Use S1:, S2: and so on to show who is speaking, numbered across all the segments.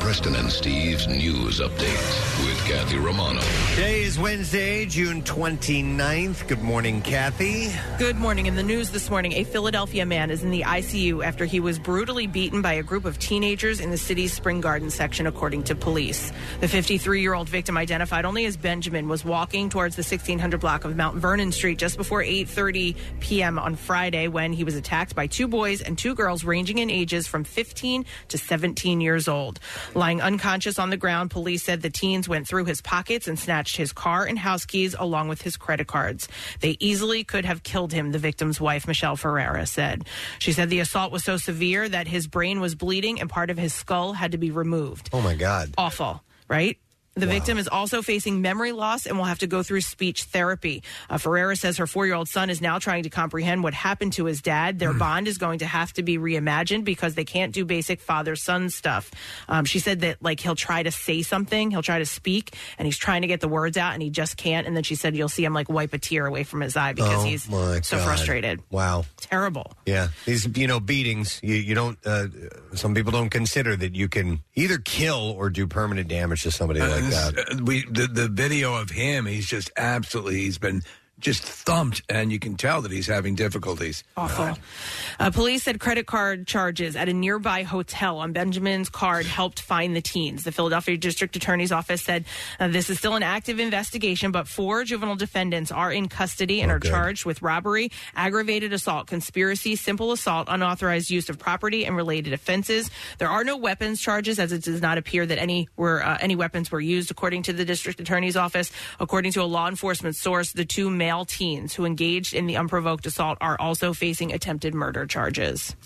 S1: Preston and Steve's news update with Kathy Romano.
S2: Today is Wednesday, June 29th. Good morning, Kathy.
S3: Good morning. In the news this morning, a Philadelphia man is in the ICU after he was brutally beaten by a group of teenagers in the city's Spring Garden section, according to police. The 53 year old victim, identified only as Benjamin, was walking towards the 1600 block of Mount Vernon Street just before 8:30 p.m. on Friday when he was attacked by two boys and two girls ranging in ages from 15 to 17 years old. Lying unconscious on the ground, police said the teens went through his pockets and snatched his car and house keys along with his credit cards. They easily could have killed him, the victim's wife, Michelle Ferreira, said. She said the assault was so severe that his brain was bleeding and part of his skull had to be removed.
S2: Oh, my God.
S3: Awful, right? The victim is also facing memory loss and will have to go through speech therapy. Uh, Ferreira says her four year old son is now trying to comprehend what happened to his dad.
S2: Hmm.
S3: Their bond is going to have to be reimagined because they can't do basic father son stuff. Um, she said that, like, he'll try to say something, he'll try to speak, and he's trying to get the words out and he just can't. And then she said, You'll see him, like, wipe a tear away from his eye because
S2: Oh,
S3: he's
S2: my
S3: so
S2: God.
S3: frustrated.
S2: Wow.
S3: Terrible.
S2: Yeah. These, you know, beatings, you, you don't, uh, some people don't consider that you can either kill or do permanent damage to somebody
S4: Uh,
S2: like
S4: this-
S2: that.
S4: uh, we the, the video of him. He's just absolutely. He's been just thumped, and you can tell that he's having difficulties.
S3: Awful. Uh, police said credit card charges at a nearby hotel on Benjamin's card helped find the teens. The Philadelphia District Attorney's Office said uh, this is still an active investigation, but four juvenile defendants are in custody and are charged with robbery, aggravated assault, conspiracy, simple assault, unauthorized use of property, and related offenses. There are no weapons charges, as it does not appear that any were uh, any weapons were used, according to the district attorney's office. According to a law enforcement source, the two male teens who engaged in the unprovoked assault are also facing attempted murder charges.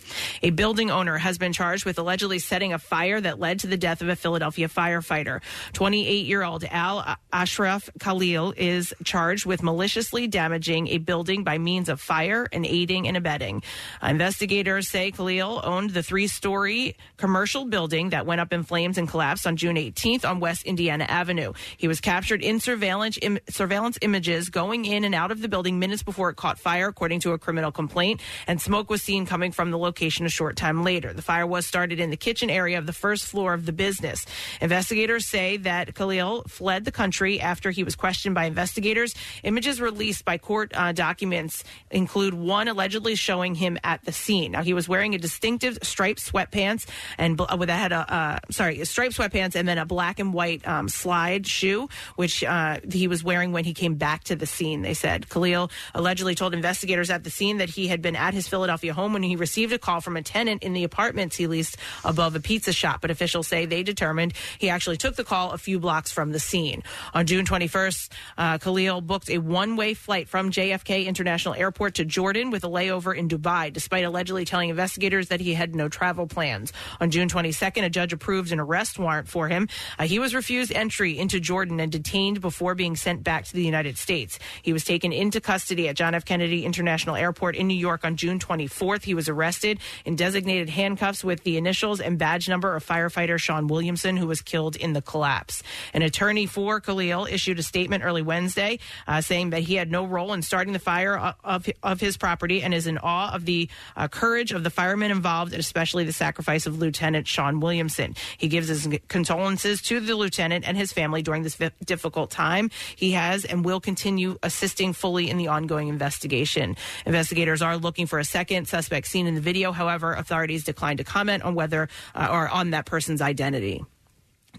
S3: A building owner has been charged with allegedly setting a fire that led to the death of a Philadelphia firefighter. 28-year-old Al Ashraf Khalil is charged with maliciously damaging a building by means of fire and aiding and abetting. Investigators say Khalil owned the three-story commercial building that went up in flames and collapsed on June 18th on West Indiana Avenue. He was captured in surveillance im- surveillance images going in and out of the building minutes before it caught fire, according to a criminal complaint. And smoke was seen coming from the location a short time later. The fire was started in the kitchen area of the first floor of the business. Investigators say that Khalil fled the country after he was questioned by investigators. Images released by court uh, documents include one allegedly showing him at the scene. Now he was wearing a distinctive striped sweatpants and bl- that had a uh, sorry striped sweatpants and then a black and white um, slide shoe, which uh, he was wearing when he came back to the scene. They said Khalil allegedly told investigators at the scene that he had been at his Philadelphia home when he received a call from a tenant in the apartments he leased above a pizza shop. But officials say they determined he actually took the call a few blocks from the scene. On June 21st, uh, Khalil booked a one-way flight from JFK International Airport to Jordan with a layover in Dubai, despite allegedly telling investigators that he had no travel plans. On June 22nd, a judge approved an arrest warrant for him. Uh, he was refused entry into Jordan and detained before being sent back to the United States. He was taken into custody at John F. Kennedy International Airport in New York on June 24th. He was arrested in designated handcuffs with the initials and badge number of firefighter Sean Williamson, who was killed in the collapse. An attorney for Khalil issued a statement early Wednesday uh, saying that he had no role in starting the fire o- of, of his property and is in awe of the uh, courage of the firemen involved and especially the sacrifice of Lieutenant Sean Williamson. He gives his condolences to the lieutenant and his family during this vi- difficult time. He has and will continue assisting fully in the ongoing investigation. Investigators are looking for a second suspect seen in the video. However, authorities declined to comment on whether uh, or on that person's identity.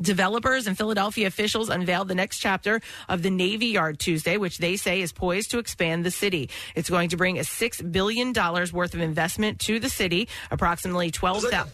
S3: Developers and Philadelphia officials unveiled the next chapter of the Navy Yard Tuesday, which they say is poised to expand the city. It's going to bring a $6 billion worth of investment to the city, approximately 12,000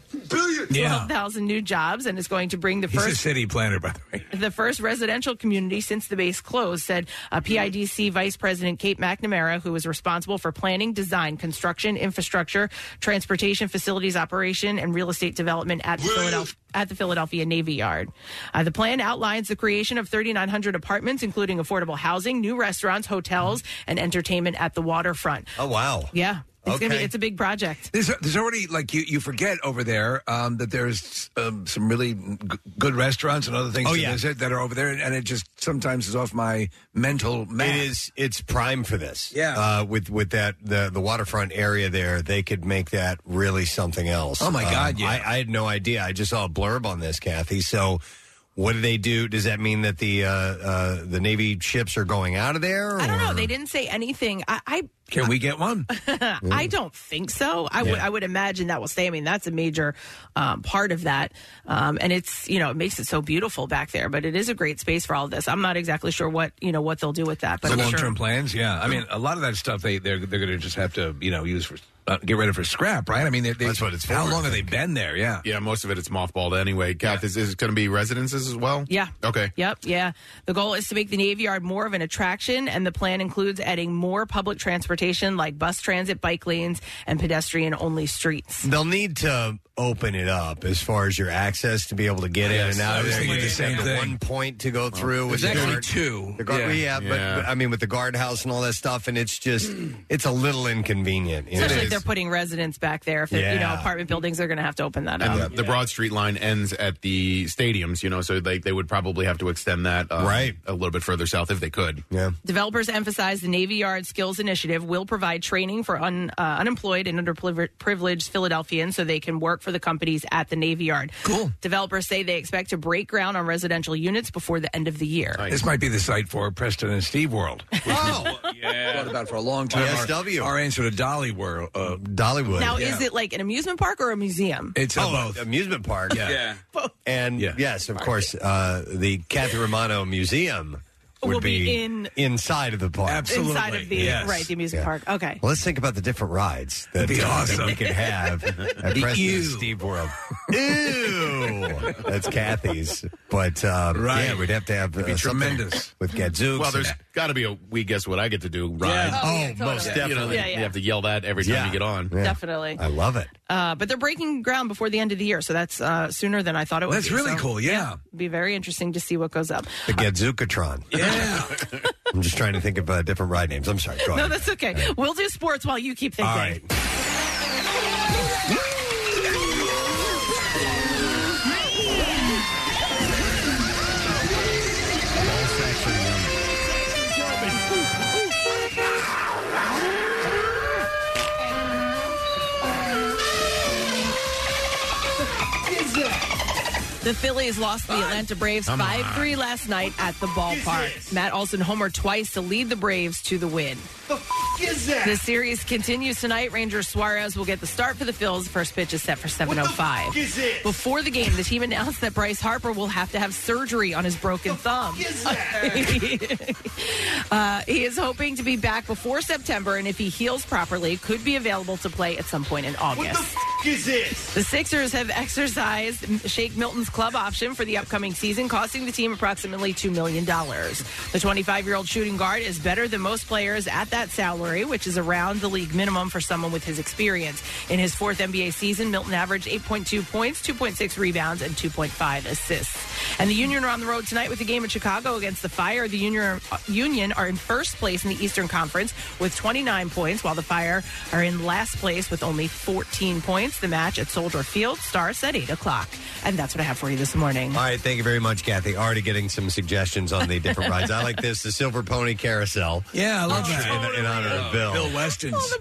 S4: Yeah,
S3: 12,000 new jobs, and it's going to bring the
S4: he's a
S3: first
S4: city planner, by the way.
S3: the first residential community since the base closed, said uh, PIDC Vice President Kate McNamara, who is responsible for planning, design, construction, infrastructure, transportation, facilities operation, and real estate development at Philadelphia. At the Philadelphia Navy Yard. Uh, the plan outlines the creation of 3,900 apartments, including affordable housing, new restaurants, hotels, and entertainment at the waterfront.
S2: Oh, wow.
S3: Yeah. It's gonna be
S4: Okay.
S3: it's a big project.
S4: There's, there's already like you, you forget over there um, that there's um, some really g- good restaurants and other things
S2: Oh,
S4: to
S2: yeah.
S4: visit that are over there, and it just sometimes is off my mental map.
S2: It is. It's prime for this.
S4: Yeah.
S2: Uh, with with that the the waterfront area there, they could make that really something else.
S4: Oh, my God,
S2: Yeah. I, I had no idea. I just saw a blurb on this, Kathy. So. What do they do? Does that mean that the uh, uh, the Navy ships are going out of there?
S3: I don't know.
S2: or-
S3: They didn't say anything. I I,
S4: Can we get one?
S3: I don't think so. I would
S2: Yeah.
S3: I would imagine that will stay. I mean, that's a major um, part of that, um, and it's you know it makes it so beautiful back there. But it is a great space for all of this. I'm not exactly sure what you know what they'll do with that. But
S4: So
S3: I'm
S4: long
S3: sure-
S4: term plans, yeah. I mean, a lot of that stuff they they're they're going to just have to you know use for uh, get rid of for scrap, right? I mean, they, they, that's what it's How long have they been there? Yeah,
S5: yeah. Most of it it's mothballed anyway. Kath, is, is it going to be residences as well?
S3: Yeah.
S5: Okay.
S3: Yep. Yeah. The goal is to make the Navy Yard more of an attraction, and the plan includes adding more public transportation like bus transit, bike lanes, and pedestrian only streets.
S2: They'll need to open it up as far as your access to be able to get in
S4: Yes,
S2: and out.
S4: I
S2: of
S4: was
S2: there.
S4: thinking
S2: You
S4: the
S2: just
S4: same
S2: have
S4: thing.
S2: One point to go through. with
S4: There's
S2: the
S4: actually
S2: guard-
S4: two.
S2: the guard-
S4: Yeah.
S2: well, yeah,
S4: Yeah.
S2: But, but I mean, with the guardhouse and all that stuff, and it's just it's a little inconvenient. you know?
S3: Especially if they're putting residents back there. If you know
S5: Yeah.
S3: apartment buildings, they're going to have to open that
S5: And
S3: up.
S5: Um, the, the Broad Street line ends at the stadiums, you know, so like they would probably have to extend that um, right a little bit further south if they could.
S2: Yeah.
S3: Developers emphasize the Navy Yard Skills Initiative will provide training for un, uh, unemployed and underprivileged Philadelphians so they can work for the companies at the Navy Yard. Cool. Developers say they expect to break ground on residential units before the end of the year.
S4: This might be the site for Preston and Steve World. Which
S2: oh,
S4: yeah. Thought about for a long time.
S2: PSW.
S4: Our, our answer to Dolly World, uh,
S2: Dollywood.
S3: Now, is it like an amusement park or a museum?
S4: It's
S2: Oh, amusement park.
S4: Yeah. Yeah.
S2: And yes, of course, uh, the Kathy Romano Museum would
S3: Will be in-
S2: inside of the park.
S3: Inside of the right the amusement
S2: Yeah.
S3: park. Okay.
S2: Well, let's think about the different rides that,
S4: That'd be
S2: uh, that
S4: awesome.
S2: we could have at
S4: The
S2: Preston
S4: ew.
S2: and Steve World. Ew, that's Kathy's. But um,
S5: Right.
S2: yeah, we'd have to have
S5: be
S2: uh, something
S5: tremendous.
S2: with gadzooks.
S5: Well, there's
S2: and-
S5: got to be a we guess what I get to do ride.
S2: Yeah. Oh, Oh, yeah, most totally.
S5: You, know,
S2: definitely.
S5: you have to yell that every time
S2: Yeah.
S5: you get on.
S2: Yeah.
S3: Definitely.
S2: I love it.
S3: Uh, but they're breaking ground before the end of the year, so that's uh, sooner than I thought it would.
S2: That's
S3: be.
S2: really
S3: So,
S2: cool, yeah.
S3: be very interesting to see what goes up.
S2: The Gadzookatron. Yeah. I'm just trying to think of uh, different ride names. I'm sorry. Go
S3: No,
S2: ahead.
S3: that's okay. We'll do sports while you keep thinking.
S2: All right.
S3: The Phillies lost to the Atlanta Braves 5 3 last night at the ballpark. Matt Olson homered twice to lead the Braves to the win. The is that? The series continues tonight. Ranger Suarez will get the start for the Phillies. First pitch is set for 7.05.
S6: is this?
S3: Before the game, the team announced that Bryce Harper will have to have surgery on his broken thumb. uh, he is hoping to be back before September, and if he heals properly, could be available to play at some point in August.
S6: is this?
S3: The Sixers have exercised Shake Milton's club option for the upcoming season, costing the team approximately $2 million. The 25 year old shooting guard is better than most players at that salary, which is around the league minimum for someone with his experience. In his fourth NBA season, Milton averaged 8.2 points, 2.6 rebounds, and 2.5 assists. And the Union are on the road tonight with a game in Chicago against the Fire. The Union, Union are in first place in the Eastern Conference with 29 points, while the Fire are in last place with only 14 points. The match at Soldier Field starts at 8 o'clock. And that's what I have for you this morning.
S2: All right, thank you very much, Kathy. Already getting some suggestions on the different rides. I like this, the Silver Pony Carousel.
S4: Yeah, I love
S2: Which is
S4: that.
S2: In, in honor of Bill.
S4: Bill Weston's.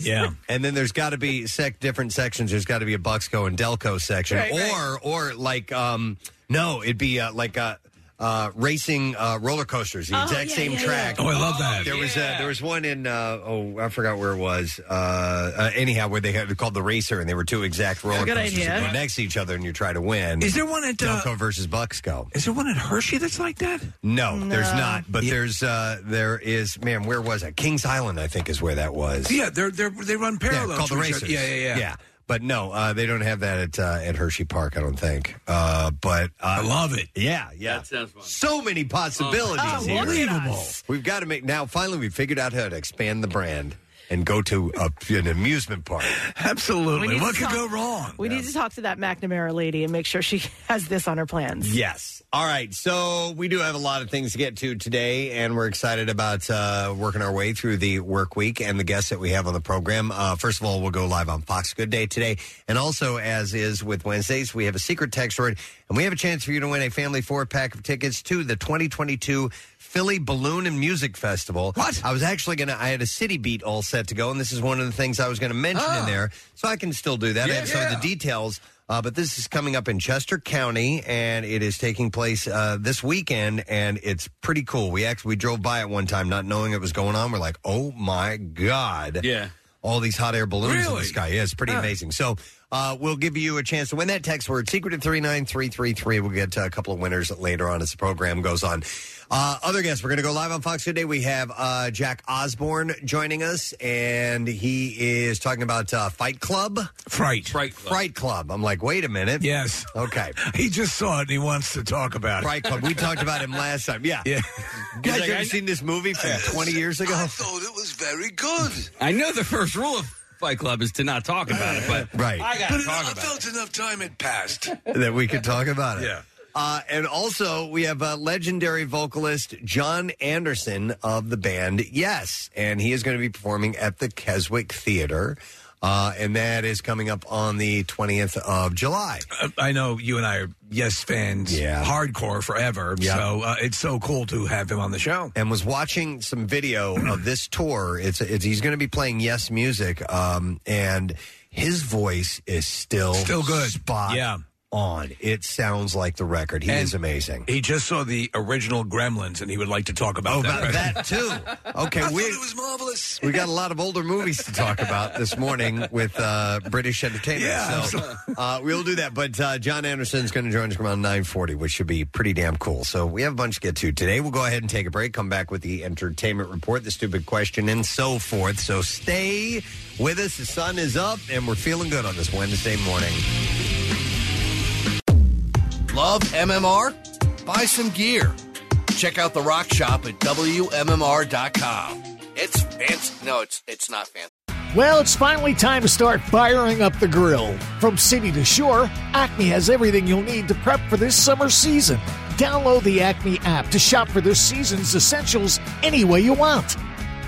S2: Yeah, and then there's got to be sec different sections. There's got to be a Bucksco and Delco section,
S4: Right, right.
S2: or or like um no, it'd be uh, like uh, uh, racing uh, roller coasters, the
S4: Oh,
S2: exact
S4: yeah,
S2: same
S4: yeah,
S2: track.
S4: yeah. Oh, I love that.
S2: There was uh, there was one in uh, oh I forgot where it was. Uh, uh, anyhow, where they had called the racer, and they were two exact roller
S4: Good
S2: coasters
S4: idea.
S2: that go next to each other, and you try to win.
S4: Is there one at, uh,
S2: Delco versus Bucksco?
S4: Is there one at Hershey that's like that?
S2: No, there's
S4: No.
S2: not. But there's uh, there is man. Where was it? Kings Island, I think, is where that was.
S4: Yeah, they're, they're, they run parallel.
S2: Yeah, called
S4: to
S2: the
S4: each other.
S2: racers.
S4: Yeah, yeah, yeah.
S2: Yeah. But no, uh, they don't have that at uh, at Hershey Park, I don't think. Uh, but uh, I
S4: love it.
S2: Yeah, yeah. That sounds fun. So many possibilities
S4: Oh,
S2: here.
S4: look at us.
S2: We've got to make now. Finally, we figured out how to expand the brand. and go to a, an amusement park.
S4: Absolutely.
S3: need to talk- We need to talk to that McNamara lady and make sure she has this on her plans.
S2: Yes. All right. So we do have a lot of things to get to today, and we're excited about uh, working our way through the work week and the guests that we have on the program. Uh, first of all, we'll go live on Fox Good Day today. And also, as is with Wednesdays, we have a secret text word, and we have a chance for you to win a family four pack of tickets to the 2022 Philly Balloon and Music Festival. What? I was actually going to, I had a city beat all set to go, and this is one of the things I was going to mention in there. So I can still do that. I
S6: Yeah,
S2: have some of the
S6: Ah. yeah.
S2: details. Uh, but this is coming up in Chester County, and it is taking place uh, this weekend, and it's pretty cool. We actually we drove by it one time, not knowing it was going on. We're like, "Oh my god!"
S6: Yeah.
S2: all these hot air balloons in the
S6: Really?
S2: sky. Yeah, it's pretty
S6: Huh.
S2: amazing. So uh, we'll give you a chance to win that text word secret at three nine three three three. We'll get uh, a couple of winners later on as the program goes on. Uh, other guests, we're going to go live on Fox today. We have uh, Jack Osborne joining us, and he is talking about uh, Fight Club.
S4: Fright.
S2: Fright Club. Fright Club. Um, I'm like, wait a minute.
S4: Yes.
S2: Okay.
S4: He just saw it and he wants to talk about it.
S2: Fright Club. We talked about him last time. Yeah.
S4: Yeah.
S2: You guys ever seen this movie from 20 years ago?
S7: thought it was very good.
S8: I know the first rule of Fight Club is to not talk about it, but
S2: Right.
S8: I got
S7: but
S8: to talk
S7: I
S8: about
S7: felt enough time had passed.
S2: that we could talk about it.
S7: Yeah.
S2: Uh, and also, we have uh, legendary vocalist John Anderson of the band Yes, and he is going to be performing at the Keswick Theater, uh, and that is coming up on the twentieth of July.
S4: Uh, I know you and I are Yes fans,
S2: Yeah.
S4: hardcore forever.
S2: Yeah.
S4: So uh, it's so cool to have him on the show.
S2: and was watching some video of this tour. It's, it's he's going to be playing Yes music, um, and his voice is still
S4: Still good.
S2: spot
S4: Yeah.
S2: on. It sounds like the record. He
S4: And-
S2: is amazing.
S4: He just saw the original Gremlins, and he would like to talk about
S2: Oh,
S4: that.
S2: about that too. Okay,
S7: I
S2: we
S7: thought it was marvelous.
S2: we got a lot of older movies to talk about this morning with uh, British entertainment.
S7: Yeah,
S2: so uh, we'll do that. But uh, John Anderson's going to join us around nine forty, which should be pretty damn cool. So we have a bunch to get to today. We'll go ahead and take a break. Come back with the entertainment report, the stupid question, and so forth. So stay with us. The sun is up, and we're feeling good on this Wednesday morning.
S9: Love MMR? Buy some gear. Check out the rock shop at WMMR.com. It's fancy. No, it's it's not fancy.
S10: Well, it's finally time to start firing up the grill. From city to shore, Acme has everything you'll need to prep for this summer season. Download the Acme app to shop for this season's essentials any way you want.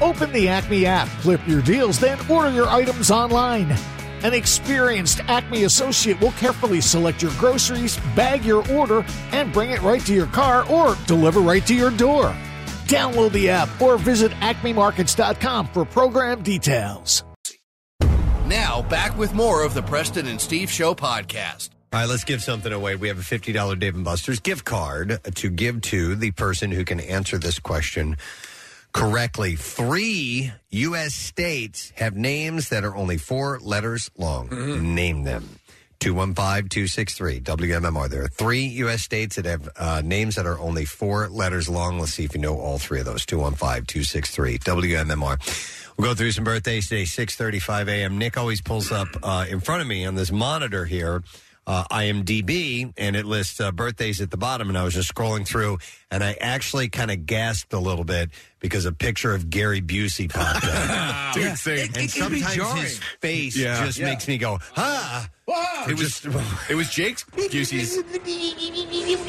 S10: Open the Acme app, clip your deals, then order your items online. An experienced Acme associate will carefully select your groceries, bag your order, and bring it right to your car or deliver right to your door. Download the app or visit acmemarkets.com for program details.
S9: Now, back with more of the Preston and Steve Show podcast.
S2: All right, let's give something away. We have a fifty dollar Dave and Buster's gift card to give to the person who can answer this question correctly. Three U.S. states have names that are only four letters long. Name them. 215-263 WMMR. There are three U.S. states that have uh, names that are only four letters long. Let's see if you know all three of those. 215-263 WMMR. We'll go through some birthdays today, 6.35 a.m. Nick always pulls up uh, in front of me on this monitor here, uh, IMDb, and it lists uh, birthdays at the bottom. And I was just scrolling through, and I actually kind of gasped a little bit because a picture of Gary Busey popped up.
S5: Dude, same. It- it
S2: and
S5: can be
S2: sometimes
S5: jarring.
S4: Oh
S2: his face
S5: Yeah.
S2: just
S5: Yeah.
S2: makes me go, ah.
S5: It was it was Jake's Busey's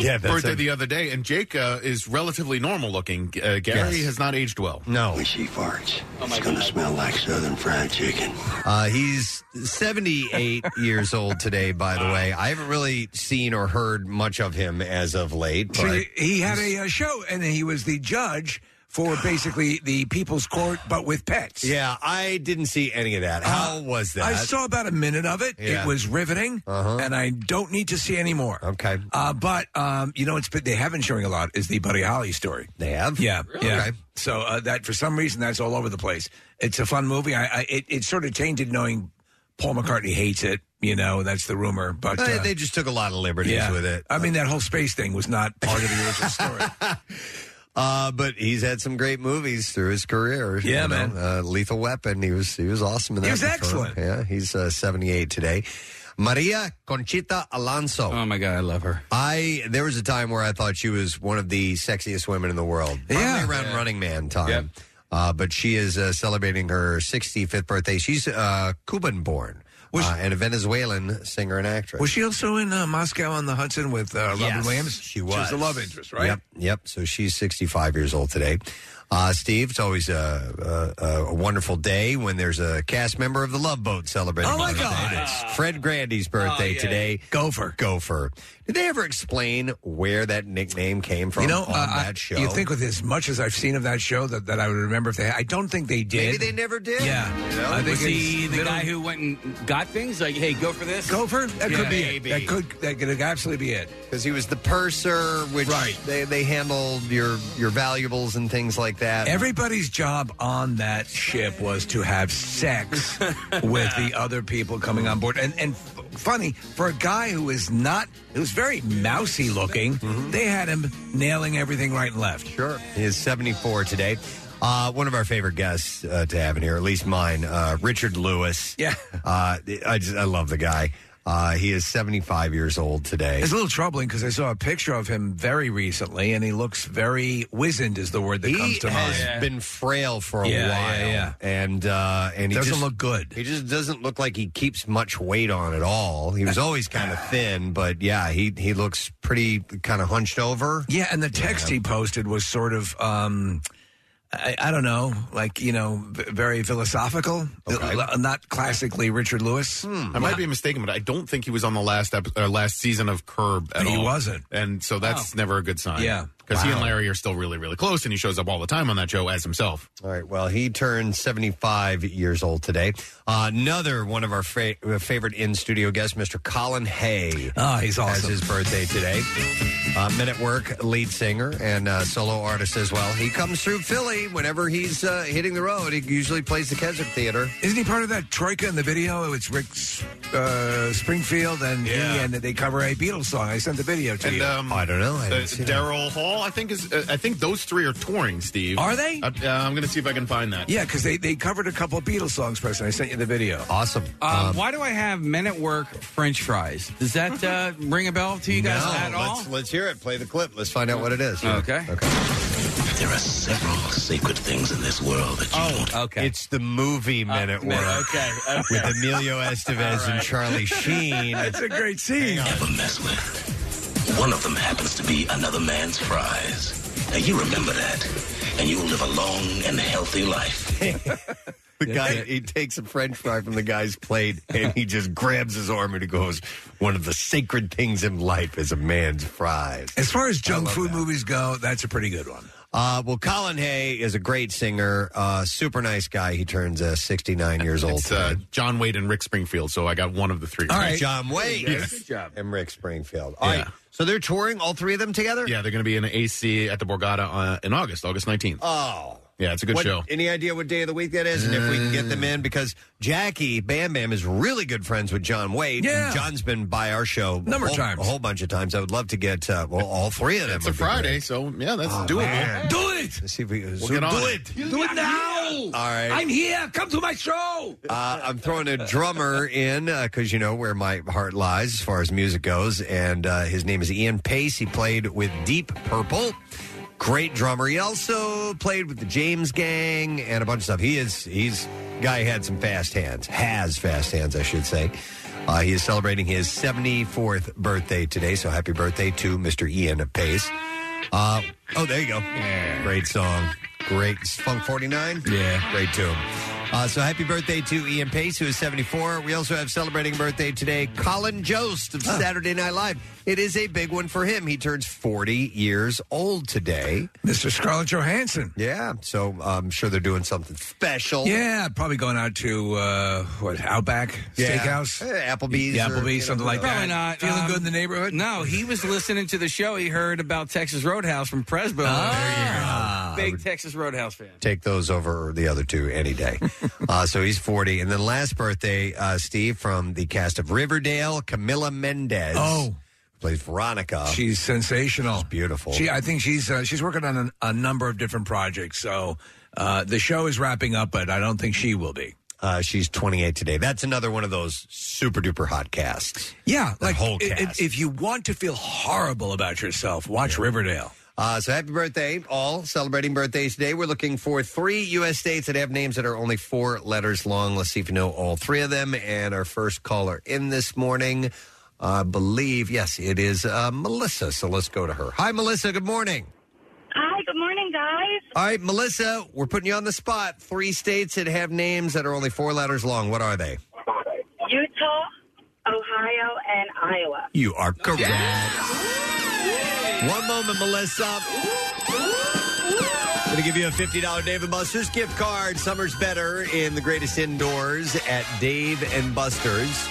S2: Yeah, that's
S5: birthday
S2: it.
S5: the other day, and Jake uh, is relatively normal looking. Uh, Gary
S2: Yes.
S5: has not aged well.
S2: No,
S5: when
S9: she farts,
S5: it's going to smell like southern fried chicken.
S2: Uh, he's 78 years old today, by the way. I haven't really seen or heard much of him as of late. But
S4: So he, he had a uh, show, and he was the judge for basically the People's Court, but with pets.
S2: Yeah, I didn't see any of that. How was that?
S4: Uh, I saw about a minute of it.
S2: Yeah. Uh-huh.
S4: It was riveting, and I don't need to see any more.
S2: Okay.
S4: Uh, but um, you know, it's but they have been showing a lot is the Buddy Holly story.
S2: They have,
S4: yeah, yeah.
S2: Okay.
S4: So uh, that for some reason that's all over the place. It's a fun movie. I, I it, it sort of tainted knowing Paul McCartney hates it. You know, that's the rumor. But uh,
S2: Eh, they just took a lot of liberties
S4: yeah.
S2: with it.
S4: I mean, that whole space thing was not part of the original story.
S2: Uh, but he's had some great movies through his career.
S4: Yeah,
S2: know,
S4: man.
S2: Uh, Lethal Weapon. He was he was awesome in that.
S4: He was
S2: for sure.
S4: excellent.
S2: Yeah, he's uh, seventy eight today. Maria Conchita Alonso. Oh
S8: my god, I love her.
S2: I there was a time where I thought she was one of the sexiest women in the world. Probably around Running Man time. Uh, but she is uh, celebrating her 65th birthday. She's uh, Cuban born uh, and a Venezuelan singer and actress.
S4: Was she also in uh, Moscow on the Hudson with uh, Robin
S2: Yes,
S4: Williams?
S2: She was.
S4: She was the love interest, right?
S2: Yep, yep. So she's 65 years old today. Uh, Steve, it's always a, a, a wonderful day when there's a cast member of the Love Boat celebrating.
S4: Oh, my
S2: their
S4: God. Oh,
S2: birthday. It's Fred Grandy's birthday today. Gopher. Gopher. Did they ever explain where that nickname came from
S4: you know,
S2: on
S4: uh, I-
S2: that show?
S4: you think with as much as I've seen of that show that, that I would remember if they. I don't think they did.
S2: Maybe they never did.
S4: Yeah.
S2: You know?
S4: I think
S8: was he
S4: it's
S8: the
S4: middle-
S8: guy who went and got things? Like, hey, go for this.
S4: Gopher? That
S8: Yeah,
S4: could be
S8: maybe.
S4: it. That could that could absolutely be it.
S2: Because he was the purser, which
S4: Right.
S2: they, they handled your, your valuables and things like that.
S4: Everybody's job on that ship was to have sex with the other people coming on board. And and f- funny for a guy who is not who's very mousy looking, they had him nailing everything right and left.
S2: Mm-hmm. Sure. He is 74 today. Uh, one of our favorite guests uh, to have in here, at least mine, uh, Richard Lewis.
S4: Yeah.
S2: Uh, I, just, I love the guy. Uh, he is 75 years old today.
S4: It's a little troubling because I saw a picture of him very recently, and he looks very wizened. Is the word that
S2: He
S4: comes to
S2: has
S4: mind.
S2: been frail for a
S4: Yeah,
S2: while,
S4: yeah, yeah.
S2: and uh, and he
S4: Doesn't
S2: just-
S4: look good.
S2: He just doesn't look like he keeps much weight on at all. He was always kind of thin, but yeah, he he looks pretty kind of hunched over.
S4: Yeah, and the text he posted was sort of, um, I, I don't know, like you know, v- very philosophical, L- not classically Richard Lewis.
S5: Hmm. I might be mistaken, but I don't think he was on the last ep- uh, last season of Curb at
S4: He
S5: all.
S4: wasn't.
S5: and so that's never a good sign.
S4: Yeah.
S5: because he and
S2: Wow.
S5: Larry are still really, really close, and he shows up all the time on that show as himself.
S2: All right. Well, he turned 75 years old today. Uh, another one of our fa- uh, favorite in studio guests, Mr. Colin Hay.
S4: Ah, he's
S2: Has
S4: awesome.
S2: his birthday today. Uh, Men at Work lead singer and uh, solo artist as well. He comes through Philly whenever he's uh, hitting the road. He usually plays the Keswick Theater.
S4: Isn't he part of that troika in the video? It's Rick S- uh, Springfield, and he and they cover a Beatles song. I sent the video to
S5: And
S4: you.
S5: um,
S2: I don't know. I
S5: uh,
S2: didn't see that.
S5: Daryl Hall, I think is. Uh, I think those three are touring. Steve,
S4: Are they?
S5: I, uh, I'm going to see if I can find that.
S4: yeah, because they, they covered a couple of Beatles songs, Preston. I sent you the video.
S2: Awesome.
S8: Um, why do I have men at work French fries? Does that uh, ring a bell to you guys at all?
S2: let's, let's hear it. Play the clip. Let's find out what it is.
S8: Okay.
S1: There are several sacred things in this world that you don't
S8: Oh, Okay. Uh,
S2: It's the movie Men at Work
S8: okay. okay.
S2: with Emilio Estevez and Charlie Sheen.
S4: That's a great scene.
S1: ever mess with. One of them happens to be another man's fries. Now you remember that, and you'll live a long and healthy life.
S2: The guy he takes a French fry from the guy's plate and he just grabs his arm and he goes, "One of the sacred things in life is a man's fries."
S4: As far as junk
S2: love
S4: food
S2: that.
S4: movies go, that's a pretty good one.
S2: Uh, well, Colin Hay is a great singer, uh, super nice guy. He turns uh, 69 years old.
S5: It's uh,
S2: today.
S5: John Wade and Rick Springfield. So I got one of the three.
S4: All right.
S2: John Wayne
S4: Good job.
S2: and Rick Springfield. All right,
S5: Yeah.
S2: so they're touring all three of them together.
S5: Yeah, they're going to be in AC at the Borgata uh, in August, August 19th.
S2: Oh.
S5: yeah, it's a good
S2: What-
S5: show.
S2: Any idea what day of the week that is, and if we can get them in? Because Jackie Bam Bam is really good friends with John Wade.
S4: Yeah.
S2: and John's been by our show a
S4: Number of
S2: whole-
S4: times.
S2: a whole bunch of times. I would love to get uh, well all three of them.
S5: It's
S2: would be
S5: a
S2: great. Oh,
S5: Friday, so yeah, that's doable.
S2: man.
S4: Do it!
S2: Let's see if we can
S5: We'll get on
S2: do
S5: it.
S2: it.
S4: Do it now!
S2: All right.
S4: I'm here. Come to my show.
S2: Uh, I'm throwing a drummer in because you know where my heart lies as far as music goes, and uh, his name is Ian Pace. He played with Deep Purple. Great drummer. He also played with the James Gang and a bunch of stuff. He is he's guy had some fast hands, has fast hands, I should say. Uh, he is celebrating his 74th birthday today, so happy birthday to Mr. Ian Pace. Uh, oh, there you go. Great song. Great. It's Funk 49? Yeah. Great tune. Uh, so happy birthday to Ian Pace, who is 74. We also have celebrating birthday today, Colin Jost of Saturday Night Live. It is a big one for him. He turns 40 years old today.
S4: Mr. Scarlett Johansson.
S2: Yeah. So I'm sure they're doing something special.
S4: Yeah, probably going out to uh, what Outback
S2: Yeah.
S4: Steakhouse,
S2: Eh, Applebee's.
S4: Yeah,
S2: or,
S4: Applebee's,
S2: you know,
S4: something like that.
S8: Probably not.
S4: Feeling
S8: Um,
S4: good in the neighborhood?
S8: No, he was listening to the show. He heard about Texas Roadhouse from Presbo. Big Texas Roadhouse fan.
S2: Take those over the other two any day. uh, so he's 40. And then last birthday, uh, Steve from the cast of Riverdale, Camila Mendez.
S4: Oh.
S2: Plays Veronica.
S4: She's sensational. She's
S2: beautiful.
S4: She, I think she's uh, she's working on a, a number of different projects. So uh, the show is wrapping up, but I don't think she will be.
S2: Uh, she's 28 today. That's another one of those super duper hot casts.
S4: Yeah,
S2: The whole
S4: i- i-
S2: cast.
S4: if you want to feel horrible about yourself, watch Riverdale.
S2: Uh, so happy birthday, all celebrating birthdays today. We're looking for three U.S. states that have names that are only four letters long. Let's see if you know all three of them. And our first caller in this morning, I believe, yes, it is uh, Melissa. So let's go to her. Hi, Melissa. Good morning.
S6: Hi, good morning, guys.
S2: All right, Melissa, we're putting you on the spot. Three states that have names that are only four letters long. What are they?
S6: Utah, Ohio, and Iowa.
S2: You are correct. One moment, Melissa. Going to give you a $50 Dave & Buster's gift card. Summer's better in the greatest indoors at Dave & Buster's,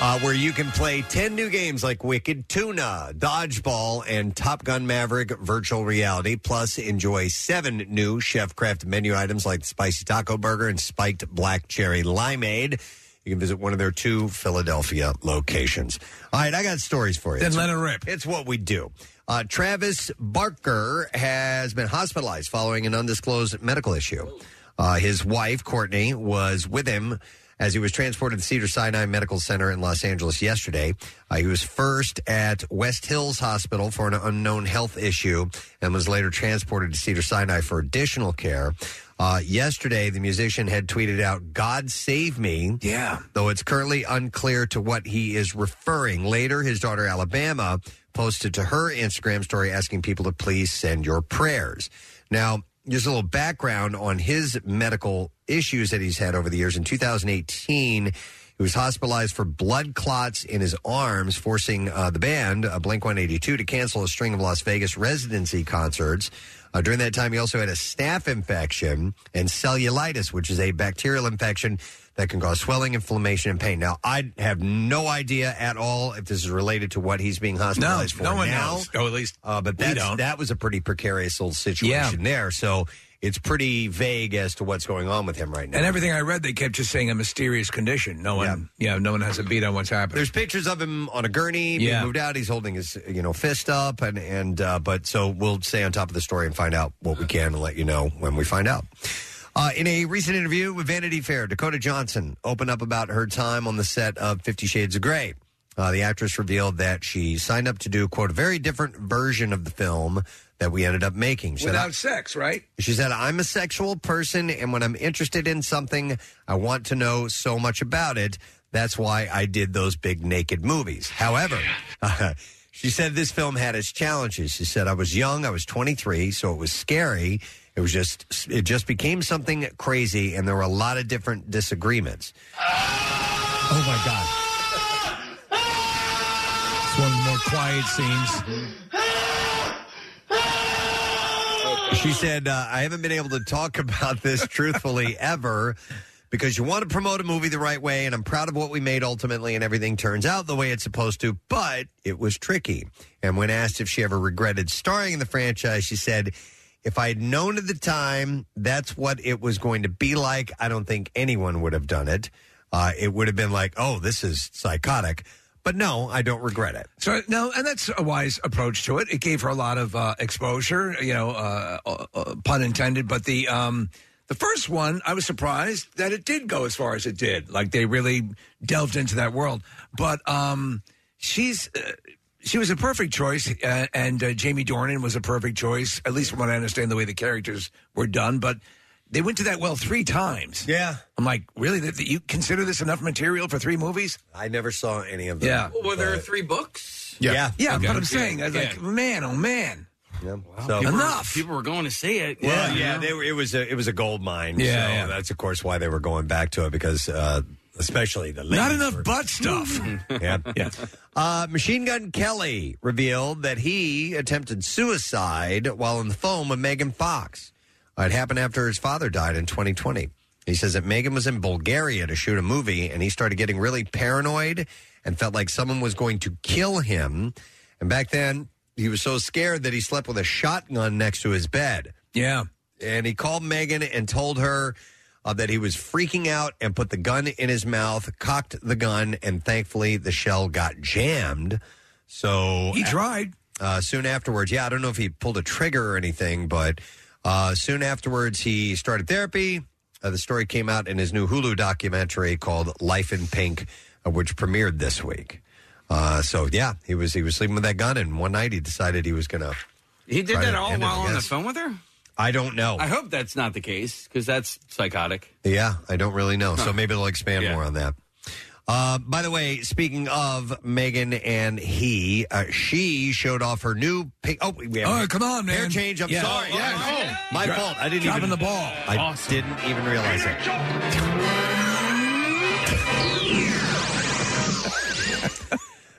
S2: uh, where you can play 10 new games like Wicked Tuna, Dodgeball, and Top Gun Maverick virtual reality. Plus, enjoy seven new chef craft menu items like Spicy Taco Burger and Spiked Black Cherry Limeade. You can visit one of their two Philadelphia locations. All right, I got stories for you.
S4: Then
S2: It's-
S4: let it rip.
S2: It's what we do. Uh, Travis Barker has been hospitalized following an undisclosed medical issue. Uh, his wife, Courtney, was with him as he was transported to Cedar Sinai Medical Center in Los Angeles yesterday. Uh, he was first at West Hills Hospital for an unknown health issue and was later transported to Cedar Sinai for additional care. Uh, yesterday, the musician had tweeted out, God save me. Yeah. Though it's currently unclear to what he is referring. Later, his daughter Alabama posted to her Instagram story asking people to please send your prayers. Now, just a little background on his medical issues that he's had over the years. In 2018, he was hospitalized for blood clots in his arms, forcing uh, the band, uh, Blink 182, to cancel a string of Las Vegas residency concerts. Uh, during that time, he also had a staph infection and cellulitis, which is a bacterial infection that can cause swelling, inflammation, and pain. Now, I have no idea at all if this is related to what he's being hospitalized for
S4: no one
S2: now.
S4: knows. Oh, at least
S2: uh, but
S4: we
S2: that's,
S4: don't.
S2: that was a pretty precarious little situation there. So it's pretty vague as to what's going on with him right now.
S4: And everything I read, they kept just saying a mysterious condition. No one, yeah, no one has a beat on what's happening.
S2: There's pictures of him on a gurney being
S4: Yeah.
S2: moved out. He's holding his you know fist up, and and uh, but so we'll stay on top of the story and find out what we can and let you know when we find out. Uh, in a recent interview with Vanity Fair, Dakota Johnson opened up about her time on the set of Fifty Shades of Grey. Uh, the actress revealed that she signed up to do quote a very different version of the film that we ended up making. She said,
S4: Without sex, right?
S2: She said, I'm a sexual person, and when I'm interested in something, I want to know so much about it. That's why I did those big naked movies. However, she said this film had its challenges. She said, I was young, I was 23, so it was scary. It was just, it just became something crazy, and there were a lot of different disagreements. Oh my God.
S11: It's one of the more quiet scenes.
S2: She said, uh, I haven't been able to talk about this truthfully ever because you want to promote a movie the right way, and I'm proud of what we made ultimately, and everything turns out the way it's supposed to, but it was tricky. And when asked if she ever regretted starring in the franchise, she said, if I had known at the time that's what it was going to be like, I don't think anyone would have done it. Uh, it would have been like, oh, this is psychotic. But no, I don't regret it.
S4: So no, and that's a wise approach to it. It gave her a lot of uh, exposure, you know, uh, uh, uh, pun intended. But the um, the first one, I was surprised that it did go as far as it did. Like they really delved into that world. But um, she's. Uh, she was a perfect choice, uh, and uh, Jamie Dornan was a perfect choice, at least from what I understand the way the characters were done. But they went to that well three times.
S2: Yeah.
S4: I'm like, really? That that you consider this enough material for three movies?
S2: I never saw any of them.
S4: Yeah.
S8: Well, were there three books?
S4: Yeah. Yeah,
S8: Okay.
S4: but I'm saying,
S8: Yeah.
S4: I was like,
S8: Yeah.
S4: man, oh man.
S2: So-
S8: People were-
S2: Enough.
S8: people were going to see it.
S2: Well, yeah, they were, it was a it was a gold mine.
S8: Yeah,
S2: so
S8: yeah.
S2: that's of course why they were going back to it because uh, especially the ladies
S4: Not enough
S2: were-
S4: butt stuff.
S5: Mm-hmm.
S2: yeah, yeah. Uh, Machine Gun Kelly revealed that he attempted suicide while on the phone with Megan Fox. Uh, it happened after his father died in 2020. He says that Megan was in Bulgaria to shoot a movie, and he started getting really paranoid and felt like someone was going to kill him. And back then, he was so scared that he slept with a shotgun next to his bed.
S4: Yeah.
S2: And he called Megan and told her uh, that he was freaking out and put the gun in his mouth, cocked the gun, and thankfully the shell got jammed. So he
S4: tried.
S2: Uh, soon afterwards, yeah, I don't know if he pulled a trigger or anything, but uh, soon afterwards he started therapy. Uh, the story came out in his new Hulu documentary called Life in Pink, uh, which premiered this week. Uh, so yeah, he was he was sleeping with that gun, and one night he decided he was gonna
S8: He did
S2: Right at
S8: that
S2: the
S8: all
S2: end of
S8: while
S2: it,
S8: on the
S2: yes.
S8: phone with her?
S2: I don't know.
S8: I hope that's not the case because that's psychotic.
S2: Yeah, I don't really know. So maybe they'll expand
S8: Yeah.
S2: more on that. Uh, by the way, speaking of Megan and he, uh, she showed off her new. Pic- oh, we have
S4: All right, come on, man.
S2: Hair change. I'm
S4: Yeah.
S2: sorry.
S4: Oh,
S2: yeah,
S4: all right.
S2: my
S4: Dro-
S2: fault. I didn't
S4: dropping
S2: even
S4: the ball.
S2: I didn't even realize it.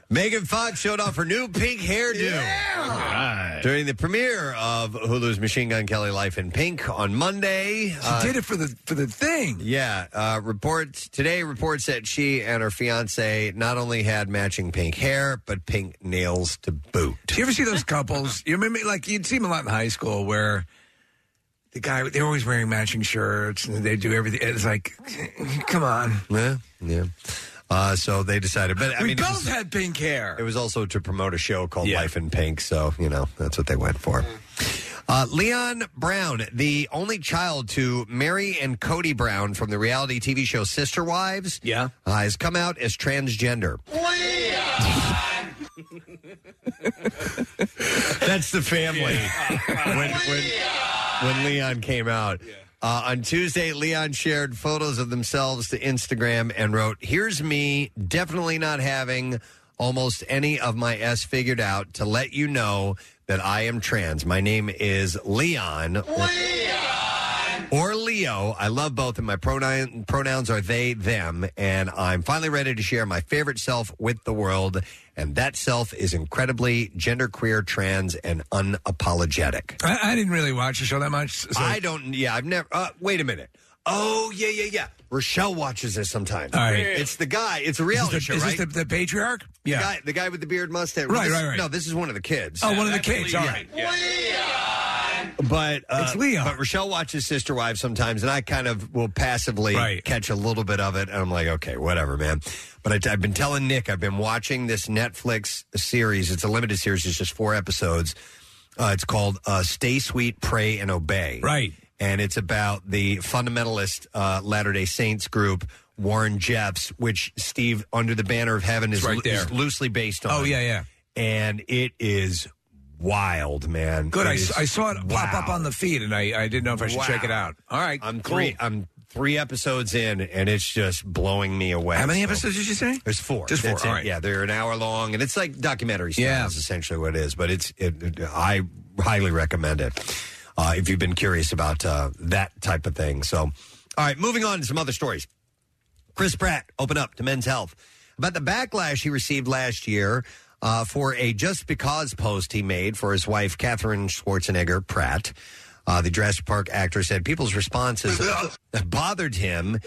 S2: Megan Fox showed off her new pink hairdo. During the premiere of Hulu's Machine Gun Kelly Life in Pink on Monday, uh, she
S4: did it for the for the thing.
S2: Yeah, uh, reports today reports that she and her fiance not only had matching pink hair but pink nails to boot.
S4: Do you ever see those couples? You remember, like you'd see them a lot in high school, where the guy they're always wearing matching shirts and they do everything. It's like, come on,
S2: Yeah, yeah. Uh, so they decided, but I
S4: we
S2: mean, it
S4: both
S2: was,
S4: had pink hair.
S2: it was also to promote a show called Life in Pink, so you know that's what they went for. Uh, Leon Brown, the only child to Mary and Cody Brown from the reality TV show Sister Wives, yeah, uh, has come out as transgender. That's the family. when, when, when Leon came out. Uh, on Tuesday, Leon shared photos of themselves to Instagram and wrote, Here's me definitely not having almost any of my S figured out to let you know that I am trans. My name is Leon. Or Leo. I love both, and my pronoun, pronouns are they, them. And I'm finally ready to share my favorite self with the world. And that self is incredibly genderqueer, trans, and unapologetic.
S4: I, I didn't really watch the show that much. So
S2: I don't. Yeah, I've never. Uh, wait a minute. Oh yeah, yeah, yeah. Rochelle watches this sometimes.
S4: All right.
S2: It's the guy. It's a reality
S4: is this the,
S2: show,
S4: is
S2: right?
S4: this the, the patriarch?
S2: The
S4: Yeah.
S2: guy, the guy with the beard mustache.
S4: Right,
S2: This-
S4: right, right.
S2: No, this is one of the kids.
S4: Oh, one of the kids. All right.
S2: But uh,
S4: It's Leon.
S2: But Rochelle watches Sister Wives sometimes, and I kind of will passively catch a little bit of it, and I'm like, okay, whatever, man. But I, I've been telling Nick, I've been watching this Netflix series. It's a limited series. It's just four episodes. Uh, it's called uh, "Stay Sweet, Pray and Obey." Right. And it's about the fundamentalist uh, Latter Day Saints group Warren Jeffs, which Steve, under the banner of heaven, is,
S4: It's right
S2: lo-
S4: there.
S2: is loosely based on.
S4: Oh, yeah, yeah.
S2: And it is wild, man.
S4: Good.
S2: It
S4: I,
S2: is-
S4: I saw it pop
S2: wow.
S4: up on the feed, and I, I didn't know if I should
S2: Wow.
S4: check it out. All right.
S2: I'm
S4: cool.
S2: three. I'm three episodes in, and it's just blowing me away.
S4: How many
S2: So-
S4: episodes did you say?
S2: There's four.
S4: Just four.
S2: That's
S4: All
S2: it.
S4: right.
S2: Yeah, they're an hour long, and it's like documentary style.
S4: Yeah.
S2: Is essentially what it is. But it's it, it- I highly recommend it uh, if you've been curious about uh, that type of thing. So, all right, moving on to some other stories. Chris Pratt open up to Men's Health about the backlash he received last year uh, for a just because post he made for his wife Katherine Schwarzenegger Pratt. Uh, the Jurassic Park actor said people's responses bothered him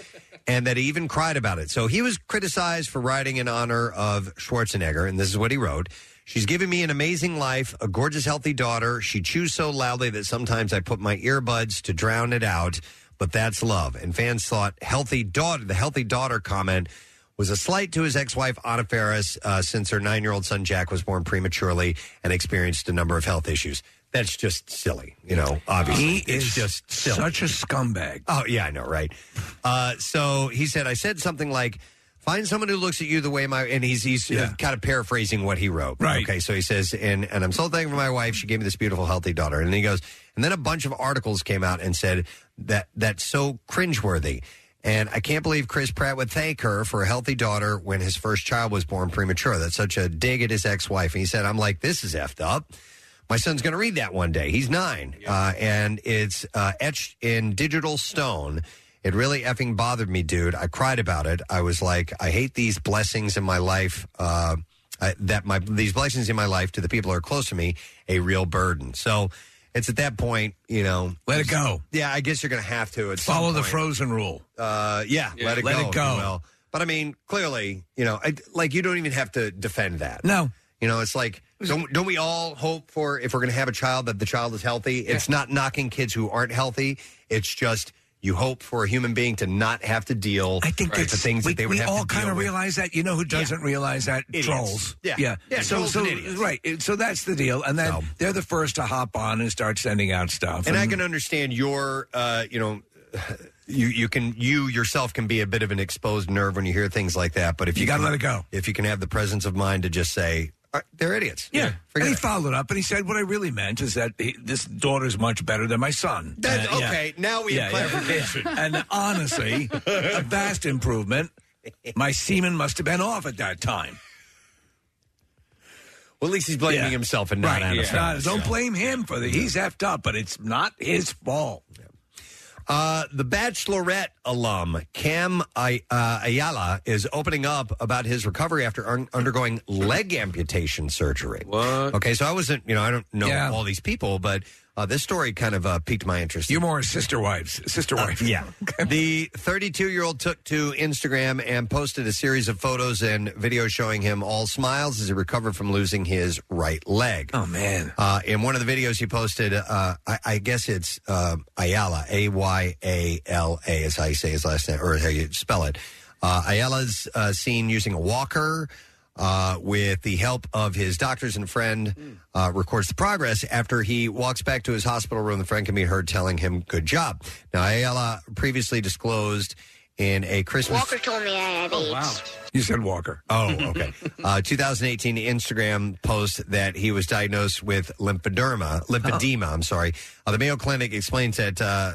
S2: and that he even cried about it. So he was criticized for writing in honor of Schwarzenegger, and this is what he wrote. She's given me an amazing life, a gorgeous, healthy daughter. She chews so loudly that sometimes I put my earbuds to drown it out, but that's love. And fans thought healthy daughter, the healthy daughter comment was a slight to his ex-wife Anna Ferris uh, since her nine-year-old son Jack was born prematurely and experienced a number of health issues. That's just silly, you know. Obviously,
S4: He
S2: it's
S4: is
S2: just silly.
S4: such a scumbag.
S2: Oh, yeah, I know, right? Uh, so he said, I said something like, find someone who looks at you the way my, and he's, he's uh, kind of paraphrasing what he wrote. Right. Okay, so he says, and, and I'm so thankful for my wife. She gave me this beautiful, healthy daughter. And then he goes, and then a bunch of articles came out and said that that's so cringeworthy. And I can't believe Chris Pratt would thank her for a healthy daughter when his first child was born premature. That's such a dig at his ex wife. And he said, I'm like, this is effed up. My son's going to read that one day. He's nine, uh, and it's uh, etched in digital stone. It really effing bothered me, dude. I cried about it. I was like, I hate these blessings in my life. Uh, I, that my these blessings in my life to the people who are close to me a real burden. So it's at that point, you know,
S4: Let it go.
S2: Yeah, I guess you're going to have to at some
S4: Follow the
S2: point.
S4: frozen rule.
S2: Uh, yeah,
S4: Yeah.
S2: let it
S4: Let
S2: go.
S4: it
S2: if
S4: go.
S2: you will. But I mean, clearly, you know, I, like you don't even have to defend that.
S4: No.
S2: You know, it's like don't don't we all hope for if we're going to have a child that the child is healthy? It's not knocking kids who aren't healthy. It's just you hope for a human being to not have to deal. I think with the things
S4: we,
S2: that they would
S4: we
S2: have
S4: all
S2: to
S4: kind
S2: deal
S4: of
S2: with.
S4: realize that. You know who doesn't realize that?
S2: Idiots.
S4: Trolls.
S2: Yeah.
S4: yeah.
S2: Yeah,
S4: so,
S2: trolls
S4: so
S2: and idiots.
S4: right. it- So that's the deal. And then they're the first to hop on and start sending out stuff.
S2: And I can understand your, uh, you know, you you can you yourself can be a bit of an exposed nerve when you hear things like that. But if you,
S4: You gotta
S2: can-
S4: let it go.
S2: if you can have the presence of mind to just say, are- they're idiots.
S4: Yeah. And he followed up and he said, What I really meant is that he, this daughter's much better than my son.
S2: That's-
S4: Uh, yeah.
S2: okay, now we have clarification.
S4: and honestly, a vast improvement. My semen must have been off at that time.
S2: Well, at least he's blaming himself and not
S4: right.
S2: Anna
S4: it's
S2: Faris.
S4: Don't blame him for the. He's effed up, but it's not his fault.
S2: Uh, the Bachelorette alum Cam Ay- uh, Ayala is opening up about his recovery after un- undergoing leg amputation surgery. What? Okay, so I wasn't, you know, I don't know
S4: Yeah.
S2: all these people, but uh, this story kind of uh, piqued my interest. You're
S4: more sister wives, sister
S2: wife. yeah. the 32 year old took to Instagram and posted a series of photos and videos showing him all smiles as he recovered from losing his right leg.
S4: Oh man!
S2: Uh, in one of the videos he posted, uh, I, I guess it's uh, Ayala, A Y A L A, is how you say his last name or how you spell it. Uh, Ayala's uh, seen using a walker. Uh, with the help of his doctors and friend, uh, records the progress. After he walks back to his hospital room, the friend can be heard telling him, "Good job." Now, Ayala previously disclosed in a Christmas
S12: Walker told me I had
S8: Oh,
S12: AIDS.
S4: You said Walker.
S2: Oh, okay. uh, 2018 Instagram post that he was diagnosed with lymphedema. Lymphedema.
S4: Oh.
S2: I'm sorry. Uh, the Mayo Clinic explains that uh,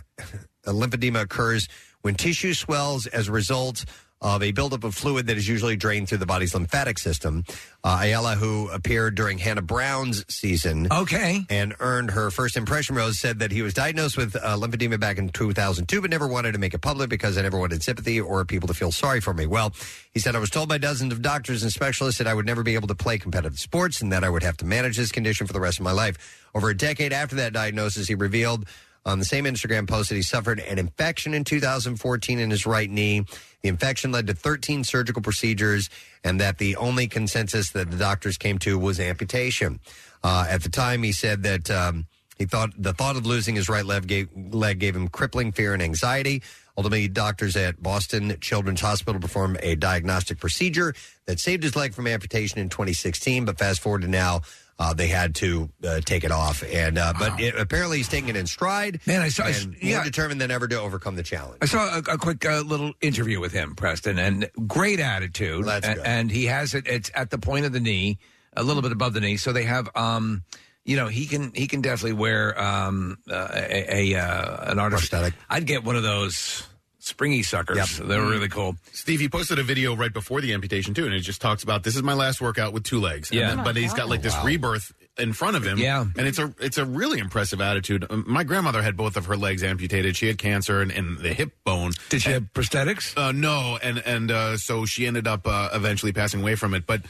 S2: a lymphedema occurs when tissue swells as a result of a buildup of fluid that is usually drained through the body's lymphatic system. Uh, Ayala, who appeared during Hannah Brown's season,
S4: okay,
S2: and earned her first impression rose, said that he was diagnosed with uh, lymphedema back in 2002, but never wanted to make it public because I never wanted sympathy or people to feel sorry for me. Well, he said I was told by dozens of doctors and specialists that I would never be able to play competitive sports and that I would have to manage this condition for the rest of my life. Over a decade after that diagnosis, he revealed on the same Instagram post that he suffered an infection in 2014 in his right knee. The infection led to 13 surgical procedures, and that the only consensus that the doctors came to was amputation. Uh, at the time, he said that um, he thought the thought of losing his right leg gave, leg gave him crippling fear and anxiety. Ultimately, doctors at Boston Children's Hospital performed a diagnostic procedure that saved his leg from amputation in 2016. But fast forward to now, uh, they had to uh, take it off. And uh, but it, apparently, he's taking it in stride.
S4: Man, I saw- I s-
S2: and
S4: yeah.
S2: more determined than ever to overcome the challenge.
S4: I saw a, a quick uh, little interview with him, Preston, and great attitude.
S2: That's
S4: and,
S2: good.
S4: and he has it. It's at the point of the knee, a little bit above the knee. So they have, um, you know, he can he can definitely wear um, uh, a, a uh, an artificial. I'd get one of those springy suckers. They're really cool.
S5: Mm-hmm. Steve, he posted a video right before the amputation too, and it just talks about this is my last workout with two legs. And
S4: Yeah.
S5: then- but he's got like this
S4: Wow.
S5: rebirth in front of him.
S4: Yeah.
S5: and it's a it's a really impressive attitude. Um, My grandmother had both of her legs amputated. She had cancer and, and the hip bone.
S4: Did she have prosthetics?
S5: Uh, no, and and uh, so she ended up uh, eventually passing away from it, but.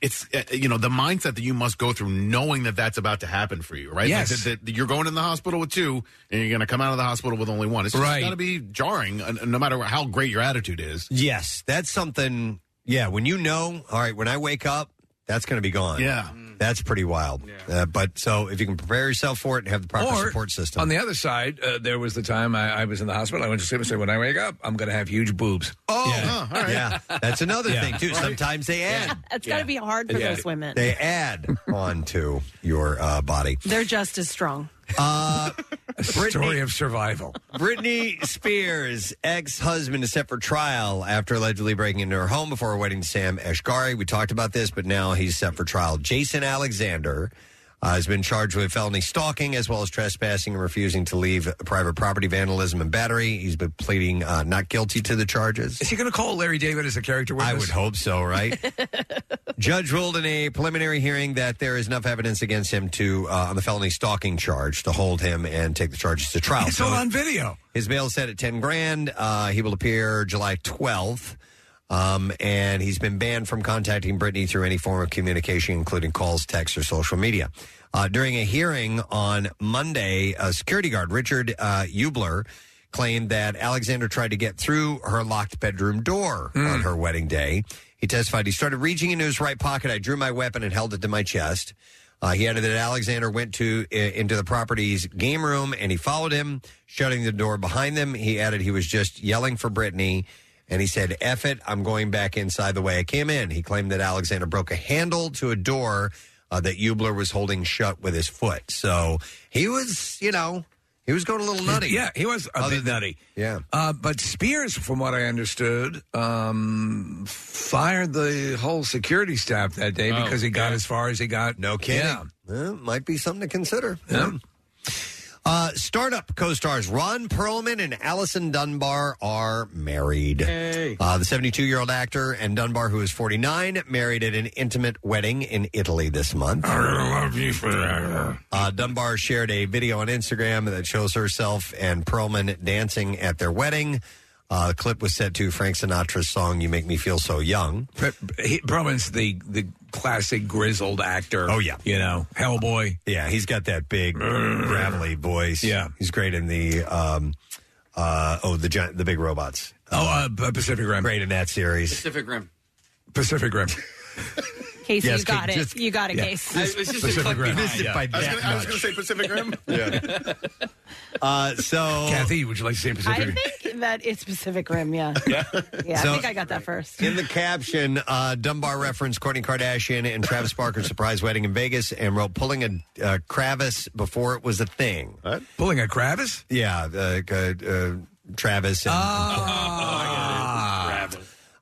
S5: It's uh, you know the mindset that you must go through, knowing that that's about to happen for you, right? Like,
S4: Yes.
S5: that, that you're going in the hospital with two, and you're going to come out of the hospital with only one. It's just
S2: Right.
S5: got to be jarring, uh, no matter how great your attitude is.
S2: Yes, that's something. Yeah, when you know, all right, when I wake up, that's going to be gone.
S5: Yeah.
S2: that's pretty wild. Uh, but so if you can prepare yourself for it and have the proper support system,
S4: On the other side, uh, there was the time I, I was in the hospital. I went to sleep and said, "When I wake up, I'm going to have huge boobs."
S2: Oh,
S4: yeah.
S2: huh, all right. Yeah. That's another thing, too. Sometimes they add.
S3: It's got to be hard for those women.
S2: they add onto your uh, body.
S3: They're just as strong.
S2: Uh,
S4: Story of survival.
S2: Britney Spears' ex husband is set for trial after allegedly breaking into her home before her wedding to Sam Eshkari. We talked about this, but now he's set for trial. Jason Alexander uh, has been charged with felony stalking as well as trespassing and refusing to leave private property, vandalism, and battery. He's been pleading uh, not guilty to the charges.
S4: Is he going to call Larry David as a character witness?
S2: I would hope so, right? Judge ruled in a preliminary hearing that there is enough evidence against him to uh, on the felony stalking charge to hold him and take the charges to trial.
S4: It's all on video.
S2: His bail is set at ten grand. Uh, he will appear July twelfth. Um, and he's been banned from contacting Brittany through any form of communication, including calls, texts, or social media. Uh, during a hearing on Monday, a security guard, Richard uh, Eubler, claimed that Alexander tried to get through her locked bedroom door on her wedding day. He testified he started reaching into his right pocket. I drew my weapon and held it to my chest. Uh, he added that Alexander went to i- into the property's game room and he followed him, shutting the door behind them. He added he was just yelling for Brittany, and he said, "F it, I'm going back inside the way I came in." He claimed that Alexander broke a handle to a door uh, that Eubler was holding shut with his foot. So he was, you know, He was going a little nutty.
S4: Yeah, he was a
S2: Other
S4: bit
S2: than-
S4: nutty.
S2: Yeah.
S4: Uh, but Spears, from what I understood, um, fired the whole security staff that day
S2: Oh,
S4: because he got as far as he got.
S2: No kidding.
S4: Yeah.
S2: Well, might be something to consider. Yeah. Uh, startup co-stars Ron Perlman and Allison Dunbar are married. Uh, the 72-year-old actor and Dunbar, who is 49, married at an intimate wedding in Italy this month. Uh, Dunbar shared a video on Instagram that shows herself and Perlman dancing at their wedding. Uh, the clip was set to Frank Sinatra's song "You Make Me Feel So Young."
S4: But he, Perlman's the the classic grizzled actor.
S2: Oh yeah,
S4: you know Hellboy. Mm.
S2: Yeah, he's got that big gravelly voice. Yeah, he's great in the um, uh, oh the giant the big robots.
S4: Oh, uh, P- Pacific Rim.
S2: Great in that series.
S8: Pacific Rim.
S4: Pacific Rim.
S3: Casey,
S2: Yes,
S3: you got
S2: Kate,
S3: it.
S2: just-
S3: you got it,
S2: yeah.
S3: Casey.
S2: I- it's just a Pacific click Rim. behind, yeah.
S5: I was gonna- I was
S2: that
S5: going to say Pacific Rim.
S2: Uh, so
S4: Kathy, would you like to say
S3: I
S2: Pacific Rim?
S3: think that it's Pacific Rim. Yeah. Yeah. Yeah.
S2: So-
S3: I think I got that first.
S2: In the caption, uh, Dunbar referenced Kourtney Kardashian and Travis Barker's surprise wedding in Vegas and wrote pulling a uh, Kravis before it was a thing.
S4: Pulling a Kravis? Ah.
S2: Yeah, uh, uh, uh, Travis and.
S4: Oh,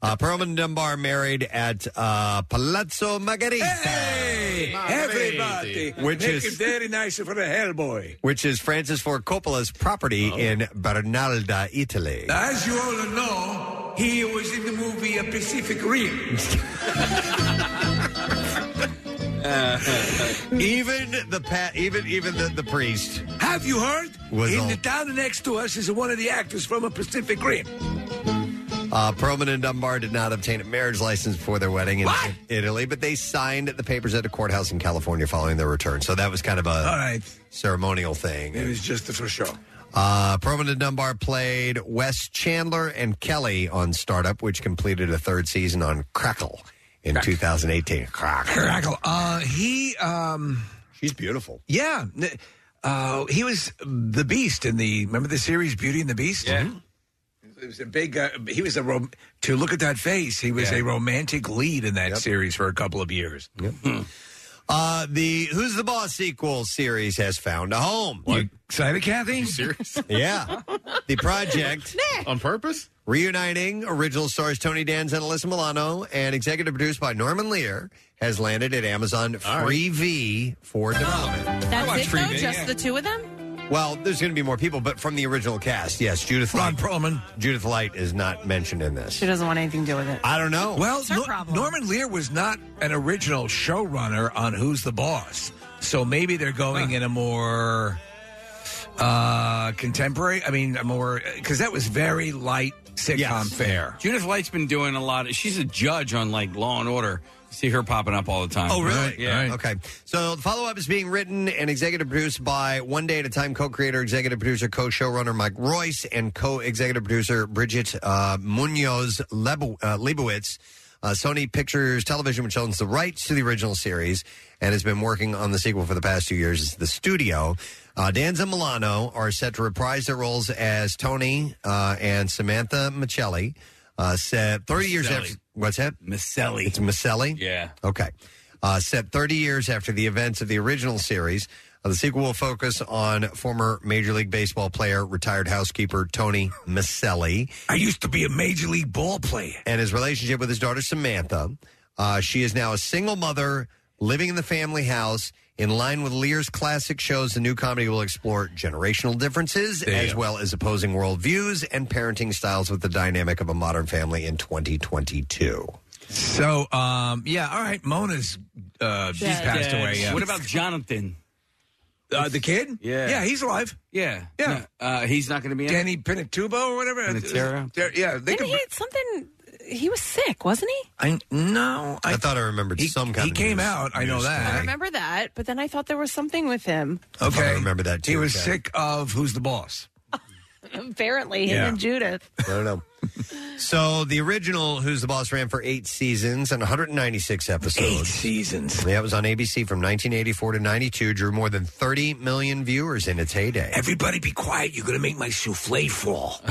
S2: Uh, Perlman and Dunbar married at uh, Palazzo Margherita.
S4: Everybody,
S2: Which
S4: make
S2: is-
S4: it very nice for the Hellboy.
S2: Which is Francis Ford Coppola's property in Bernalda, Italy.
S4: As you all know, he was in the movie A Pacific Rim.
S2: even the pa- even even the, the priest.
S4: Have you heard?
S2: Was
S4: in
S2: all-
S4: the town next to us is one of the actors from A Pacific Rim.
S2: Uh, Perlman and Dunbar did not obtain a marriage license before their wedding in Italy, but they signed the papers at a courthouse in California following their return. So that was kind of a
S4: All right.
S2: ceremonial thing.
S4: It was just for show.
S2: Uh, Perlman and Dunbar played Wes Chandler and Kelly on Startup, which completed a third season on Crackle in 2018. Crackle.
S4: Crackle. Uh, he. Um,
S2: She's beautiful.
S4: Yeah. n- Uh, he was the Beast in the remember the series Beauty and the Beast. Yeah. It was a big. Uh, he was a rom- to look at that face. He was
S2: Yeah.
S4: a romantic lead in that series for a couple of years. Hmm.
S2: Uh, the Who's the Boss sequel series has found a home.
S4: Excited, Kathy?
S5: serious?
S2: Yeah. The project.
S5: On purpose?
S2: Reuniting original stars Tony Danza and Alyssa Milano and executive produced by Norman Lear has landed at Amazon Free V for development.
S3: That's it, though? Just the two of them?
S2: Well, there's going to be more people, but from the original cast, yes, Judith Ron
S4: Perlman.
S2: Judith Light is not mentioned in this.
S3: She doesn't want anything to do with it.
S2: I don't know.
S4: Well, Nor- Norman Lear was not an original showrunner on Who's the Boss, so maybe they're going in a more uh contemporary. I mean, a more because that was very light sitcom fare.
S8: Judith Light's been doing a lot. Of, she's a judge on like Law and Order. You see her popping up all the time.
S2: Oh, really?
S8: Yeah.
S2: Okay. So the follow up is being written and executive produced by One Day at a Time co creator, executive producer, co showrunner Mike Royce, and co executive producer Bridget uh, Munoz Lebo- uh, Leibowitz. Uh, Sony Pictures Television, which owns the rights to the original series and has been working on the sequel for the past two years, is the studio. Uh, Danza Milano are set to reprise their roles as Tony uh, and Samantha Michelli. Uh, set 30 years
S8: Michelli.
S2: after. What's that?
S8: Michelli.
S2: It's Michelli?
S8: Yeah.
S2: Okay. Uh, set 30 years after the events of the original series, uh, the sequel will focus on former Major League Baseball player, retired housekeeper Tony Maselli.
S4: I used to be a Major League ball player.
S2: And his relationship with his daughter Samantha. Uh, she is now a single mother living in the family house. In line with Lear's classic shows, the new comedy will explore generational differences
S4: There you
S2: as
S4: go.
S2: well as opposing worldviews and parenting styles with the dynamic of a modern family in 2022.
S4: So, um, yeah, all right. Mona's uh, she's
S8: Dead.
S4: passed
S8: Dead.
S4: away. Yeah.
S8: What about Jonathan?
S4: Uh, the kid?
S8: Yeah.
S4: yeah, he's alive.
S8: Yeah.
S4: Yeah.
S8: No, uh, he's not going to be in
S4: Danny Pinatubo or whatever.
S8: Pinatero.
S4: They're- Yeah, they
S3: Didn't
S4: could.
S3: he something? He was sick, wasn't he?
S4: I no. I,
S2: thought I remembered some kind
S4: he
S2: of
S4: came
S2: news-
S4: out. I know
S2: news
S4: that.
S3: I remember that, but then I thought there was something with him.
S4: Okay, I
S2: remember that
S4: He
S2: too,
S4: was
S2: Kat.
S4: sick of who's the boss.
S3: Apparently, him
S2: Yeah.
S3: and Judith.
S2: I don't know. so the original Who's the Boss ran for eight seasons and 196 episodes.
S4: Eight seasons.
S2: Yeah, it was on ABC from 1984 to 92. Drew more than 30 million viewers in its heyday.
S4: Everybody, be quiet. You're going to make my souffle fall.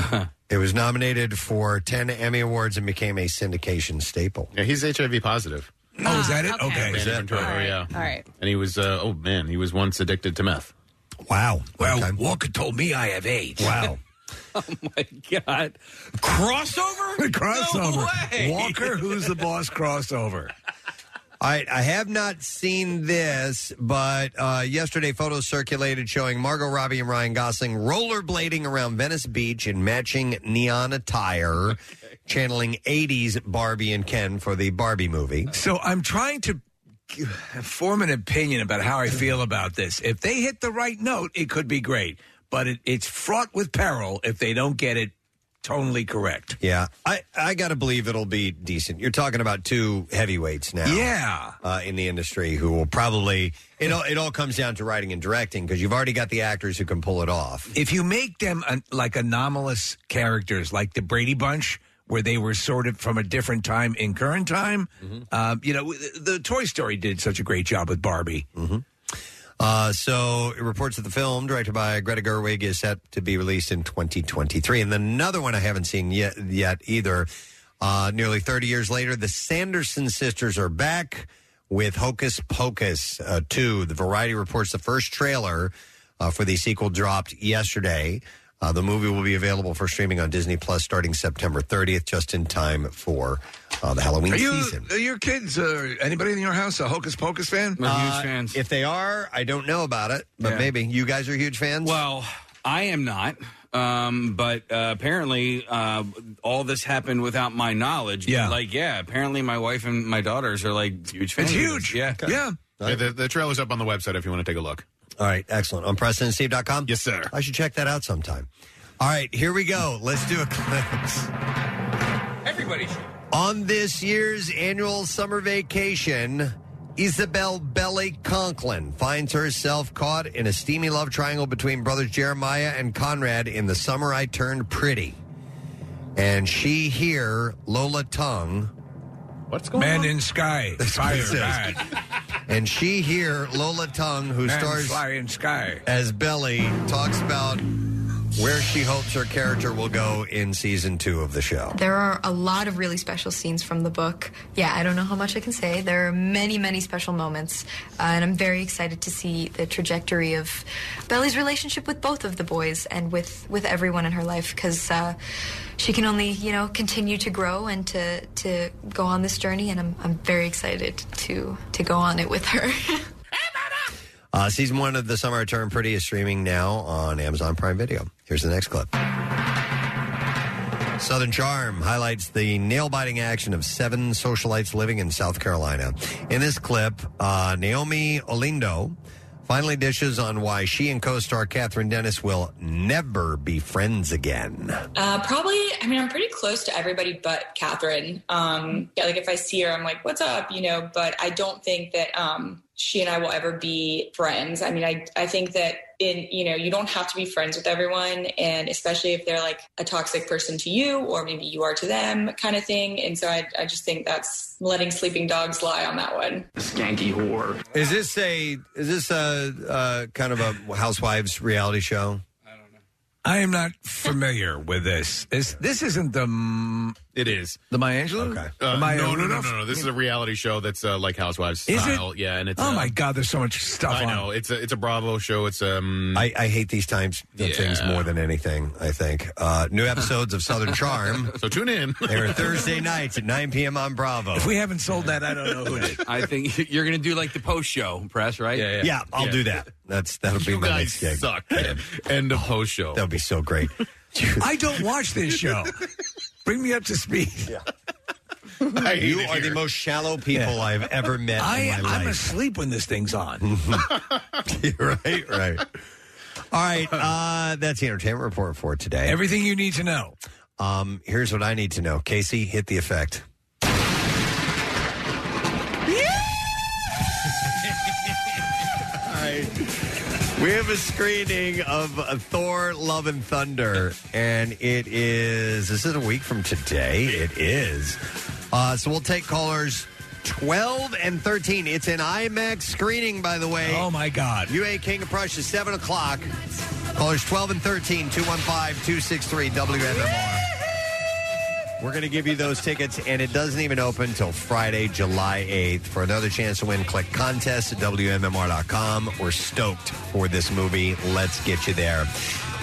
S2: It was nominated for 10 Emmy Awards and became a syndication staple.
S5: Yeah, he's HIV positive.
S4: Oh, is that it? Okay.
S5: Danny Ventura, yeah.
S3: All Ah, right.
S5: And he was, uh, oh man, he was once addicted to meth.
S2: Wow.
S4: Well, Walker told me I have AIDS.
S2: Wow.
S8: Oh my God! Crossover?
S4: crossover.
S8: No way.
S4: Walker, who's the boss? Crossover.
S2: All right, I have not seen this, but uh, yesterday photos circulated showing Margot Robbie and Ryan Gosling rollerblading around Venice Beach in matching neon attire, channeling 80s Barbie and Ken for the Barbie movie.
S4: So I'm trying to form an opinion about how I feel about this. If they hit the right note, it could be great, but it, it's fraught with peril if they don't get it totally correct.
S2: Yeah, I, I got to believe it'll be decent. You're talking about two heavyweights now.
S4: Yeah.
S2: Uh, in the industry who will probably, it all, it all comes down to writing and directing because you've already got the actors who can pull it off.
S4: If you make them an, like anomalous characters, like the Brady Bunch, where they were sorted from a different time in current time, uh, you know, the, the Toy Story did such a great job with Barbie.
S2: Uh, so it reports that the film, directed by Greta Gerwig, is set to be released in 2023. And then another one I haven't seen yet, yet either. Uh, nearly 30 years later, the Sanderson sisters are back with Hocus Pocus uh, 2. The Variety reports the first trailer uh, for the sequel dropped yesterday. Uh, the movie will be available for streaming on Disney Plus starting September 30th, just in time for uh, the Halloween
S4: Are you,
S2: season.
S4: are your kids, uh, anybody in your house, a Hocus Pocus fan?
S2: Uh, If they are, I don't know about it, but
S8: Yeah.
S2: maybe you guys are huge fans.
S8: Well, I am not. Um, but uh, apparently, uh, all this happened without my knowledge.
S5: Yeah.
S8: Like, yeah. Apparently, my wife and my daughters are like huge fans.
S5: It's
S8: of this.
S5: huge.
S8: Yeah.
S5: Yeah, the, the trailer's up on the website if you want to take a look.
S2: All right, excellent. On PresidentSteve.com? Yes, sir. I should check that out sometime. All right, here we go. Let's do a clip.
S8: Everybody should.
S2: On this year's annual summer vacation, Isabel Belly Conklin finds herself caught in a steamy love triangle between brothers Jeremiah and Conrad in The Summer I Turned Pretty. And she here, Lola Tongue. What's
S4: Man in Sky.
S2: That's what
S4: Fire
S2: it says.
S4: bad.
S2: And she here, Lola Tongue, who
S4: Man
S2: stars
S4: fly in Sky.
S2: as Belly, talks about where she hopes her character will go in season two of the show.
S12: There are a lot of really special scenes from the book. Yeah, I don't know how much I can say. There are many, many special moments, uh, and I'm very excited to see the trajectory of Belly's relationship with both of the boys and with with everyone in her life because uh, she can only you know continue to grow and to to go on this journey, and I'm I'm very excited to to go on it with her.
S2: Uh, season one of The Summer I Turned Pretty is streaming now on Amazon Prime Video. Here's the next clip. Southern Charm highlights the nail biting action of seven socialites living in South Carolina. In this clip, uh, Naomi Olindo finally dishes on why she and co star Catherine Dennis will never be friends again.
S13: Uh, probably, I mean, I'm pretty close to everybody but Catherine. Um, yeah, like if I see her, I'm like, what's up, you know, but I don't think that um, she and I will ever be friends. I mean, I, I think that in, you know, you don't have to be friends with everyone. And especially if they're like a toxic person to you, or maybe you are to them kind of thing. And so I, I just think that's letting sleeping dogs lie on that one.
S2: Skanky whore. Is this a is this a uh, kind of a housewives reality show?
S4: I am not familiar with this. This this isn't the. mm,
S5: It is.
S4: The Maya Angelou? Okay.
S5: Uh,
S4: the Maya
S5: no, no, no,
S4: Rudolph?
S5: no, no. This is a reality show that's uh, like Housewives
S4: Is it?
S5: style. Yeah, and it's
S4: oh
S5: uh,
S4: my God, there's so much stuff
S5: I
S4: on.
S5: know it's a it's a Bravo show. It's um
S2: I, I hate these times
S5: Yeah.
S2: things more than anything. I think uh, new episodes of Southern Charm.
S5: so tune in.
S2: They're Thursday nights at 9 p.m. on Bravo.
S4: If we haven't sold that, I don't know who did.
S8: I think you're going to do like the post show press, right?
S2: yeah, I'll do that. That's that'll be
S5: You
S2: my next
S5: guys
S2: gig.
S5: suck. End of post show.
S2: That'll be so great.
S4: I don't watch this show. Bring me up to speed.
S2: you are the most shallow people
S4: Yeah.
S2: I've ever met
S4: I,
S2: in my
S4: I'm
S2: life.
S4: asleep when this thing's on.
S2: right, right. All right, uh, that's the entertainment report for today.
S4: Everything you need to know.
S2: Um, here's what I need to know. Casey, hit the effect. All right. We have a screening of uh, Thor: Love and Thunder, and it is. This is a week from today. It is. Uh, so we'll take callers. 12 and 13. It's an IMAX screening, by the way. Oh,
S4: my God.
S2: UA King of Prussia, 7 o'clock. Callers 12 and 13, 215 263 WMMR. We're going to give you those tickets, and it doesn't even open till Friday, July 8th. For another chance to win, click contest at WMMR.com. We're stoked for this movie. Let's get you there.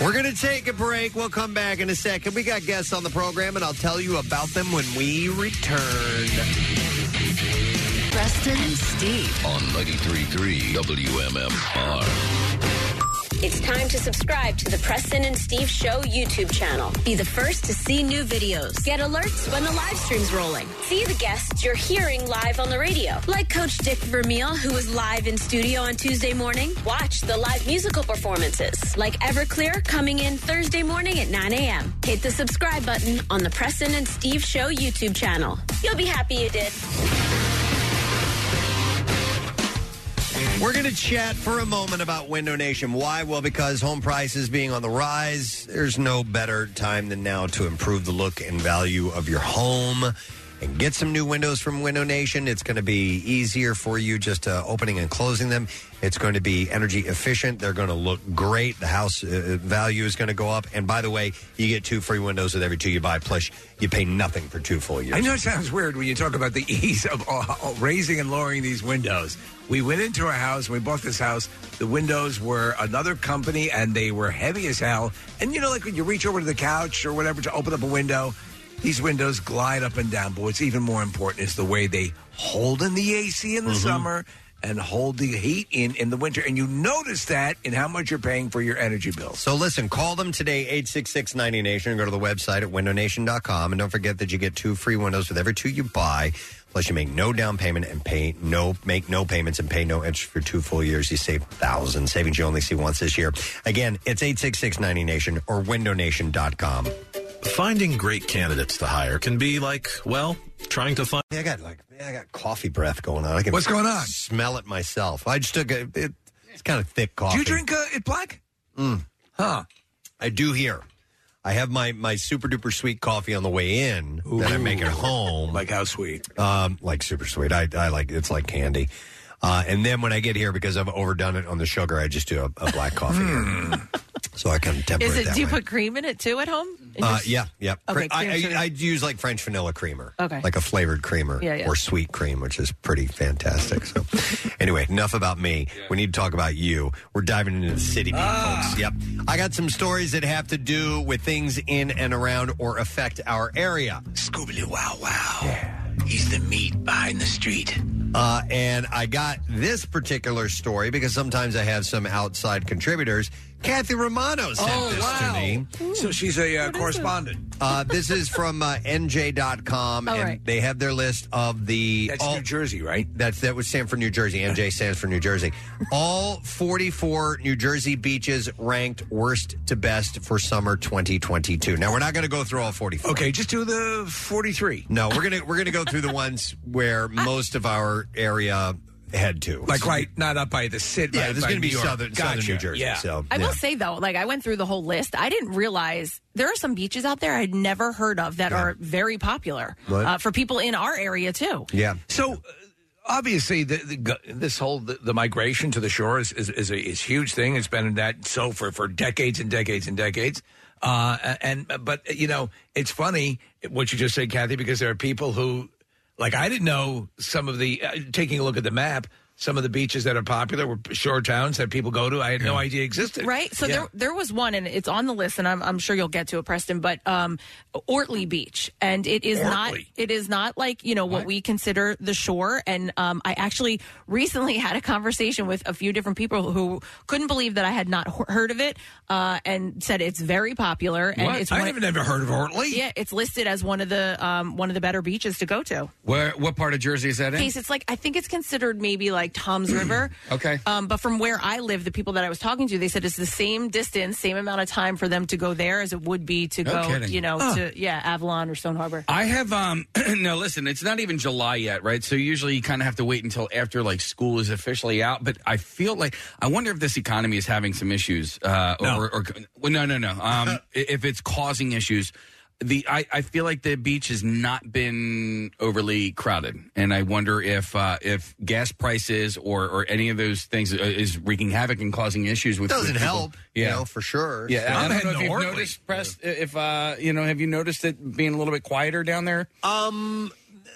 S2: We're going to take a break. We'll come back in a second. We got guests on the program, and I'll tell you about them when we return.
S1: Preston and Steve. On 93.3 WMMR.
S14: It's time to subscribe to the Preston and Steve Show YouTube channel.
S15: Be the first to see new videos.
S14: Get alerts when the live stream's rolling. See the guests you're hearing live on the radio.
S15: Like Coach Dick Vermeil, who was live in studio on Tuesday morning.
S14: Watch the live musical performances.
S15: Like Everclear, coming in Thursday morning at 9 a.m. Hit the subscribe button on the Preston and Steve Show YouTube channel.
S14: You'll be happy you did.
S2: We're going to chat for a moment about Window Nation. Why? Well, because home prices being on the rise, there's no better time than now to improve the look and value of your home and get some new windows from Window Nation. It's going to be easier for you just uh, opening and closing them. It's going to be energy efficient. They're going to look great. The house uh, value is going to go up. And by the way, you get two free windows with every two you buy. Plus, you pay nothing for two full years.
S4: I know it sounds weird when you talk about the ease of uh, raising and lowering these windows. We went into a house, we bought this house. The windows were another company and they were heavy as hell. And you know, like when you reach over to the couch or whatever to open up a window, these windows glide up and down. But what's even more important is the way they hold in the AC in
S2: Mm-hmm.
S4: the summer and hold the heat in in the winter. And you notice that in how much you're paying for your energy bills.
S2: So listen, call them today, 866 90 Nation, and go to the website at windownation.com. And don't forget that you get two free windows with every two you buy. Plus, you make no down payment and pay no make no payments and pay no interest for two full years. You save thousands. Savings you only see once this year. Again, it's 866 90 Nation or windownation.com.
S16: Finding great candidates to hire can be like, well, trying to find.
S2: I got like I got coffee breath going on. I can
S16: What's going on?
S2: Smell it myself. I just took a. It, it's kind of thick coffee.
S4: Do you drink uh, it black?
S2: Mm.
S4: Huh.
S2: I do here. I have my my super duper sweet coffee on the way in that I make at home.
S4: like how sweet?
S2: Um, like super sweet. I I like it's like candy. Uh, and then when I get here, because I've overdone it on the sugar, I just do a, a black coffee.
S4: Hmm.
S2: here. So I can temper
S3: Is
S2: it
S3: it?
S2: that
S3: Do you
S2: way.
S3: put cream in it too at home? And
S2: Uh,
S3: just-
S2: yeah, yeah.
S3: Okay,
S2: Cre- I,
S3: cream
S2: I,
S3: soda.
S2: I use like French vanilla creamer.
S3: Okay.
S2: Like a flavored creamer
S3: Yeah, yeah.
S2: or sweet cream, which is pretty fantastic. So, anyway, enough about me. We need to talk about you. We're diving into the city, beat,
S4: Ah!
S2: folks. Yep. I got some stories that have to do with things in and around or affect our area.
S4: Scooby Wow Wow. He's the meat behind the street.
S2: Uh, and I got this particular story because sometimes I have some outside contributors. Kathy Romano sent
S4: Oh,
S2: this
S4: wow.
S2: to me.
S4: So she's a uh, correspondent.
S2: Uh, this is from uh, NJ.com,
S4: All
S2: and
S4: right.
S2: they have their list of the.
S4: That's New Jersey, right?
S2: That's that would stand for New Jersey. NJ stands for New Jersey. All 44 New Jersey beaches ranked worst to best for summer 2022. Now we're not going to go through all 44.
S4: Okay, just do the 43.
S2: No, we're gonna we're gonna go through the ones where most of our area head to.
S4: Like right, not up by the city.
S2: Yeah,
S4: right
S2: there's
S4: by
S2: gonna be
S4: New York.
S2: southern- southern
S4: Gotcha.
S2: New Jersey,
S4: Yeah.
S2: so-
S3: I
S2: Oh, Yeah.
S3: will say though, like I went through the whole list. I didn't realize there are some beaches out there I'd never heard of that are very popular
S4: Right.
S3: uh, for people in our area too.
S2: Yeah.
S4: So uh, obviously, the, the, gu- this whole the, the migration to the shore is is, is a is huge thing. It's been that so for for decades and decades and decades. Uh, and but you know, it's funny what you just said, Kathy, because there are people who, like I didn't know some of the uh, taking a look at the map. Some of the beaches that are popular were shore towns that people go to. I had no idea existed.
S3: Right. So
S4: Yeah.
S3: there there was one and it's on the list and I'm, I'm sure you'll get to it, Preston, but um Ortley Beach. And it is not
S17: Ortley.
S3: it is not like, you know, what, we consider the shore. And um I actually recently had a conversation with a few different people who couldn't believe that I had not he- heard of it, uh, and said it's very popular and
S4: What?
S3: it's
S4: I
S3: one-
S4: haven't ever heard of Ortley.
S3: Yeah, it's listed as one of the um one of the better beaches to go to.
S8: Where? What part of Jersey is that in?
S3: Case it's like I think it's considered maybe like Tom's River.
S8: Okay.
S3: Um, but from where I live, the people that I was talking to, they said it's the same distance, same amount of time for them to go there as it would be to
S8: No
S3: go,
S8: kidding.
S3: you know,
S8: Huh.
S3: to yeah, Avalon or Stone Harbor.
S8: I have um no listen, it's not even July yet, right? So usually you kind of have to wait until after like school is officially out, but I feel like I wonder if this economy is having some issues uh
S18: No.
S8: or, or well, no no no. Um i- if it's causing issues the I, I feel like the beach has not been overly crowded, and I wonder if uh, if gas prices or or any of those things uh, is wreaking havoc and causing issues with.
S2: Doesn't
S8: with people.
S2: help,
S8: Yeah.
S2: you know, for sure.
S8: Yeah,
S2: So-
S8: I don't know if you've noticed, press. If uh, you know, have you noticed it being a little bit quieter down there?
S2: Um,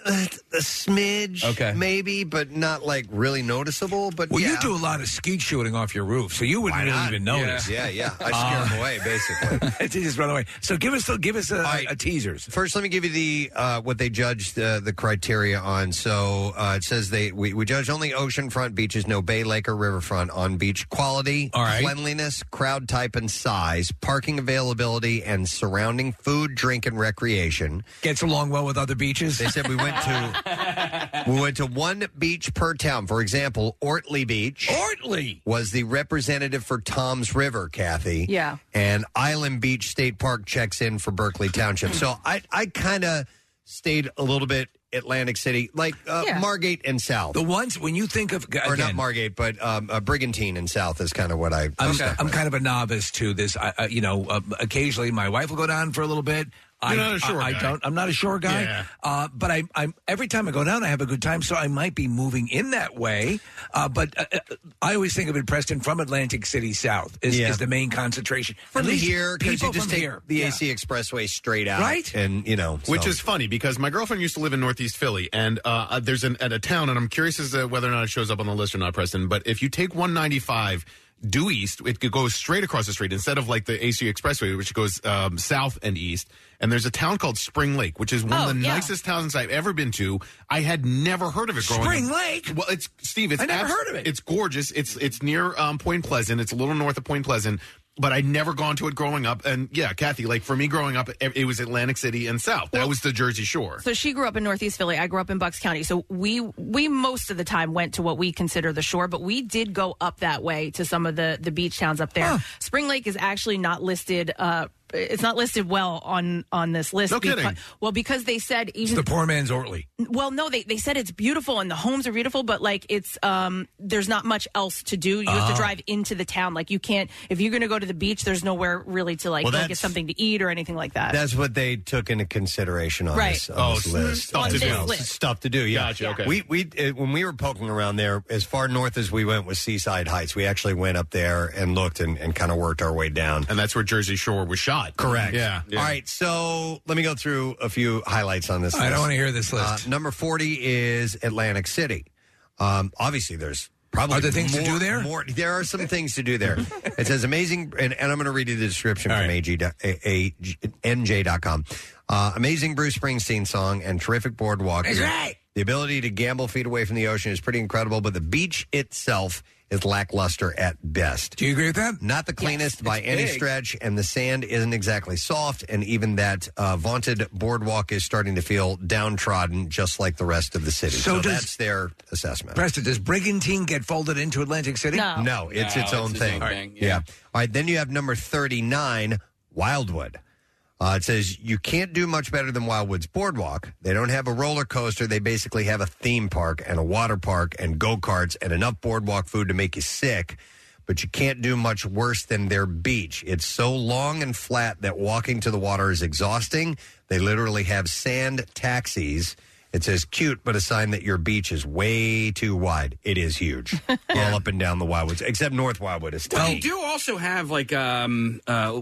S2: a smidge,
S8: Okay.
S2: maybe, but not like really noticeable. But
S4: Well,
S2: yeah.
S4: you do a lot of skeet shooting off your roof, so you wouldn't
S2: Why
S4: really
S2: not?
S4: even notice.
S2: Yeah, yeah. yeah. I scare
S4: Uh,
S2: them away, basically.
S4: they just run away. So give us, give us a, a teasers.
S2: First, let me give you the uh, what they judged uh, the criteria on. So uh, it says they we, we judge only oceanfront beaches, no bay, lake, or riverfront on beach quality,
S4: All right.
S2: cleanliness, crowd type and size, parking availability, and surrounding food, drink, and recreation.
S4: Gets along well with other beaches.
S2: They said we went to we went to one beach per town. For example, Ortley Beach.
S4: Ortley
S2: was the representative for Tom's River, Kathy.
S3: Yeah.
S2: And Island Beach State Park checks in for Berkeley Township. So I I kind of stayed a little bit Atlantic City, like uh, Margate and South.
S4: The ones when you think of
S2: or not Margate, but um, uh, Brigantine and South is kind of what I.
S4: I'm,
S2: stuck
S4: I'm
S2: with.
S4: kind of a novice to this. I, I, you know, uh, occasionally my wife will go down for a little bit. I,
S2: You're not a shore
S4: I, I
S2: guy.
S4: don't. I'm not a shore guy.
S2: Yeah.
S4: Uh, but I, I'm every time I go down, I have a good time. So I might be moving in that way. Uh, but uh, uh, I always think of it, Preston, from Atlantic City south is,
S2: Yeah.
S4: is the main concentration.
S2: from
S4: At least
S2: here, because
S4: people
S2: you just
S4: from
S2: take
S4: here.
S2: the
S4: Yeah.
S2: AC Expressway straight out,
S4: Right?
S2: And you know,
S5: Which
S2: so-
S5: is funny because my girlfriend used to live in Northeast Philly, and uh, uh, there's an at a town, and I'm curious as to whether or not it shows up on the list or not, Preston. But if you take 195 due east, it could- goes straight across the street instead of like the AC Expressway, which goes um, south and east. And there's a town called Spring Lake, which is one
S4: Oh,
S5: of the
S4: yeah.
S5: nicest towns I've ever been to. I had never heard of it growing
S4: Spring
S5: up.
S4: Lake?
S5: Well, it's Steve. It's
S4: I never heard of it.
S5: It's gorgeous. It's it's near um, Point Pleasant. It's a little north of Point Pleasant, but I'd never gone to it growing up. And yeah, Kathy, like for me growing up, it it was Atlantic City and South. That was the Jersey Shore.
S3: So she grew up in Northeast Philly. I grew up in Bucks County. So we we most of the time went to what we consider the shore, but we did go up that way to some of the the beach towns up there. Spring Lake is actually not listed. Uh, it's not listed well on on this list.
S4: No
S3: becau-
S4: kidding.
S3: well, because they said
S4: It's
S3: even
S4: the poor man's Ortley.
S3: well, no, they, they said it's beautiful and the homes are beautiful, but like it's um there's not much else to do. You have
S4: Ah.
S3: to drive into the town. Like you can't if you're going to go to the beach. There's nowhere really to like
S2: Well,
S3: go
S2: that's-
S3: get something to eat or anything like that.
S2: That's what they took into consideration on
S3: Right.
S2: this, on
S5: Oh,
S2: this
S5: s-
S2: list.
S5: stuff
S2: as
S5: to do.
S2: well.
S5: List.
S2: Stuff to do. Yeah.
S5: Gotcha, okay.
S2: We we uh, when we were poking around there, as far north as we went was Seaside Heights. We actually went up there and looked and, and kind of worked our way down.
S5: And that's where Jersey Shore was shot.
S2: Correct.
S5: Yeah.
S2: All right. So let me go through a few highlights on this.
S4: I don't wanna hear this list.
S2: Uh, number forty is Atlantic City. Um, obviously, there's probably
S4: Are there things to
S2: more-
S4: do there?
S2: More, there are some things to do there. It says amazing, and, and I'm going to read you the description from AG, do- A- A- G- NJ.com. Uh, amazing Bruce Springsteen song and terrific boardwalk.
S4: That's right.
S2: The ability to gamble feet away from the ocean is pretty incredible, but the beach itself is lackluster at best.
S4: Do you agree with that?
S2: Not the cleanest
S4: Yes.
S2: by
S4: It's
S2: any
S4: big.
S2: stretch, and the sand isn't exactly soft, and even that uh, vaunted boardwalk is starting to feel downtrodden, just like the rest of the city. So,
S4: So does-
S2: that's their assessment.
S4: Preston, does Brigantine get folded into Atlantic City?
S2: No, it's its own thing. yeah. All right, then you have number 39, Wildwood. Uh, it says you can't do much better than Wildwood's Boardwalk. They don't have a roller coaster. They basically have a theme park and a water park and go karts and enough boardwalk food to make you sick. But you can't do much worse than their beach. It's so long and flat that walking to the water is exhausting. They literally have sand taxis. It says cute, but a sign that your beach is way too wide. It is huge. All up and down the Wildwoods, except North Wildwood is
S8: Well,
S2: tiny.
S8: they do also have like um uh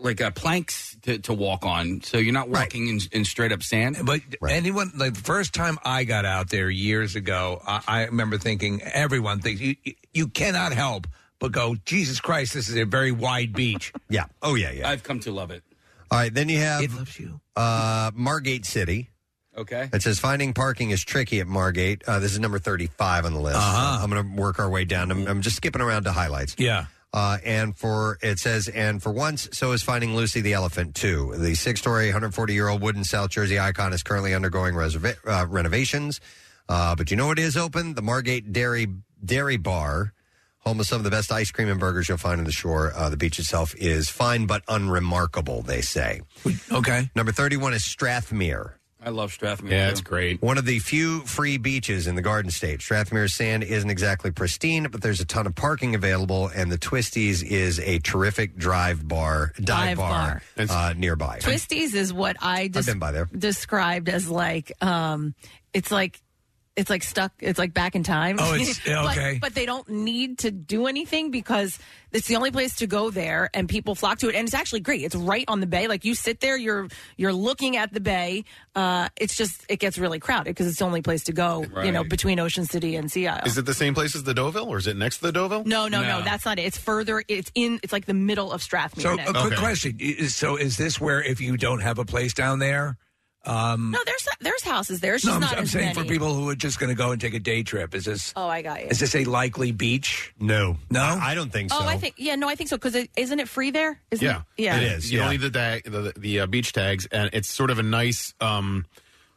S8: like uh, planks to, to walk on, so you're not walking in, in straight up sand.
S4: But anyone, like the first time I got out there years ago, I, I remember thinking everyone thinks you, you- you cannot help but go, Jesus Christ, this is a very wide beach.
S2: yeah. Oh yeah, yeah.
S8: I've come to love it.
S2: All right, then you have
S4: It loves you.
S2: Uh, Margate City.
S8: Okay.
S2: It says finding parking is tricky at Margate. Uh, this is number 35 on the list.
S4: Uh-huh.
S2: Uh, I'm going to work our way down. I'm, I'm just skipping around to highlights.
S4: Yeah.
S2: Uh, and for it says, and for once, so is finding Lucy the elephant too. The six-story, 140-year-old wooden South Jersey icon is currently undergoing reserva- uh, renovations. Uh, but you know what is open? The Margate Dairy Dairy Bar, home of some of the best ice cream and burgers you'll find on the shore. Uh, the beach itself is fine but unremarkable, they say.
S4: Okay.
S2: Number 31 is Strathmere.
S8: I love Strathmere.
S5: Yeah,
S8: too.
S5: it's great.
S2: One of the few free beaches in the Garden State. Strathmere Sand isn't exactly pristine, but there's a ton of parking available, and the Twisties is a terrific drive bar, dive,
S3: Dive
S2: bar, Uh, nearby.
S3: Twisties is what I
S2: I've
S3: just
S2: been by there.
S3: described as like um it's like it's like stuck it's like back in time
S2: Oh, it's- yeah,
S3: But-
S2: okay.
S3: but, they don't need to do anything because it's the only place to go there and people flock to it and it's actually great it's right on the bay like you sit there you're you're looking at the bay uh it's just it gets really crowded because it's the only place to go you know
S5: Right.
S3: between ocean city and sea isle
S5: Is it the same place as the Deauville, or is it next to the Deauville?
S3: no, no, no, that's not it. It's further. It's in. It's like the middle of Strathmere.
S4: So,
S3: next.
S4: a quick question. I- is- So, is this where if you don't have a place down there? Um,
S3: No, there's there's houses there. It's
S4: no,
S3: just
S4: I'm,
S3: not
S4: I'm
S3: as
S4: saying
S3: many.
S4: for people who are just going to go and take a day trip. Is this
S3: Oh, I got you.
S4: is this a likely beach?
S2: No,
S4: no,
S2: I, don't think
S3: Oh, I think yeah, no, I think so because is isn't it free there? Isn't
S5: yeah,
S3: it? yeah,
S5: You don't need the tag, the, the uh, beach tags, and it's sort of a nice um,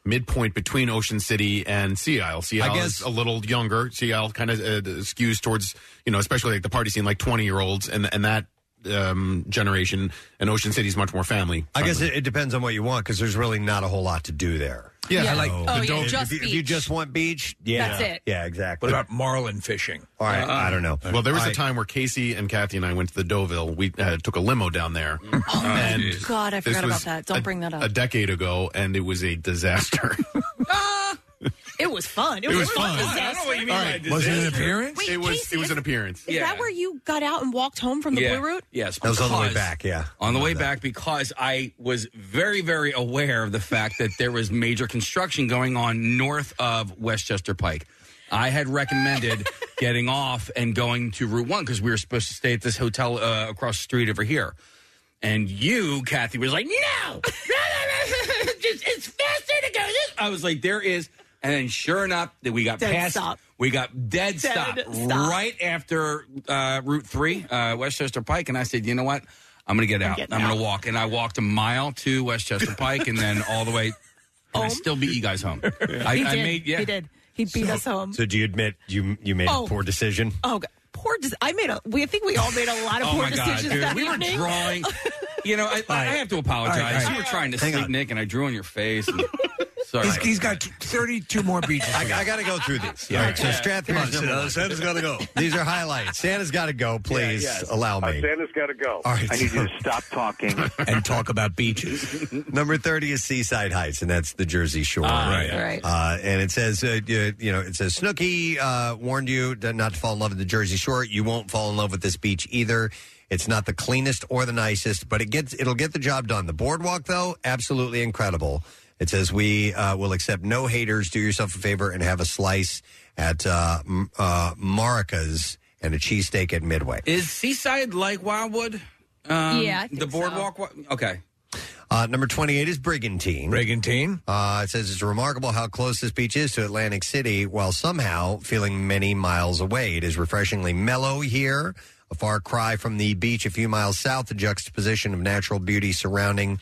S5: midpoint between Ocean City and Sea Isle. Sea
S2: I
S5: Isle
S2: guess-
S5: is a little younger. Sea Isle kind of uh, skews towards you know, especially like the party scene, like twenty year olds, and and that um, generation. And Ocean City is much more family.
S2: I guess
S5: friendly.
S2: it, it depends on what you want because there's really not a whole lot to do there.
S5: Yeah. Yeah. Oh, yeah,
S2: Deauville-
S5: just
S2: if, you, if you just want beach, yeah,
S5: That's it.
S2: Yeah, exactly.
S5: What about
S4: marlin fishing?
S2: All right, I don't know.
S5: Well, there was
S2: I-
S5: a time where Casey and Kathy and I went to the Deauville. We uh, took a limo down there. Oh and
S3: God, I
S5: this
S3: forgot
S5: was
S3: about that. Don't bring that up.
S5: A decade ago, and it was a disaster.
S3: it was fun. It,
S5: It was fun.
S3: a disaster.
S5: I don't know what you mean All by right. Was it an disaster. appearance?
S3: Wait,
S5: It was-
S3: Casey,
S5: it was
S3: is-
S5: an appearance.
S3: Is
S8: Yeah.
S3: that where you got out and walked home from the
S8: yeah.
S3: Blue Route?
S8: Yes.
S2: That was on the way
S8: because-
S2: back, yeah.
S8: On the way back because I was very, very aware of the fact that there was major construction going on north of Westchester Pike. I had recommended getting off and going to Route 1 because we were supposed to stay at this hotel uh, across the street over here. And you, Kathy, was like, no! Just, it's faster to go this I was like, there is. And then sure enough, that we got
S11: Dead
S8: past.
S11: stop.
S8: We got dead,
S11: Dead
S8: stop,
S11: stop.
S8: right after uh, Route 3, uh, Westchester Pike. And I said, you know what? I'm going to get
S11: I'm
S8: out.
S11: getting
S8: I'm going
S11: out.
S8: to walk. And I walked a mile to Westchester Pike and then all the way. And I still beat you guys home. I,
S3: he
S8: I
S3: did.
S8: made, yeah.
S3: He did. He beat us home.
S2: So do you admit you you made
S3: Oh.
S2: a poor decision?
S3: Oh, God. poor. Des- I made a. We I think we all made a lot of
S8: Oh,
S3: poor
S8: my God,
S3: decisions
S8: dude.
S3: that
S8: We were
S3: evening.
S8: drawing- You know, I, I have to apologize.
S4: All right, all right.
S8: You were trying to
S4: Hang
S8: sleep,
S4: on.
S8: Nick, and I drew on your face. and- sorry.
S4: He's, he's got t- 32 more beaches.
S2: I, I got to go through these.
S4: Yeah.
S2: All right, so
S4: Yeah. Come on,
S2: Strathmere's number
S4: Santa-
S2: one.
S4: Santa's gotta go.
S2: These are highlights. Santa's got to go. Please allow me.
S17: Uh, Santa's got to go.
S2: All right.
S17: I need you to stop talking.
S2: and talk about beaches. Number 30 is Seaside Heights, and that's the Jersey Shore.
S17: Ah, Right. yeah. Right.
S2: Uh, and it says, uh, you you know, it says, Snooky uh, warned you to- not to fall in love with the Jersey Shore. You won't fall in love with this beach either. It's not the cleanest or the nicest, but it gets it'll get the job done. The boardwalk, though, absolutely incredible. It says we uh, will accept no haters. Do yourself a favor and have a slice at uh, M- uh, Marika's and a cheesesteak at Midway.
S8: Is Seaside like Wildwood? Um,
S11: Yeah, I think
S8: The boardwalk? wa- Okay.
S2: Uh, number 28 is Brigantine.
S4: Brigantine.
S2: Uh, it says it's remarkable how close this beach is to Atlantic City while somehow feeling many miles away. It is refreshingly mellow here, a far cry from the beach a few miles south. The juxtaposition of natural beauty surrounding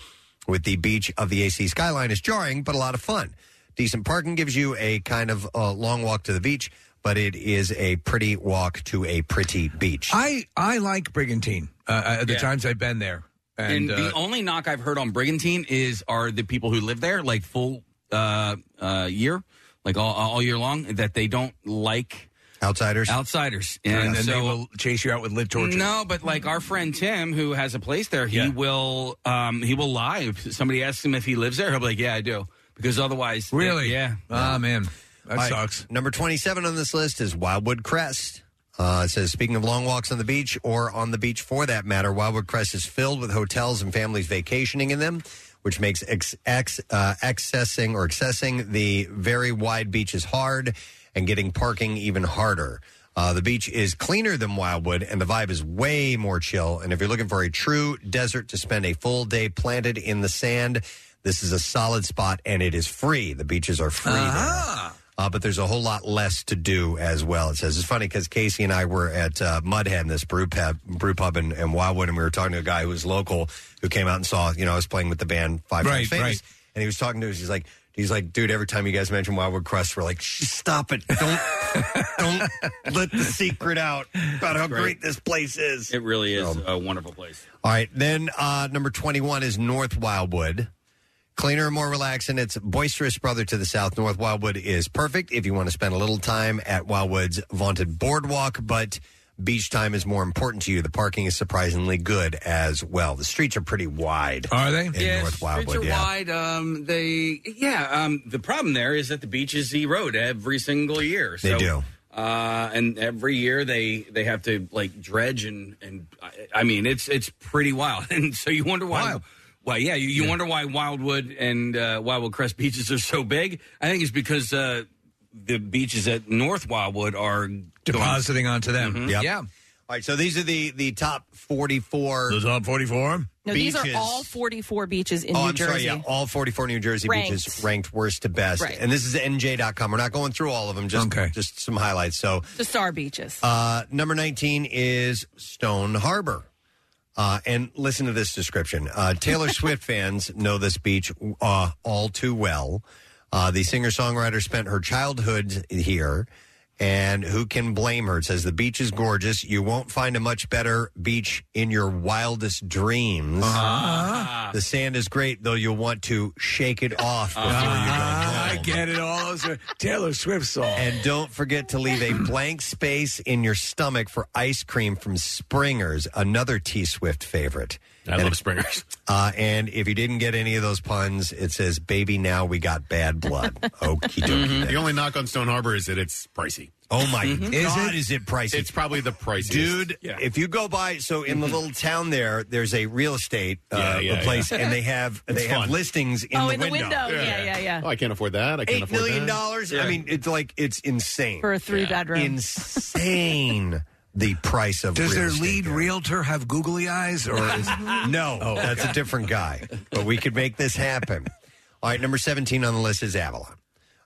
S2: with the beach of the AC skyline is jarring, but a lot of fun. Decent parking gives you a kind of uh, long walk to the beach, but it is a pretty walk to a pretty beach.
S4: I I like Brigantine. Uh, uh, the
S8: Yeah.
S4: times I've been there,
S8: And,
S4: and,
S8: the
S4: uh,
S8: only knock I've heard on Brigantine is are the people who live there like full uh, uh, year, like all, all year long, that they don't like
S2: outsiders.
S8: Outsiders, uh,
S4: and, then
S8: so
S4: they will chase you out with lip torture.
S8: No, but like our friend Tim, who has a place there, he will um, he will lie. If somebody asks him if he lives there, he'll be like, "Yeah, I do," because otherwise,
S2: Really?
S8: yeah.
S2: Ah,
S4: man,
S2: All right, Number 27 on this list is Wildwood Crest. Uh, it says, speaking of long walks on the beach or on the beach for that matter, Wildwood Crest is filled with hotels and families vacationing in them, which makes ex- ex- uh, accessing or accessing the very wide beaches hard and getting parking even harder. Uh, the beach is cleaner than Wildwood, and the vibe is way more chill. And if you're looking for a true desert to spend a full day planted in the sand, this is a solid spot, and it is free. The beaches are free. there.
S4: Uh-huh.
S2: Uh, but there's a whole lot less to do as well. It says it's funny because Casey and I were at uh, Mudhead, this brew pub, brew pub in, in Wildwood, and we were talking to a guy who was local who came out and saw. You know, I was playing with the band Five
S4: Right,
S2: Times Famous,
S4: right.
S2: and he was talking to us. He's like, he's like, dude, every time you guys mention Wildwood Crest, we're like, "Shh, stop it, don't, don't let the secret out about how great this place is.
S8: It really is a wonderful place.
S2: All right, then uh, number 21 is North Wildwood. Cleaner and more relaxing. It's boisterous brother to the south. North Wildwood is perfect if you want to spend a little time at Wildwood's vaunted boardwalk, but beach time is more important to you. The parking is surprisingly good as well. The streets are pretty wide.
S4: Are they?
S2: In
S8: yeah,
S2: North
S8: streets
S2: Wildwood,
S8: are
S2: yeah.
S8: wide. Um, they, yeah. Um, the problem there is that the beach is zeroed every single year.
S2: They do.
S8: Uh, and every year they they have to like dredge and and I- I mean it's it's pretty wild. And so you wonder why. Well, yeah, you, you wonder why Wildwood and uh, Wildwood Crest beaches are so big. I think it's because uh, the beaches at North Wildwood are going- Mm-hmm.
S4: Depositing onto them.
S2: Mm-hmm. Yep.
S4: Yeah.
S2: All right, so these are the the top 44.
S4: The top 44?
S3: No, these are all 44 beaches in
S2: oh,
S3: New
S2: I'm
S3: Jersey.
S2: sorry. Yeah, all 44 New Jersey beaches
S3: Ranked.
S2: ranked worst to best.
S3: Right.
S2: And this is NJ.com. We're not going through all of them, just, just some highlights. So
S3: The star beaches.
S2: Uh, number 19 is Stone Harbor. Uh, and listen to this description. Uh, Taylor Swift fans know this beach uh, all too well. Uh, the singer songwriter spent her childhood here, and who can blame her? It says the beach is gorgeous. You won't find a much better beach in your wildest dreams.
S4: Uh-huh.
S2: The sand is great, though you'll want to shake it off before you go.
S4: Ah. I get it all. Those are Taylor Swift songs.
S2: And don't forget to leave a blank space in your stomach for ice cream from Springer's, another T Swift favorite. I love
S16: Springer's.
S2: Uh, and if you didn't get any of those puns, it says, Baby, now we got bad blood. Okie dokie.
S5: Mm-hmm. The only knock on Stone Harbor is that it's pricey.
S2: Oh my
S5: Mhm.
S2: God! Is it pricey?
S5: It's probably the priciest.
S2: dude. If you go by, so in the
S4: Mm-hmm.
S2: little town there, there's a real estate uh,
S5: Yeah, yeah,
S2: place,
S5: yeah.
S2: and they have
S5: It's
S2: they have
S5: fun.
S2: listings in
S3: oh,
S2: the
S3: in
S2: window.
S3: the window. Yeah, yeah, yeah.
S5: Oh, I can't afford that. I can't
S2: Eight
S5: afford
S2: million
S5: that.
S2: dollars.
S5: Yeah.
S2: I mean, it's like it's insane
S3: For a three bedroom.
S2: Insane. the price of
S4: Does
S2: real
S4: their
S2: estate.
S4: lead realtor have googly eyes? or is...
S2: no,
S4: Oh,
S2: that's
S4: okay.
S2: a different guy. But we could make this happen. All right, number 17 on the list is Avalon.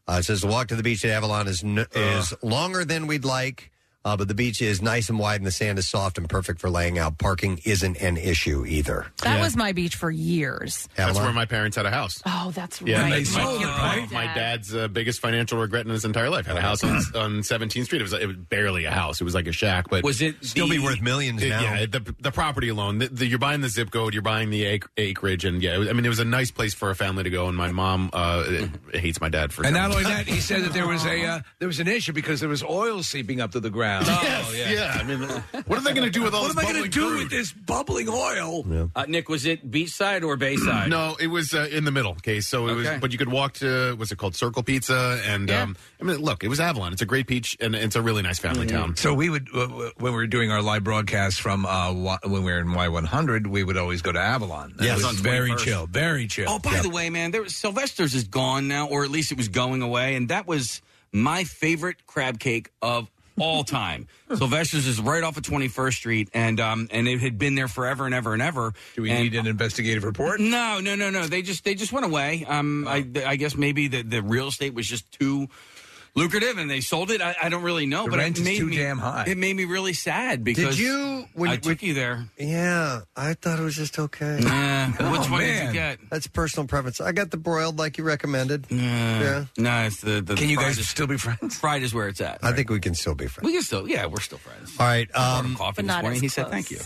S2: Uh, it says the walk to the beach at Avalon is, n- is longer than we'd like, uh, but the beach is nice and wide and the sand is soft and perfect for laying out. Parking isn't an issue either.
S3: That was my beach for years.
S5: That's
S2: Avalon.
S5: where my parents had a house.
S3: Oh, that's
S5: Yeah,
S3: right.
S5: my,
S3: Like, you're
S5: my,
S3: right.
S5: my dad's uh, biggest financial regret in his entire life had a house on,
S4: Hmm.
S5: on 17th Street. It was, it was barely a house; it was like a shack. But
S8: Was it Still the- be worth
S2: millions
S5: It-
S2: now.
S5: Yeah, the, the property alone. The, the, you're buying the zip code, you're buying the ac- acreage, and yeah, it was- I mean, it was a nice place for a family to go. And my mom uh, hates my dad for
S4: And not
S5: some-
S4: only that, he said that there was a uh, there was an issue because there was oil seeping up to the ground.
S8: Yes, Oh, yeah.
S5: I mean, what are they going to do with all
S4: What
S5: this
S4: am I going to
S5: bubbling
S4: do with
S5: food?
S4: this bubbling oil?
S8: Uh, Nick, was it beachside or bayside?
S5: No, it was uh, in the middle. Okay, so it
S8: Okay.
S5: was, but you could walk to what's it called, Circle Pizza, and um, I mean, look, it was Avalon. It's a great beach, and it's a really nice family town.
S4: So we would, uh, when we were doing our live broadcast from uh, Y- when we were in Y100, we would always go to Avalon.
S8: Yes.
S4: it was
S8: On
S4: very
S8: 21st.
S4: chill, very chill.
S8: Oh, by the way, man, there was, Sylvester's is gone now, or at least it was going away, and that was my favorite crab cake of all time. Sylvester's is right off of Twenty First Street, and um, and it had been there forever and ever and ever. Do
S4: we need an investigative report?
S8: No, no, no, no. They just they just went away. Um, I I guess maybe the the real estate was just too. Lucrative, and they sold it. I, I don't really know,
S4: The
S8: but
S4: rent
S8: it
S4: is
S8: made
S4: too
S8: me,
S4: damn high.
S8: It made me really sad
S4: Did
S8: because
S4: you-
S2: when-
S8: I took you there.
S2: Yeah, I thought it was just okay. Oh,
S8: Yeah, which one did you get?
S2: That's personal preference. I got the broiled like you recommended.
S8: Yeah.
S2: yeah.
S8: Uh, No, it's the, the
S2: Can you
S8: fried
S2: guys
S8: is-
S4: still be friends?
S8: Fried is where it's at.
S2: I think we can still be friends.
S8: We can still, yeah, we're still friends.
S2: All right. Um,
S8: Coffee this morning, he said thank you.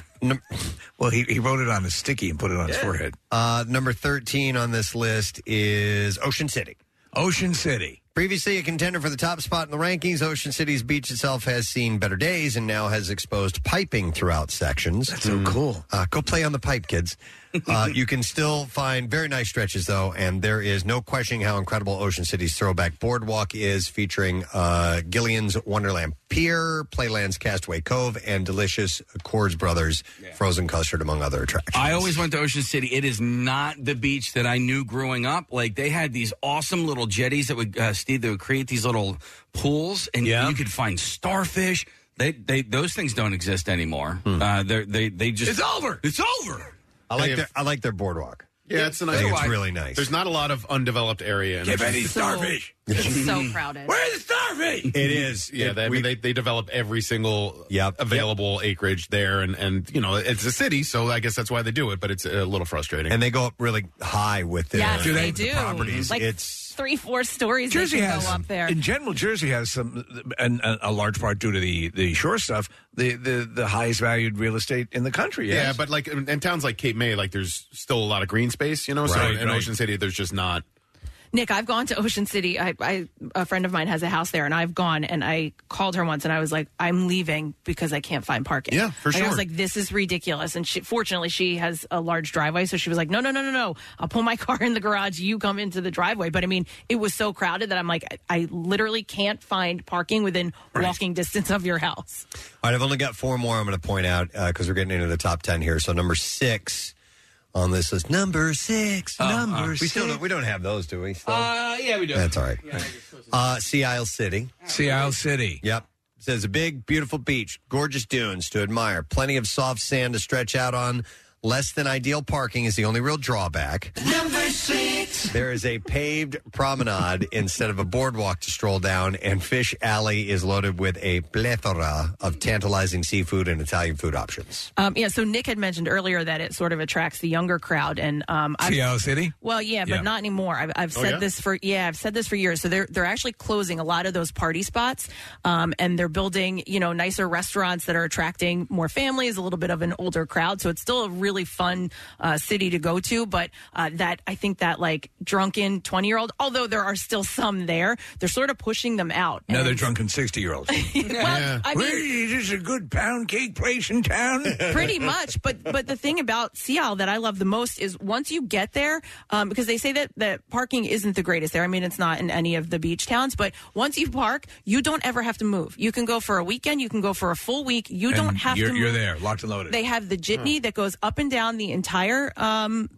S4: Well, he, he wrote it on his sticky and put it on his forehead.
S2: Uh, number 13 on this list is Ocean City.
S4: Ocean City.
S2: Previously a contender for the top spot in the rankings, Ocean City's beach itself has seen better days and now has exposed piping throughout sections. That's
S4: so cool.
S2: Uh, go play on the pipe, kids. Uh, you can still find very nice stretches, though, and there is no questioning how incredible Ocean City's throwback boardwalk is, featuring uh, Gillian's Wonderland Pier, Playland's Castaway Cove, and delicious Cords Brothers frozen custard, among other attractions.
S8: I always went to Ocean City. It is not the beach that I knew growing up. Like they had these awesome little jetties that would uh, Steve that would create these little pools, and you could find starfish. They, they those things don't exist anymore. Uh, they're- they they just
S4: Hmm. It's over. It's over.
S2: I like
S5: Hey, if-
S2: their I like their boardwalk.
S5: Yeah, it's a
S2: I
S5: nice.
S2: think it's really nice.
S5: There's not a lot of undeveloped area. in
S2: Give
S5: Ocean
S2: any
S5: City.
S2: starfish.
S3: It's so crowded.
S4: Where's the starving?
S5: It is. Yeah, they, I mean, they they develop every single available acreage there, and and you know it's a city, so I guess that's why they do it. But it's a little frustrating.
S2: And they go up really high with their
S3: Yes, they do.
S2: the properties.
S3: Like
S2: it's
S3: three, four stories they
S4: Jersey
S3: can
S4: has
S3: go up there.
S4: in general. Jersey has some, and and a large part due to the the shore stuff, the the, the highest valued real estate in the country.
S5: Yeah,
S4: Yes.
S5: but like in, in towns like Cape May, like there's still a lot of green space, you know. so
S4: Right,
S5: in
S4: right.
S5: Ocean City, there's just not.
S3: Nick, I've gone to Ocean City. I, I a friend of mine has a house there, and I've gone and I called her once, and I was like, "I'm leaving because I can't find parking."
S5: Yeah, for
S3: Like, I was
S5: sure.
S3: like, "This is ridiculous." And she, fortunately, she has a large driveway, so she was like, "No, no, no, no, no! I'll pull my car in the garage. You come into the driveway." But I mean, it was so crowded that I'm like, I, I literally can't find parking within walking distance of your house.
S2: All right, I've only got four more I'm going to point out because we're getting into the top 10 here. So, number six on this list. Number six.
S4: Oh,
S2: number
S4: oh.
S2: six. Uh-huh. We, still don't, we don't have those, do we? Still?
S4: Uh, yeah, we do.
S2: That's all right. Uh, sea Isle City.
S4: Sea Isle City.
S2: Yep. Says a big, beautiful beach, gorgeous dunes to admire, plenty of soft sand to stretch out on. Less than ideal parking is the only real drawback.
S7: Number six.
S2: There is a paved promenade instead of a boardwalk to stroll down, and Fish Alley is loaded with a plethora of tantalizing seafood and Italian food options.
S3: Um, yeah, so Nick had mentioned earlier that it sort of attracts the younger crowd, and um, I've-
S4: Seattle City?
S3: Well, yeah, but
S4: Yeah.
S3: not anymore. I've, I've
S4: Oh,
S3: said
S4: yeah?
S3: this for yeah, I've said this for years. So they're they're actually closing a lot of those party spots, um, and they're building you know nicer restaurants that are attracting more families, a little bit of an older crowd. So it's still a really fun uh, city to go to, but uh, that I think that like drunken twenty year old, although there are still some there, they're sort of pushing them out.
S4: Another drunken sixty year old.
S3: Well, I mean-
S4: is this a good pound cake place in town?
S3: pretty much but but the thing about Seattle that I love the most is once you get there um, because they say that that parking isn't the greatest there I mean it's not in any of the beach towns but once you park you don't ever have to move you can go for a weekend you can go for a full week you don't
S4: And
S3: have
S4: you're,
S3: to move.
S4: You're there, locked and loaded.
S3: They have the jitney that goes up and down the entire um,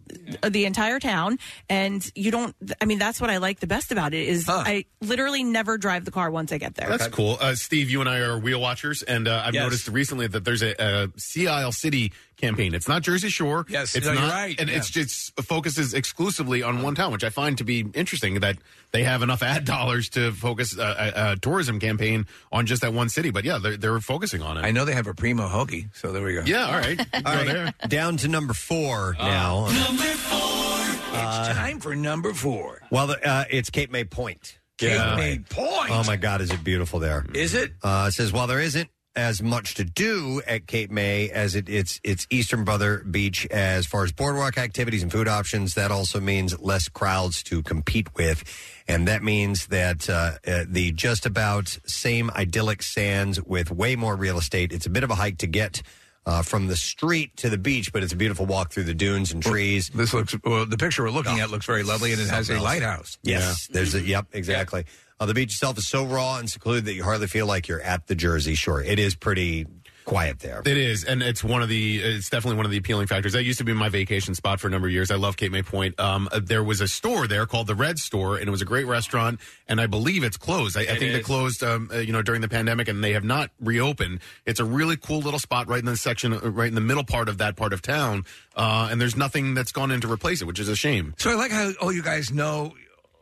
S3: the entire town, and you don't. I mean, that's what I like the best about it is I literally never drive the car once I get there.
S5: That's cool. Uh, Steve, you and I are wheel watchers, and uh, I've
S3: Yes.
S5: noticed recently that there's a, a Sea Isle City campaign. It's not Jersey Shore.
S4: Yes,
S5: it's
S4: no, you're
S5: not,
S4: right,
S5: And
S4: yeah.
S5: it's just focuses exclusively on one town, which I find to be interesting that they have enough ad dollars to focus a, a, a tourism campaign on just that one city. But yeah, they're, they're focusing on it. I
S4: know they have a primo hoagie, so there we go.
S5: Yeah, all right.
S2: All
S5: Go
S2: right,
S5: there. Ah.
S2: down to number four now.
S4: Number four.
S2: Uh,
S4: it's time for number four.
S2: Well, the- uh, it's Cape May Point.
S4: Cape
S2: Yeah.
S4: May Point.
S2: Oh my God, is it beautiful there?
S4: Is it?
S2: Uh, it says while there isn't as much to do at Cape May as it, its its eastern brother beach as far as boardwalk activities and food options, that also means less crowds to compete with, and that means that uh, uh, the just about same idyllic sands with way more real estate. It's a bit of a hike to get. Uh, from the street to the beach, but it's a beautiful walk through the dunes and trees. Oh.
S4: This looks well. The picture we're looking at looks very lovely, and it has
S2: Something
S4: a
S2: else.
S4: lighthouse.
S2: Yes, there's a yep, exactly. Uh, the beach itself is so raw and secluded that you hardly feel like you're at the Jersey Shore. It is pretty quiet there.
S5: It is, and it's one of the. It's definitely one of the appealing factors. That used to be my vacation spot for a number of years. I love Cape May Point. Um, uh, there was a store there called the Red Store, and it was a great restaurant. And I believe it's closed. I, I
S16: It
S5: think they
S16: is.
S5: closed, um, uh, you know, during the pandemic, and they have not reopened. It's a really cool little spot right in the section, uh, right in the middle part of that part of town. Uh, and there's nothing that's gone in to replace it, which is a shame.
S4: So I like how all you guys know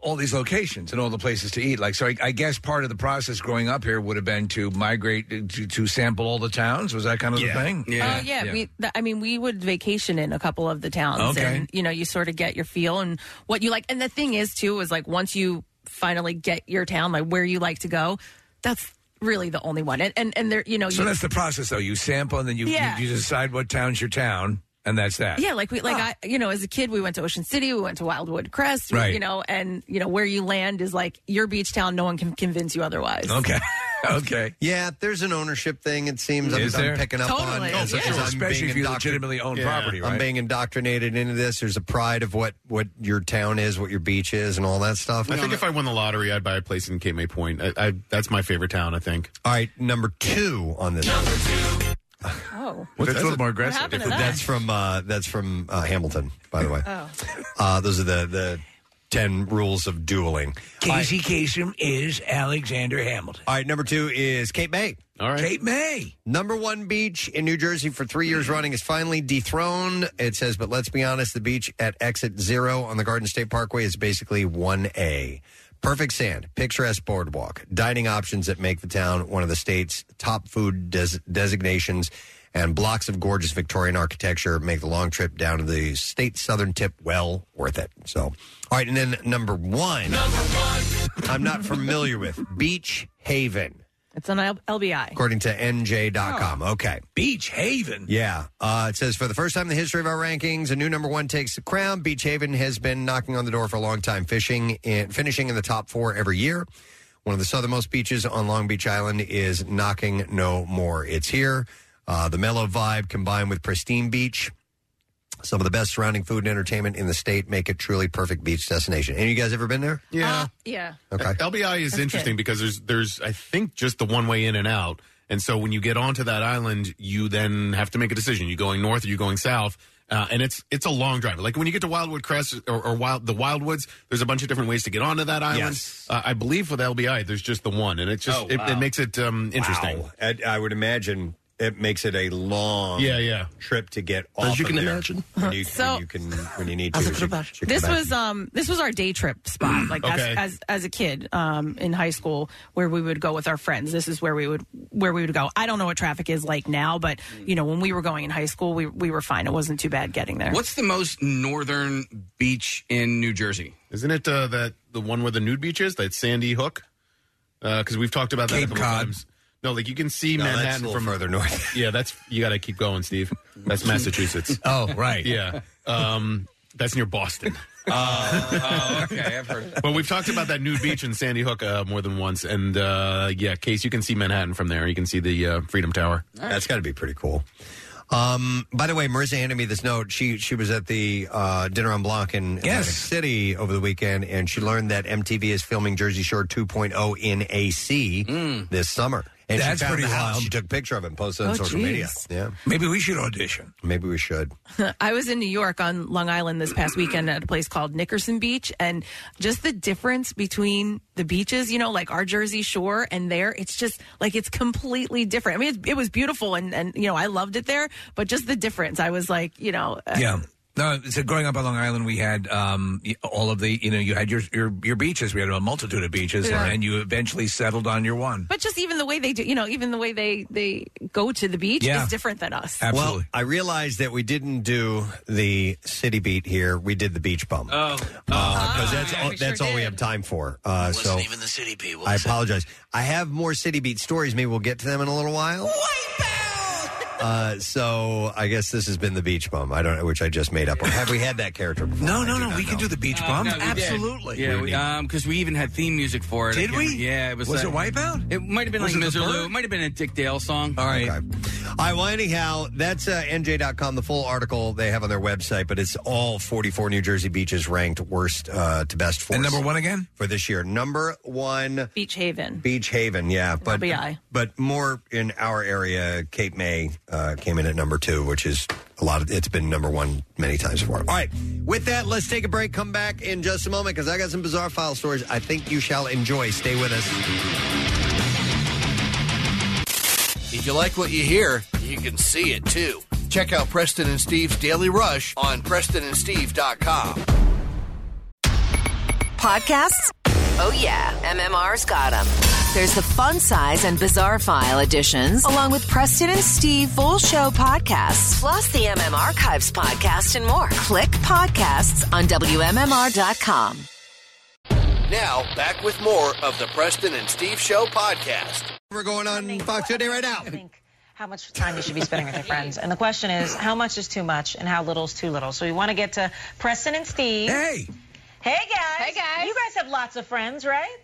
S4: all these locations and all the places to eat. Like, so I, I guess part of the process growing up here would have been to migrate uh, to, to sample all the towns. Was that kind of the thing?
S3: Oh yeah, We, th- I mean, we would vacation in a couple of the towns,
S4: Okay.
S3: and you know, you sort of get your feel and what you like. And the thing is, too, is like once you finally get your town, like where you like to go, that's really the only one. And and, and there, you know,
S4: so
S3: you,
S4: that's the process, though. You sample and then you you-
S3: Yeah.
S4: you, decide what town's your town, and that's that.
S3: yeah, like we like I, you know, as a kid, we went to Ocean City, we went to Wildwood Crest,
S4: Right.
S3: you know, and you know where you land is like your beach town. No one can convince you otherwise.
S4: Okay. okay.
S2: Yeah, there's an ownership thing. It seems I'm,
S4: Is
S2: I'm
S4: there?
S2: picking up on
S4: Totally. Oh,
S2: as-
S4: for
S2: as
S4: sure.
S2: I'm
S4: Especially
S2: being
S4: if you
S2: indoctrin-
S4: legitimately own property,
S2: I'm
S4: right?
S2: being indoctrinated into this. There's a pride of what what your town is, what your beach is, and all that stuff.
S5: I think if I won the lottery, I'd buy a place in Cape May Point. I, I, that's my favorite town. I think.
S2: All right, number two on this. Number
S5: two.
S3: Oh,
S5: What's
S2: That's
S5: that? What happened to that?
S2: That's from uh, that's from uh, Hamilton, by the way.
S3: Oh.
S2: Uh, those are the the ten rules of dueling.
S4: Casey Kasem is Alexander Hamilton.
S2: All right, number two is Cape May.
S5: All right.
S4: Cape May.
S2: Number one beach in New Jersey for three years running is finally dethroned. It says, but let's be honest, the beach at exit zero on the Garden State Parkway is basically 1A. Perfect sand, picturesque boardwalk, dining options that make the town one of the state's top food des- designations, and blocks of gorgeous Victorian architecture make the long trip down to the state's southern tip well worth it. So, all right, and then number one, I'm not familiar with Beach Haven,
S3: It's on L- LBI.
S2: according to NJ.com. Okay.
S4: Beach Haven.
S2: Yeah. Uh, it says for the first time in the history of our rankings, a new number one takes the crown. Beach Haven has been knocking on the door for a long time, fishing in, finishing in the top four every year. One of the southernmost beaches on Long Beach Island is knocking no more. It's here. Uh, the mellow vibe combined with pristine beach. Some of the best surrounding food and entertainment in the state make it truly perfect beach destination. Any of you guys ever been there?
S5: Yeah.
S3: Uh, Yeah.
S2: Okay.
S5: LBI is
S3: That's
S5: interesting
S3: good.
S5: because there's there's I think just the one way in and out. And so when you get onto that island, you then have to make a decision. You going north or you going south? Uh, and it's it's a long drive. Like when you get to Wildwood Crest or, or Wild the Wildwoods, there's a bunch of different ways to get onto that island. Uh, I believe with LBI, there's just the one, and it just
S2: Oh,
S5: it,
S2: wow.
S5: it makes it
S4: Mm,
S5: um, interesting.
S2: Wow. I, I would imagine it makes it a long
S5: Yeah, yeah.
S2: trip to get
S5: As
S2: off
S5: you
S2: of
S5: can
S2: there.
S5: imagine.
S2: When you,
S3: So-
S2: when you can when you need to. You- you
S3: This
S2: can-
S3: was um this was our day trip spot like
S2: Okay.
S3: as, as as a kid um in high school where we would go with our friends this is where we would where we would go I don't know what traffic is like now but you know when we were going in high school we we were fine it wasn't too bad getting there
S8: What's the most northern beach in New Jersey?
S5: Isn't it uh, that the one where the nude beach is that Sandy Hook? Because we've talked about that a
S2: Cape
S5: couple
S2: Cod.
S5: times. No, like you can see
S2: No, that's
S5: Manhattan
S2: a little
S5: from
S2: further north.
S5: Yeah, that's you got to keep going, Steve. That's Massachusetts.
S4: oh, right.
S5: Yeah, um, that's near Boston.
S8: Uh, oh, okay, I've heard. Of
S5: But we've talked about that nude beach in Sandy Hook uh, more than once, and uh, yeah, Case, you can see Manhattan from there. You can see the uh, Freedom Tower.
S2: That's got to be pretty cool. Um, by the way, Marissa handed me this note. She she was at the uh, dinner on block in Atlantic City over the weekend, and she learned that MTV is filming Jersey Shore 2.0 in AC this summer. And
S4: That's
S2: she found
S4: pretty
S2: the house.
S4: wild.
S2: She took a picture of it and posted it on
S3: Mm. Oh,
S2: social
S3: geez.
S2: media. Yeah,
S4: maybe we should audition.
S2: Maybe we should.
S3: I was in New York on Long Island this past weekend at a place called Nickerson Beach, and just the difference between the beaches, you know, like our Jersey Shore and there, it's just like it's completely different. I mean, it, it was beautiful, and and you know, I loved it there, but just the difference, I was like, you know, uh,
S4: Yeah. No, so growing up on Long Island, we had um, y- all of the, you know, you had your your, your beaches. We had a multitude of beaches,
S3: Yeah.
S4: and you eventually settled on your one.
S3: But just even the way they do, you know, even the way they they go to the beach
S2: Yeah.
S3: is different than us.
S2: Well, I realized that we didn't do the city beat here. We did the beach bum.
S8: Oh,
S2: because that's all,
S8: we sure
S2: that's all we have time for. Uh, so
S9: even the city people.
S2: I apologize. I have more city beat stories. Maybe we'll get to them in a little while. Uh, so I guess this has been the beach bum. I don't know, which I just made up. Or have we had that character before?
S4: No, no, no. We can do the beach
S8: Uh,
S4: bum.
S8: no, we did.
S4: Absolutely.
S8: Yeah, we, um, because we even had theme music for it. I
S4: Did
S8: can't-
S4: we?
S8: Yeah, it was.
S4: Was
S8: uh,
S4: it Wipeout?
S8: It might have been
S4: Was
S8: like
S4: it The
S8: Miserloo.
S4: Bird?
S8: It might have been a Dick Dale song.
S4: All right.
S2: All right, well, anyhow, that's uh, NJ.com, the full article they have on their website, but it's all 44 New Jersey beaches ranked worst uh, to best for
S4: And number one again?
S2: for this year. Number one,
S3: Beach Haven.
S2: Beach Haven, yeah. But,
S3: LBI.
S2: but more in our area, Cape May uh, came in at number two, which is a lot of it's been number one many times before. All right, with that, let's take a break, come back in just a moment because I got some bizarre file stories I think you shall enjoy. Stay with us.
S9: If you like what you hear, you can see it too. Check out Preston and Steve's Daily Rush on PrestonandSteve.com.
S18: Podcasts? Oh, yeah. MMR's got them. There's the fun size and bizarre file editions, along with Preston and Steve full show podcasts, plus the MM Archives podcast and more. Click podcasts on WMMR.com.
S9: Now, back with more of the Preston and Steve Show podcast.
S2: We're going on Fox Today right now.
S19: how much time you should be spending with your friends. And the question is, how much is too much and how little is too little? So we want to get to Preston and Steve. Hey. Hey, guys. Hey, guys. You guys have lots of friends, right?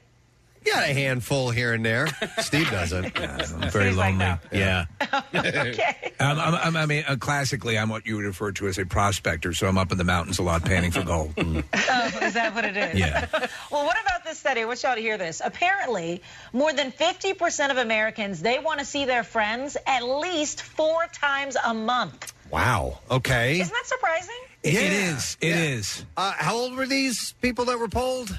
S2: Got a handful here and there. Steve doesn't.
S4: I'm very lonely. yeah.
S19: okay.
S4: Um, I'm, I'm, I mean, uh, classically, I'm what you would refer to as a prospector, so I'm up in the mountains a lot panning for gold.
S20: Mm.
S19: Oh, is that what it is?
S4: Yeah.
S19: well, what about this study? I want y'all to hear this. Apparently, more than 50% of Americans, they want to see their friends at least four times a month.
S2: Wow. Okay.
S19: Isn't that surprising?
S4: It is. It is.
S2: Uh, how old were these people that were polled?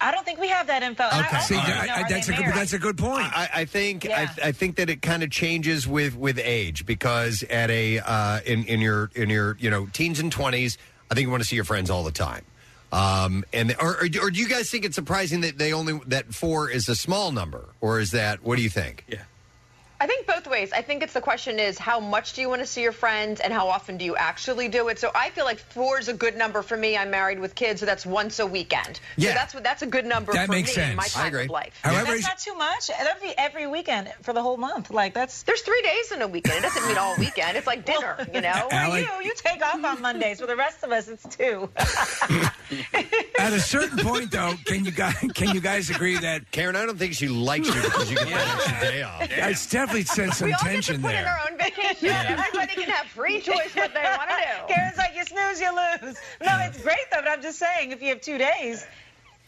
S19: I don't think we have that info. And I
S4: See,
S19: also don't
S4: that-
S19: know,
S4: I-
S19: are
S4: that's
S19: they
S4: a good-
S19: married?
S4: that's a good point.
S2: I, I think
S19: Yeah.
S2: I, I think that it kind of changes with with age because at a uh, in in your in your you know teens and twenties, I think you want to see your friends all the time. Um, and or, or, do- or do you guys think it's surprising that they only that four is a small number, or is that what do you think? Yeah,
S18: I think both ways. I think it's the question is how much do you want to see your friends and how often do you actually do it? So I feel like four is a good number for me. I'm married with kids, so that's once a weekend.
S4: Yeah.
S18: So that's what that's a good number
S4: That
S18: for
S4: makes
S18: me
S4: sense.
S18: in my
S4: I
S18: time
S4: agree.
S18: of life.
S4: However-
S18: That's-
S20: That's not too much. That'd be every weekend for the whole month. Like that's
S18: there's three days in a weekend. It doesn't mean all weekend. It's like dinner, you know.
S20: For you, you take off on Mondays. For the rest of us, it's two.
S4: At a certain point, though, can you guys can you guys agree that
S2: Karen? I don't think she likes you because you can yeah. day off.
S4: It's definitely sent some
S18: we all get
S4: tension
S18: to put in
S4: there.
S18: our own vacation. Everybody can have free choice what they want to do.
S20: Karen's like, you snooze, you lose. No, it's great though. But I'm just saying, if you have two days,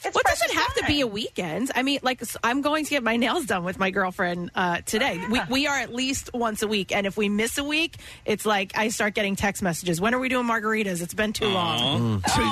S20: it's
S3: what does it
S20: precious
S3: have to
S20: time.
S3: be a weekend? I mean, like s- I'm going to get my nails done with my girlfriend uh, today. We we are at least once a week, and if we miss a week, it's like I start getting text messages. When are we doing margaritas? It's been too long.
S4: So-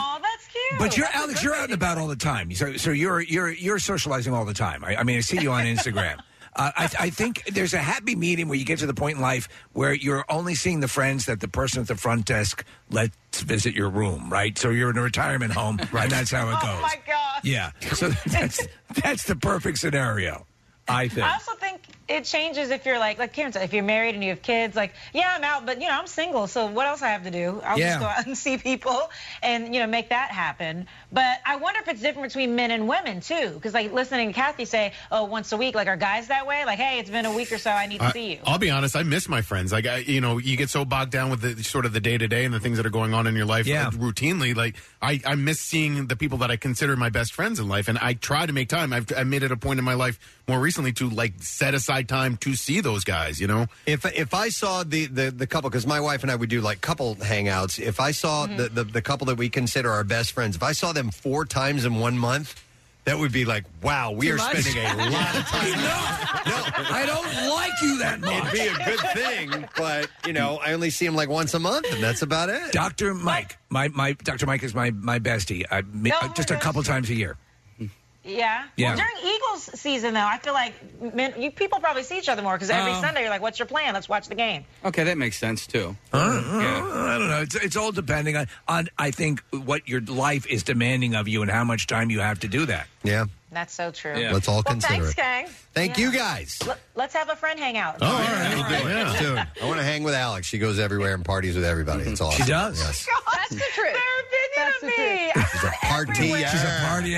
S4: But you're Alex. You're out and about all the time. So so you're you're you're socializing all the time. I, I mean, I see you on Instagram. Uh, I, I think there's a happy medium where you get to the point in life where you're only seeing the friends that the person at the front desk lets visit your room, right? So you're in a retirement home, and that's how it goes. Oh my
S20: god!
S4: Yeah. So that's that's the perfect scenario, I think.
S20: I also think it changes if you're like, like Karen said, if you're married and you have kids. Like, yeah, I'm out, but you know, I'm single, so what else I have to do? I'll
S4: Yeah.
S20: just go out and see people, and you know, make that happen. But I wonder if it's different between men and women too, because like listening to Kathy say, oh, once a week, like are guys that way? Like, hey, it's been a week or so, I need to
S4: Uh,
S5: I-
S20: see you.
S5: I'll be honest. I miss my friends. Like I, you know, you get so bogged down with the sort of the day to day and the things that are going on in your life
S4: Yeah.
S5: uh, routinely. Like I, I miss seeing the people that I consider my best friends in life, and I try to make time. I've I made it a point in my life more recently to like set aside time to see those guys. You know,
S2: If if I saw the the, the couple, because my wife and I would do like couple hangouts. If I saw
S4: Mm-hmm.
S2: the, the the couple that we consider our best friends, if I saw them four times in one month, that would be like, wow, we
S4: Too
S2: are
S4: much?
S2: spending a lot of time.
S4: I don't like you that
S2: It'd
S4: much.
S2: be a good thing, but you know, I only see him like once a month, and that's about it.
S4: Dr. Mike, my, my Dr. Mike is my, my bestie. I, me-
S20: Oh,
S4: uh, just a couple times a year.
S20: Yeah.
S4: Yeah.
S20: Well, during Eagles season, though, I feel like men, you people probably see each other more because every
S4: Uh-huh.
S8: Oh.
S20: Sunday you're like, "What's your plan? Let's watch the game."
S8: Okay, that makes sense too.
S4: I don't know. It's, it's all depending on, on I think what your life is demanding of you and how much time you have to do that.
S2: Yeah.
S20: That's so true.
S4: Yeah. Let's all
S20: well,
S4: consider
S20: thanks,
S4: it.
S20: Gang.
S2: Thank you guys.
S20: L- let's have a friend hangout.
S2: Oh, Dude, I want to hang with Alex. She goes everywhere and parties with everybody. It's awesome.
S4: She does.
S2: Yes.
S20: That's the truth. Their opinion of me.
S2: She's a party.
S4: She's a party.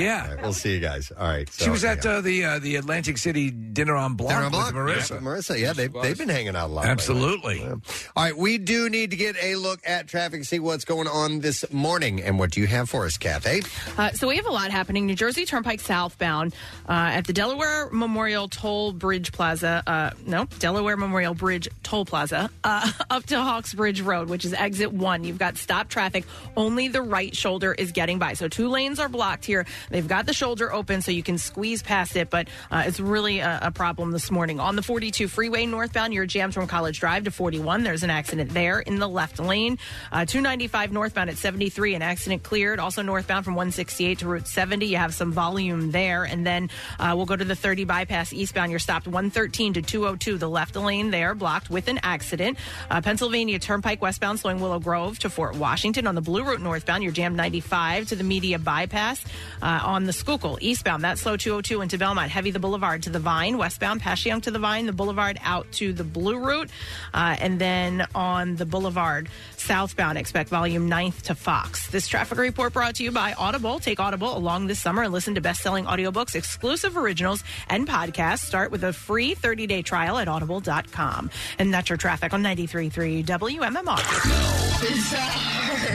S4: Yeah.
S2: All right, we'll see you guys. All right.
S4: She was at uh, the uh, the Atlantic City dinner on block,
S2: Dinner on Block.
S4: with Marissa.
S2: Yeah, Marissa, yeah, they- they've been hanging out a lot lately.
S4: Absolutely.
S2: All right, we do need to get a look at traffic, see what's going on this morning, and what do you have for us, Kathy?
S3: Uh, so we have a lot happening. New Jersey Turnpike southbound uh, at the Delaware Memorial Toll Bridge Plaza. Uh, no, Delaware Memorial Bridge Toll Plaza uh, up to Hawks Bridge Road, which is exit one. You've got stop traffic. Only the right shoulder is getting by. So two lanes are blocked here. They've got the shoulder open so you can squeeze past it, but uh, it's really a, a problem this morning. On the 42 freeway northbound, you're jammed from College Drive to 41. There's an accident there in the left lane. Uh, 295 northbound at 73, an accident cleared. Also northbound from 168 to Route 70, you have some volume there. And then uh, we'll go to the 30 bypass eastbound. You're stopped 113 to 202, the left lane there blocked with an accident. Uh, Pennsylvania Turnpike westbound, slowing Willow Grove to Fort Washington. On the Blue Route northbound, you're jammed 95 to the media bypass. Uh, on the Schuylkill eastbound, that Um, slow 202 into Belmont, heavy the Boulevard to the Vine, westbound Passyunk to the Vine, the Boulevard out to the Blue Route, uh, and then on the Boulevard southbound, expect volume 9th to Fox. This traffic report brought to you by Audible. Take Audible along this summer and listen to best-selling audiobooks, exclusive originals, and podcasts. Start with a free 30-day trial at audible.com. And that's your traffic on 93.3 WMMR.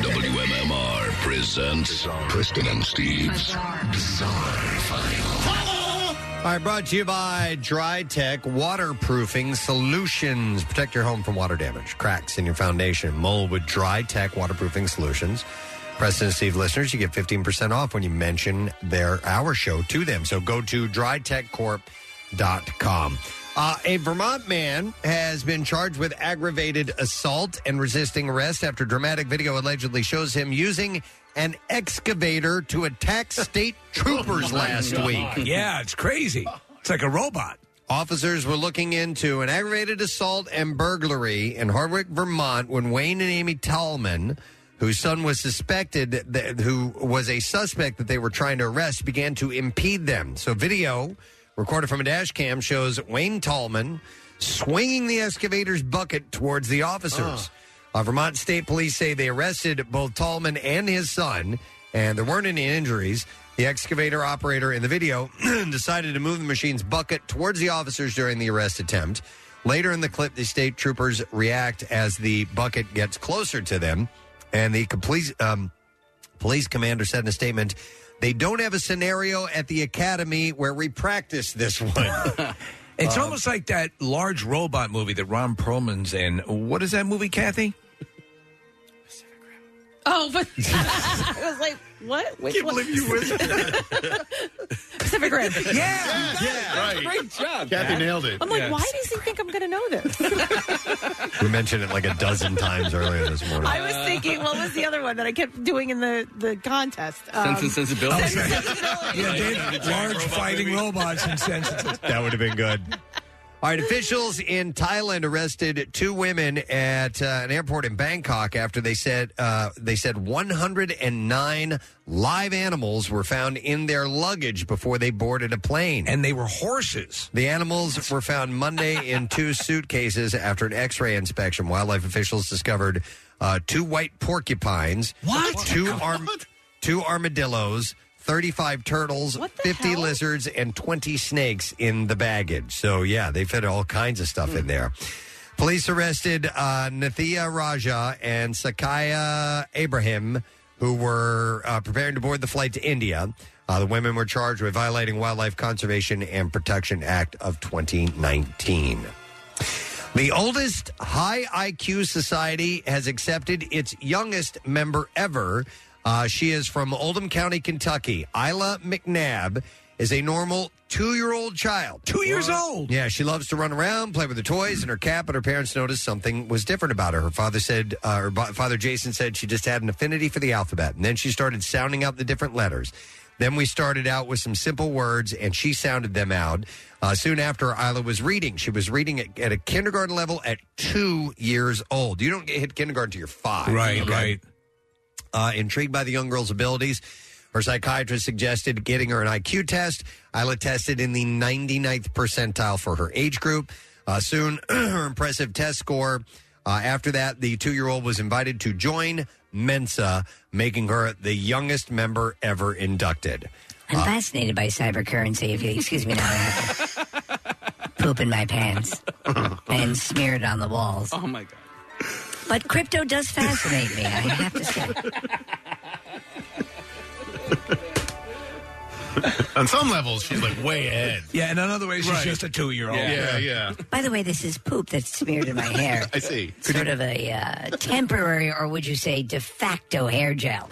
S16: WMMR presents Preston and Steve's Bizarre File.
S2: All right, brought to you by Dry Tech Waterproofing Solutions. Protect your home from water damage, cracks in your foundation, mold with Dry Tech Waterproofing Solutions. President Steve listeners, you get 15% off when you mention their our show to them. So go to drytechcorp.com. Uh, a Vermont man has been charged with aggravated assault and resisting arrest after dramatic video allegedly shows him using an excavator to attack state troopers last week.
S4: Yeah, it's crazy. It's like a robot.
S2: Officers were looking into an aggravated assault and burglary in Hardwick, Vermont, when Wayne and Amy Tallman, whose son was suspected, that, who was a suspect that they were trying to arrest, began to impede them. So, video recorded from a dash cam shows Wayne Tallman swinging the excavator's bucket towards the officers.
S4: Ah.
S2: Uh, Vermont State Police say they arrested both Tallman and his son, and there weren't any injuries. The excavator operator in the video decided to move the machine's bucket towards the officers during the arrest attempt. Later in the clip, the state troopers react as the bucket gets closer to them, and the complete, um, police commander said in a statement, "They don't have a scenario at the academy where we practice this one."
S4: It's
S2: Um,
S4: almost like that large robot movie that Ron Perlman's in. What is that movie, Kathy?
S3: Oh, but I was like, what? Which one? Pacific Rim.
S4: Yeah, Yes,
S5: yeah, right.
S3: Great job.
S5: Kathy
S3: Matt.
S5: nailed it.
S3: I'm like,
S5: Yeah.
S3: why does he think I'm going to know this?
S2: We mentioned it like a dozen times earlier this morning.
S3: I
S5: Uh.
S3: was thinking, what was the other one that I kept doing in the the contest? Um,
S2: Sense and Sensibility.
S3: Sense and Sensibility.
S2: Yeah, Dave,
S4: large fighting robots and senses.
S2: That would have been good. All right, officials in Thailand arrested two women at uh, an airport in Bangkok after they said uh, they said 109 live animals were found in their luggage before they boarded a plane,
S4: and they were horses.
S2: The animals were found Monday in two suitcases after an X-ray inspection. Wildlife officials discovered uh, two white porcupines,
S4: what
S2: two arm, two armadillos. 35 turtles, 50 lizards, and 20 snakes in the baggage. So, yeah, they fit all kinds of stuff in there. Police arrested uh, Nathia Raja and Sakaya Abraham, who were uh, preparing to board the flight to India. Uh, the women were charged with violating Wildlife Conservation and Protection Act of 2019. The oldest high IQ society has accepted its youngest member ever. Uh, she is from Oldham County, Kentucky. Isla McNabb is a normal two year old child.
S4: Two years old?
S2: Yeah, she loves to run around, play with her toys and her cat, but her parents noticed something was different about her. Her father said, uh, her bo- father Jason said she just had an affinity for the alphabet. And then she started sounding out the different letters. Then we started out with some simple words, and she sounded them out. Uh, soon after, Isla was reading. She was reading at, at a kindergarten level at two years old. You don't get hit kindergarten till you're five.
S4: Right, right.
S2: Uh, intrigued by the young girl's abilities, her psychiatrist suggested getting her an IQ test. Isla tested in the 99th percentile for her age group. Uh, soon, her impressive test score. Uh, after that, the two year old was invited to join Mensa, making her the youngest member ever inducted.
S21: I'm fascinated by cybercurrency. If you excuse me, now I have to poop in my pants and smear it on the walls.
S8: Oh my god!
S21: But crypto does fascinate me. I have to say.
S5: On some levels, she's like way ahead.
S4: Yeah, and another way, she's
S5: Right.
S4: just a two-year-old.
S5: Yeah, yeah.
S21: By the way, this is poop that's smeared in my hair.
S5: I see.
S21: Sort of a uh, temporary, or would you say de facto hair gel?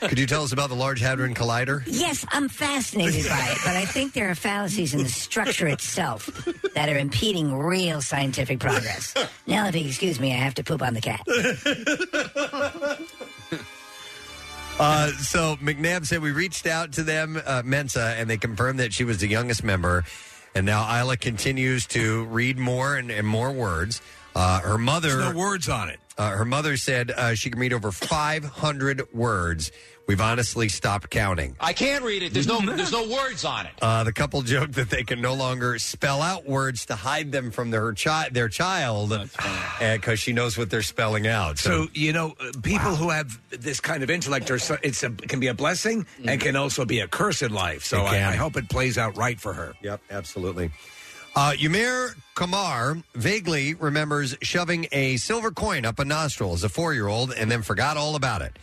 S2: Could you tell us about the Large Hadron Collider?
S21: Yes, I'm fascinated by it, but I think there are fallacies in the structure itself that are impeding real scientific progress. Now, if you excuse me, I have to poop on the cat.
S2: Uh, so McNabb said we reached out to them, uh, Mensa, and they confirmed that she was the youngest member. And now Isla continues to read more and, and more words. Uh, her mother,
S4: There's no words on it.
S2: uh, her mother said uh, she can read over 500 words. We've honestly stopped counting.
S22: I can't read it. There's no there's no words on it.
S2: Uh, the couple joked that they can no longer spell out words to hide them from their, chi- their child because she knows what they're spelling out.
S4: So you know, uh, people who have this kind of intellect are so, it's a, can be a blessing and can also be a curse in life. So
S2: It
S4: I,
S2: can.
S4: I hope it plays out right for her.
S2: Yep, absolutely. Uh, Yamir Kamar vaguely remembers shoving a silver coin up a nostril as a four year old and then forgot all about it.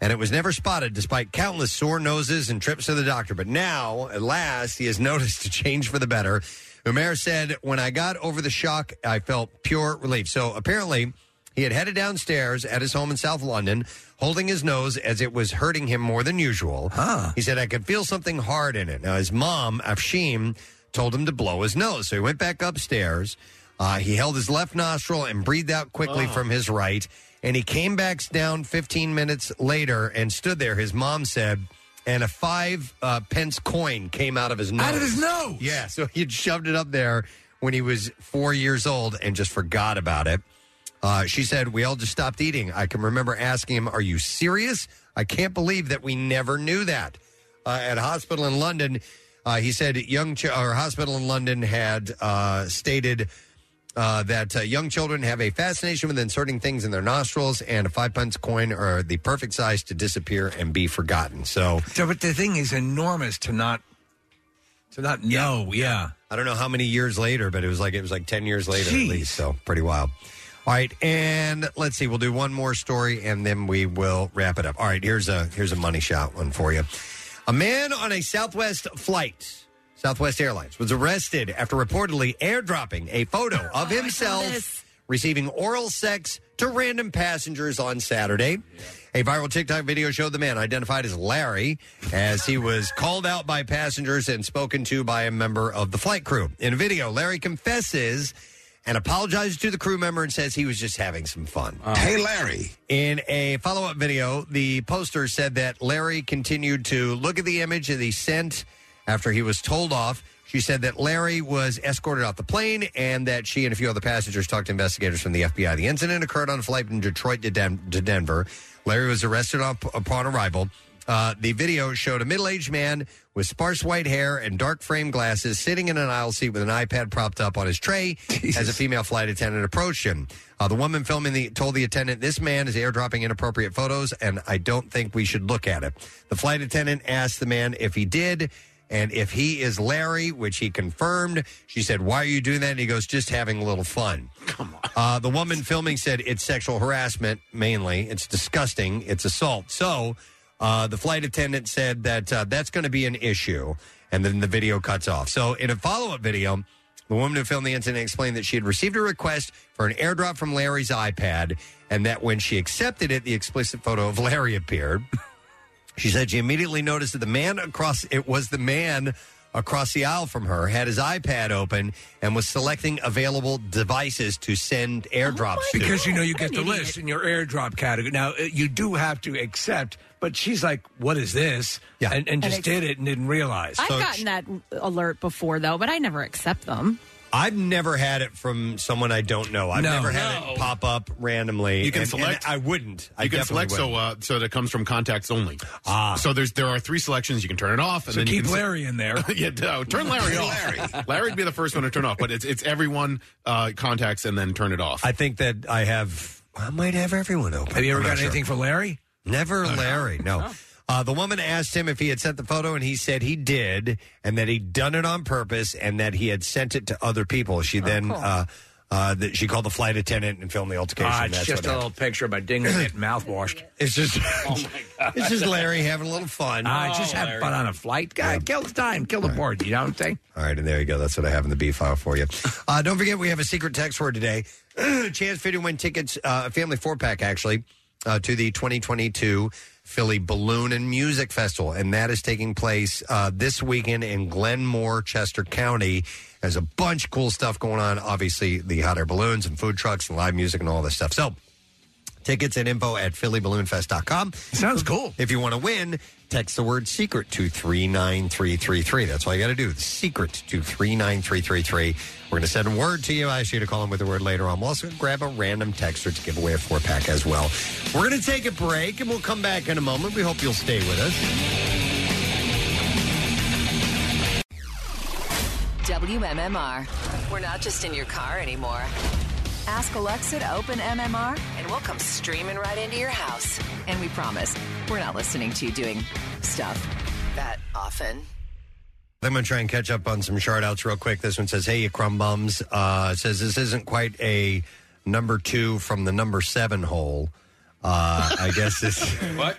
S2: and it was never spotted despite countless sore noses and trips to the doctor. But now, at last, he has noticed a change for the better. Umair said, When I got over the shock, I felt pure relief. So apparently, he had headed downstairs at his home in South London, holding his nose as it was hurting him more than usual. He said, I could feel something hard in it. Now, his mom, Afshim, told him to blow his nose. So he went back upstairs. Uh, he held his left nostril and breathed out quickly
S23: Oh.
S2: from his right. And he came back down 15 minutes later and stood there, his mom said, and a five uh, pence coin came out of his nose.
S4: Out of his nose?
S2: Yeah, so he had shoved it up there when he was four years old and just forgot about it. Uh, she said, We all just stopped eating. I can remember asking him, Are you serious? I can't believe that we never knew that. Uh, at a hospital in London, uh, he said, Young ch- or hospital in London had uh, stated uh, that uh, young children have a fascination with inserting things in their nostrils, and a five pence coin are the perfect size to disappear and be forgotten. So,
S4: So, but the thing is enormous to not to not know. Yeah.
S2: I don't know how many years later, but it was like it was like ten years later at least. So pretty wild. All right, and let's see. We'll do one more story, and then we will wrap it up. All right, here's a here's a money shot one for you. A man on a Southwest flight, Southwest Airlines, was arrested after reportedly airdropping a photo of himself receiving oral sex to random passengers on Saturday. A viral TikTok video showed the man identified as Larry as he was called out by passengers and spoken to by a member of the flight crew. In a video, Larry confesses and apologizes to the crew member and says he was just having some fun. hey, Larry. In a follow up video, the poster said that Larry continued to look at the image that he sent after he was told off. She said that Larry was escorted off the plane and that she and a few other passengers talked to investigators from the FBI. The incident occurred on a flight from Detroit to, Den- to Denver. Larry was arrested up- upon arrival. Uh, the video showed a middle aged man with sparse white hair and dark frame glasses sitting in an aisle seat with an iPad propped up on his tray as a female flight attendant approached him. Uh, the woman filming the, told the attendant, This man is airdropping inappropriate photos, and I don't think we should look at it. The flight attendant asked the man if he did. And if he is Larry, which he confirmed, she said, Why are you doing that? And he goes, Just having a little fun. Come on. Uh, the woman filming said, It's sexual harassment mainly. It's disgusting. It's assault. So uh, the flight attendant said that uh, that's going to be an issue. And then the video cuts off. So in a follow up video, the woman who filmed the incident explained that she had received a request for an airdrop from Larry's iPad and that when she accepted it, the explicit photo of Larry appeared. She said she immediately noticed that the man across it was the man across the aisle from her had his iPad open and was selecting available devices to send airdrops
S5: Oh
S2: to.
S4: Because you know you get the list in your airdrop category. Now uh, you do have to accept, but she's like, "What is this?" Yeah, and, and
S3: And
S4: just
S3: it's-
S4: did it and didn't realize.
S3: I've gotten that alert before though, but I never accept them.
S2: I've never had it from someone I don't know. I've
S5: No.
S2: never had it pop up randomly.
S5: You can
S2: and- and
S5: select.
S2: I wouldn't. I
S5: You can
S2: definitely
S5: select so
S2: wouldn't.
S5: uh, so that it comes from contacts only. Ah, so there's there are three selections. You can turn it off, and
S4: So
S5: then you
S4: keep
S5: can se-
S4: Larry in there.
S5: yeah, no, turn Larry off. Larry. Larry'd be the first one to turn off, but it's it's everyone uh, contacts and then turn it off.
S2: I think that I have. I might have everyone open.
S4: Have you ever
S2: I'm not
S4: gotten
S2: sure.
S4: anything for Larry? Oh,
S2: Never Larry, no. Uh, the woman asked him if he had sent the photo, and he said he did, and that he'd done it on purpose, and that he had sent it to other people.
S4: Oh,
S2: She then uh, uh, th- she called the flight attendant and filmed the altercation.
S4: Ah,
S2: and
S4: it's
S2: that's
S4: just
S2: what
S4: a
S2: happened.
S4: little picture of my dinger getting mouthwashed.
S2: It's just,
S4: it's
S2: just Larry having a little fun.
S4: Oh, I just have fun on a flight. God, kill the time, kill the board. You know what I'm saying?
S2: All right, and there you go. That's what I have in the B file for you. Uh, don't forget, we have a secret text word today. Chance for you to win tickets, uh, a family four pack actually, uh, to the 2022 Philly Balloon and Music Festival, and that is taking place uh, this weekend in Glenmore, Chester County. There's a bunch of cool stuff going on. Obviously, the hot air balloons and food trucks and live music and all this stuff. So. Tickets and info at phillyballoonfest.com.
S4: Sounds cool.
S2: If you want to win, text the word secret to 39333. That's all you got to do. The secret to 39333. We're going to send a word to you. I ask you to call in with the word later on. We'll also grab a random texter to give away a four pack as well. We're going to take a break and we'll come back in a moment. We hope you'll stay with us.
S18: WMMR. We're not just in your car anymore. Ask Alexa to open MMR, and we'll come streaming right into your house. And we promise, we're not listening to you doing stuff that often.
S2: I'm going to try and catch up on some shout outs real quick. This one says, Hey, you crumb bums. Uh, it says, This isn't quite a number two from the number seven hole. Uh, I guess this.
S8: What?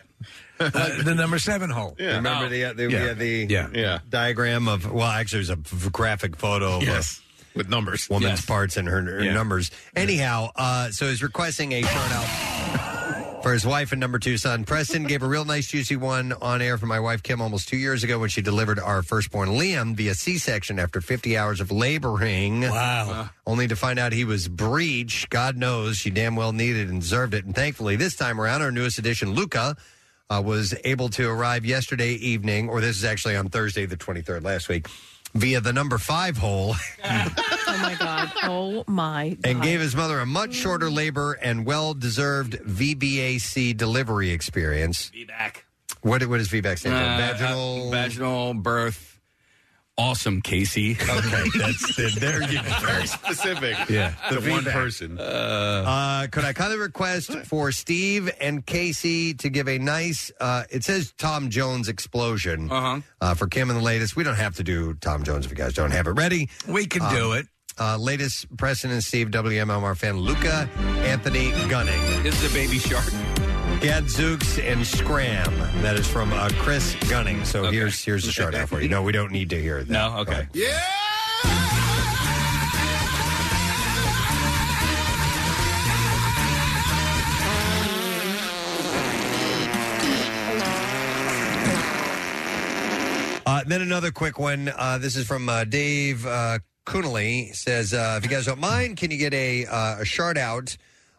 S4: Uh, the number seven hole.
S2: Remember the, uh, the, we had the diagram of, well, actually, it was a f- graphic photo of yes.
S5: with numbers.
S2: Woman's
S5: Yes.
S2: parts and her, her
S5: Yeah.
S2: numbers. Anyhow, uh, so he's requesting a shout out for his wife and number two son. Preston gave a real nice, juicy one on air for my wife, Kim, almost two years ago when she delivered our firstborn, Liam, via C section after 50 hours of laboring.
S4: Wow.
S2: Only to find out he was breech. God knows she damn well needed and deserved it. And thankfully, this time around, our newest addition, Luca, uh, was able to arrive yesterday evening, or this is actually on Thursday, the 23rd, last week. via the number five hole
S3: Oh my god. Oh my god.
S2: and gave his mother a much shorter labor and well deserved VBAC delivery experience.
S8: VBAC.
S2: What, what does VBAC stand for?
S8: Uh,
S2: vaginal.
S8: vaginal birth. Awesome, Casey.
S2: Okay, that's the, there you go.
S5: Very specific.
S8: Yeah.
S5: The,
S8: The
S5: one
S8: VBAC.
S5: person.
S2: Uh, could I kindly request for Steve and Casey to give a nice, uh, it says Tom Jones explosion uh for Kim and the latest. We don't have to do Tom Jones if you guys don't have it ready.
S4: We can do it.
S2: Uh, latest President Steve WMMR fan Luca Anthony Gunning.
S8: This is a baby shark.
S2: Gadzooks and Scram. That is from uh, Chris Gunning. So here's here's the shout out for you. No, we don't need to hear that. No, okay.
S5: Yeah.
S2: Uh, then another quick one. Uh, this is from uh, Dave uh, Coonley. Says, uh, if you guys don't mind, can you get a, uh, a shout out?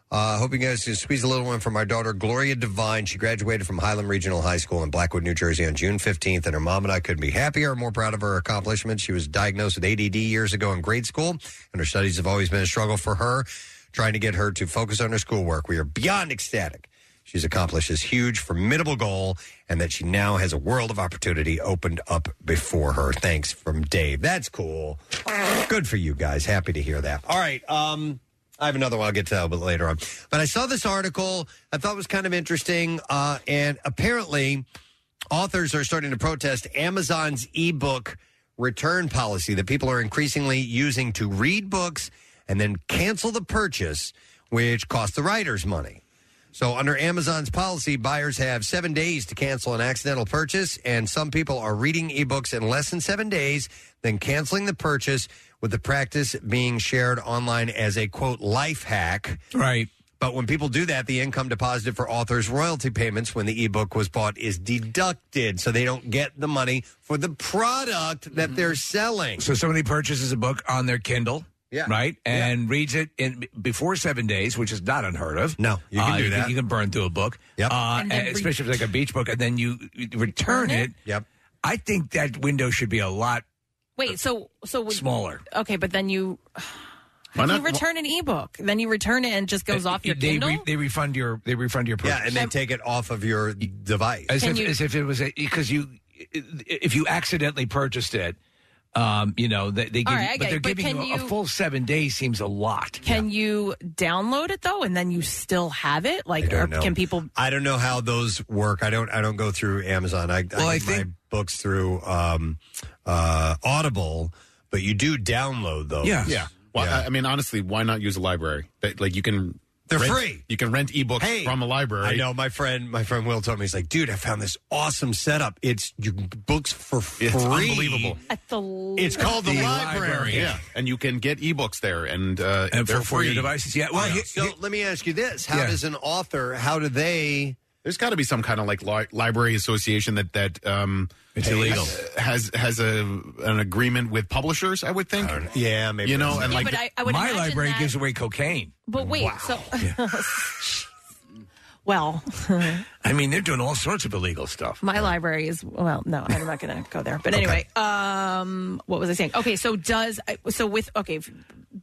S2: Uh, hope you guys can squeeze a little one from our daughter, Gloria Divine. She graduated from Highland Regional High School in Blackwood, New Jersey on June 15th, and her mom and I couldn't be happier or more proud of her accomplishments. She was diagnosed with ADD years ago in grade school, and her studies have always been a struggle for her, trying to get her to focus on her schoolwork. We are beyond ecstatic. She's accomplished this huge, formidable goal, and that she now has a world of opportunity opened up before her. Thanks from Dave. That's cool. Good for you guys. Happy to hear that. All right. Um, I have another one. I'll get to that a bit later on. But I saw this article I thought was kind of interesting, uh, and apparently, authors are starting to protest Amazon's ebook return policy that people are increasingly using to read books and then cancel the purchase, which costs the writers money. So, under Amazon's policy, buyers have seven days to cancel an accidental purchase, and some people are reading ebooks in less than seven days, then canceling the purchase, with the practice being shared online as a quote life hack.
S4: Right.
S2: But when people do that, the income deposited for authors' royalty payments when the ebook was bought is deducted, so they don't get the money for the product
S5: Mm-hmm.
S2: that they're selling.
S4: So somebody purchases a book on their Kindle.
S2: Yeah.
S4: Right, and reads it in before seven days, which is not unheard of. Uh,
S2: No, you can do that.
S4: You can burn through a book,
S2: Yep.
S4: uh,
S2: And then re-
S4: especially if it's like a beach book, and then you you return it.
S2: Yep.
S4: I think that window should be a lot
S3: Wait, so so would,
S4: Smaller.
S3: Okay, but then you
S4: Why
S3: if
S4: not-
S3: you return an ebook, then you return it and it just goes
S4: Uh,
S3: off your
S4: they re-
S3: Kindle.
S4: they refund your they refund your purchase.
S2: Yeah, and they take it off of your device
S4: as
S3: Can
S4: if
S3: you-
S4: as if it was because you if you accidentally purchased it, um, you know they, they give
S3: All
S4: you-
S3: right, I
S4: but
S3: get
S4: they're
S3: it. But
S4: giving
S3: can
S4: you a,
S3: you-
S4: a full seven days seems a lot.
S3: Can you download it though, and then you still have it? Like,
S2: don't
S3: or
S2: know.
S3: can people?
S2: I don't know how those work. I don't. I don't go through Amazon. I, I, get my books through um, uh, Audible, but you do download those.
S5: Yeah. Well, I, I mean, honestly, why not use a library? That like you can.
S2: They're
S5: rent-
S2: free.
S5: You can rent ebooks
S2: Hey,
S5: from a library.
S2: I know my friend. My friend Will told me he's like, dude, I found this awesome setup. It's you books for free.
S5: It's unbelievable.
S3: At the
S5: It's called the, library.
S2: library.
S5: Yeah, and you can get ebooks there, and uh,
S4: And
S5: they're
S4: for- for
S5: free.
S4: your devices, yeah. Well, he-
S2: So let me ask you this: How
S5: Yeah.
S2: does an author? How do they?
S5: There's got to be some kind of like li- library association that that um,
S2: It's
S5: has-
S2: illegal.
S5: has has a an agreement with publishers. I would think.
S2: yeah, maybe
S5: you know, and
S3: Yeah,
S5: like
S3: but I- I would
S4: my
S3: imagine
S4: library
S3: that-
S4: gives away cocaine.
S3: But wait, so well,
S4: I mean, they're doing all sorts of illegal stuff.
S3: my library is well. No, I'm not going to go there. But anyway, um, what was I saying? Okay, so does so with okay. if-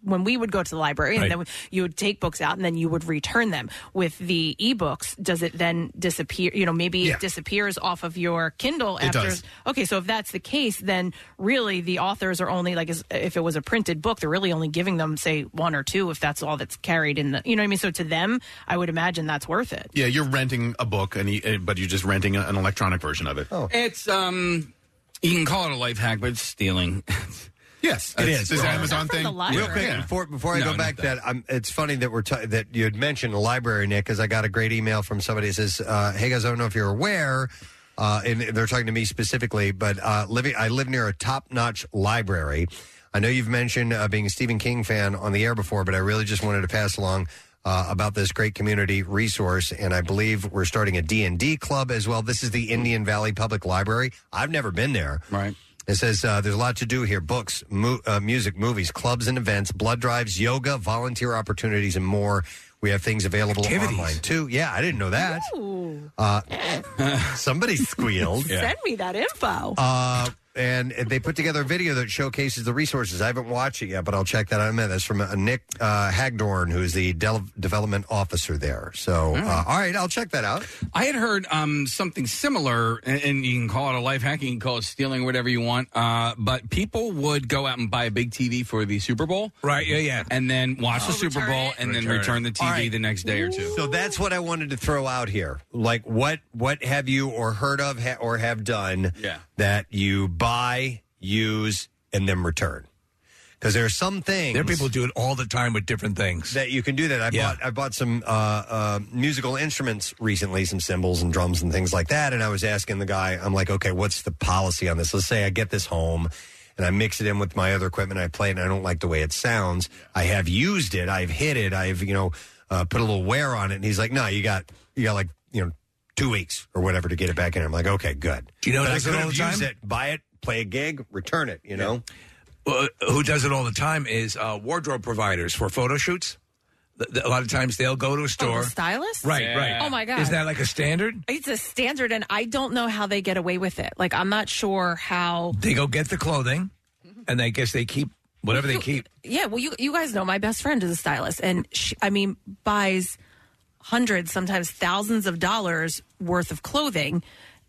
S3: When we would go to the library,
S4: Right.
S3: and then you would take books out, and then you would return them. With the ebooks, does it then disappear? You know, maybe
S5: Yeah.
S3: it disappears off of your Kindle
S5: It
S3: after.
S5: does.
S3: Okay, so if that's the case, then really the authors are only like, as- if it was a printed book, they're really only giving them say one or two, if that's all that's carried in the. You know what I mean? So to them, I would imagine that's worth it.
S5: yeah, you're renting a book, and you, uh, but you're just renting a- an electronic version of it. Oh,
S8: It's um, you can call it a life hack, but it's stealing.
S5: yes,
S2: It
S5: it's,
S2: is.
S5: This
S2: Well,
S5: Amazon
S2: not from
S5: thing.
S2: the library. Real quick, before- before I go back to that, I'm, it's funny that we're t- that you had mentioned the library, Nick, because I got a great email from somebody that says, uh, "Hey guys, I don't know if you're aware." Uh, and they're talking to me specifically, but uh, living, I live near a top-notch library. I know you've mentioned uh, being a Stephen King fan on the air before, but I really just wanted to pass along uh, about this great community resource, and I believe we're starting a D&D club as well. This is the Indian Valley Public Library. I've never been there.
S8: Right.
S2: It says uh, there's a lot to do here books, mu- uh, music, movies, clubs and events, blood drives, yoga, volunteer opportunities, and more. We have things available online too. Yeah, I didn't know that.
S3: Ooh,
S2: Uh, somebody squealed.
S3: Send me that info.
S2: Uh, and they put together a video that showcases the resources. I haven't watched it yet, but I'll check that out in a minute. That's from uh, Nick uh, Hagdorn, who's the del- development officer there. So, uh, all right, I'll check that out.
S8: I had heard um, something similar, and, and you can call it a life hacking, you can call it stealing, whatever you want. Uh, but people would go out and buy a big TV for the Super Bowl,
S4: right? Yeah, yeah.
S8: And then watch the Super Bowl, and then return
S2: Oh, Return it.
S8: the TV
S2: All right.
S8: the next day or two.
S2: So that's what I wanted to throw out here. Like, what what have you or heard of ha- or have done that you buy, use, and then return? Because there are some things
S4: There are people who do it all the time with different things.
S2: that you can do that. I
S4: Yeah.
S2: bought I bought some uh, uh, musical instruments recently, some cymbals and drums and things like that. And I was asking the guy, I'm like, okay, what's the policy on this? Let's say I get this home and I mix it in with my other equipment. I play it and I don't like the way it sounds. I have used it. I've hit it. I've you know uh, put a little wear on it. And he's like, no, you got you got like you know two weeks or whatever to get it back in. I'm like, okay, good.
S4: Do you know
S2: But
S4: who
S2: I
S4: does it
S2: could
S4: all
S2: have
S4: the time?
S2: used it, buy it, play a gig, return it. You know.
S4: Well, who does it all the time is uh, wardrobe providers for photo shoots. Th- th- A lot of times they'll go
S3: Oh,
S4: to a store.
S3: stylist?
S4: Right, right.
S3: Oh my god.
S4: Isn't that like a standard?
S3: it's a standard and I don't know how they get away with it. Like I'm not sure how
S4: They go get the clothing, and I guess they keep whatever they keep.
S3: Yeah, well you you guys know my best friend is a stylist and she, I mean buys hundreds sometimes thousands of dollars worth of clothing.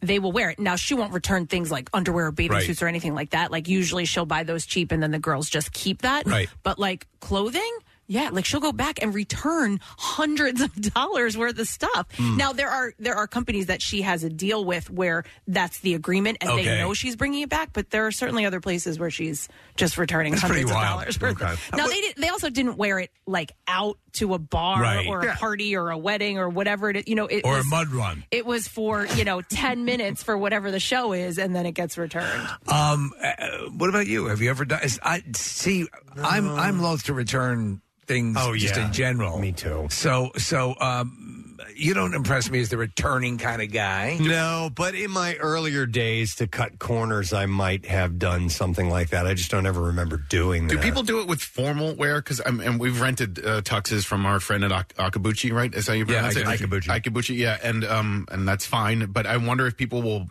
S3: They will wear it. Now she won't return things like underwear or bathing
S6: Right.
S3: suits or anything like that. Like usually she'll buy those cheap and then the girls just keep that.
S6: Right.
S3: But like clothing yeah, like she'll go back and return hundreds of dollars worth of stuff.
S6: Hmm.
S3: Now there are there are companies that she has a deal with where that's the agreement and they
S6: Okay.
S3: know she's bringing it back, but there are certainly other places where she's just returning
S6: That's pretty
S3: hundreds of
S6: wild.
S3: dollars worth.
S6: Okay.
S3: Now they did, they also didn't wear it like out to a bar
S4: Right.
S3: or a
S4: Yeah.
S3: party or a wedding or whatever it is. You know, it
S4: Or a
S3: was,
S4: mud run.
S3: It was for you know ten minutes for whatever the show is, and then it gets returned.
S4: Um, uh, what about you? Have you ever done? Is, I see. I'm I'm loath to return things.
S2: Oh,
S4: just
S2: yeah.
S4: in general. Me
S2: too.
S4: So so um, you don't impress me as the returning kind of guy.
S2: No, but in my earlier days to cut corners, I might have done something like that. I just don't ever remember doing that.
S5: Do people do it with formal wear? Because and we've rented uh, tuxes from our friend at Ak- Akabuchi, right? Is that how you
S2: Yeah,
S5: pronounce it?
S2: Akabuchi.
S5: Akabuchi, yeah, and um, and that's fine. But I wonder if people will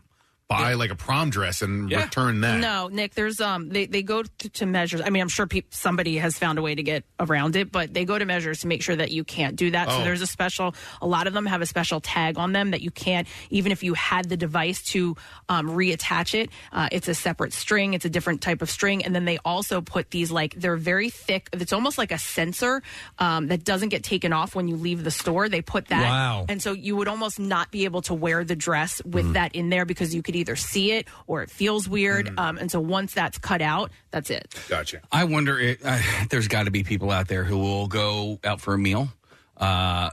S5: buy like a prom dress and return that.
S3: No, Nick. There's um, they they go to, to measures. I mean, I'm sure peop somebody has found a way to get around it, but they go to measures to make sure that you can't do that.
S6: Oh.
S3: So there's a special. A lot of them have a special tag on them that you can't, even if you had the device to um, reattach it. Uh, it's a separate string. It's a different type of string, and then they also put these like they're very thick. It's almost like a sensor um, that doesn't get taken off when you leave the store. They put that,
S6: Wow.
S3: and so you would almost not be able to wear the dress with
S6: Mm.
S3: that in there because you could either see it or it feels weird.
S8: Mm.
S3: Um, and so once that's cut out, that's it.
S5: Gotcha.
S8: I wonder if uh, there's got to be people out there who will go out for a meal, uh,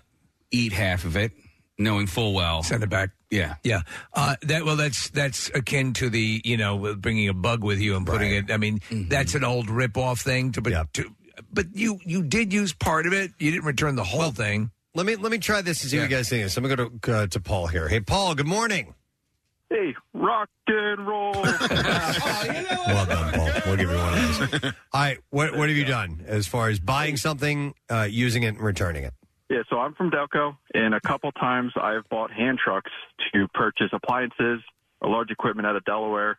S8: eat half of it, knowing full well.
S4: Send it back.
S8: Yeah.
S4: Yeah. Uh, that well, that's that's akin to the you know with bringing a bug with you and putting it. I mean,
S2: Mm-hmm.
S4: that's an old rip off thing. To but to, but you you did use part of it. You didn't return the whole thing.
S2: Let me let me try this and see what you guys think. of this. I'm going to go to, uh, to Paul here. Hey, Paul. Good morning.
S23: Hey, rock and roll.
S2: Well done, Paul. We'll give you one of those. All right. What what have you done as far as buying something, uh, using it, and returning it?
S23: yeah, so I'm from Delco, and a couple times I've bought hand trucks to purchase appliances or large equipment out of Delaware,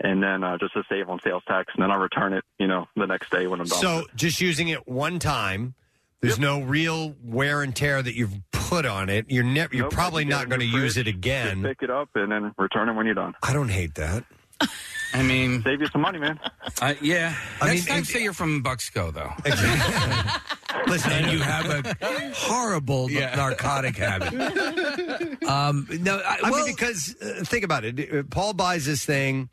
S23: and then uh, just to save on sales tax, and then I'll return it, you know, the next day when I'm done.
S2: So just using it one time. There's no real wear and tear that you've put on it. You're never. You're
S23: Nope,
S2: probably
S23: you get
S2: not
S23: in your
S2: going to use it
S23: fridge,
S2: again.
S23: Just pick it up and then return it when you're done.
S2: I don't hate that.
S8: I mean,
S23: save you some money, man.
S8: Uh, yeah.
S23: I
S8: Next
S23: mean,
S8: time, say you're from Bucksco, though.
S4: Listen, and you have a horrible narcotic habit. Um, no, I,
S2: mean because uh, think about it. Uh, Paul buys this thing.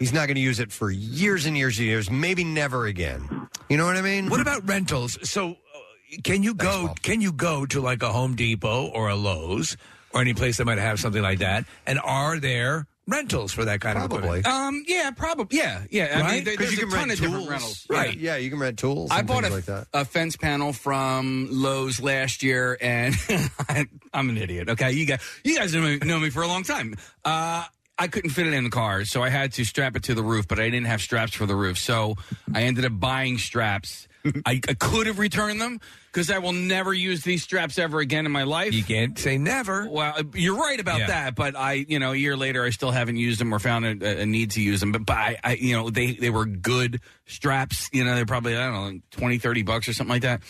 S2: He's not going to use it for years and years and years. Maybe never again. You know what I mean?
S4: What about rentals? So, uh, can you go? can you go to like a Home Depot or a Lowe's or any place that might have something like that? And are there rentals for that kind of equipment? Uh,
S8: Um, yeah, probably. Yeah, yeah. I mean,
S4: Right?
S8: there,
S4: 'Cause
S8: there's
S4: you
S8: a
S4: can
S8: ton
S4: rent
S8: of different
S4: tools.
S8: rentals.
S2: Right. Yeah, you can rent tools.
S8: I
S2: and
S8: bought a,
S2: things like that.
S8: a fence panel from Lowe's last year, and I, I'm an idiot. Okay, you guys, you guys know me, know me for a long time. Uh, I couldn't fit it in the car, so I had to strap it to the roof, but I didn't have straps for the roof, so I ended up buying straps. I, I could have returned them because I will never use these straps ever again in my life. You
S4: can't say never.
S8: Well, you're right about
S4: Yeah.
S8: that, but I, you know, a year later, I still haven't used them or found a, a need to use them. But, but I, I, you know, they they were good straps. You know, they're probably I don't know, like 20, 30 bucks or something like that.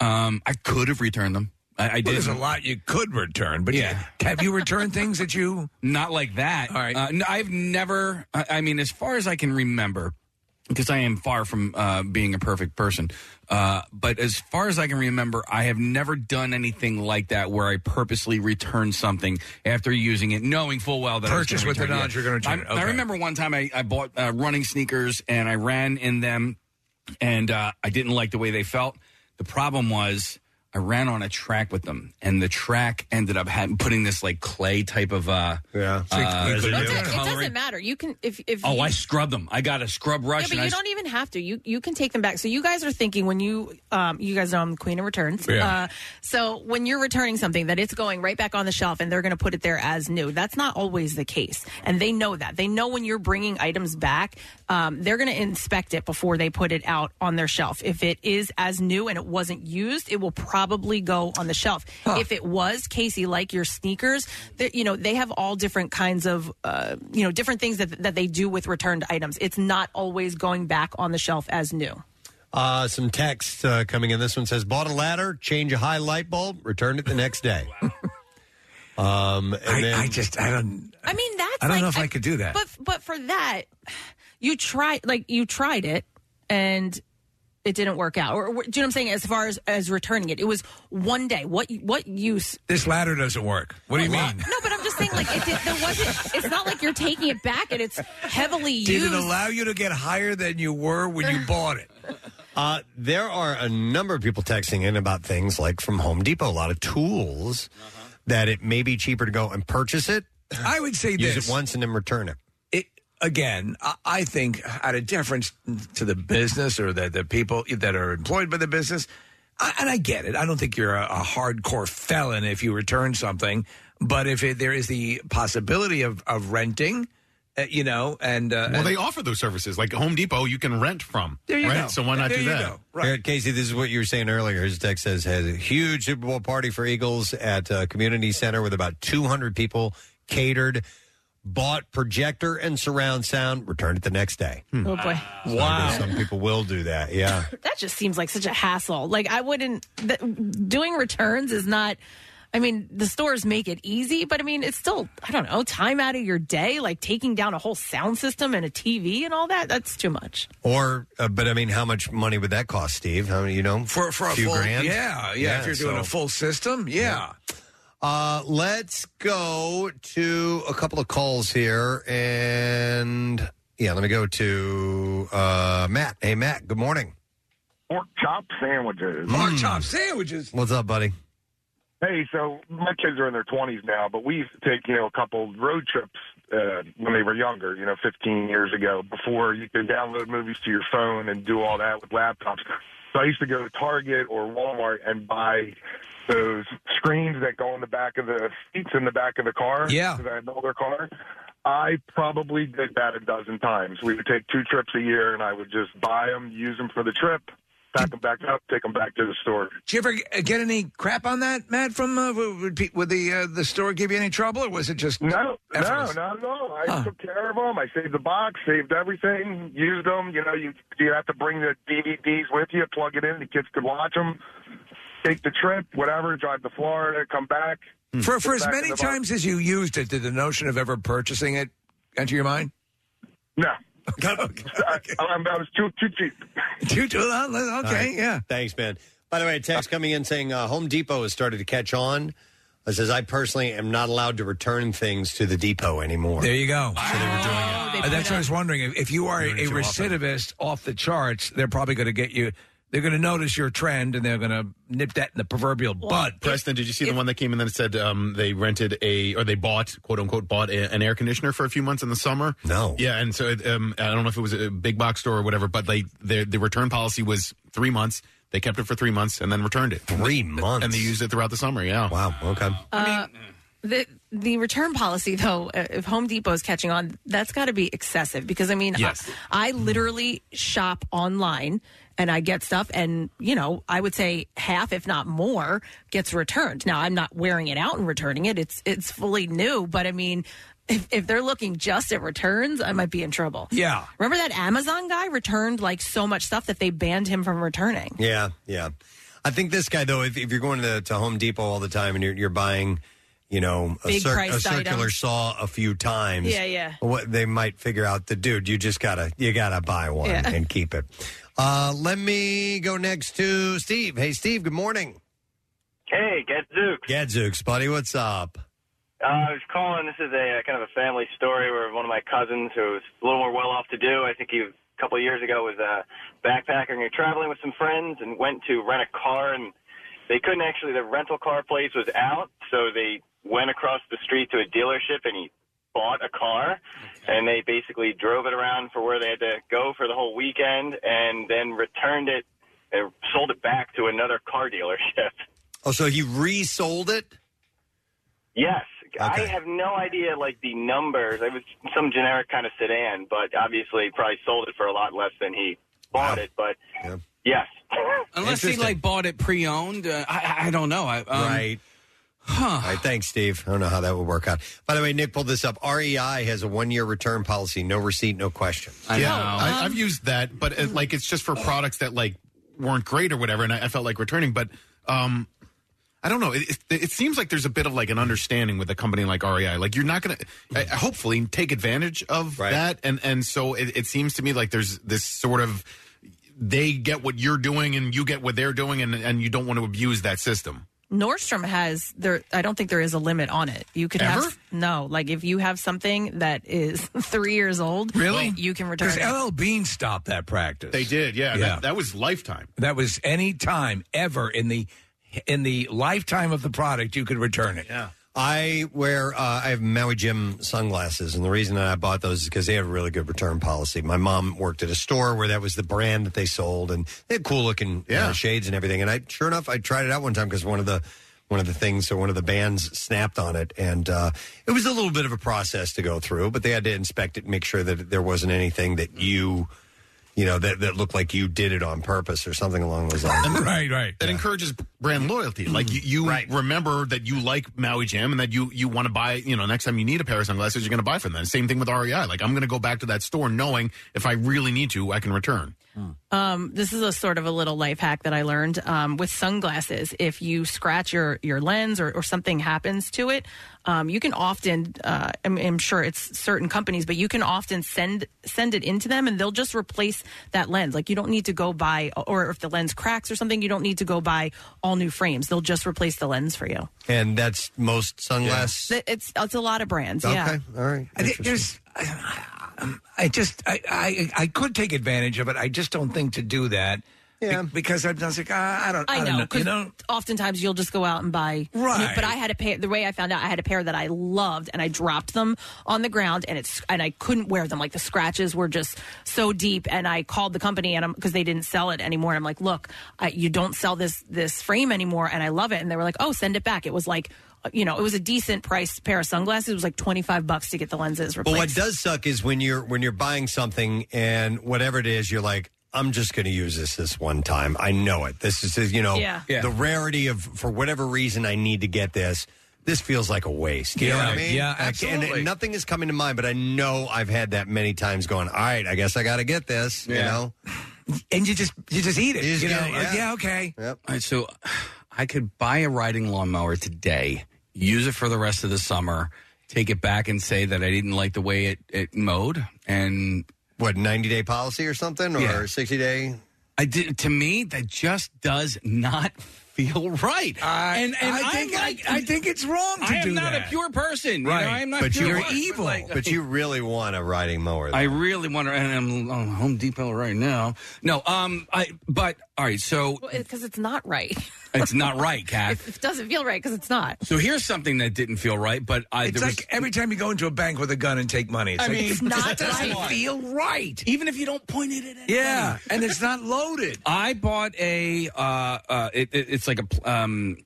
S8: Um, I could have returned them. I, I
S4: Well,
S8: did.
S4: there's a lot you could return, but yeah. have you returned things that you
S8: not like that? All right, uh, no, I've never. I, I mean, as far as I can remember, because I am far from uh, being a perfect person. Uh, but as far as I can remember, I have never done anything like that where I purposely return something after using it, knowing full well that I was
S4: Purchase
S8: gonna
S4: with the
S8: return it.
S4: knowledge you're gonna return
S8: I,
S4: it.
S8: I
S4: Okay.
S8: remember one time I, I bought uh, running sneakers and I ran in them, and uh, I didn't like the way they felt. The problem was. I ran on a track with them, and the track ended up having, putting this like clay type of uh, yeah.
S2: you could
S3: It, it doesn't matter. You can if if
S8: Oh,
S3: you,
S8: I scrub them. I got a scrub
S3: yeah,
S8: rush.
S3: but
S8: and I
S3: you
S8: s-
S3: don't e even have to. You you can take them back. So you guys are thinking when you um you guys know I'm the queen of returns.
S8: Yeah.
S3: Uh, so when you're returning something that it's going right back on the shelf and they're going to put it there as new. That's not always the case, and they know that. They know when you're bringing items back, um, they're going to inspect it before they put it out on their shelf. If it is as new and it wasn't used, it will probably go on the shelf. If it was Casey, like your sneakers, that you know they have all different kinds of uh, you know different things that that they do with returned items. It's not always going back on the shelf as new.
S2: Uh, some text uh, coming in. This one says, "Bought a ladder, change a high light bulb, returned it the next day." um, and then, I
S4: just I don't
S3: I mean that's
S2: I don't
S3: like,
S2: know if I could do that.
S3: But but for that, you try like you tried it and it didn't work out. Or, or do you know what I'm saying? As far as as returning it, it was one day. What what use?
S4: This ladder doesn't work. What do you mean?
S3: No, but I'm just saying like it, did there wasn't. It's not like you're taking it back and it's heavily
S4: Did
S3: used.
S4: it allow you to get higher than you were when you bought it?
S2: Uh, there are a number of people texting in about things like from Home Depot, a lot of tools that it may be cheaper to go and purchase it.
S4: Uh-huh. I would say
S2: use
S4: this.
S2: it once and then return it.
S4: it again, I, I think out of deference to the business or the, the people that are employed by the business, I, and I get it. I don't think you're a, a hardcore felon if you return something, but if it, there is the possibility of, of renting, uh, you know, and uh,
S5: Well,
S4: and-
S5: they offer those services. Like Home Depot, you can rent from. right? So why not do that?
S2: Here, Casey, this is what you were saying earlier. His text says has a huge Super Bowl party for Eagles at a community center with about 200 people catered. Bought projector and surround sound. Returned it the next day.
S3: Oh, boy.
S2: So I guess Some people will do that. Yeah.
S3: that just seems like such a hassle. Like I wouldn't. Th- doing returns is not. I mean, the stores make it easy, but I mean, it's still I don't know time out of your day, like taking down a whole sound system and a TV and all that. That's too much.
S2: Or, uh, but I mean, how much money would that cost, Steve? How you know
S4: for for a
S2: few
S4: full,
S2: grand?
S4: Yeah, yeah, If you're doing
S2: so-
S4: a full system, yeah.
S2: Uh, let's go to a couple of calls here, and yeah, let me go to uh, Matt. Hey, Matt. Good morning.
S10: Pork chop sandwiches.
S2: Pork chop
S4: sandwiches.
S2: What's up, buddy?
S10: Hey, so my kids are in their 20s now, but we used to take, you know, a couple road trips uh, when they were younger, you know, 15 years ago, before you could download movies to your phone and do all that with laptops. So I used to go to Target or Walmart and buy those screens that go on the back of the seats in the back of the car.
S4: Yeah.
S10: Because I had an older car. I probably did that a dozen times. We would take two trips a year, and I would just buy them, use them for the trip, pack them back up, take them back to the store.
S4: Did you ever g- uh, get any crap on that, Matt? From uh, would, would pe- would the uh, the store give you any trouble, or was it just
S10: No,
S4: effortless?
S10: no, not at all. I took care of them. I saved the box, saved everything, used them. You know, you you have to bring the DVDs with you, plug it in, the kids could watch them. Take the trip, whatever, drive to Florida, come back.
S4: For
S10: put
S4: for as
S10: Hmm. back in
S4: many
S10: the box.
S4: times as you used it, did the notion of ever purchasing it enter your mind?
S10: No.
S4: I,
S10: I was too too cheap.
S4: Too too. Okay,
S2: All right.
S4: yeah.
S2: Thanks, man. By the way, a text coming in saying uh, Home Depot has started to catch on. It says I personally am not allowed to return things to the depot anymore.
S4: There you go. Uh, that's what I was wondering. If- If you are
S2: Doing it
S4: a
S2: too often.
S4: recidivist off the charts, they're probably going to get you. They're going to notice your trend, and they're going to nip that in the proverbial butt.
S5: Preston, did you see the one that came in that said um, they rented a or they bought quote unquote bought a, an air conditioner for a few months in the summer?
S2: No.
S5: Yeah, and so it, um, I don't know if it was a big box store or whatever, but they their the return policy was three months. They kept it for three months and then returned it.
S2: Three months,
S5: and they used it throughout the summer. Yeah.
S2: Wow. Okay.
S3: Uh, the the return policy though, uh, if Home Depot is catching on, that's got to be excessive because I mean,
S24: Yes.
S3: I, I literally shop online and I get stuff, and you know, I would say half, if not more, gets returned. Now I'm not wearing it out and returning it; it's it's fully new. But I mean, if, if they're looking just at returns, I might be in trouble.
S4: Yeah.
S3: Remember that Amazon guy returned like so much stuff that they banned him from returning.
S2: Yeah, yeah. I think this guy though, if, if you're going to, to Home Depot all the time and you're, you're buying, you know, a,
S3: Big
S2: a
S3: priced
S2: circular
S3: items.
S2: saw a few times,
S3: Yeah, yeah.
S2: what they might figure out the dude, you just gotta you gotta buy one
S3: Yeah.
S2: and keep it. Uh, let me go next to Steve. Hey, Steve. Good morning.
S23: Hey, Gadzooks.
S2: Gadzooks, buddy. What's up?
S23: Uh, I was calling. This is a uh, kind of a family story where one of my cousins, who was a little more well off to do, I think he was- a couple of years ago was uh, backpacking or traveling with some friends and went to rent a car and they couldn't actually. The rental car place was out, so they went across the street to a dealership and he bought a car and they basically drove it around for where they had to go for the whole weekend and then returned it and sold it back to another car dealership.
S2: Oh, so he resold it?
S23: Yes. I have no idea, like the numbers. It was some generic kind of sedan, but obviously probably sold it for a lot less than he bought it. But yes,
S8: Unless he like bought it pre-owned, uh, I, I don't know. I, um,
S2: right. All right, thanks, Steve. I don't know how that would work out. By the way, Nick pulled this up. REI has a one-year return policy, no receipt, no question.
S5: yeah, I, I've used that, but it, like it's just for products that like weren't great or whatever, and I, I felt like returning. But um, I don't know. It, it, it seems like there's a bit of like an understanding with a company like REI. Like you're not going to hopefully take advantage of that, and and so it, it seems to me like there's this sort of they get what you're doing and you get what they're doing, and and you don't want to abuse that system.
S3: Nordstrom has there. I don't think there is a limit on it. You could
S5: Ever?
S3: have no. Like if you have something that is three years old,
S4: Really?
S3: you can return
S4: Because
S3: it.
S4: LL Bean stopped that practice. They
S5: did, yeah.
S4: yeah.
S5: That, that was lifetime.
S4: That was any time ever in the in the lifetime of the product you could return it.
S5: Yeah.
S2: I wear uh, I have Maui Jim sunglasses, and the reason that I bought those is because they have a really good return policy. My mom worked at a store where that was the brand that they sold, and they had cool looking uh, shades and everything. And I, sure enough, I tried it out one time because one of the one of the things or one of the bands snapped on it, and uh, it was a little bit of a process to go through. But they had to inspect it, and make sure that there wasn't anything that you, you know, that that looked like you did it on purpose or something along those lines.
S4: right, right.
S5: That encourages brand loyalty. Like you, you remember that you like Maui Jim and that you you want to buy. You know, next time you need a pair of sunglasses, you're going to buy from them. Same thing with REI. Like I'm going to go back to that store knowing if I really need to, I can return.
S3: Um, this is a sort of a little life hack that I learned um, with sunglasses. If you scratch your, your lens or, or something happens to it, um, you can often, uh, I'm, I'm sure it's certain companies, but you can often send send it into them and they'll just replace that lens. Like you don't need to go buy, or if the lens cracks or something, you don't need to go buy all new frames. They'll just replace the lens for you.
S2: And that's most sunglasses.
S3: Th- It's it's a lot of brands. Yeah.
S2: Okay, all right.
S4: I, think there's, I, I just I, I I could take advantage of it. I just don't think to do that. Yeah. because I'm just like ah, I don't.
S3: I
S4: don't
S3: know,
S4: You
S3: because
S4: know.
S3: oftentimes you'll just go out and buy.
S4: Right.
S3: But I had a pair. The way I found out, I had a pair that I loved, and I dropped them on the ground, and it's and I couldn't wear them. Like the scratches were just so deep, and I called the company, and because they didn't sell it anymore, and I'm like, look, I, you don't sell this this frame anymore, and I love it, and they were like, oh, send it back. It was like. You know, it was a decent priced pair of sunglasses. It was like twenty five bucks to get the lenses
S2: But
S3: replaced.
S2: what does suck is when you're when you're buying something and whatever it is, you're like, I'm just going to use this this one time. I know it. This is you know
S25: Yeah. Yeah.
S2: the rarity of for whatever reason I need to get this. This feels like a waste. You know
S4: Yeah,
S2: what I mean?
S4: yeah,
S2: I can't- and-
S4: absolutely.
S2: And nothing is coming to mind, but I know I've had that many times. Going, all right, I guess I got to get this. You
S8: Yeah.
S2: know,
S4: and you just you just eat it.
S2: You,
S4: You
S2: know,
S4: know, like, yeah, okay.
S2: Yep.
S8: All right, so I could buy a riding lawnmower today, use it for the rest of the summer, take it back and say that I didn't like the way it, it mowed, and
S2: what ninety day policy or something, or 60 day.
S8: I did to me that just does not feel right.
S4: I,
S8: and and
S4: I think
S8: I'm
S4: I-
S8: like,
S4: I, think it's wrong to
S8: I am
S4: do
S8: not
S4: that.
S8: a pure person. you know, I am not
S2: but
S8: pure.
S2: you're
S8: But,
S2: evil.
S8: like-
S2: but you really want a riding mower.
S8: I really want to, and I'm on Home Depot right now. No, um, I but all right, so
S3: Because it's not right.
S8: it's not right, Kat.
S3: It doesn't feel right because it's not.
S8: So here's something that didn't feel right, but I
S4: It's
S8: there
S4: like every time you go into a bank with a gun and take money. It's
S8: I
S4: like,
S8: mean,
S4: it
S8: not
S4: doesn't
S8: right.
S4: feel right.
S8: Even if you don't point it at
S4: anybody. Yeah, and it's not loaded.
S8: I bought a. Uh, uh, it, it- it's like a. pl- Um,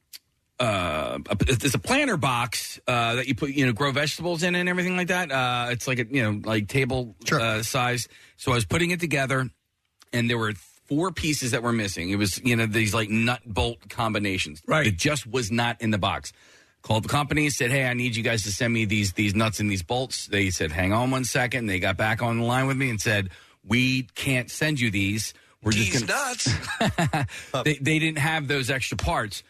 S8: uh, a- it's a planter box uh, that you put, you know, grow vegetables in and everything like that. Uh, it's like a, you know, like table uh, size. So I was putting it together, and there were four pieces that were missing. It was, you know, these like nut bolt combinations. Right. It just was not in the box. Called the company, said, Hey, I need you guys to send me these these nuts and these bolts. They said, Hang on one second. They got back on the line with me and said, We can't send you these. We're just gonna nuts. they, they didn't have those extra parts.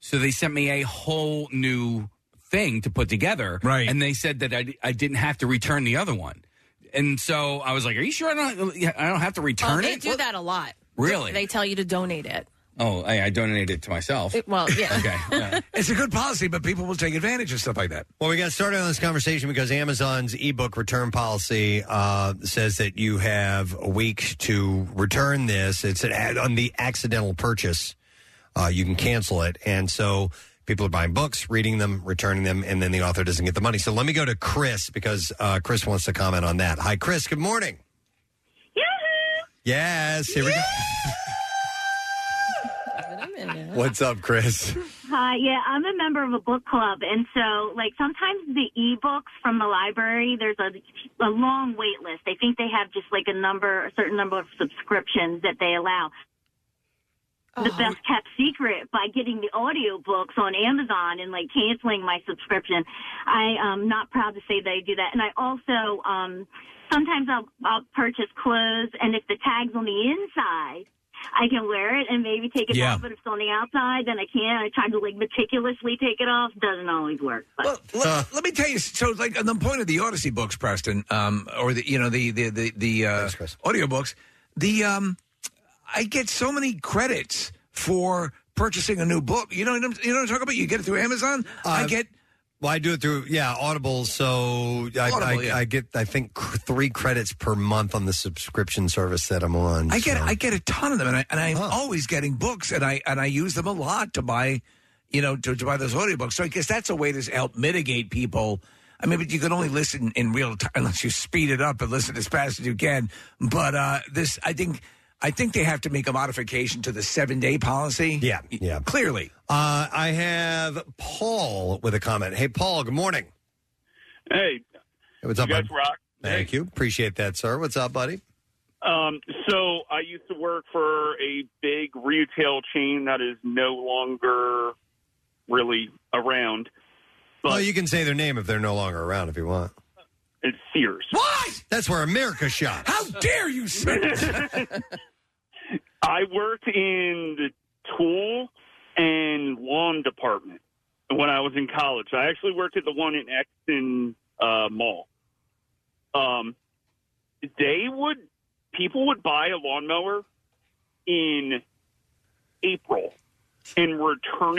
S8: So they sent me a whole new thing to put together. Right. And they said that I, I didn't have to return the other one. And so I was like, Are you sure I don't I don't have to return
S3: Oh, they
S8: it?
S3: do that a lot.
S8: Really?
S3: They tell you to donate it.
S8: Oh, I, I donated it to myself.
S3: It- well, yeah.
S8: Okay.
S4: It's a good policy, but people will take advantage of stuff like that.
S2: Well, we got started on this conversation because Amazon's ebook return policy uh, says that you have a week to return this. It's an ad on the accidental purchase. Uh, you can cancel it. And so people are buying books, reading them, returning them, and then the author doesn't get the money. So let me go to Chris because uh, Chris wants to comment on that. Hi, Chris. Good morning. Yes, here we go. What's up, Chris?
S13: Hi, yeah, I'm a member of a book club, and so like sometimes the e-books from the library, there's a, a long wait list. I think they have just like a number, a certain number of subscriptions that they allow. The best kept secret by getting the audio books on Amazon and like canceling my subscription. I am not proud to say that I do that, and I also um, sometimes I'll, I'll purchase clothes, and if the tag's on the inside. I can wear it and maybe take it
S4: Yeah.
S13: off, but if it's on the outside, then I can't. I try to like meticulously take it off. Doesn't always work. But
S4: Let, let me tell you. So, like on the point of the Odyssey books, Preston, um, or the you know the the the, the uh, audiobooks, the um, I get so many credits for purchasing a new book. You know, what I'm- you know what I'm talking about. You get it through Amazon. I
S2: Uh,
S4: get
S2: Well, I do it through yeah Audible, so I,
S4: Audible,
S2: I,
S4: yeah.
S2: I get I think cr- three credits per month on the subscription service that I'm on.
S4: I get
S2: so.
S4: I get a ton of them, and, I, and I'm always getting books, and I and I use them a lot to buy, you know, to, to buy those audiobooks. So I guess that's a way to help mitigate people. I mean, but you can only listen in real time unless you speed it up and listen as fast as you can. But uh, this, I think, I think they have to make a modification to the seven day policy. Yeah,
S2: yeah,
S4: clearly.
S2: Uh, I have Paul with a comment. Hey, Paul. Good morning.
S14: Hey,
S2: Hey, What's
S14: you
S2: up,
S14: guys
S2: bud?
S14: rock.
S2: Thank you. Appreciate that, sir. What's up, buddy?
S14: Um, so I used to work for a big retail chain that is no longer really around.
S2: Well, you can say their name if they're no longer around if you want.
S14: It's Sears.
S2: What? That's where America shot.
S4: How dare you say
S14: I worked in the tool and lawn department when I was in college. I actually worked at the one in Exton uh, Mall. Um, they would people would buy a lawnmower in April and return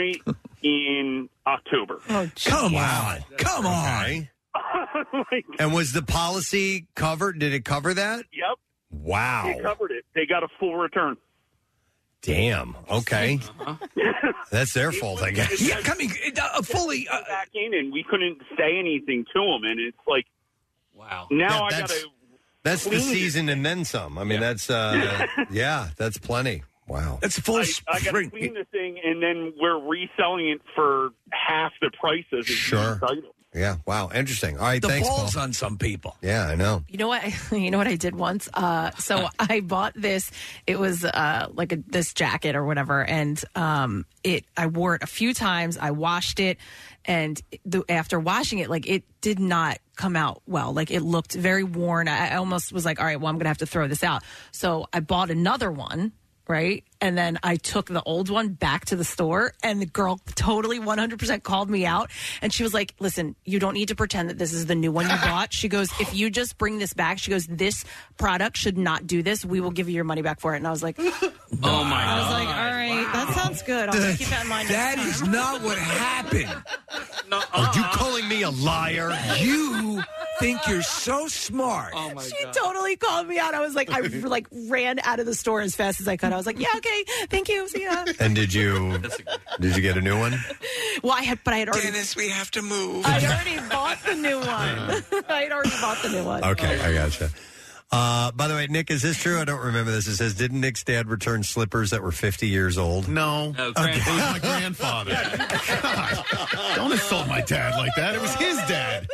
S14: it in October.
S4: Come on, come on.
S2: And was the policy covered? Did it cover that?
S14: Yep.
S2: Wow.
S14: They covered it. They got a full return.
S2: Damn. Okay.
S14: Uh-huh.
S2: That's their fault, I guess.
S14: Yeah,
S4: coming uh, fully
S14: back in, and we couldn't say anything to them, and it's like,
S8: wow.
S2: That-
S14: Now I
S2: that's-
S14: gotta.
S2: That's the
S14: clean it.
S2: season and then some. I mean, that's uh, yeah, that's plenty. Wow,
S4: that's full
S14: I, I gotta clean the thing, and then we're reselling it for half the price as a
S2: Sure.
S14: title.
S2: Yeah, wow, interesting. All right,
S14: The
S2: thanks,
S14: balls
S2: Paul.
S4: on some people.
S2: Yeah, I know.
S3: You know what? You know what I did once. Uh, so I bought this. It was uh, like a, this jacket or whatever, and um, it. I wore it a few times. I washed it, and the, after washing it, like it did not come out well. Like it looked very worn. I, I almost was like, all right, well, I'm gonna have to throw this out. So I bought another one. Right. And then I took the old one back to the store, and the girl totally 100% called me out. And she was like, Listen, you don't need to pretend that this is the new one you bought. She goes, If you just bring this back, she goes, This product should not do this. We will give you your money back for it. And I was like,
S8: Oh my
S3: I was like, All right, that sounds good. I'll keep that in mind.
S4: That is not what happened.
S14: Uh-huh.
S2: Are you calling me a liar?
S4: You think you're so smart.
S3: Oh my she totally called me out. I was like, I like ran out of the store as fast as I could. I was like, Yeah, okay, thank you. See ya.
S2: And did you did you get a new one?
S3: Well, I had, but I had already.
S26: Dennis, we have to move.
S3: I already bought the new one. I had already bought the new one.
S2: Okay, I gotcha. Uh, by the way, Nick, is this true? I don't remember this. It says, didn't Nick's dad return slippers that were 50 years old?
S5: No. It was my grandfather. God, don't insult my dad like that. It was his dad.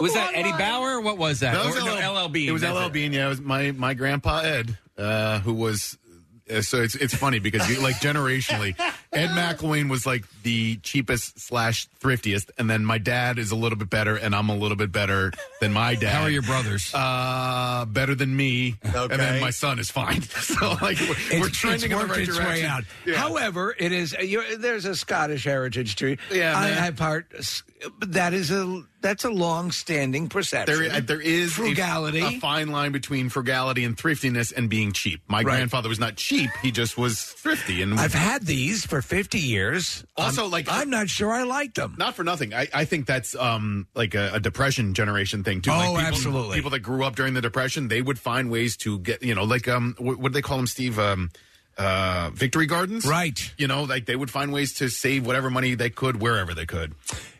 S8: Was that Eddie Bauer? What was that?
S5: was
S8: Or- no,
S5: LL
S8: LL Bean,
S5: It was
S8: that's
S5: LL
S8: it.
S5: Bean. Yeah, it was my my grandpa Ed, uh, who was Uh, so it's it's funny because you like generationally, Ed McElwain was like the cheapest slash thriftiest, and then my dad is a little bit better, and I'm a little bit better than my dad.
S8: How are your brothers?
S5: Uh, better than me, and
S4: Okay.
S5: then my son is fine. So like we're,
S4: It's-
S5: we're trending
S4: it's
S5: in the
S4: worked
S5: right
S4: its
S5: direction.
S4: Way out. However, it is you're, there's a Scottish heritage to it.
S5: Yeah,
S4: I,
S5: man.
S4: I part. but That is a that's a long-standing perception.
S5: There, i- there is a-
S4: frugality.
S5: A, fine line between frugality and thriftiness and being cheap. My
S4: Right.
S5: grandfather was not cheap; he just was thrifty. And
S4: I've had these for 50 years.
S5: Also, like
S4: I'm not sure I like them.
S5: Not for nothing. I, I think that's um like a, a depression generation thing too.
S4: Oh,
S5: like people,
S4: absolutely.
S5: People that grew up during the depression, they would find ways to get you know like um what, what do they call them, Steve? Um, uh, victory gardens,
S4: right?
S5: You know, like they would find ways to save whatever money they could wherever they could.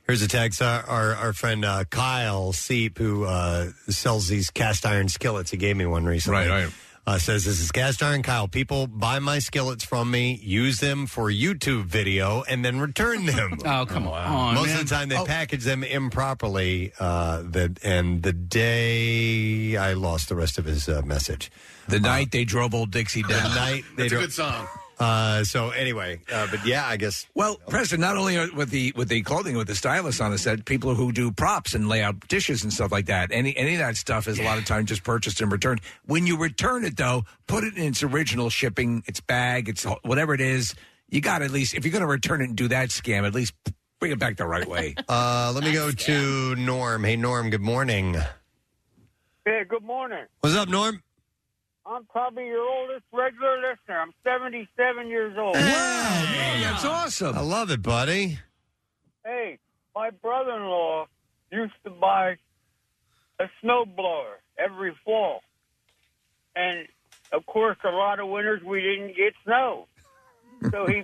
S2: Here's a text. Our our, our friend uh, Kyle Seep, who uh, sells these cast iron skillets, he gave me one recently.
S4: Right, right.
S2: Uh, says this is cast iron Kyle. People buy my skillets from me, use them for YouTube video, and then return them.
S8: oh come on!
S2: Most
S8: man.
S2: of the time, they package them improperly. Uh, that and the day I lost the rest of his uh, message.
S4: The night they drove old Dixie down.
S2: The night they dro-
S5: song.
S2: Uh, so anyway, uh, but yeah, I guess
S4: Well, Preston, not only are- with the with the clothing with the stylist on the set, people who do props and lay out dishes and stuff like that. Any any of that stuff is a lot of time just purchased and returned. When you return it though, put it in its original shipping, its bag, its ho- whatever it is. You got to at least if you're going to return it and do that scam, at least bring it back the right way.
S2: Uh, let me go to Norm. Hey, Norm. Good morning.
S11: Hey, good morning.
S2: What's up, Norm?
S11: I'm probably your oldest regular listener. I'm 77 years old.
S4: that's awesome.
S2: I love it, buddy.
S11: Hey, my brother-in-law used to buy a snowblower every fall, and of course, a lot of winters we didn't get snow, so he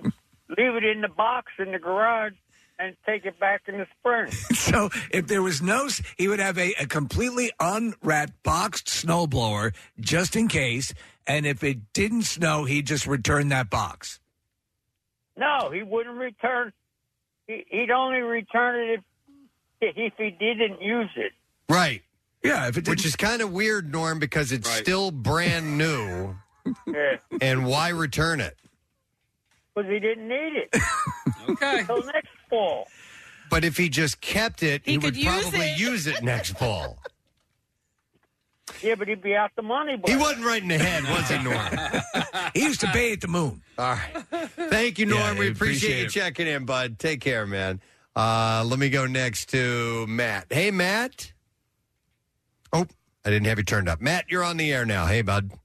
S11: leave it in the box in the garage and take it back in the spring.
S4: so if there was no, s- he would have a, a completely unwrapped boxed snowblower just in case. And if it didn't snow, he'd just return that box.
S11: No, he wouldn't return. He, he'd only return it if, if he didn't use it.
S2: Right.
S4: Yeah, if it
S2: which is kind of weird, Norm, because it's
S11: Right.
S2: still brand new.
S11: Yeah.
S2: and why return it?
S11: because he didn't need it.
S8: okay.
S11: Until next fall.
S2: But if he just kept it, he,
S11: He could
S2: would
S11: use
S2: probably
S11: it.
S2: use it next fall.
S11: Yeah, but he'd be out the money. But
S2: He wasn't right in the head, was he, Norm?
S4: he used to bathe at the moon.
S2: All right. Thank you, Norm.
S4: Yeah,
S2: we
S4: I appreciate
S2: appreciate you
S4: it.
S2: checking in, bud. Take care, man. Uh, let me go next to Matt. Hey, Matt. Oh, I didn't have you turned up. Matt, you're on the air now. Hey, bud. Oh.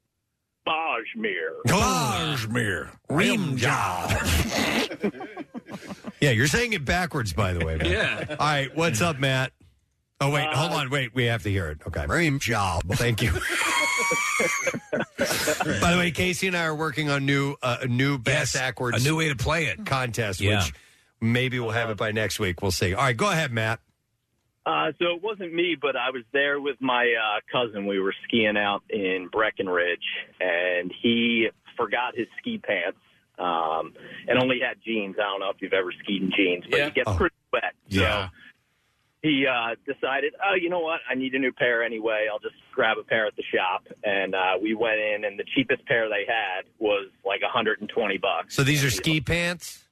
S15: Bajmir.
S4: Kashmir. Rimja.
S2: Yeah, you're saying it backwards, by the way. Matt.
S15: Yeah.
S2: All right, what's up, Matt? Oh wait, hold on, wait. We have to hear it. Okay. Dream job. Thank you. by the way, Casey and I are working on new uh, a new bass backwards,
S4: a new way to play it
S2: contest,
S4: Yeah.
S2: which maybe we'll have it by next week. We'll see. All right, go ahead, Matt.
S15: Uh, so it wasn't me, but I was there with my uh, cousin. We were skiing out in Breckenridge, and he forgot his ski pants um, and only had jeans. I don't know if you've ever skied in jeans, but
S11: Yeah.
S15: he gets
S11: Oh.
S15: pretty wet.
S11: Yeah.
S15: So he uh, decided, oh, you know what? I need a new pair anyway. I'll just grab a pair at the shop. And uh, we went in, and the cheapest pair they had was like 120 bucks.
S2: So these are
S15: And he's
S2: ski pants.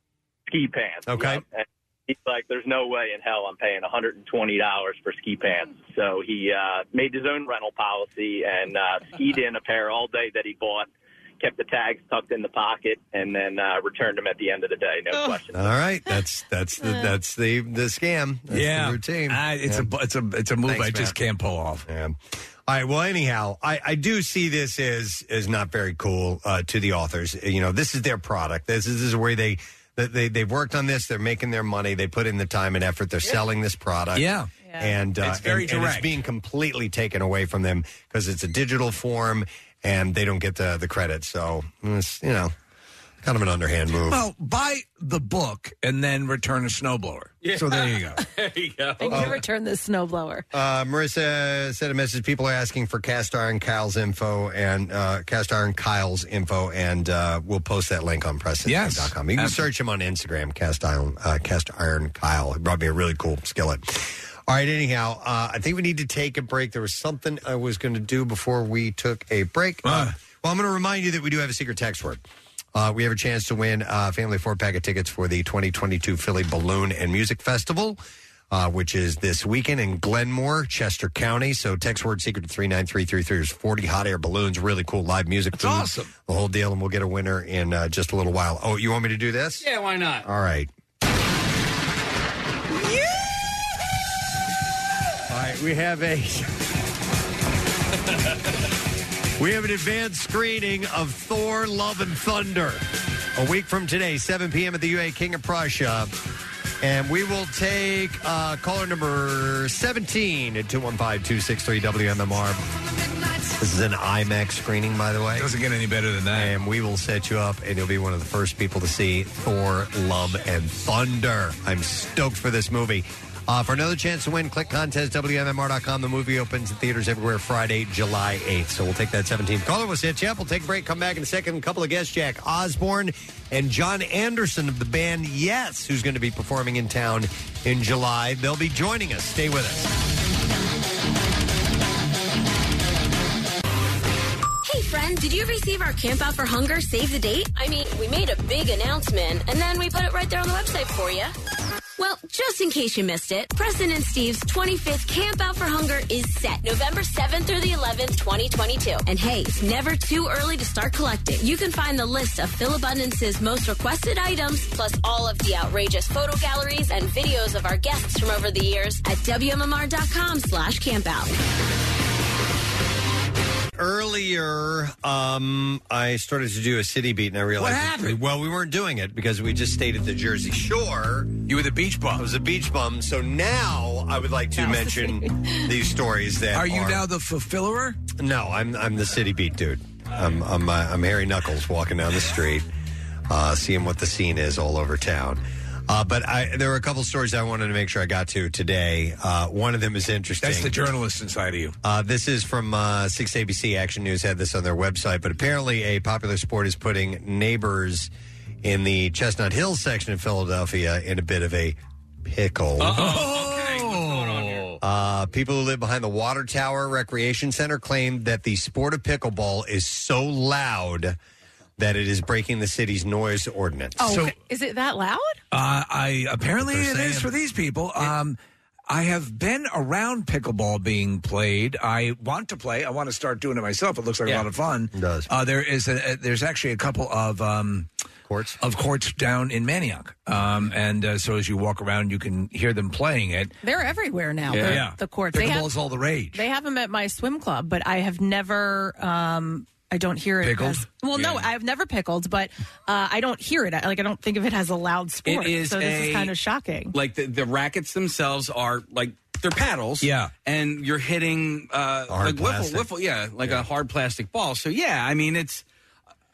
S15: ski pants.
S2: Okay.
S15: Yep. And he's like, there's no way in hell I'm paying $120 for ski pants. So he uh, made his own rental policy and uh, skied in a pair all day that he bought, kept the tags tucked in the pocket, and then uh, returned them at the end of the day. No question.
S2: All right, that's that's the that's the the scam. That's
S4: Yeah.
S2: the routine.
S4: I- it's a- it's a it's a move I just can't pull off.
S2: Yeah. All right. Well, anyhow, I, I do see this as as not very cool uh, to the authors. You know, this is their product. This is, this is where they that they they've worked on this. They're making their money. They put in the time and effort. They're selling this product.
S4: Yeah.
S2: And uh,
S4: It's very
S2: and, and it's
S4: direct.
S2: being completely taken away from them because it's a digital form and they don't get the the credit. So it's you know kind of an underhand move.
S4: Well, buy the book and then return a snowblower. So there you go.
S8: there you go.
S6: And you return this snowblower.
S2: Uh, Marissa sent a message. People are asking for cast iron Kyle's info and uh, cast iron Kyle's info, and uh, we'll post that link on PrestonSteve.com.
S4: Yes.
S2: You can search him on Instagram, cast iron, uh, cast iron Kyle. He brought me a really cool skillet. All right. Anyhow, uh, I think we need to take a break. There was something I was going to do before we took a break. Uh, Well, I'm going to remind you that we do have a secret text word. Uh, we have a chance to win uh, family four pack of tickets for the 2022 Philly Balloon and Music Festival, uh, which is this weekend in Glenmore, Chester County. So text word secret to 39333. There's 40 hot air balloons, really cool live music. That's awesome. The whole deal, and we'll get a winner in uh, just a little while. Oh, you want me to do this?
S8: Yeah, why not?
S2: All right. All right, we have a we have an advanced screening of Thor: Love and Thunder a week from today, 7 p.m. at the UA King of Prussia, and we will take uh, caller number 17 at 215-263-WMMR. This is an IMAX screening, by the way. Doesn't
S4: get any better than that.
S2: And we will set you up, and you'll be one of the first people to see Thor: Love and Thunder. I'm stoked for this movie. Uh, for another chance to win, click contest WMMR.com. The movie opens in theaters everywhere Friday, July 8th. So we'll take that 17th caller. We'll set you up. We'll take a break, come back in a second. A couple of guests, Jack Osborne and John Anderson of the band Yes, who's going to be performing in town in July. They'll be joining us. Stay with us.
S9: Hey, friend, did you receive our Camp Out for Hunger Save the Date? I mean, we made a big announcement and then we put it right there on the website for you. Well, just in case you missed it, Preston and Steve's 25th Camp Out for Hunger is set November 7th through the 11th, 2022. And hey, it's never too early to start collecting. You can find the list of Phil Abundance's most requested items, plus all of the outrageous photo galleries and videos of our guests from over the years at WMMR.com slash campout.
S2: earlier um, I started to do a city beat and I realized
S4: What happened?
S2: well we weren't doing it because we just stayed at the Jersey Shore.
S4: You were the beach bum.
S2: I was a beach bum. So now I would like to mention these stories that
S4: Are you
S2: are-
S4: now the fulfiller?
S2: No, I'm I'm the city beat dude. I'm I'm uh, I'm Harry Knuckles walking down the street, uh, seeing what the scene is all over town. Uh, but I, there were a couple stories I wanted to make sure I got to today. Uh, one of them is interesting.
S4: That's the journalist inside of you.
S2: Uh, this is from uh, 6ABC. Action News had this on their website, but apparently a popular sport is putting neighbors in the Chestnut Hill section of Philadelphia in a bit of a pickle.
S4: Oh,
S2: Oh. Uh, people who live behind the Water Tower Recreation Center claim that the sport of pickleball is so loud that it is breaking the city's noise ordinance.
S3: Oh,
S2: So-
S3: okay. is it that loud?
S4: Uh, I apparently
S2: That's
S4: it
S2: what
S4: is
S2: they're saying.
S4: for these people. Um, I have been around pickleball being played. I want to play. I want to start doing it myself. It looks like a
S2: Yeah.
S4: lot of fun.
S2: It does.
S4: Uh, there is a, a- there's actually a couple of um,
S2: courts
S4: of courts down in Manioc, um, and uh, so as you walk around, you can hear them playing it.
S3: They're everywhere now. The, the courts. They
S4: Pickleball's
S3: have,
S4: all the rage.
S3: they have them at my swim club, but I have never. Um, I don't hear it.
S4: Pickled?
S3: as- well, no, I've never pickled, but uh, I don't hear it. I, like I don't think of it as a loud sport.
S8: is
S3: so this
S8: a-
S3: is kind of shocking.
S8: Like the, the rackets themselves are like they're paddles. Yeah. And you're hitting uh like
S4: plastic.
S8: wiffle wiffle, yeah, like a hard plastic ball. So yeah, I mean it's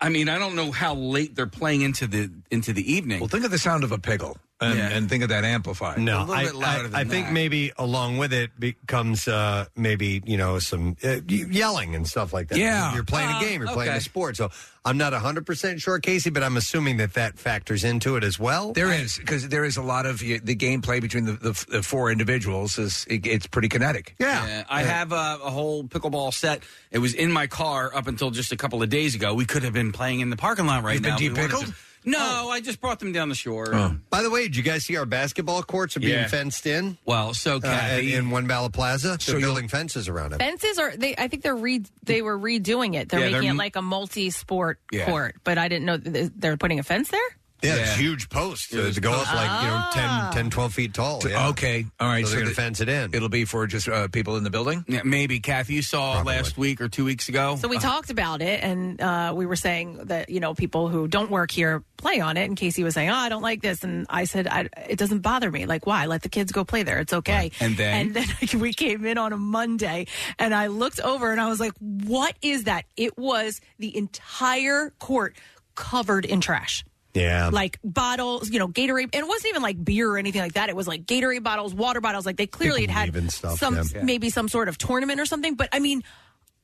S8: I mean, I don't know how late they're playing into the into the evening. Well,
S4: think of the sound of a pickle and, and think of that amplified.
S2: No,
S8: a little
S2: I,
S8: bit louder
S2: I-
S8: than
S2: I think
S8: that.
S2: maybe along with it be- comes uh, maybe you know some uh, y- yelling and stuff like that.
S4: Yeah.
S2: you're playing
S4: Uh,
S2: a game, you're playing a
S4: okay.
S2: sport. So I'm not 100 percent sure, Casey, but I'm assuming that that factors into it as well.
S4: There is because there is a lot of y- the gameplay between the, the, f- the four individuals is it, it's pretty kinetic.
S2: Yeah.
S8: I have a, a whole pickleball set. It was in my car up until just a couple of days ago. We could have been playing in the parking lot right
S2: You've been
S8: now. if we wanted
S2: depickled?
S8: to. No, I just brought them down the shore.
S2: By the way, did you guys see our basketball courts are being
S8: Yeah.
S2: fenced in? Uh,
S8: Well, so Kathy-
S2: in One Balla Plaza, they're building fences around it.
S3: Fences are they? I think they're re, they were redoing it. They're
S2: Yeah, they're
S3: making
S2: m-
S3: it like a multi-sport
S2: Yeah.
S3: court, but I didn't know th- they're putting a fence there.
S2: Yeah, it's huge posts uh, to go up like you know
S4: Ah.
S2: 10, 10 12 feet tall.
S4: To-
S2: yeah.
S4: Okay, all right.
S2: So, they're gonna
S4: the-
S2: fence it in.
S4: It'll be for just uh, people in the building.
S8: Yeah, maybe Kathy, you saw last week or two weeks ago.
S3: So we talked about it, and uh, we were saying that you know people who don't work here play on it. And Casey was saying, "Oh, I don't like this," and I said, I, "It doesn't bother me. Like, why? Let the kids go play there. It's okay."
S8: And then?
S3: and then we came in on a Monday, and I looked over and I was like, "What is that?" It was the entire court covered in trash
S2: Yeah.
S3: like bottles, you know, Gatorade, and it wasn't even like beer or anything like that. It was like Gatorade bottles, water bottles. Like they clearly had
S2: leaving
S3: had
S2: stuff,
S3: some
S2: yeah.
S3: maybe some sort of tournament or something. But I mean,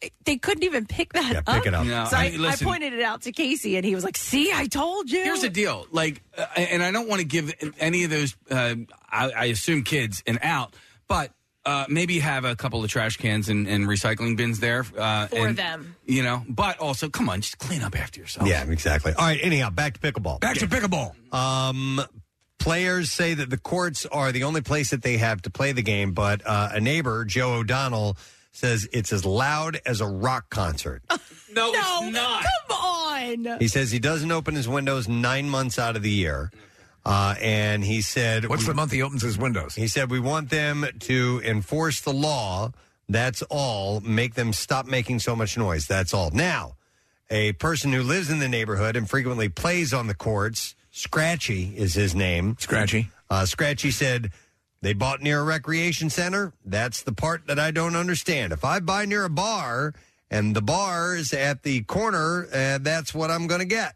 S3: it- they couldn't even pick that
S2: Yeah,
S3: up.
S2: pick it up. No,
S3: so
S8: I-
S3: I, I,
S8: listen.
S3: pointed it out to Casey, and he was like, "See, I told you."
S8: Here's the deal, like, uh, and I don't want to give any of those, uh, I, I assume, kids an out, but uh, maybe have a couple of trash cans and, and recycling bins there uh,
S3: for
S8: and,
S3: them.
S8: You know, but also, come on, just clean up after yourself.
S2: Yeah, exactly. All right, anyhow, back to pickleball. Back to pickleball. Um, players say that the courts are the only place that they have to play the game, but uh, a neighbor, Joe O'Donnell, says it's as loud as a rock concert.
S8: No, it's not.
S3: Come on.
S2: He says he doesn't open his windows nine months out of the year. Uh, and he said, What's the month he opens his windows? He said, We want them to enforce the law. That's all. Make them stop making so much noise. That's all. Now, a person who lives in the neighborhood and frequently plays on the courts, Scratchy is his name. Scratchy. Uh, Scratchy said, They bought near a recreation center. That's the part that I don't understand. If I buy near a bar and the bar is at the corner, uh, that's what I'm going to get.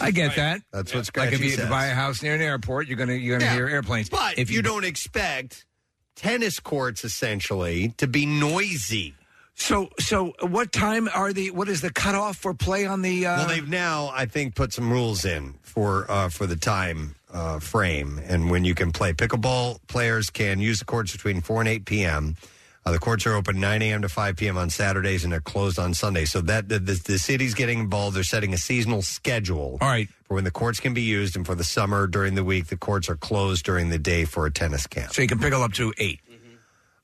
S4: I get that.
S2: That's what
S4: Like
S2: Scratchy
S4: if you
S2: says.
S4: buy a house near an airport, you're gonna you're gonna
S2: Yeah.
S4: hear airplanes.
S2: But
S4: if
S2: you, don't expect tennis courts essentially to be noisy.
S4: So so what time are the what is the cutoff for play on the uh
S2: well, they've now I think put some rules in for uh, for the time uh, frame and when you can play pickleball. Players can use the courts between four and eight p.m. Uh, the courts are open 9 a.m. to 5 p.m. on Saturdays and they're closed on Sunday. So that the, the, the city's getting involved. They're setting a seasonal schedule. All right. For when the courts can be used and for the summer during the week, the courts are closed during the day for a tennis camp.
S4: so you can pickle up to eight.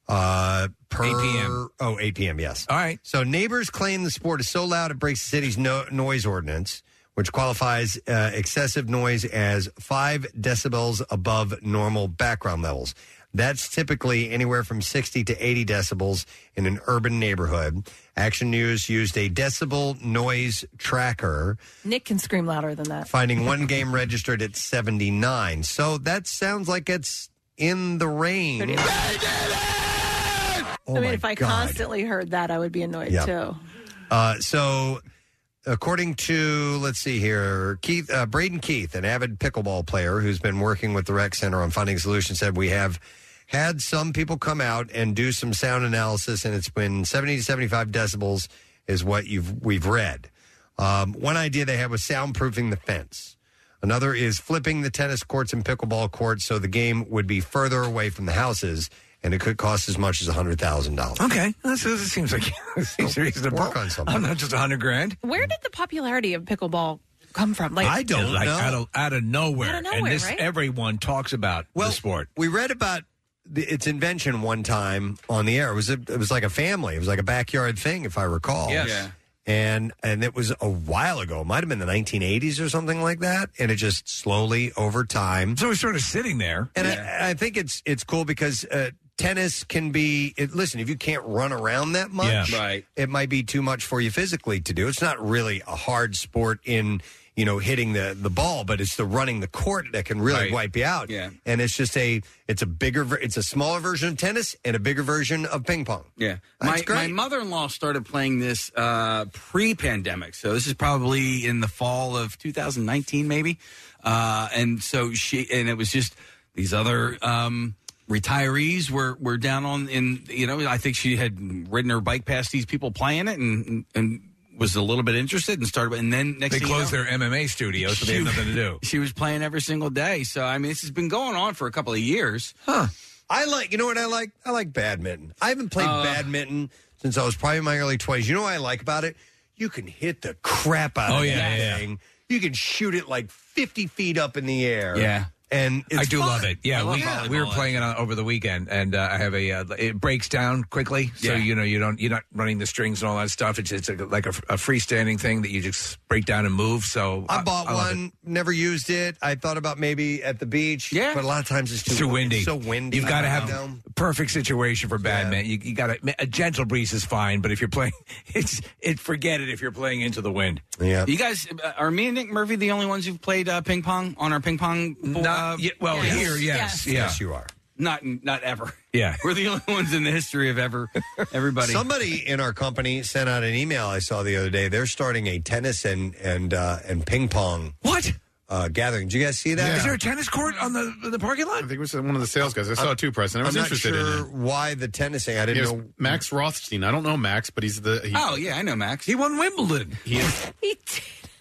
S2: Uh, per
S4: 8 p.m..
S2: Oh, 8 p.m. Yes. All right. So neighbors claim the sport is so loud it breaks the city's no- noise ordinance, which qualifies uh, excessive noise as five decibels above normal background levels. That's typically anywhere from 60 to 80 decibels in an urban neighborhood. Action News used a decibel noise tracker
S3: Nick can scream louder than that.
S2: finding one game registered at 79. So that sounds like it's in the range. Oh
S3: I mean,
S2: my
S3: if I
S2: God.
S3: constantly heard that, I would be annoyed
S2: Yeah.
S3: too.
S2: Uh, so, according to let's see here, Keith uh, Braden Keith, an avid pickleball player who's been working with the rec center on finding solutions, said we have had some people come out and do some sound analysis, and it's been seventy to seventy-five decibels is what you've we've read. Um, one idea they had was soundproofing the fence. Another is flipping the tennis courts and pickleball courts so the game would be further away from the houses, and it could cost as much as hundred thousand dollars.
S4: Okay, this, this seems like it seems reasonable.
S2: Work on something.
S4: I'm not just a hundred grand.
S3: Where did the popularity of pickleball come from? Like
S4: I don't like out of out of nowhere,
S3: Out of
S4: and
S3: nowhere,
S4: this
S3: right?
S4: everyone talks about
S2: Well,
S4: the sport.
S2: We read about the, its invention one time on the air. It was a, it was like a family. It was like a backyard thing, if I
S11: Oh,
S2: recall.
S4: Yes. Yeah.
S2: And and it was a while ago. It might have been the 1980s or something like that. And it just slowly over time.
S4: So we're sort of sitting there.
S2: And I, I think it's it's cool because uh, tennis can be. It, listen, if you can't run around that much,
S8: Yeah. Right.
S2: it might be too much for you physically to do. It's not really a hard sport in you know hitting the the ball, but it's the running the court that can really
S8: Right.
S2: wipe you out.
S8: Yeah.
S2: and it's just a it's a bigger ver- it's a smaller version of tennis and a bigger version of ping pong.
S8: Yeah.
S2: That's
S8: my,
S2: great.
S8: my mother-in-law started playing this uh, pre-pandemic, so this is probably in the fall of 2019, maybe. Uh, and so she, and it was just these other um, retirees were were down on in you know I think she had ridden her bike past these people playing it and and was a little bit interested and started and then next
S4: They
S8: thing
S4: closed
S8: you know,
S4: their MMA studio, so they had nothing to do.
S8: She was playing every single day, so I mean this has been going on for a couple of years.
S2: Huh. I like you know what I like? I like badminton. I haven't played
S8: Uh,
S2: badminton since I was probably in my early twenties. You know what I like about it? You can hit the crap out
S4: Oh,
S2: of
S4: yeah,
S2: that
S4: yeah.
S2: thing. You can shoot it like fifty feet up in the air.
S4: Yeah.
S2: And it's
S4: I do
S2: fun.
S4: love it. Yeah, we, we were playing it on, over the weekend, and uh, I have a. Uh, it breaks down quickly, so
S2: Yeah.
S4: you know you don't you're not running the strings and all that stuff. It's it's a, like a, a freestanding thing that you just break down and move. So
S2: I bought
S4: I love it.
S2: one, never used it. I thought about maybe at the beach. Yeah. But a lot of times it's too,
S4: It's too windy.
S2: it's so windy.
S4: You've got to
S2: I
S4: have
S2: don't know.
S4: perfect situation for badminton. You, you got to a gentle breeze is fine, but if you're playing, it's it forget it if you're playing into the wind.
S2: Yeah,
S8: You guys, uh, are me and Nick Murphy the only ones who've played uh, ping pong on our ping pong? bo- uh,
S4: Not yet- well, Yes. here, yes, Yes. yeah. Yes,
S2: you are.
S8: Not, not ever.
S4: Yeah,
S8: we're the only ones in the history of ever. Everybody,
S2: Somebody in our company sent out an email I saw the other day. They're starting a tennis and and uh, and ping pong
S4: what
S2: uh, gathering. Did you guys see that?
S4: Is there a tennis court on the the parking lot? I
S5: think it was one of the sales guys. I saw it too, Preston. I was
S2: am
S5: interested
S2: not
S5: in
S2: sure
S5: it.
S2: why the tennis thing. I
S5: It
S2: didn't
S5: was
S2: know.
S5: Max Rothstein. I don't know Max, but he's the. He,
S8: oh yeah, I know Max. He
S4: won Wimbledon.
S5: He is.
S3: He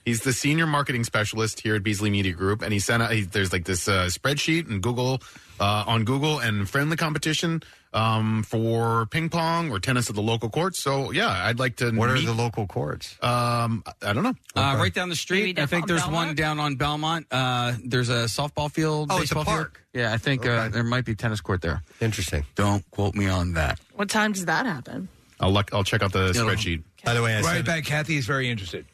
S5: He's the senior marketing specialist here at Beasley Media Group, and he sent out. He, there's like this uh, spreadsheet and Google uh, on Google and friendly competition um, for ping pong or tennis at the local courts. So yeah, I'd like to.
S2: What are
S5: meet-
S2: the local courts?
S5: Um, I don't know.
S8: Uh, right down the street, I think there's one down on Belmont. Uh, there's a softball field.
S3: Oh, it's a
S8: baseball field.
S3: park.
S8: Yeah, I think uh, there might be tennis court there.
S2: Interesting.
S8: Don't quote me on that.
S3: What time does that happen?
S5: I'll look, I'll check out the spreadsheet.
S2: By the way,
S4: right back. Kathy is very interested.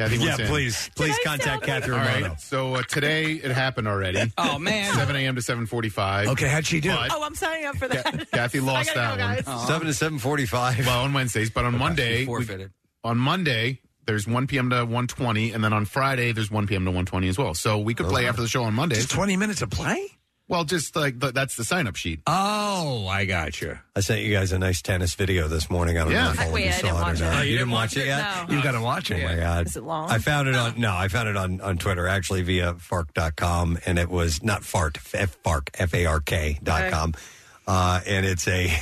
S5: Kathy wants in. All right,
S4: Romano.
S5: So uh, today it happened already.
S8: Oh, man.
S5: 7 a.m. to 7:45.
S4: Okay, how'd she do?
S5: But
S3: oh, I'm signing up for that.
S5: Kathy lost
S3: I gotta
S5: that
S3: go,
S5: one.
S3: guys. Aw. Seven
S2: to seven forty-five.
S5: Well, on Wednesdays, but on Monday,
S8: she
S5: we-
S8: forfeited.
S5: on Monday there's 1 p.m. to 1:20, and then on Friday there's 1 p.m. to 1:20 as well. So we could play after the show on Monday. Just
S4: 20 minutes of play.
S5: Well, just like th- that's the sign-up sheet.
S4: Oh, I got you.
S2: I sent you guys a nice tennis video this morning. I don't
S5: Yeah.
S2: know if all
S5: Wait,
S2: of you
S5: I
S2: saw
S5: didn't
S2: it
S5: watch
S2: or
S5: it.
S2: not.
S5: Oh, you
S2: you
S5: didn't
S2: didn't watch
S5: watch
S2: it
S5: it?
S2: yet?
S5: No.
S4: You've got to watch
S2: Oh
S4: it.
S2: my god!
S3: Is it long?
S2: I found it on no, I found it on on Twitter actually via fark.com and it was not fart f fark f a r k dot com, uh, and it's a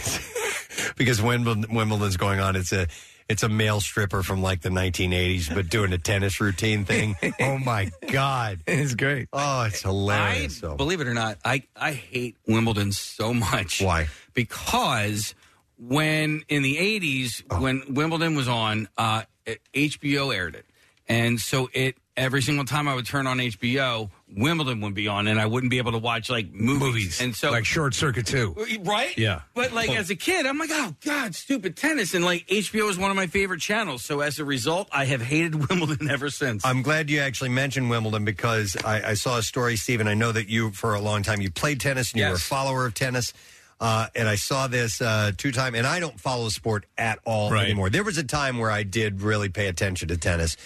S2: because Wimbledon, Wimbledon's going on. It's a it's a male stripper from like the 1980s, but doing a tennis routine thing. oh my god,
S4: it's great.
S2: Oh, it's
S8: I
S2: hilarious. so.
S8: believe it or not, I I hate Wimbledon so much. Why? Because when in the '80s, when Wimbledon was on, uh, it- HBO aired it, and so it every single time I would turn on HBO, Wimbledon would be on, and I wouldn't be able to watch like movies. And so,
S4: like Short Circuit too.
S8: right?
S4: Yeah.
S8: But like as a kid, I'm like, oh god, stupid tennis, and like HBO is one of my favorite channels. So as a result, I have hated Wimbledon ever since.
S2: I'm glad you actually mentioned Wimbledon because I, I saw a story, Stephen. I know that you, for a long time, you played tennis and you were a follower of tennis. Uh, and I saw this uh, two time, and I don't follow the sport at all
S5: Right.
S2: anymore. There was a time where I did really pay attention to tennis,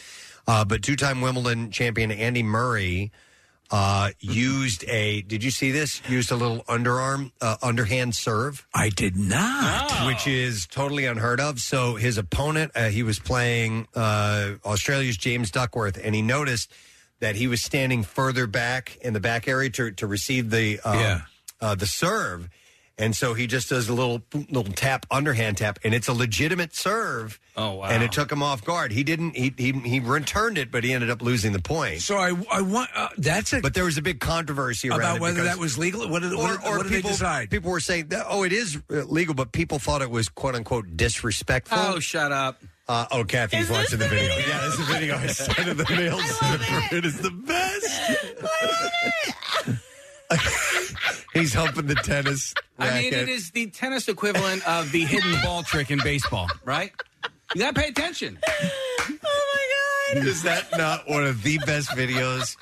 S2: uh, but two time Wimbledon champion Andy Murray uh, used a. Did you see this? Used a little underarm, uh, underhand serve. Ah.
S4: I did not,
S2: which is totally unheard of. So his opponent, uh, he was playing uh, Australia's James Duckworth, and he noticed that he was standing further back in the back area to to receive the um, uh, the serve, and so he just does a little little tap, underhand tap, and it's a legitimate serve.
S8: Oh wow!
S2: And it took him off guard. He didn't. He he he returned it, but he ended up losing the point.
S4: So I I want uh, that's it.
S2: But there was a big controversy around
S4: about
S2: it
S4: whether
S2: because-
S4: that was legal. What did, what, did-
S2: or
S4: what did
S2: people,
S4: they decide?
S2: People were saying, that, "Oh, it is uh, legal," but people thought it was "quote unquote" disrespectful.
S8: Oh, shut up!
S2: Uh, oh, Kathy's watching the, video. Yeah, this is the video I sent in the mail. server. it is the best. He's humping the tennis.
S8: I mean, it is the tennis equivalent of the hidden ball trick in baseball, right? You gotta pay attention.
S2: Is that not one of the best videos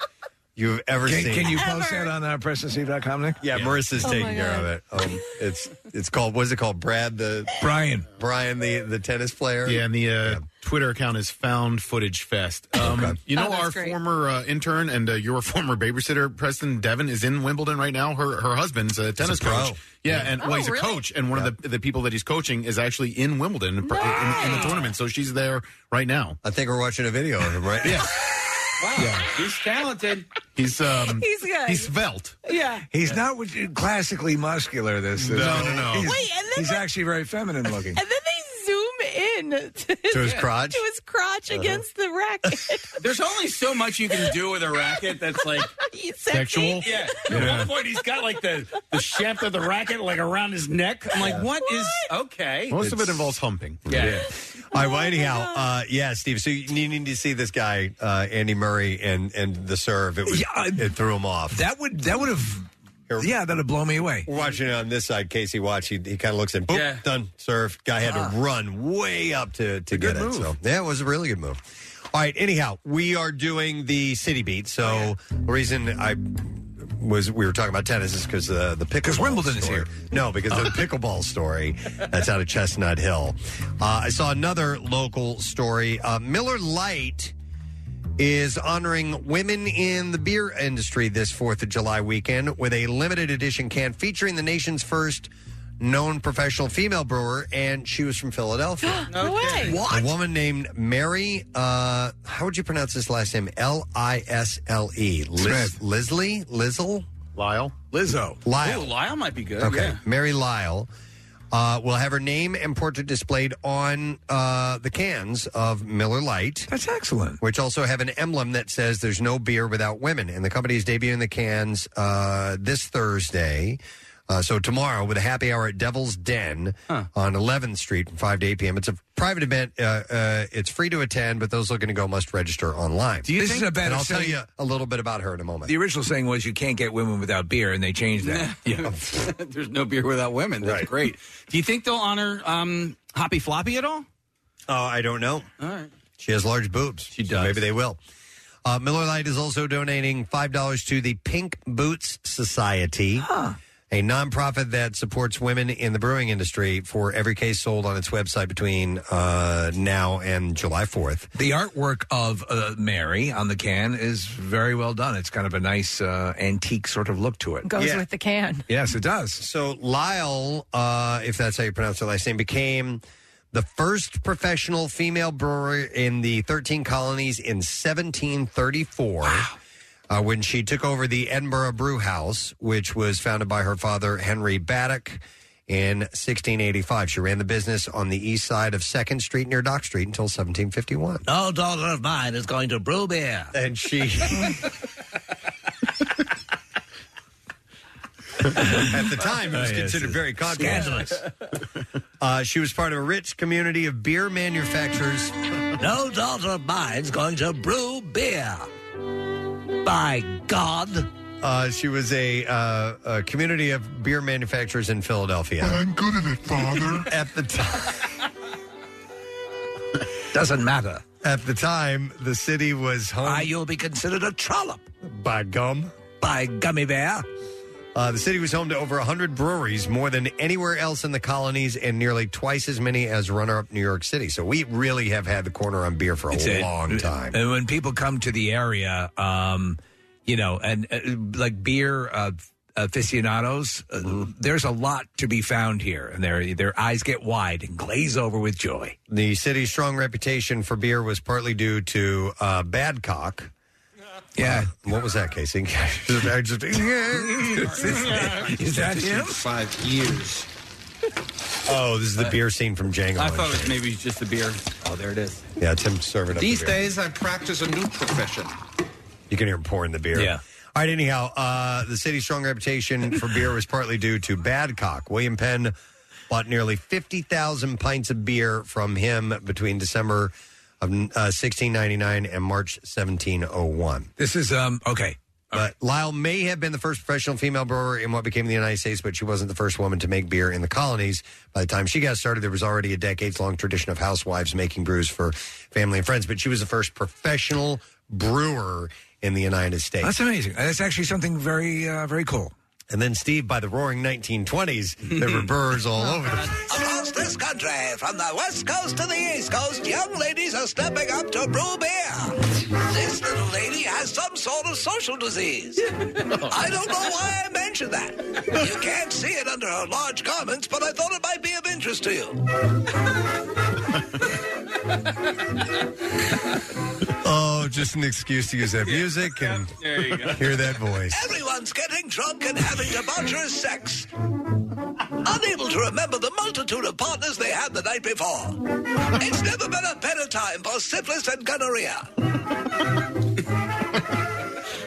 S2: you've ever
S4: Can,
S2: seen?
S4: can you post that on uh, PressandSteve.com, Nick?
S2: Yeah, Oh Marissa's taking care of it. Um, it's it's called what's it called? Brad the
S4: Brian
S2: Brian the the tennis player.
S5: Yeah, and the uh, Twitter account is Found Footage Fest. Um, You
S8: Oh,
S2: Oh,
S5: know, our former uh, intern and uh, your former babysitter, Preston Devon, is in Wimbledon right now. Her her husband's a tennis
S2: pro.
S5: coach. Yeah, and well,
S2: Oh,
S5: he's a
S2: really?
S5: coach, and one of the, the people that he's coaching is actually in Wimbledon in, in the tournament. So she's there right now.
S2: I think we're watching a video of him, right?
S5: yeah,
S8: Wow, he's talented.
S5: He's um
S3: He's good.
S5: He's svelte.
S3: Yeah.
S4: He's not what you- classically muscular. This
S5: No,
S4: is.
S5: no, no.
S4: He's,
S3: Wait, and then
S4: he's
S3: the-
S4: actually very feminine looking.
S3: And then they zoom in to
S4: To his crotch?
S3: to his crotch
S4: Uh-huh.
S3: against the racket.
S8: There's only so much you can do with a racket that's like
S3: He's sexy.
S8: sexual. Yeah. At one point, he's got like the, the shaft of the racket like around his neck. I'm like, what is okay?
S5: Most of it involves humping.
S8: Yeah.
S2: All right. Well,
S4: Oh,
S2: anyhow, uh, yeah, Steve. So you you need to see this guy, uh, Andy Murray, and and the serve. It was it threw him off.
S4: That would that would have. Yeah, that'd blow me away.
S2: We're watching it on this side. Casey watch. He, he kind of looks in. Boom. Done. Serve. Guy had to run way up to to get
S4: Ah. good
S2: it.
S4: move.
S2: So yeah, it was a really good move. All right. Anyhow, we are doing the city beat. So
S4: Oh,
S2: the reason I was we were talking about tennis is because uh, the because
S4: Wimbledon is here. Oh.
S2: No, because of the pickleball story that's out of Chestnut Hill. Uh, I saw another local story. Uh, Miller Light is honoring women in the beer industry this 4th of July weekend with a limited edition can featuring the nation's first known professional female brewer, and she was from Philadelphia.
S3: No way.
S2: A woman named Mary, uh, how would you pronounce this last name? L I S L E. Liz- Lisley? Lizzle?
S5: Lyle?
S4: Lizzo.
S2: Lyle.
S8: Ooh, Lyle might be good.
S2: Okay.
S8: yeah.
S2: Mary Lyle Uh, we'll have her name and portrait displayed on uh, the cans of Miller Lite.
S4: That's excellent.
S2: Which also have an emblem that says "There's no beer without women," and the company is debuting the cans uh, this Thursday. Uh, so tomorrow with a happy hour at Devil's Den on 11th Street from 5 to 8 p.m. It's a private event. Uh, uh, it's free to attend, but those looking to go must register online.
S4: Do you This think- is a better
S2: And I'll tell
S4: saying-
S2: you a little bit about her in a moment.
S4: The original saying was you can't get women without beer, and they changed that. yeah.
S8: There's no beer without women. That's great. Do you think they'll honor um, Hoppy Floppy at all?
S2: Oh, I don't know.
S8: All right.
S2: She has large boobs. She does. maybe they will. Uh, Miller Lite is also donating $5 to the Pink Boots Society, a nonprofit that supports women in the brewing industry for every case sold on its website between uh, now and July 4th.
S4: The artwork of uh, Mary on the can is very well done. It's kind of a nice uh, antique sort of look to it.
S6: Goes with the can.
S4: Yes, it does.
S2: So Lyle, uh, if that's how you pronounce her last name, became the first professional female brewer in the 13 colonies in 1734. Uh, when she took over the Edinburgh Brew House, which was founded by her father, Henry Baddock, in 1685. She ran the business on the east side of 2nd Street near Dock Street until 1751.
S16: No daughter of mine is going to brew beer.
S2: And she. At the time, it was considered very controversial. Uh, she was part of a rich community of beer manufacturers.
S16: No daughter of mine's going to brew beer.
S2: By God. Uh, she was a, uh, a community of beer manufacturers in Philadelphia. I'm good at it, Father. at the time.
S4: Doesn't matter.
S2: At the time, the city was home.
S4: Ah, you'll be considered a trollop.
S2: By gum.
S4: By gummy bear.
S2: Uh, the city was home to over 100 breweries, more than anywhere else in the colonies, and nearly twice as many as runner up New York City. So we really have had the corner on beer for a
S4: It's a-
S2: long time.
S4: And when people come to the area, um, you know, and uh, like beer uh, aficionados, uh, there's a lot to be found here, and their their eyes get wide and glaze over with joy.
S2: The city's strong reputation for beer was partly due to uh, Badcock. Uh,
S4: Yeah.
S2: what was that, Casey? I just-
S4: Is that him?
S2: Five years. Oh, this is the beer scene from Django.
S8: Uh, I thought it was maybe just the beer. Oh, there it is.
S2: Yeah, Tim serving up
S22: These
S2: the beer.
S22: days, I practice a new profession.
S2: You can hear him pouring the beer. Yeah. All right, anyhow, uh, the city's strong reputation for beer was partly due to Badcock. William Penn bought nearly 50,000 pints of beer from him between December of uh, 1699 and March 1701.
S4: This is um okay.
S2: But Lyle may have been the first professional female brewer in what became the United States, but she wasn't the first woman to make beer in the colonies. By the time she got started, there was already a decades long tradition of housewives making brews for family and friends, but she was the first professional brewer in the United States.
S4: That's amazing. That's actually something very uh, very cool.
S2: And then, Steve, by the roaring 1920s, there were brewers all over the place.
S16: Across this country, from the west coast to the east coast, young ladies are stepping up to brew beer. This little lady has some sort of social disease. I don't know why I mentioned that. You can't see it under her large garments, but I thought it might be of interest to you.
S2: Oh, just an excuse to use that music and
S16: There you go.
S2: hear that voice.
S16: Everyone's getting drunk and having debaucherous sex. Unable to remember the multitude of partners they had the night before. It's never been a better time for syphilis and gonorrhea.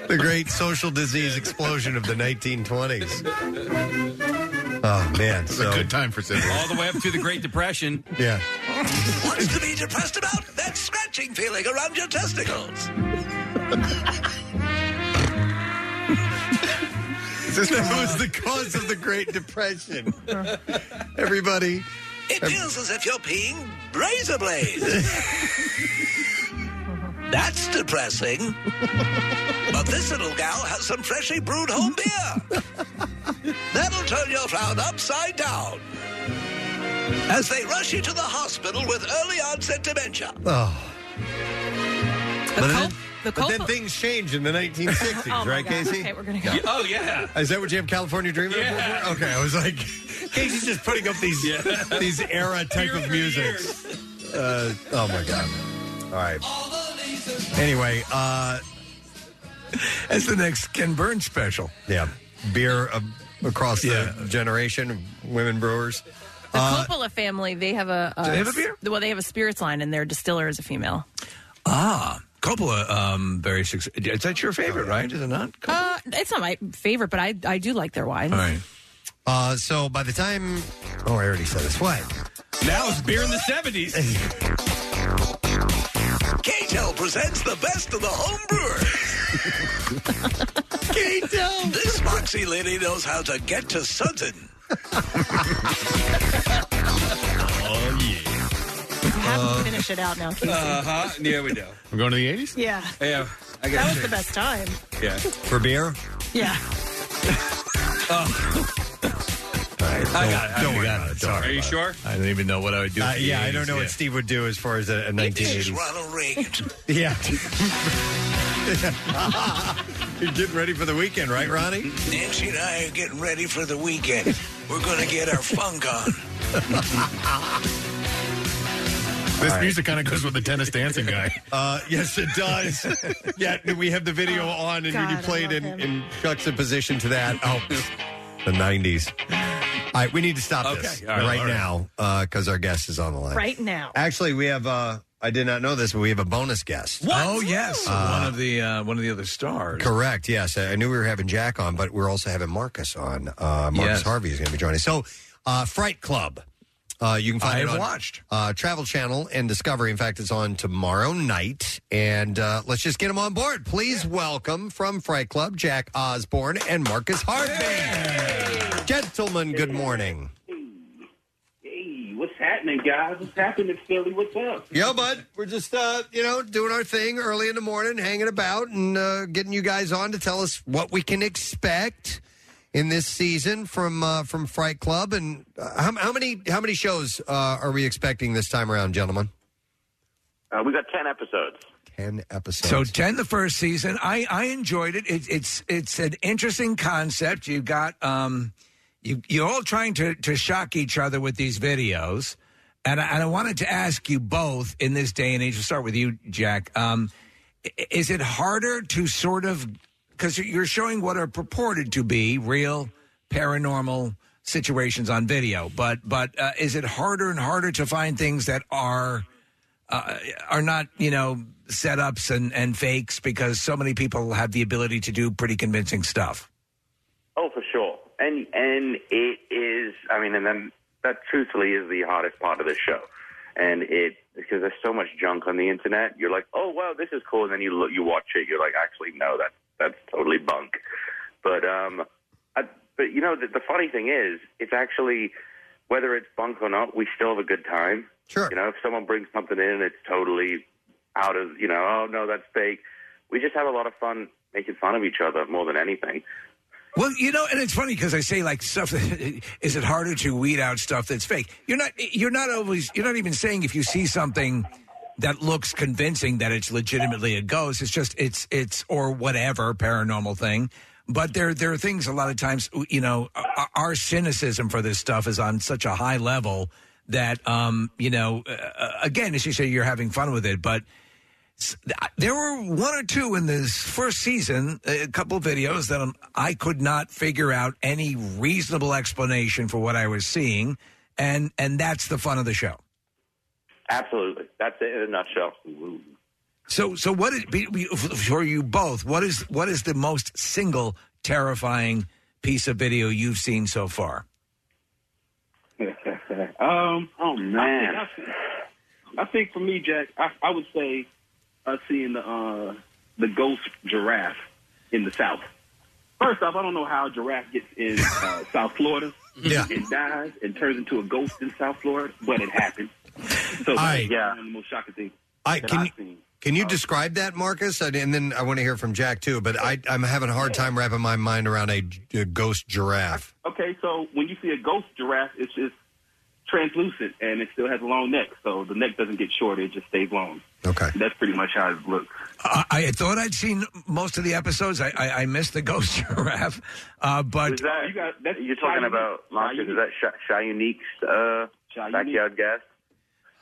S2: The great social disease explosion of the 1920s. Oh, man.
S5: It's
S2: so,
S5: a good time for syphilis.
S8: All the way up to the Great Depression.
S2: Yeah.
S16: What's to be depressed about? That scratching feeling around your testicles.
S2: that was the cause of the Great Depression. Everybody.
S16: It feels as if you're peeing razor blades. That's depressing. But this little gal has some freshly brewed home beer. That'll turn your frown upside down. As they rush you to the hospital with early onset dementia.
S2: Oh. But, then,
S16: the
S2: but then
S16: culp-
S2: things changed in the 1960s,
S16: Oh, my
S2: right,
S16: God.
S2: Casey?
S16: Okay, we're gonna
S2: Yeah.
S16: go. Oh, yeah.
S2: Is that what you have California Dreaming
S16: Yeah.
S2: for? Okay, I was like, Casey's just putting up these these era type of music. Uh, oh my god! All right. Anyway, uh,
S4: that's the next Ken Burns special.
S2: Yeah, beer uh, across the generation, women brewers.
S3: The
S2: Uh,
S3: Coppola family, they have a,
S4: Do they have a beer?
S3: Well, they have a spirits line, and their distiller is a female.
S4: Ah, Coppola, um, very successful. Is that your favorite, right? Is it not?
S3: Uh, it's not my favorite, but I I do like their wine.
S4: All
S5: Mm-hmm.
S4: right.
S2: Uh, so by the time, oh, I already said this. What?
S8: Now it's beer in the 70s.
S16: Cato E presents the best of the home brewers.
S2: Cato!
S16: This foxy lady knows how to get to Sutton.
S5: Oh, yeah.
S3: You have
S5: Uh,
S3: to finish it out now, Casey.
S8: Uh huh. Yeah, we do.
S5: We're going to the 80s?
S3: Yeah,
S8: Yeah. I
S3: that
S8: got
S3: was the best time.
S8: Yeah.
S2: For beer?
S3: Yeah.
S8: Oh.
S2: I got it. Don't worry about it. Sorry.
S8: Are you sure?
S4: I don't even know what I would do.
S2: Uh,
S4: for the
S2: yeah, I don't
S4: 80s,
S2: know
S4: yeah.
S2: what Steve would do as far as a, a
S16: This is
S2: 1980s.
S16: Ronald Reagan.
S2: Yeah. You're getting ready for the weekend, right, Ronnie?
S16: Nancy and I are getting ready for the weekend. We're going to get our funk on.
S5: This music kind of goes with the tennis dancing guy.
S2: Uh, yes, it does. yeah, we have the video on, and
S5: Oh, God,
S2: you
S5: I
S2: played in,
S5: love him.
S2: in juxtaposition to that. Oh, the 90s. All right, we need to stop this
S8: Okay, all right,
S2: right
S8: all right.
S2: now because our guest is on the line.
S3: Right now.
S2: Actually, we have. Uh, I did not know this, but we have a bonus guest.
S4: Oh yes,
S2: Uh,
S4: one of the uh, one of the other stars.
S2: Correct. Yes, I I knew we were having Jack on, but we're also having Marcus on. Uh, Marcus
S4: Yes.
S2: Harvey is going to be joining. us. So, uh, Fright Club. Uh, you can find
S4: I
S2: it
S4: have
S2: on,
S4: watched.
S2: uh, Travel Channel and Discovery. In fact, it's on tomorrow night, and uh, let's just get them on board. Please welcome from Fright Club Jack Osborne and Marcus Harvey. Gentlemen, good morning.
S17: Hey, what's happening, guys? What's happening, Philly? What's up?
S2: Yo, bud, we're just uh, you know doing our thing early in the morning, hanging about, and uh, getting you guys on to tell us what we can expect in this season from uh, from Fright Club, and uh, how, how many how many shows uh, are we expecting this time around, gentlemen?
S17: Uh, we got 10 episodes.
S2: Ten episodes.
S4: So ten the first season. I I enjoyed it. it it's it's an interesting concept. You got um, you you're all trying to to shock each other with these videos, and I, and I wanted to ask you both in this day and age. We'll start with you, Jack. Um, i- is it harder to sort of because you're showing what are purported to be real paranormal situations on video, but but uh, is it harder and harder to find things that are uh, are not, you know, setups and, and fakes because so many people have the ability to do pretty convincing stuff.
S17: Oh, for sure. And and it is. I mean, and then that truthfully is the hardest part of the show. And it because there's so much junk on the internet. You're like, oh wow, this is cool. And then you look, you watch it. You're like, actually, no, that's that's totally bunk. But um, I, but you know, the, the funny thing is, it's actually whether it's bunk or not, we still have a good time.
S2: Sure.
S17: You know, if someone brings something in, it's totally out of you know. Oh no, that's fake. We just have a lot of fun making fun of each other more than anything.
S4: Well, you know, and it's funny because I say like stuff. that- Is it harder to weed out stuff that's fake? You're not. You're not always. You're not even saying if you see something that looks convincing that it's legitimately a ghost. It's just it's it's or whatever paranormal thing. But there there are things a lot of times. You know, our- our cynicism for this stuff is on such a high level that um you know uh, again as you say you're having fun with it, but s- there were one or two in this first season, a couple videos that um, I could not figure out any reasonable explanation for what I was seeing, and and that's the fun of the show.
S17: Absolutely. That's it in a nutshell.
S4: So so what is be- be- for you both? What is what is the most single terrifying piece of video you've seen so far?
S17: um, oh
S19: man. I think, I think for me, Jack, I, I would say uh, seeing the uh, the ghost giraffe in the South. First off, I don't know how a giraffe gets in uh, South Florida.
S2: Yeah.
S19: It dies and turns into a ghost in South Florida, but it happened. So
S2: All right.
S19: yeah, one of the most shocking things.
S2: I
S19: that
S2: can
S19: I've
S2: you, can you describe that, Marcus? And, and then I want to hear from Jack too. But I, I'm having a hard time wrapping my mind around a, a ghost giraffe.
S19: Okay, so when you see a ghost giraffe, it's just translucent and it still has a long neck. So the neck doesn't get shorter; it just stays long.
S2: Okay,
S19: that's pretty much how it looks.
S4: I, I thought I'd seen most of the episodes. I I, I missed the ghost giraffe, uh, but
S19: you got, that's
S17: You're talking about monsters. Is that Shy, Shy Unique's uh, backyard guest?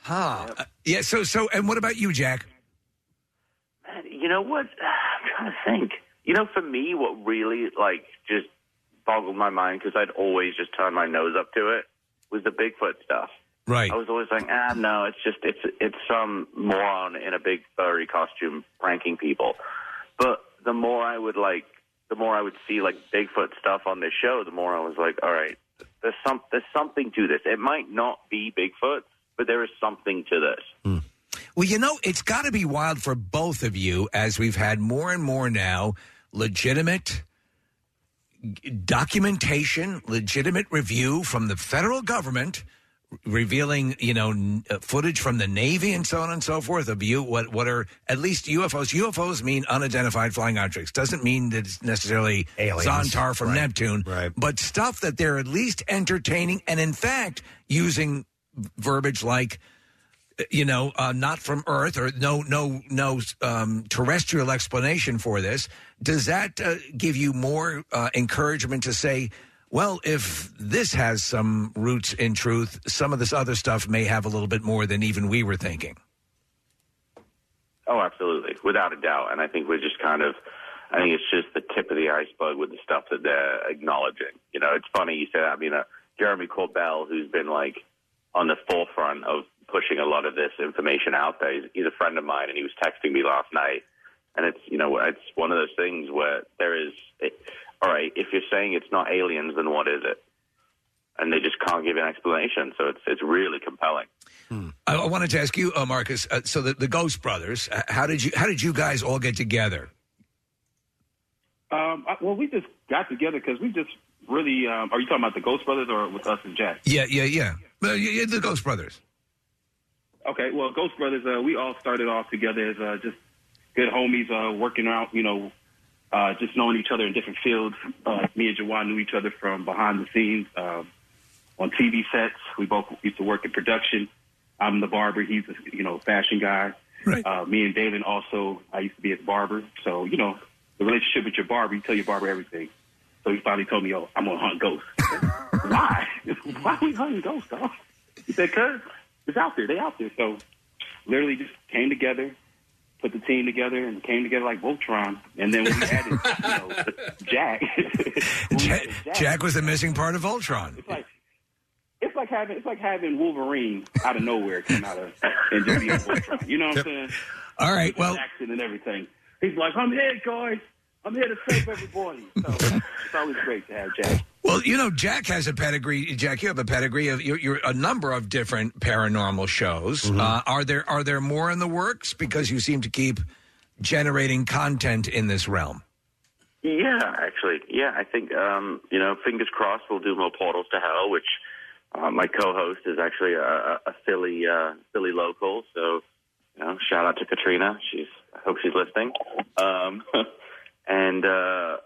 S4: huh? Uh, yeah. So so and what about you, Jack?
S17: You know what? I'm trying to think. You know, for me, what really like just boggled my mind because I'd always just turn my nose up to it was the Bigfoot stuff.
S4: Right.
S17: I was always like, ah, no, it's just it's it's some moron in a big furry costume pranking people. But the more I would like, the more I would see like Bigfoot stuff on this show, the more I was like, all right, there's some there's something to this. It might not be Bigfoot, but there is something to this.
S4: Well, you know, it's got to be wild for both of you as we've had more and more now legitimate g- documentation, legitimate review from the federal government revealing, you know, n- uh, footage from the Navy and so on and so forth of you what what are at least UFOs. UFOs mean unidentified flying objects. Doesn't mean that it's necessarily
S2: Aliens.
S4: Zontar from
S2: Right.
S4: Neptune, right. but stuff that they're at least entertaining and in fact using verbiage like you know, uh, not from Earth or no, no, no um, terrestrial explanation for this. Does that uh, give you more uh, encouragement to say, well, if this has some roots in truth, some of this other stuff may have a little bit more than even we were thinking?
S17: Oh, absolutely, without a doubt. And I think we're just kind of, I think it's just the tip of the iceberg with the stuff that they're acknowledging. You know, it's funny you say that. I mean, uh, Jeremy Corbell, who's been like on the forefront of pushing a lot of this information out there, he's, he's a friend of mine, and he was texting me last night. And it's you know it's one of those things where there is, it, all right, if you're saying it's not aliens, then what is it? And they just can't give an explanation. So it's it's really compelling.
S4: I, I wanted to ask you, uh, Marcus. Uh, so the, the Ghost Brothers, uh, how did you how did you guys all get together?
S19: Um, I, well, we just got together because we just really. Um, are you talking about the Ghost Brothers or with us and Jack?
S4: Yeah, yeah, yeah. Well, yeah, yeah, the Ghost Brothers.
S19: Okay, well, Ghost Brothers, uh, we all started off together as uh, just good homies, uh, working out, you know, uh, just knowing each other in different fields. Uh, me and Jawan knew each other from behind the scenes um, on TV sets. We both used to work in production. I'm the barber; he's the you know fashion guy. Uh, me and David also, I used to be his barber. So you know, the relationship with your barber, you tell your barber everything. So he finally told me, "Yo, I'm gonna hunt ghosts." Why? Why we hunting ghosts? Dog? He said, "Cause it's out there. They out there." So literally just came together, put the team together, and came together like Voltron. And then we added you know, Jack.
S4: Jack, Jack was the missing part of Ultron.
S19: It's like having it's like having Wolverine out of nowhere come out of and just be a Voltron. You know what I'm saying?
S4: All right, well-
S19: action and everything. He's like, "I'm here, guys. I'm here to save everybody." So it's always great to have Jack.
S4: Well, you know, Jack has a pedigree. Jack, you have a pedigree of you're, you're a number of different paranormal shows. Uh, are there are there more in the works? Because you seem to keep generating content in this realm.
S17: Yeah, actually, yeah. I think um, you know, fingers crossed, we'll do more portals to hell. Which uh, my co-host is actually a, a a Philly uh, Philly local, so you know, shout out to Katrina. She's I hope she's listening. Um, and uh,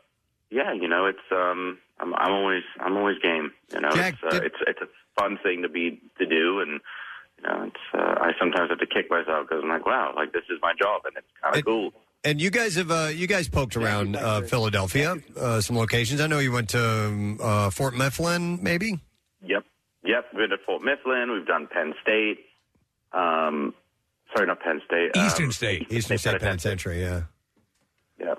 S17: yeah, you know, it's um, I'm, I'm always I'm always game. You know, it's, uh, it's it's a fun thing to be to do, and you know, it's uh, I sometimes have to kick myself because I'm like, wow, like this is my job, and it's kind of cool.
S2: And you guys have uh, you guys poked around uh, Philadelphia, uh, some locations. I know you went to um, uh, Fort Mifflin, maybe.
S17: Yep. Yep. We've been to Fort Mifflin. We've done Penn State. Um, sorry, not Penn State. um,
S2: Uh, Eastern State Penitentiary. Yeah.
S17: Yeah.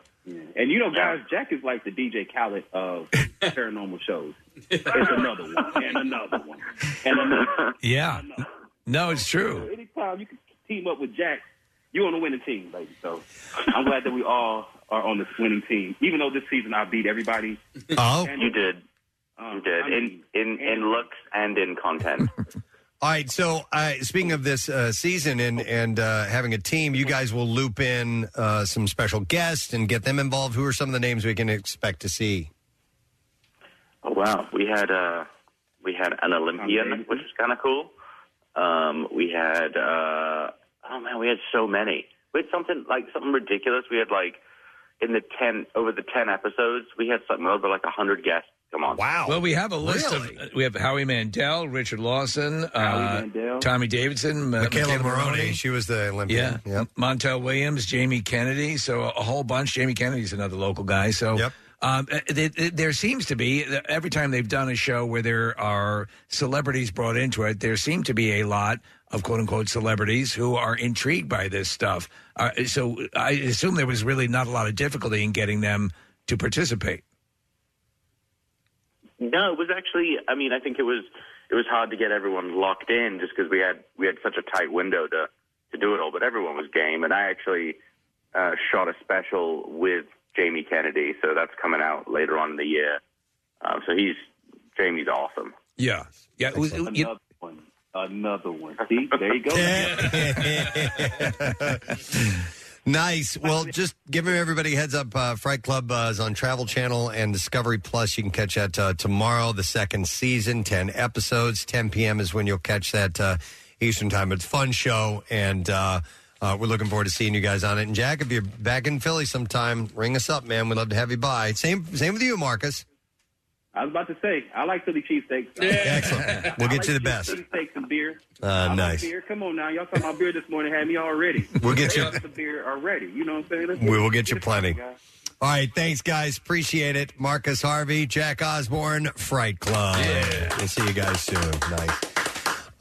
S19: And you know, guys, Jack is like the DJ Khaled of paranormal shows. It's another one, and another one, and another. One.
S4: Yeah, no, it's
S19: So
S4: true.
S19: anytime you can team up with Jack, you're on a winning team, baby. So I'm glad that we all are on this winning team. Even though this season I beat everybody.
S2: Oh,
S17: you did.
S19: Um,
S17: You did.
S19: I
S17: In
S19: mean,
S17: in in looks and in content.
S2: All right. So, uh, speaking of this uh, season and and uh, having a team, you guys will loop in uh, some special guests and get them involved. Who are some of the names we can expect to see?
S17: Oh wow. We had uh we had an Olympian, which is kinda cool. Um we had uh oh man, we had so many. We had something like something ridiculous. We had like in the ten over the ten episodes, we had something over like hundred guests. Come on.
S2: Wow.
S4: Well, we have a list of we have Howie Mandel, Richard Lawson, uh, Tommy Davidson, uh,
S2: Michaela, Maroney.
S4: Maroney.
S2: She was the
S4: Yeah.
S2: Olympian.
S4: Montel Williams, Jamie Kennedy. So a whole bunch. Jamie Kennedy's another local guy. So. Um, uh, th- th- there seems to be every time they've done a show where there are celebrities brought into it, there seem to be a lot of "quote unquote" celebrities who are intrigued by this stuff. Uh, so I assume there was really not a lot of difficulty in getting them to participate.
S17: No, it was actually. I mean, I think it was it was hard to get everyone locked in just because we had we had such a tight window to to do it all. But everyone was game, and I actually uh, shot a special with Jamie Kennedy, so that's coming out later on in the year. Um, so he's Jamie's awesome.
S4: Yeah. Yeah. It was, it, you-
S19: Another one. See, there you go.
S2: Nice. Well, just giving everybody a heads up. Uh, Fright Club uh, is on Travel Channel and Discovery Plus. You can catch that uh, tomorrow, the second season, 10 episodes. 10 p.m. is when you'll catch that uh, Eastern time. It's a fun show, and uh, uh, we're looking forward to seeing you guys on it. And Jack, if you're back in Philly sometime, ring us up, man. We'd love to have you by. Same, same with you, Marcus.
S19: I was about to say, I like Philly cheesesteaks.
S2: Excellent. We'll get you the best.
S19: Cheesesteaks and beer. I
S2: Uh,
S19: like
S2: nice.
S19: Beer. Come on now. Y'all talking about beer this morning had me already.
S2: We'll get you-
S19: Y'all got the beer already. You know what I'm saying? Let's
S2: We will get you plenty.
S19: guys.
S2: All right, thanks, guys. Appreciate it. Marcus Harvey, Jack Osborne, Fright Club. We'll see you guys soon. Nice.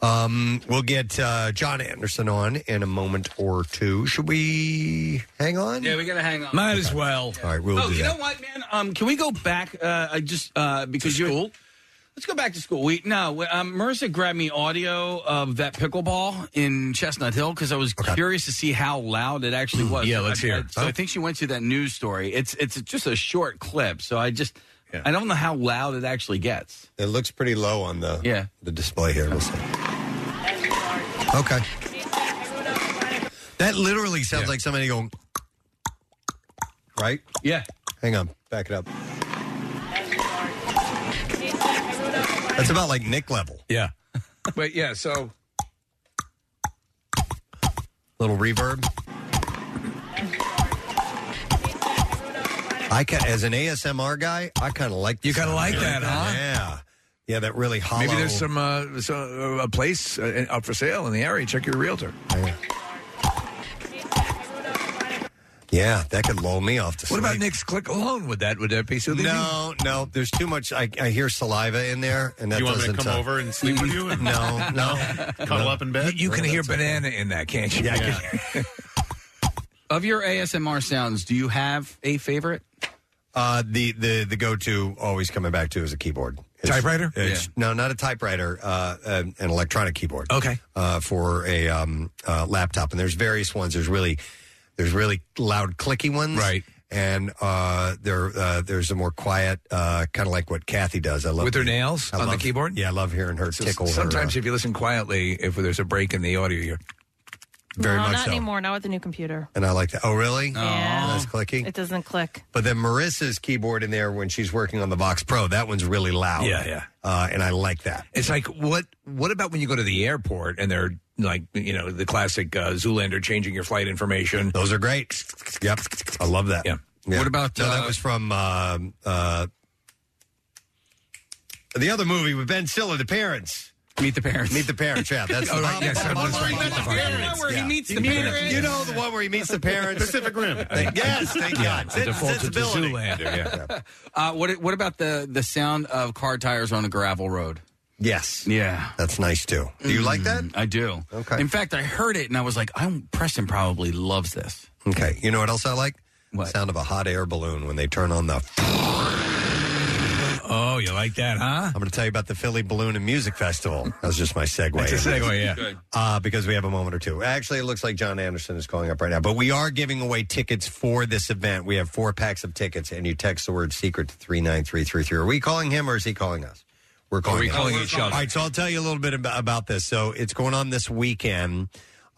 S2: Um, we'll get uh, John Anderson on in a moment or two. Should we hang on?
S8: Yeah, we gotta hang on.
S2: Might as well. All right, we'll
S8: oh,
S2: do
S8: you
S2: that.
S8: know what, man? Um, can we go back? Uh, I just uh, because you school. Let's go back to school. We no, um, Marissa grabbed me audio of that pickleball in Chestnut Hill because I was curious to see how loud it actually was.
S4: Yeah,
S8: So
S4: let's
S8: I-
S4: hear
S8: I-
S4: it.
S8: so I think she went to that news story. It's it's just a short clip, so I just I don't know how loud it actually gets.
S2: It looks pretty low on the
S8: yeah
S2: Uh, the display here. We'll see. Okay. That literally sounds like somebody going, right?
S8: Yeah.
S2: Hang on, back it up. That's about like Nick level.
S4: Yeah. but yeah, so
S2: little reverb. I ca as an ASMR guy, I kind of like. You kind of
S4: like that, huh?
S2: Yeah, yeah, that really hollow.
S4: maybe there's some uh, so, uh, a place uh, up for sale in the area. Check your realtor.
S2: Yeah, that could lull me off to
S4: What
S2: sleep.
S4: about Nick's click alone? Would that would that be soothing?
S2: No, no. There's too much. I, I hear saliva in there, and that
S4: You want me
S2: doesn't.
S4: to come
S2: uh,
S4: over
S5: and sleep with you?
S2: No, no.
S5: Cuddle up in bed.
S4: You, you can
S8: No,
S4: hear
S8: that's okay.
S4: banana in that, can't you?
S8: Yeah, I can-
S4: Yeah.
S8: Of your ASMR sounds, do you have a favorite?
S2: Uh, the the the go to always coming back to is a keyboard.
S4: Typewriter?
S2: It's, No, not a typewriter. Uh, an, an electronic keyboard.
S4: Okay.
S2: Uh, for a um, uh, laptop, and there's various ones. There's really there's really loud clicky ones, right? And uh, there uh, there's a more quiet, uh, kind of like what Kathy does. I love
S4: With her nails
S2: I
S4: on the
S2: love-
S4: keyboard?
S2: Yeah, I love hearing her
S4: So
S2: tickle. her,
S4: sometimes
S2: uh,
S4: if you listen quietly, if there's a break in the audio, you're
S2: very
S3: no,
S2: much
S3: not
S2: so.
S3: anymore. Not with the new computer.
S2: And I like that. Oh, really?
S3: Yeah.
S2: That's clicky.
S3: It doesn't click.
S2: But then Marissa's keyboard in there when she's working on the Vox Pro, that one's really loud.
S4: Yeah, yeah.
S2: Uh, and I like that.
S4: It's like what what about when you go to the airport and they're like you know the classic uh, Zoolander changing your flight information.
S2: Those are great. Yep, I love that.
S4: Yeah.
S2: Yeah.
S4: What about
S2: No,
S4: uh,
S2: that was from um uh, the other movie with Ben Stiller, The Parents.
S8: Meet the Parents.
S2: Meet the Parents. Yeah, that's
S4: Oh,
S2: the
S4: right,
S2: Bob-
S4: yes,
S2: Bob-
S4: I
S2: Bob-
S4: was
S2: Bob-
S4: right.
S2: Bob-
S4: That's the
S2: Bob-
S4: parent
S2: Bob-
S4: where he
S2: Yeah.
S4: meets the
S2: You mean-
S4: parents.
S2: You know the one where he meets the parents.
S5: Pacific Rim.
S2: Thank, yes, thank
S8: Yeah,
S2: God.
S8: I
S2: Sense-
S8: defaulted to
S2: sensibility.
S8: Zoolander, Uh, what What about the the sound of car tires on a gravel road?
S2: Yes.
S8: Yeah.
S2: That's nice too. Do you like that?
S8: I do.
S2: Okay.
S8: In fact, I heard it and I was like, I Preston probably loves this.
S2: Okay. You know what else I like? Sound of a hot air balloon when they turn on the.
S4: Oh, you like that, huh?
S2: I'm going to tell you about the Philly Balloon and Music Festival. That was just my segue.
S4: That's a segue, yeah. Good.
S2: Uh, because we have a moment or two. Actually, it looks like John Anderson is calling up right now. But we are giving away tickets for this event. We have four packs of tickets, and you text the word secret to 39333. Are we calling him or is he calling us? We're calling,
S4: we
S2: him.
S4: calling each other?
S2: All right, so I'll tell you a little bit about, about this. So it's going on this weekend.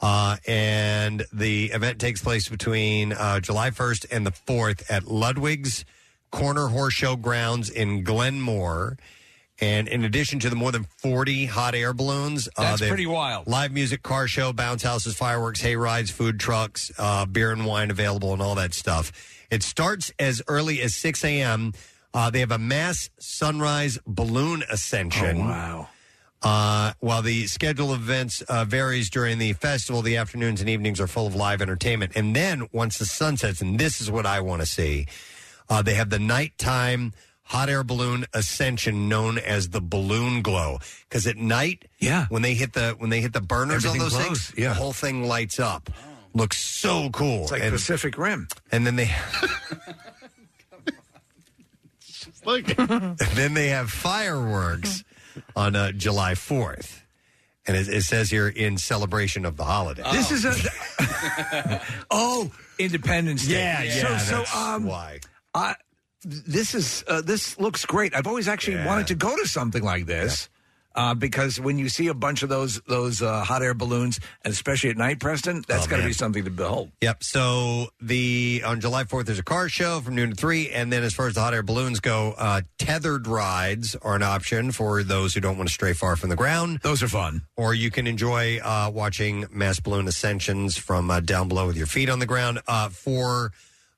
S2: Uh, and the event takes place between uh, July 1st and the 4th at Ludwig's Corner Horse Show Grounds in Glenmore. And in addition to the more than 40 hot air balloons,
S4: That's
S2: Uh, they have
S4: pretty wild.
S2: Live music, car show, bounce houses, fireworks, hay rides, food trucks, uh, beer and wine available, and all that stuff. It starts as early as 6 a.m. Uh, they have a mass sunrise balloon
S4: Oh,
S2: ascension. wow. Uh, while the schedule of events uh, varies during the festival, the afternoons and evenings are full of live entertainment. And then once the sun sets, and this is what I want to see, uh, they have the nighttime hot air balloon ascension known as the balloon glow because at night, yeah, when they hit the when they hit the burners
S4: Everything
S2: on those
S4: glows,
S2: things,
S4: yeah.
S2: the whole thing lights up. Looks so cool.
S4: It's like
S2: and,
S4: Pacific Rim.
S2: and then they then they have fireworks on uh, July 4th. And it, it says here in celebration of the holiday.
S4: This is a oh Independence Day.
S2: Yeah, yeah,
S4: So,
S2: that's
S4: so um,
S2: why?
S4: I, this is uh, this looks great. I've always actually wanted to go to something like this. Uh, because when you see a bunch of those those uh, hot air balloons, and especially at night, Preston, that's got to
S2: Oh, man.
S4: be something to behold.
S2: Yep. So the on July 4th there's a car show from noon to 3 and then as far as the hot air balloons go, uh, tethered rides are an option for those who don't want to stray far from the ground.
S4: Those are fun.
S2: Or you can enjoy uh, watching mass balloon ascensions from uh, down below with your feet on the ground uh, for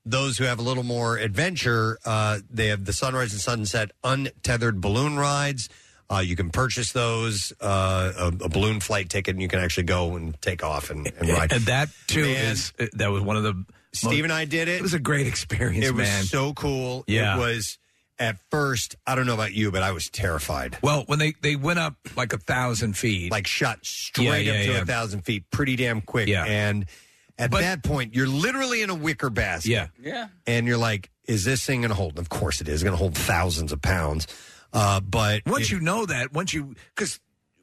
S2: those who have a little more adventure, uh, they have the sunrise and sunset untethered balloon rides. Uh, you can purchase those uh, a, a balloon flight ticket, and you can actually go and take off and, and ride.
S4: And that too
S2: Man.
S4: is uh, that was one of the
S2: Steve and I did it.
S4: It was a great experience.
S2: It was
S4: man.
S2: so cool.
S4: Yeah.
S2: It was at first, I don't know about you, but I was terrified.
S4: Well, when they they went up like a thousand feet,
S2: like shot Straight up to a thousand feet, pretty damn quick.
S4: Yeah.
S2: And at that point, you're literally in a wicker basket.
S4: Yeah.
S8: Yeah.
S2: And you're like, is this thing going to hold? Of course it is. It's going to hold thousands of pounds. Uh, but
S4: Once you know that, once you because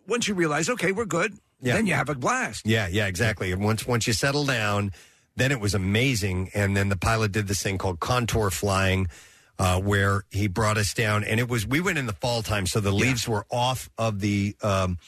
S4: once you realize, okay, we're good,
S2: Yeah.
S4: then you have a blast.
S2: Yeah, yeah, exactly. And once once you settle down, then it was amazing. And then the pilot did this thing called contour flying, uh, where he brought us down, and it was we went in the fall time, so the leaves were off of the. Um,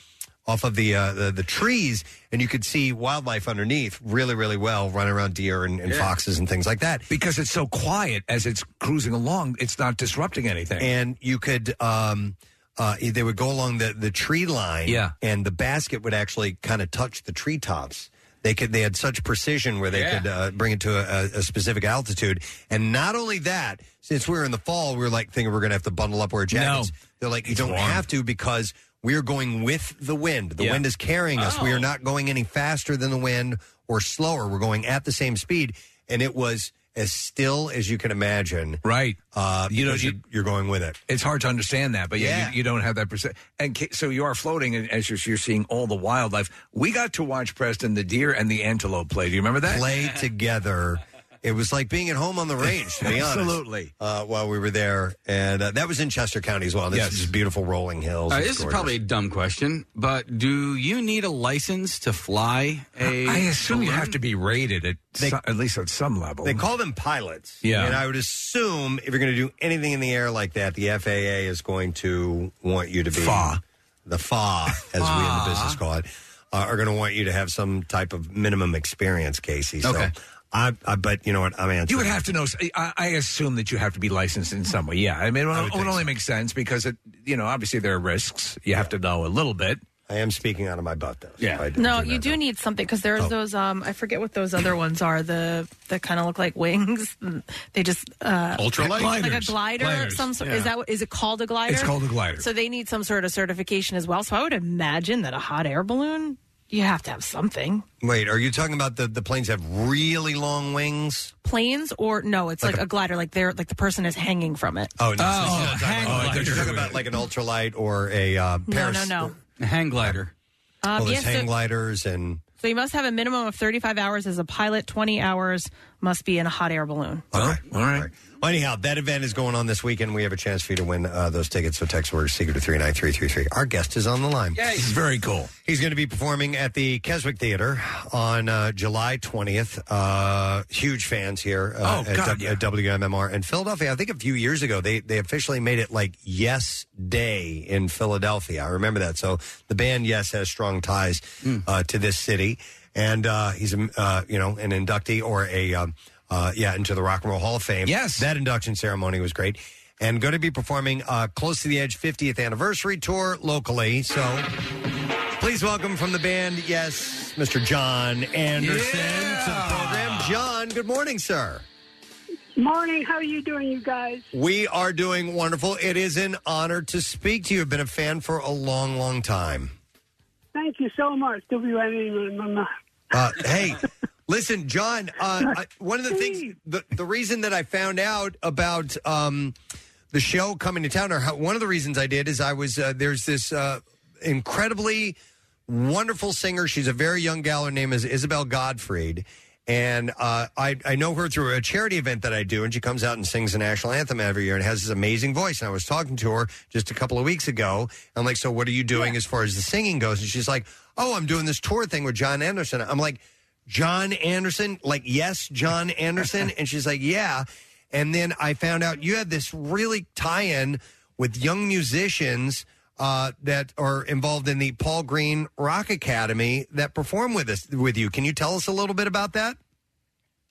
S2: off of the, uh, the the trees, and you could see wildlife underneath really, really well, running around deer and, and
S4: Yeah.
S2: foxes and things like that.
S4: Because it's so quiet as it's cruising along, it's not disrupting anything.
S2: And you could, um, uh, they would go along the, the tree line.
S4: Yeah.
S2: And the basket would actually kind of touch the treetops. They could, they had such precision where they
S4: Yeah.
S2: could uh, bring it to a, a- a specific altitude. And not only that, since we were in the fall, we were like thinking we're going to have to bundle up, wear jackets. They're like, you
S4: It's
S2: don't
S4: warm.
S2: have to because we're going with the wind. The
S4: Yeah.
S2: wind is carrying us. We
S4: Oh.
S2: are not going any faster than the wind or slower. We're going at the same speed. And it was as still as you can imagine.
S4: Right.
S2: Uh,
S4: You
S2: you
S4: know,
S2: know, you're, you're going with it.
S4: It's hard to understand that, but yeah, You, you don't have that percent. And ca- so you are floating, and as you're, you're seeing all the wildlife. We got to watch Preston the deer and the antelope play. Do you remember that?
S2: Play together. It was like being at home on the range, to be honest.
S4: Absolutely.
S2: Uh, while we were there, and uh, that was in Chester County as well. This
S8: Yes.
S2: is beautiful rolling hills.
S8: Uh,
S2: It's
S8: this is
S2: gorgeous.
S8: probably a dumb question, but do you need a license to fly a?
S4: I assume you
S8: balloon?
S4: have to be rated at
S2: They-
S4: so- at least at some level.
S2: They call them pilots.
S4: Yeah.
S2: And I would assume if you're going to do anything in the air like that, the FAA is going to want you to be FAA. the FAA, as we in the business call it, uh, are going to want you to have some type of minimum experience, Casey. So
S4: Okay.
S2: I, I bet you know what I'm answering.
S4: You would have to know. I, I assume that you have to be licensed in some way. Yeah, I mean, it, would only make sense because it, you know, obviously there are risks. You have to know a little bit.
S2: I am speaking out of my butt, though. Yeah.
S6: No, you do need something because there's those. Um, I forget what those other ones are. The that kind of look like wings. They just uh,
S5: Ultralight?
S6: like a
S5: Gliders.
S6: glider. of
S5: Gliders,
S6: Some sort.
S5: yeah.
S6: Is that what- is it called a glider?
S5: It's called a glider.
S6: So they need some sort of certification as well. So I would imagine that a hot air balloon, you have to have something.
S2: Wait, are you talking about the, the planes have really long wings?
S6: Planes or no, it's
S2: Like
S6: like, a, glider. Like they're like the person is hanging from it.
S2: Oh, no. so you're not talking about- oh, I thought you were talking about like an ultralight or a uh,
S6: no, no,
S2: Paris.
S6: no.
S8: A hang glider.
S6: Um,
S2: well, there's
S6: yes, so-
S2: hang gliders and.
S6: So you must have a minimum of 35 hours as a pilot, 20 hours must be in a hot air balloon.
S2: All right. All right. Well, anyhow, that event is going on this weekend. We have a chance for you to win uh, those tickets. So text word secret to 39333. Our guest is on the line.
S4: This is very cool.
S2: He's going to be performing at the Keswick Theater on uh, July 20th. Uh, huge fans here uh,
S4: Oh,
S2: at,
S4: God,
S2: W- at WMMR. And Philadelphia, I think a few years ago, they, they officially made it like Yes Day in Philadelphia. I remember that. So the band Yes has strong ties
S4: Hmm.
S2: uh, to this city. And uh, he's, um, uh, you know, an inductee or a, um, uh, yeah, into the Rock and Roll Hall of Fame. Yes. That induction ceremony was great. And going to be performing uh, Close to the Edge 50th anniversary tour locally. So Please welcome from the band, yes, Mr. John Anderson to the program. John, good morning, sir.
S1: Morning. How are you doing, you guys?
S2: We are doing wonderful. It is an honor to speak to you. I've been a fan for a long, long time.
S1: Thank you so much, E, WME.
S2: Uh, hey, listen, John. Uh, I, one of the things, the, the reason that I found out about um, the show coming to town, or how, one of the reasons I did, is I was uh, there's this uh, incredibly wonderful singer. She's a very young gal. Her name is Isabel Gottfried, And uh, I, I know her through a charity event that I do, and she comes out and sings the national anthem every year and has this amazing voice. And I was talking to her just a couple of weeks ago. I'm like, So, what are you doing as far as the singing goes? And she's like, Oh, I'm doing this tour thing with John Anderson. I'm like, John Anderson? Like, yes, John Anderson? and she's like, Yeah. And then I found out you had this really tie in with young musicians uh, that are involved in the Paul Green Rock Academy that perform with us with you. Can you tell us a little bit about that?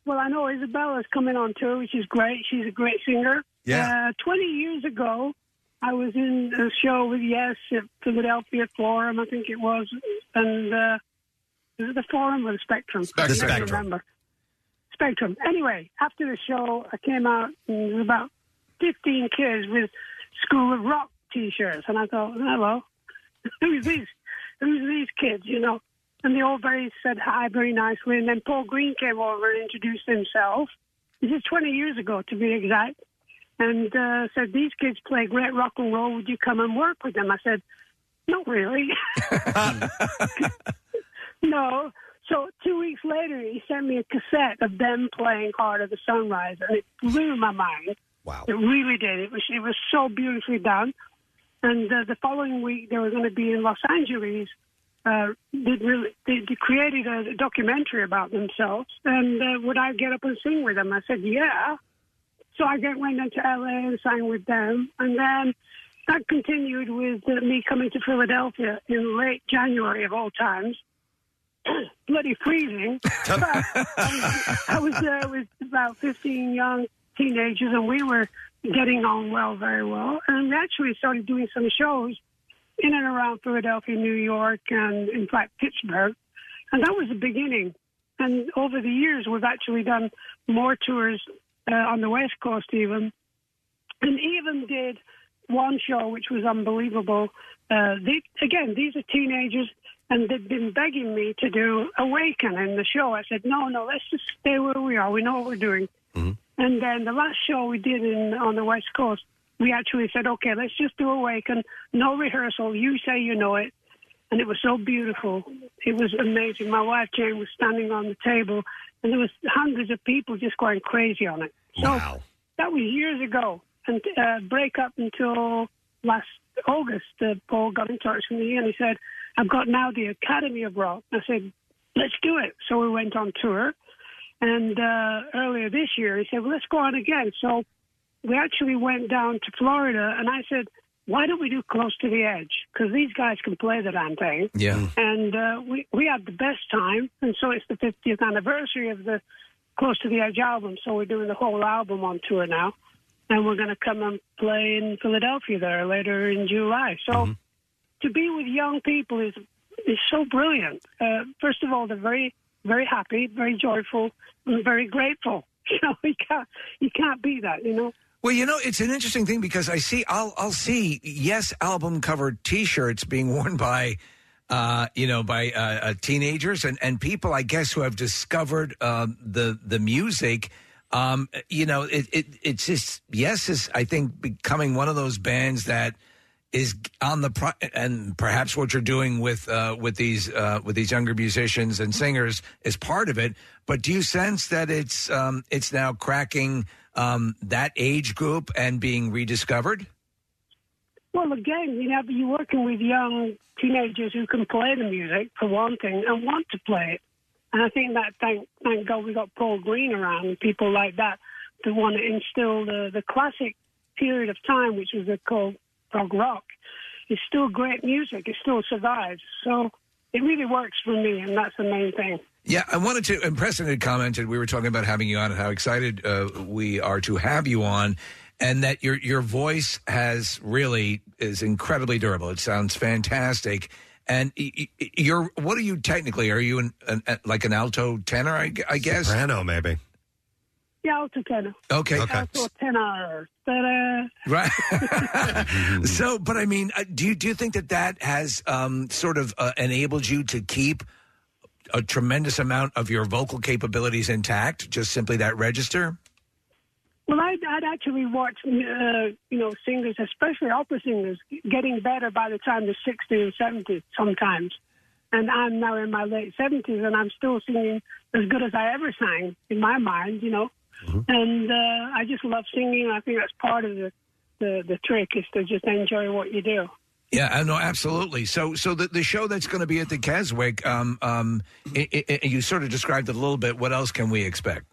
S1: Well, I know Isabella's coming on tour, which is great. She's a great singer.
S2: Yeah.
S1: Uh, 20 years ago, I was in a show with Yes at Philadelphia Forum, I think it was. And uh, is it the Forum or the Spectrum?
S2: Spectrum.
S1: I can't
S2: The Spectrum.
S1: remember. Spectrum. Anyway, after the show, I came out and there was about 15 kids with School of Rock t shirts. And I thought, hello, who's these? Who's these kids, you know? And they all very said hi very nicely. And then Paul Green came over and introduced himself. This is 20 years ago, to be exact. And uh, said, These kids play great rock and roll. Would you come and work with them? I said, Not really. no. So two weeks later, he sent me a cassette of them playing "Heart of the Sunrise," and it blew my mind.
S2: Wow!
S1: It really did. It was it was so beautifully done. And uh, the following week, they were going to be in Los Angeles. Uh, they, really, they, they created a documentary about themselves, and uh, would I get up and sing with them? I said, "Yeah." So I get, went down to LA and sang with them, and then that continued with uh, me coming to Philadelphia in late January of all times. Bloody freezing. But I was there with about 15 young teenagers, and we were getting on well, very well. And we actually started doing some shows in and around Philadelphia, New York, and in fact, Pittsburgh. And that was the beginning. And over the years, we've actually done more tours uh, on the West Coast, even, and even did one show which was unbelievable. Uh, they, again, these are teenagers, and they've been begging me to do Awaken in the show. I said, no, no, let's just stay where we are. We know what we're doing. And then the last show we did in, on the West Coast, we actually said, okay, let's just do Awaken, no rehearsal. You say you know it. And it was so beautiful. It was amazing. My wife, Jane, was standing on the table, and there was hundreds of people just going crazy on it. So
S2: wow.
S1: that was years ago. And uh, break up until last August, uh, Paul got in touch with me and he said, I've got now the Academy of Rock. I said, let's do it. So we went on tour. And uh, earlier this year, he said, well, let's go on again. So we actually went down to Florida, and I said, why don't we do Close to the Edge? Because these guys can play the damn thing.
S4: Yeah.
S1: And uh, we, we had the best time, and so it's the 50th anniversary of the Close to the Edge album, so we're doing the whole album on tour now. And we're going to come and play in Philadelphia there later in July. So to be with young people is is so brilliant. Uh, first of all, they're very very happy, very joyful, and very grateful. You know, you can't you can't beat that. You know.
S4: Well, you know, it's an interesting thing because I see I'll I'll see yes album cover T-shirts being worn by, uh, you know, by uh, uh, teenagers and and people I guess who have discovered um, the the music. Um, you know, it, it it's just yes is I think becoming one of those bands that is on the pro- and perhaps what you're doing with uh, with these uh, with these younger musicians and singers is part of it. But do you sense that it's um, it's now cracking um, that age group and being rediscovered?
S1: Well, again, you know, you're working with young teenagers who can play the music for one thing and want to play it. And I think that thank thank God we got Paul Green around and people like that that want to instill the the classic period of time, which was the called prog rock. It's still great music. It still survives. So it really works for me, and that's the main thing.
S4: Yeah, I wanted to. And Preston had commented we were talking about having you on and how excited uh, we are to have you on, and that your your voice has really is incredibly durable. It sounds fantastic. And y- y- y- you're what are you technically? Are you an, an, like an alto tenor? I, g- I guess
S2: soprano maybe.
S1: Yeah, alto tenor.
S4: Okay. Okay.
S1: Alto tenor. Ta-da.
S4: Right. so, but I mean, uh, do you do you think that that has um, sort of uh, enabled you to keep a tremendous amount of your vocal capabilities intact? Just simply that register.
S1: Well, I'd, I'd actually watch, uh, you know, singers, especially opera singers, getting better by the time they're 60 and 70 sometimes. and I'm now in my late seventies, and I'm still singing as good as I ever sang in my mind, you know. And uh, I just love singing. I think that's part of the, the the trick is to just enjoy what you do.
S4: Yeah, I know, absolutely. So, so the, the show that's going to be at the Keswick, um, um, i i i you sort of described it a little bit. What else can we expect?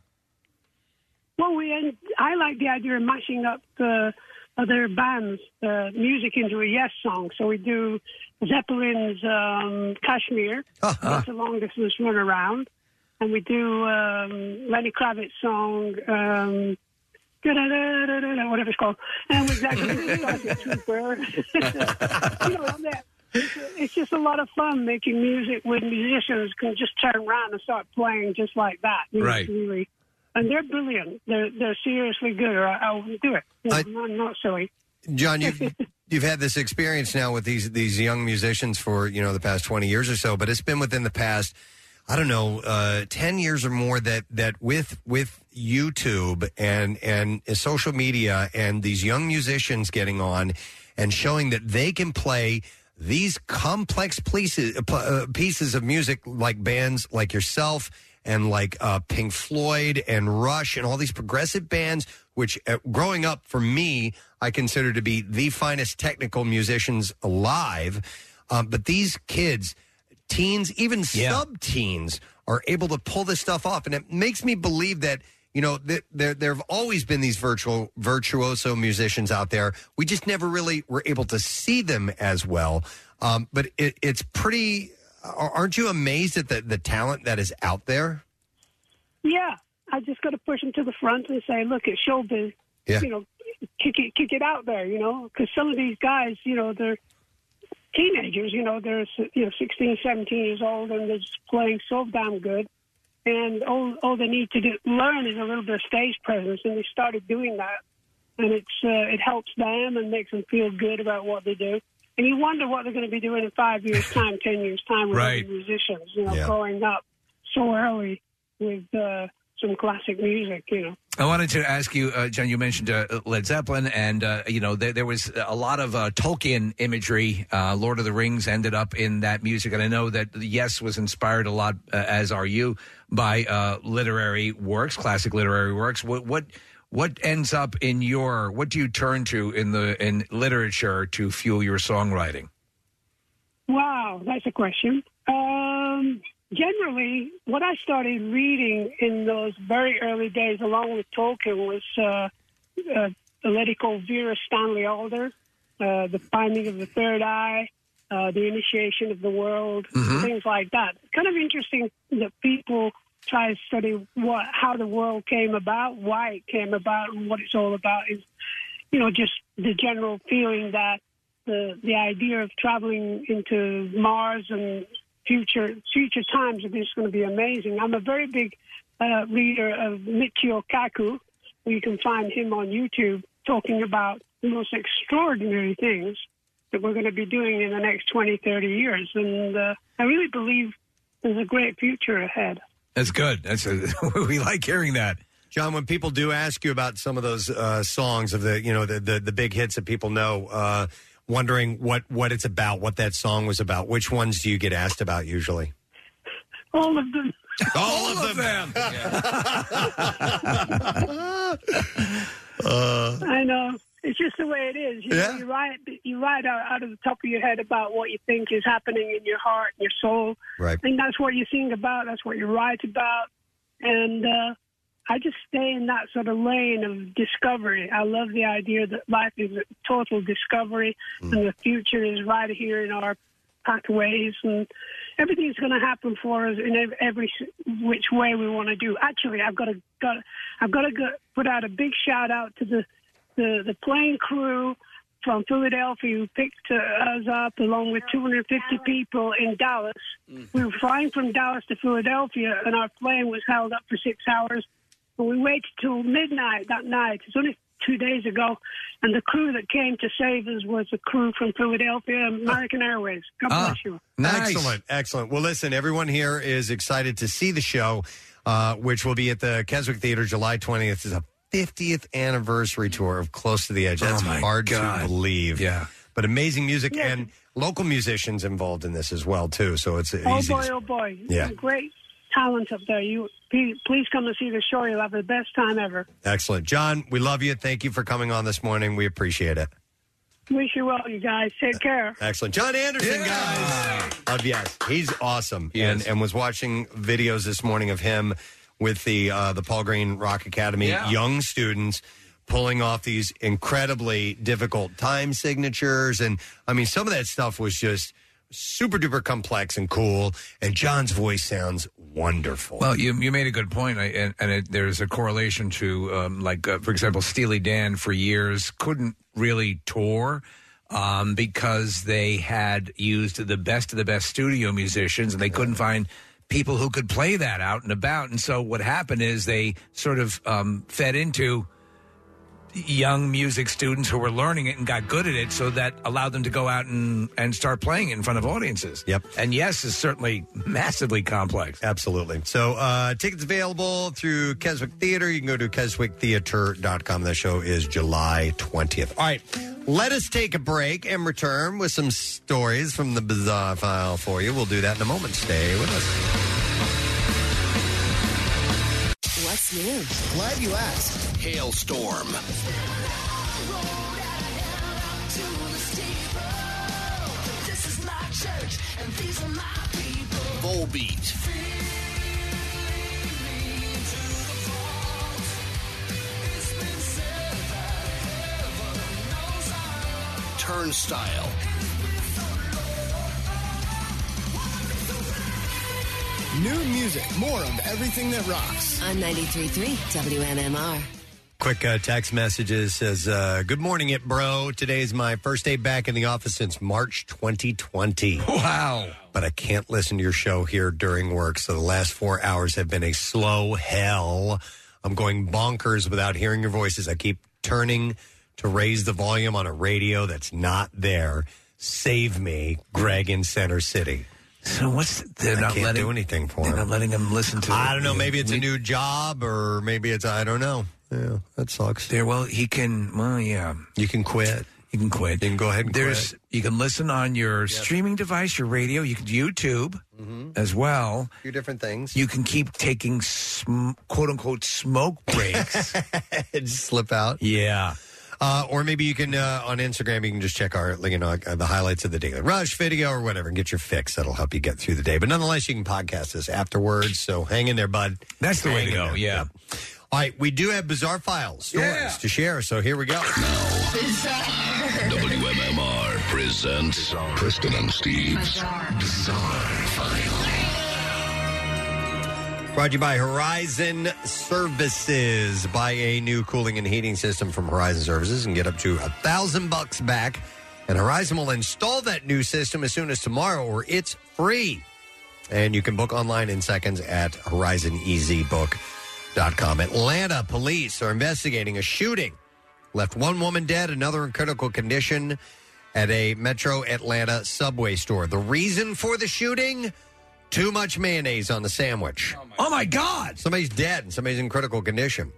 S1: Well, we en- I like the idea of mashing up uh, other bands' uh, music into a Yes song. So we do Zeppelin's um, "Kashmir." That's the longest this one around, and we do um, Lenny Kravitz's song. Um, da-da-da-da-da-da, Whatever it's called, and we uh, exactly Starship Trooper. you know, that- it's, it's just a lot of fun making music with musicians can just turn around and start playing just like that. You know,
S2: Right.
S1: it's really- and they're brilliant. They're they're seriously good. Or I, I wouldn't do it. No, I'm not silly.
S2: John, you've you've had this experience now with these these young musicians for you know the past twenty years or so, but it's been within the past I don't know uh, ten years or more that that with with YouTube and and social media and these young musicians getting on and showing that they can play these complex pieces uh, pieces of music like bands like yourself and like uh, Pink Floyd and Rush and all these progressive bands, which uh, growing up for me, I consider to be the finest technical musicians alive. Um, but these kids, teens, even sub-teens, are able to pull this stuff off, and it makes me believe that you know th- there there have always been these virtual virtuoso musicians out there. We just never really were able to see them as well. Um, but it, it's pretty. a- Aren't you amazed at the, the talent that is out there?
S1: Yeah, I just got to push them to the front and say, look, it's showbiz.
S2: Yeah.
S1: You know, kick it, kick it out there. You know, because some of these guys, you know, they're teenagers. You know, they're you know 16, 17 years old, and they're just playing so damn good. And all all they need to do, learn is a little bit of stage presence, and they started doing that, and it's uh, it helps them and makes them feel good about what they do. And you wonder what they're going to be doing in five years' time, ten years' time with
S4: Right.
S1: other musicians. You know,
S4: Yeah.
S1: growing up so early with uh, some classic music, you know.
S4: I wanted to ask you, uh, John. You mentioned uh, Led Zeppelin, and uh, you know there, there was a lot of uh, Tolkien imagery. Uh, Lord of the Rings ended up in that music, and I know that Yes was inspired a lot, uh, as are you, by uh, literary works, classic literary works. What, what what ends up in your? What do you turn to in the in literature to fuel your songwriting?
S1: Wow, that's a question. Um, generally, what I started reading in those very early days, along with Tolkien, was uh, uh, a lady called Vera Stanley Alder, uh, The Finding of the Third Eye, uh, The Initiation of the World, things like that. Kind of interesting that people try to study what how the world came about, why it came about, and what it's all about is you know, just the general feeling that the the idea of traveling into Mars and future future times is just going to be amazing. I'm a very big uh, reader of Michio Kaku. You can find him on YouTube talking about the most extraordinary things that we're going to be doing in the next 20, 30 years. And uh, I really believe there's a great future ahead.
S4: That's good. That's a, we like hearing that.
S2: John, when people do ask you about some of those uh, songs of the, you know, the, the the big hits that people know, uh, wondering what what it's about, what that song was about, which ones do you get asked about usually?
S1: All of them.
S2: All of
S4: them.
S2: Uh,
S1: I know. It's just the way it is. You, know,
S2: Yeah.
S1: you write you write out, out of the top of your head about what you think is happening in your heart, your soul.
S2: Right.
S1: And that's what you think about. That's what you write about. And uh, I just stay in that sort of lane of discovery. I love the idea that life is a total discovery, and the future is right here in our pathways, and everything's going to happen for us in ev- every s- which way we want to do. Actually, I've got to got I've got to go, put out a big shout out to the the, the plane crew from Philadelphia who picked uh, us up along with 250 people in Dallas.
S2: Mm-hmm.
S1: We were flying from Dallas to Philadelphia, and our plane was held up for six hours. But we waited till midnight that night. It's only two days ago, and the crew that came to save us was a crew from Philadelphia, American
S2: Ah.
S1: Airways. God bless you.
S2: Excellent, excellent. Well, listen, everyone here is excited to see the show, uh, which will be at the Keswick Theater July 20th. It's a 50th anniversary tour of Close to the Edge. That's hard to believe. Yeah. But amazing music and local musicians involved in this as well too. So it's
S1: Oh
S2: easy.
S1: boy, oh boy!
S2: Yeah.
S1: great talent up there. You pe- please come and see the show. You'll have the best time ever.
S2: Excellent, John. We love you. Thank you for coming on this morning. We appreciate it.
S1: Wish you well, you guys. Take care.
S2: Excellent, John Anderson, guys. Of yes, he's awesome, and and was watching videos this morning of him with the uh, the Paul Green Rock Academy
S18: Yeah.
S2: young students pulling off these incredibly difficult time signatures, and I mean some of that stuff was just super duper complex and cool. And John's voice sounds wonderful.
S4: Well, you you made a good point, I, and, and it, there's a correlation to, um, like, uh, for example, Steely Dan for years couldn't really tour um, because they had used the best of the best studio musicians, and they couldn't find people who could play that out and about. And so what happened is they sort of um, fed into young music students who were learning it and got good at it so that allowed them to go out and, and start playing it in front of audiences yep and yes is certainly massively complex
S2: absolutely So uh, tickets available through Keswick Theater. You can go to keswicktheater.com. The show is July 20th. All right, let us take a break and return with some stories from the Bizarre File for you. We'll do that in a moment. Stay with us.
S27: What's new? Glad you asked. Hailstorm. Volbeat. Turnstile.
S21: New music, more of everything that rocks.
S27: On 93.3 WNMR.
S2: Quick uh, text messages says, uh, Good morning, it bro. Today's my first day back in the office since March 2020.
S4: Wow.
S2: But I can't listen to your show here during work, so the last four hours have been a slow hell. I'm going bonkers without hearing your voices. I keep turning to raise the volume on a radio that's not there. Save me, Greg in Center City.
S4: So what's they're
S2: I
S4: not
S2: can't
S4: letting
S2: do anything for
S4: they're
S2: him.
S4: not letting him listen to.
S2: I don't know.
S4: the-
S2: Maybe it's a
S4: we-
S2: new job, or maybe it's I don't know. Yeah, that sucks.
S4: There, well, he can. Well, yeah,
S2: you can quit.
S4: You can quit.
S2: You can go ahead and
S4: There's
S2: quit.
S4: you can listen on your streaming device, your radio, you can YouTube as well.
S2: A few Mm-hmm. different things.
S4: You can keep taking sm- quote unquote smoke breaks.
S2: Just slip out.
S4: Yeah.
S2: Uh, or maybe you can uh, on Instagram. You can just check our, like, you know, like, uh, the highlights of the daily rush video or whatever, and get your fix. That'll help you get through the day. But nonetheless, you can podcast this afterwards. So hang in there, bud.
S4: That's the
S2: Hang
S4: way to
S2: in
S4: go.
S2: there.
S4: Yeah.
S2: All right, we do have bizarre files stories to share. So here we go.
S27: WMMR presents Kristen and Steve's Bizarre,
S2: Brought to you by Horizon Services. Buy a new cooling and heating system from Horizon Services and get up to a thousand bucks back. And Horizon will install that new system as soon as tomorrow, or it's free. And you can book online in seconds at E horizoneasybook.com. Atlanta police are investigating a shooting. Left one woman dead, another in critical condition at a Metro Atlanta subway store. The reason for the shooting? Too much mayonnaise on the sandwich. Oh my,
S4: God!
S2: Somebody's dead and somebody's in critical condition.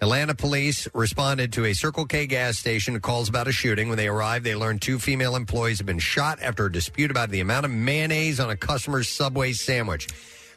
S2: Atlanta police responded to a Circle K gas station calls about a shooting. When they arrived, they learned two female employees had been shot after a dispute about the amount of mayonnaise on a customer's subway sandwich.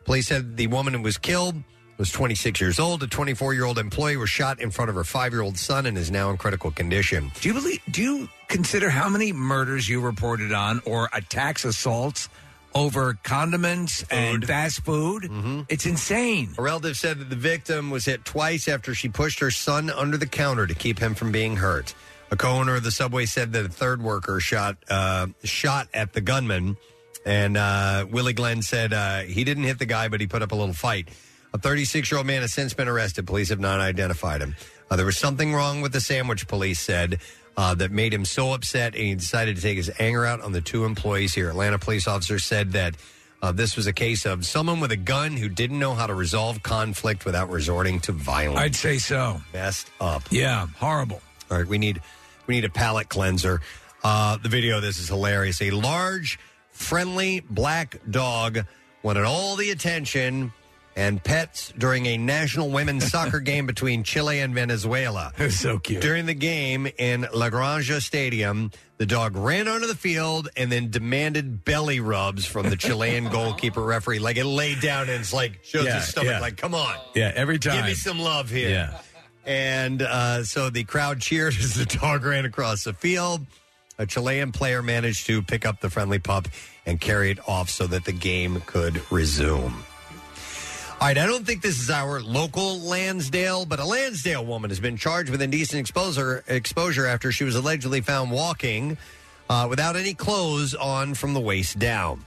S2: Police said the woman who was killed was 26 years old. A 24 year old employee was shot in front of her five year old son and is now in critical condition.
S4: Do you believe? Do you consider how many murders you reported on or attacks, assaults over condiments and fast food? It's insane.
S2: Mm-hmm. A relative said that the victim was hit twice after she pushed her son under the counter to keep him from being hurt. A co-owner of the subway said that a third worker shot uh, shot at the gunman, and uh, Willie Glenn said uh, he didn't hit the guy, but he put up a little fight. A 36 year old man has since been arrested. Police have not identified him. Uh, there was something wrong with the sandwich. Police said. Uh, that made him so upset, and he decided to take his anger out on the two employees here. Atlanta police officer said that uh, this was a case of someone with a gun who didn't know how to resolve conflict without resorting to violence.
S4: I'd say so.
S2: Messed up.
S4: Yeah, horrible.
S2: All right, we need we need a palate cleanser. Uh, the video of this is hilarious. A large, friendly black dog wanted all the attention and pets during a national women's soccer game between Chile and Venezuela.
S4: It was so cute.
S2: During the game in La Granja Stadium, the dog ran onto the field and then demanded belly rubs from the Chilean goalkeeper referee. Like it laid down and it's like shows
S4: Yeah,
S2: his stomach.
S4: yeah.
S2: Like, come on,
S4: Yeah, every time.
S2: Give me some love here.
S4: Yeah.
S2: And uh, so the crowd cheered as the dog ran across the field. A Chilean player managed to pick up the friendly pup and carry it off so that the game could resume. All right, I don't think this is our local Lansdale, but a Lansdale woman has been charged with indecent exposure exposure after she was allegedly found walking uh, without any clothes on from the waist down.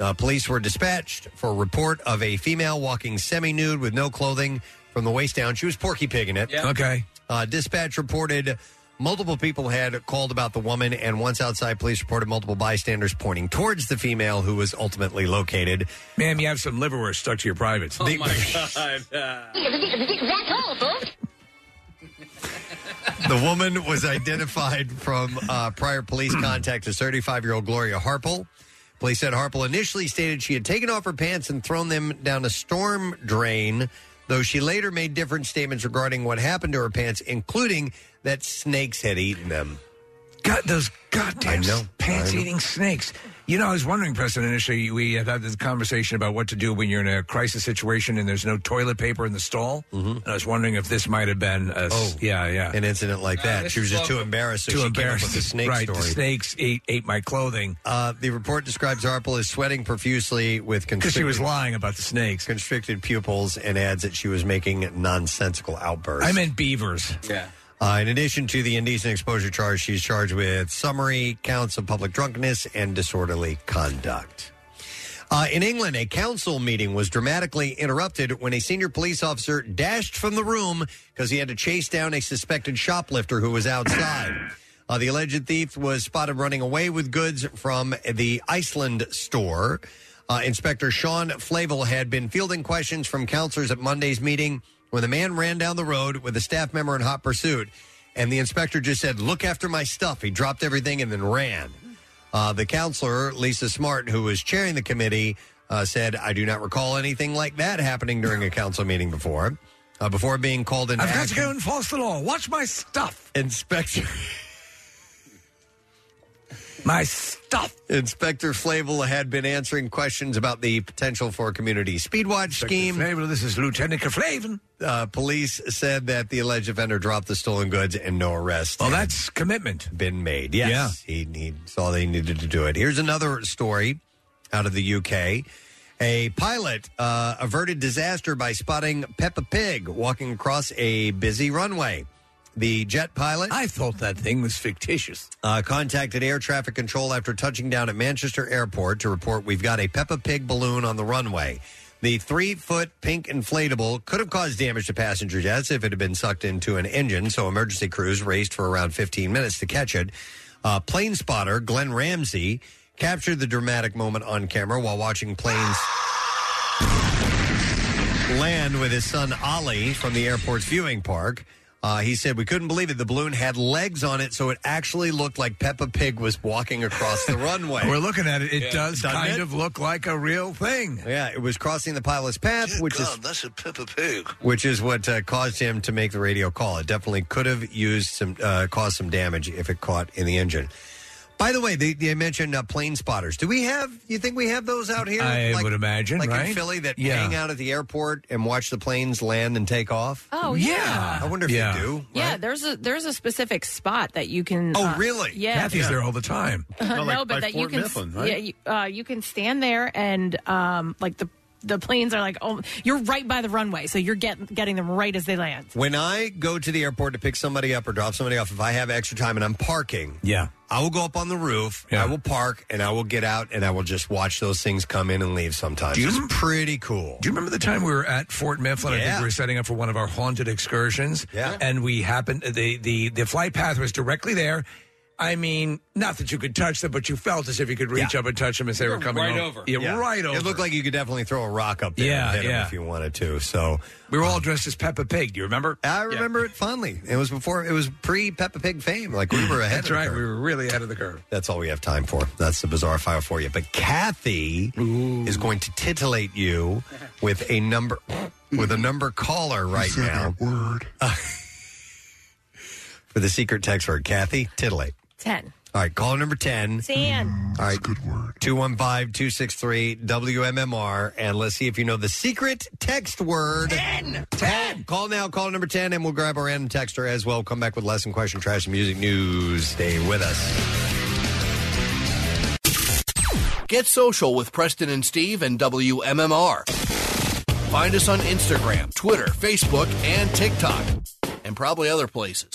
S2: Uh, police were dispatched for a report of a female walking semi nude with no clothing from the waist down. She was porky pigging it.
S4: Yeah. Okay.
S2: Uh, dispatch reported multiple people had called about the woman, and once outside, police reported multiple bystanders pointing towards the female who was ultimately located.
S4: Ma'am, you have some liverwurst stuck to your privates.
S16: Oh,
S2: The-
S10: That's all, folks.
S2: The woman was identified from uh, prior police contact as 35 year old Gloria Harple. Police said Harple initially stated she had taken off her pants and thrown them down a storm drain, though she later made different statements regarding what happened to her pants, including that snakes had eaten them.
S4: God, those goddamn pants
S2: I know.
S4: eating snakes. You know, I was wondering, Preston, initially, we have had this conversation about what to do when you're in a crisis situation and there's no toilet paper in the stall. Mm-hmm. And I was wondering if this might have been a, oh, yeah, yeah.
S2: an incident like that. She was just too embarrassed, so she came up with the snake
S4: right, The
S2: story.
S4: snakes ate, ate my clothing.
S2: Uh, the report describes Harple as sweating profusely with
S4: Because she was
S2: constricted-
S4: lying about the snakes.
S2: Constricted pupils and adds that she was making nonsensical outbursts.
S4: I meant beavers.
S8: Yeah.
S2: Uh, in addition to the indecent exposure charge, she's charged with summary counts of public drunkenness and disorderly conduct. Uh, in England, a council meeting was dramatically interrupted when a senior police officer dashed from the room because he had to chase down a suspected shoplifter who was outside. Uh, the alleged thief was spotted running away with goods from the Iceland store. Uh, Inspector Sean Flavel had been fielding questions from counselors at Monday's meeting when the man ran down the road with a staff member in hot pursuit. And the inspector just said, Look after my stuff. He dropped everything and then ran. Uh, the counselor, Lisa Smart, who was chairing the committee, uh, said, I do not recall anything like that happening during a council meeting before. Uh, before being called into
S4: I've got to
S2: action,
S4: go and enforce the law. Watch my stuff.
S2: Inspector.
S4: My stuff.
S2: Inspector Flavel had been answering questions about the potential for a community speedwatch scheme.
S4: Flavel, this is Lieutenant Flavel.
S2: Uh, police said that the alleged offender dropped the stolen goods and no arrest.
S4: Well, that's commitment.
S2: Been made. Yes. He, he saw they needed to do it. Here's another story out of the UK. A pilot uh, averted disaster by spotting Peppa Pig walking across a busy runway. The jet pilot.
S4: I thought that thing was fictitious.
S2: Uh, contacted air traffic control after touching down at Manchester Airport to report we've got a Peppa Pig balloon on the runway. The three foot pink inflatable could have caused damage to passenger jets if it had been sucked into an engine, so emergency crews raced for around 15 minutes to catch it. Uh, plane spotter Glenn Ramsey captured the dramatic moment on camera while watching planes land with his son Ollie from the airport's viewing park. Uh, he said, We couldn't believe it. The balloon had legs on it, so it actually looked like Peppa Pig was walking across the runway.
S4: We're looking at it. It does
S2: Doesn't
S4: kind
S2: it?
S4: of look like a real thing.
S2: Yeah, it was crossing the pilot's path, which is
S7: that's a Peppa Pig.
S2: which is what uh, caused him to make the radio call. It definitely could have used some uh, caused some damage if it caught in the engine. By the way, they, they mentioned uh, plane spotters. Do we have? You think we have those out here?
S4: I would imagine,
S2: like in
S4: right?
S2: Philly, that
S4: Yeah.
S2: hang out at the airport and watch the planes land and take off.
S3: Oh, Yeah. yeah.
S2: I wonder if
S4: Yeah.
S2: you do.
S3: Yeah, there's a there's a specific spot that you can.
S2: Oh,
S3: uh,
S2: really?
S3: Yeah,
S4: Kathy's there all the time.
S3: Uh, no, but that you can. s- Yeah, you, uh, you can stand there and um, like the the planes are like oh you're right by the runway, so you're getting getting them right as they land.
S2: When I go to the airport to pick somebody up or drop somebody off, if I have extra time and I'm parking,
S4: Yeah.
S2: I will go up on the roof. I will park and I will get out and I will just watch those things come in and leave. Sometimes
S4: Do you
S2: it's
S4: rem-
S2: pretty cool.
S4: Do you remember the time we were at Fort Mifflin? I think
S2: Yeah.
S4: we were setting up for one of our haunted excursions.
S2: Yeah.
S4: And we happened the the the flight path was directly there, I mean, not that you could touch them, but you felt as if you could reach up and touch them as they were coming
S2: right
S4: o-
S2: over.
S4: Yeah,
S2: Yeah.
S4: right
S2: It
S4: over.
S2: looked like you could definitely throw a rock up there
S4: Yeah,
S2: and hit 'em
S4: yeah.
S2: if you wanted to. So
S4: we were all dressed as Peppa Pig. Do you remember?
S2: I remember it fondly. It was before. It was pre Peppa Pig fame. Like we were ahead. of
S4: That's
S2: the
S4: right.
S2: curve.
S4: We were really ahead of the curve.
S2: That's all we have time for. That's the bizarre file for you. But Kathy is going to titillate you with a number with a number caller right now. word for the secret text word, Kathy titillate.
S3: 10.
S2: All right, caller number ten.
S3: San.
S2: All right, good word. 215-263 WMMR, and let's see if you know the secret text word. Ten. Ten. Call now. Call number ten, and we'll grab our random texter as well. Come back with lesson question, trash, and music news. Stay with us.
S27: Get social with Preston and Steve and WMMR. Find us on Instagram, Twitter, Facebook, and TikTok, and probably other places.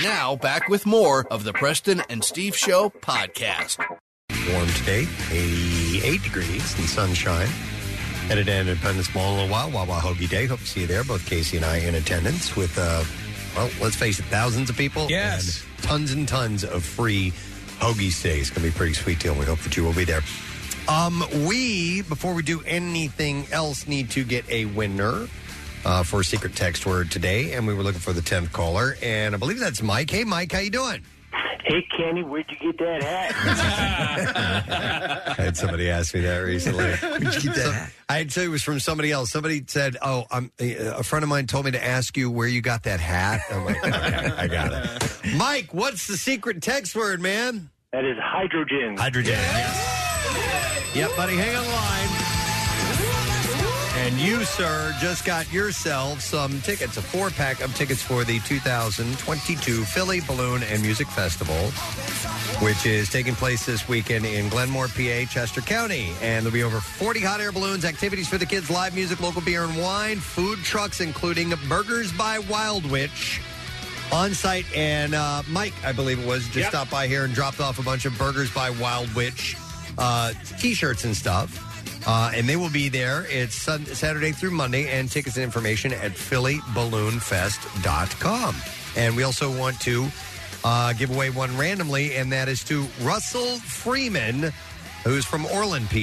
S27: Now, back with more of the Preston and Steve Show podcast.
S2: Warm today, 88 degrees and sunshine. Headed to Independence Mall in a little while. Wawa Hoagie Day. Hope to see you there. Both Casey and I in attendance with, uh, well, let's face it, thousands of people. Yes. And tons and tons of free hoagie stays. Going to be a pretty sweet deal. We hope that you will be there. Um, we, before we do anything else, need to get a winner uh, for secret text word today. And we were looking for the 10th caller. And I believe that's Mike. Hey, Mike, how you doing?
S10: Hey, Kenny, where'd you get that hat?
S2: I had somebody ask me that recently. So- I had said it was from somebody else. Somebody said, "Oh, I'm, a friend of mine told me to ask you where you got that hat." I'm like, "Okay, I got it." Mike, what's the secret text word, man?
S10: That is hydrogen.
S2: Hydrogen. yes. Yep, buddy. Hang on the line. And you, sir, just got yourself some tickets, a four pack of tickets for the 2022 Philly Balloon and Music Festival, which is taking place this weekend in Glenmore, PA, Chester County. And there'll be over 40 hot air balloons, activities for the kids, live music, local beer and wine, food trucks, including Burgers by Wild Witch. On site, and uh, Mike, I believe it was, just stopped by here and dropped off a bunch of Burgers by Wild Witch uh, t shirts and stuff. Uh, and they will be there. It's sun- Saturday through Monday, and tickets and information at PhillyBalloonFest.com. And we also want to uh, give away one randomly, and that is to Russell Freeman, who's from Orland, PA.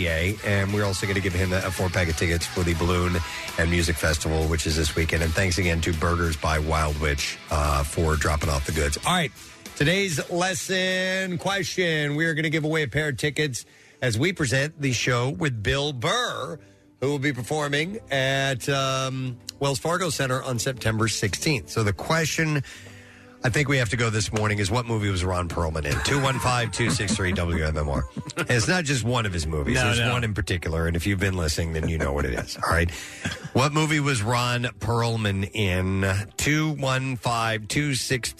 S2: And we're also going to give him a a four pack of tickets for the Balloon and Music Festival, which is this weekend. And thanks again to Burgers by Wild Witch uh, for dropping off the goods. All right. Today's lesson question we are going to give away a pair of tickets as we present the show with Bill Burr, who will be performing at um, Wells Fargo Center on September 16th. So the question I think we have to go this morning is what movie was Ron Perlman in? 215-263-WMMR. And it's not just one of his movies.
S18: No,
S2: There's
S18: no.
S2: one in particular, and if you've been listening, then you know what it is. All right. What movie was Ron Perlman in?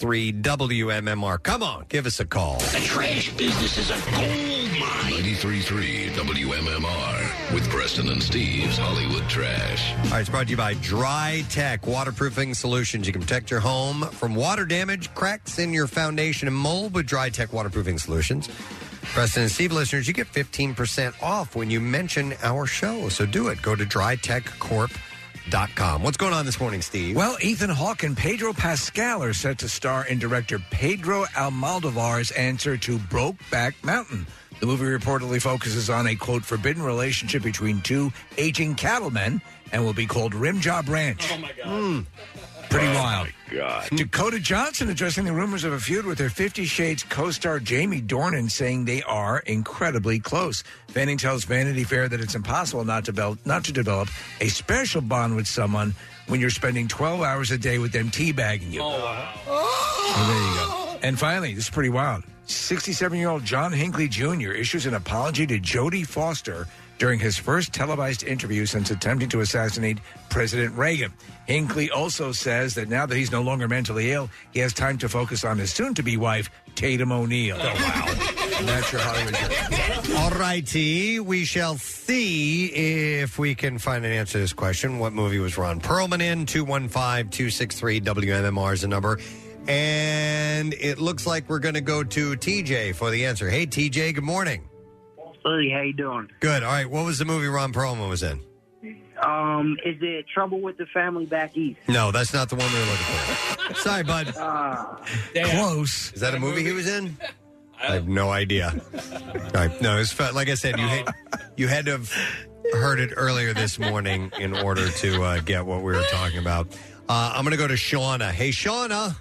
S2: 215-263-WMMR. Come on, give us a call.
S27: The trash business is a gold mine.
S23: 93.3 WMMR with Preston and Steve's Hollywood Trash.
S2: All right, it's brought to you by Dry Tech Waterproofing Solutions. You can protect your home from water damage, cracks in your foundation, and mold with Dry Tech Waterproofing Solutions. Preston and Steve listeners, you get 15% off when you mention our show. So do it. Go to drytechcorp.com. What's going on this morning, Steve?
S4: Well, Ethan Hawke and Pedro Pascal are set to star in director Pedro Almodovar's answer to Brokeback Mountain. The movie reportedly focuses on a quote forbidden relationship between two aging cattlemen and will be called Rimjob Ranch. Oh my god. Pretty wild.
S18: God.
S4: Dakota Johnson addressing the rumors of a feud with her Fifty Shades co star Jamie Dornan, saying they are incredibly close. Fanning tells Vanity Fair that it's impossible not to, develop, not to develop a special bond with someone when you're spending 12 hours a day with them teabagging you. So Oh, there you go. And finally, this is pretty wild. 67 year old John Hinckley Jr. issues an apology to Jodie Foster during his first televised interview since attempting to assassinate President Reagan. Hinckley also says that now that he's no longer mentally ill, he has time to focus on his soon to be wife, Tatum O'Neill. And that's your Hollywood Journal.
S2: All righty, we shall see if we can find an answer to this question. What movie was Ron Perlman in? 215 263 WMMR is the number. And it looks like we're going to go to TJ for the answer. Hey, TJ, good morning.
S12: Hey, how you doing?
S2: Good. All right, what was the movie Ron Perlman was in?
S12: Um, is it Trouble with the Family Back East?
S2: No, that's not the one we were looking for. Sorry, bud. Close. Is that a movie he was in? I have no idea. All right. No, it's fe- like I said, you had, you had to have heard it earlier this morning in order to uh, get what we were talking about. Uh, I'm going to go to Shauna. Hey, Shauna.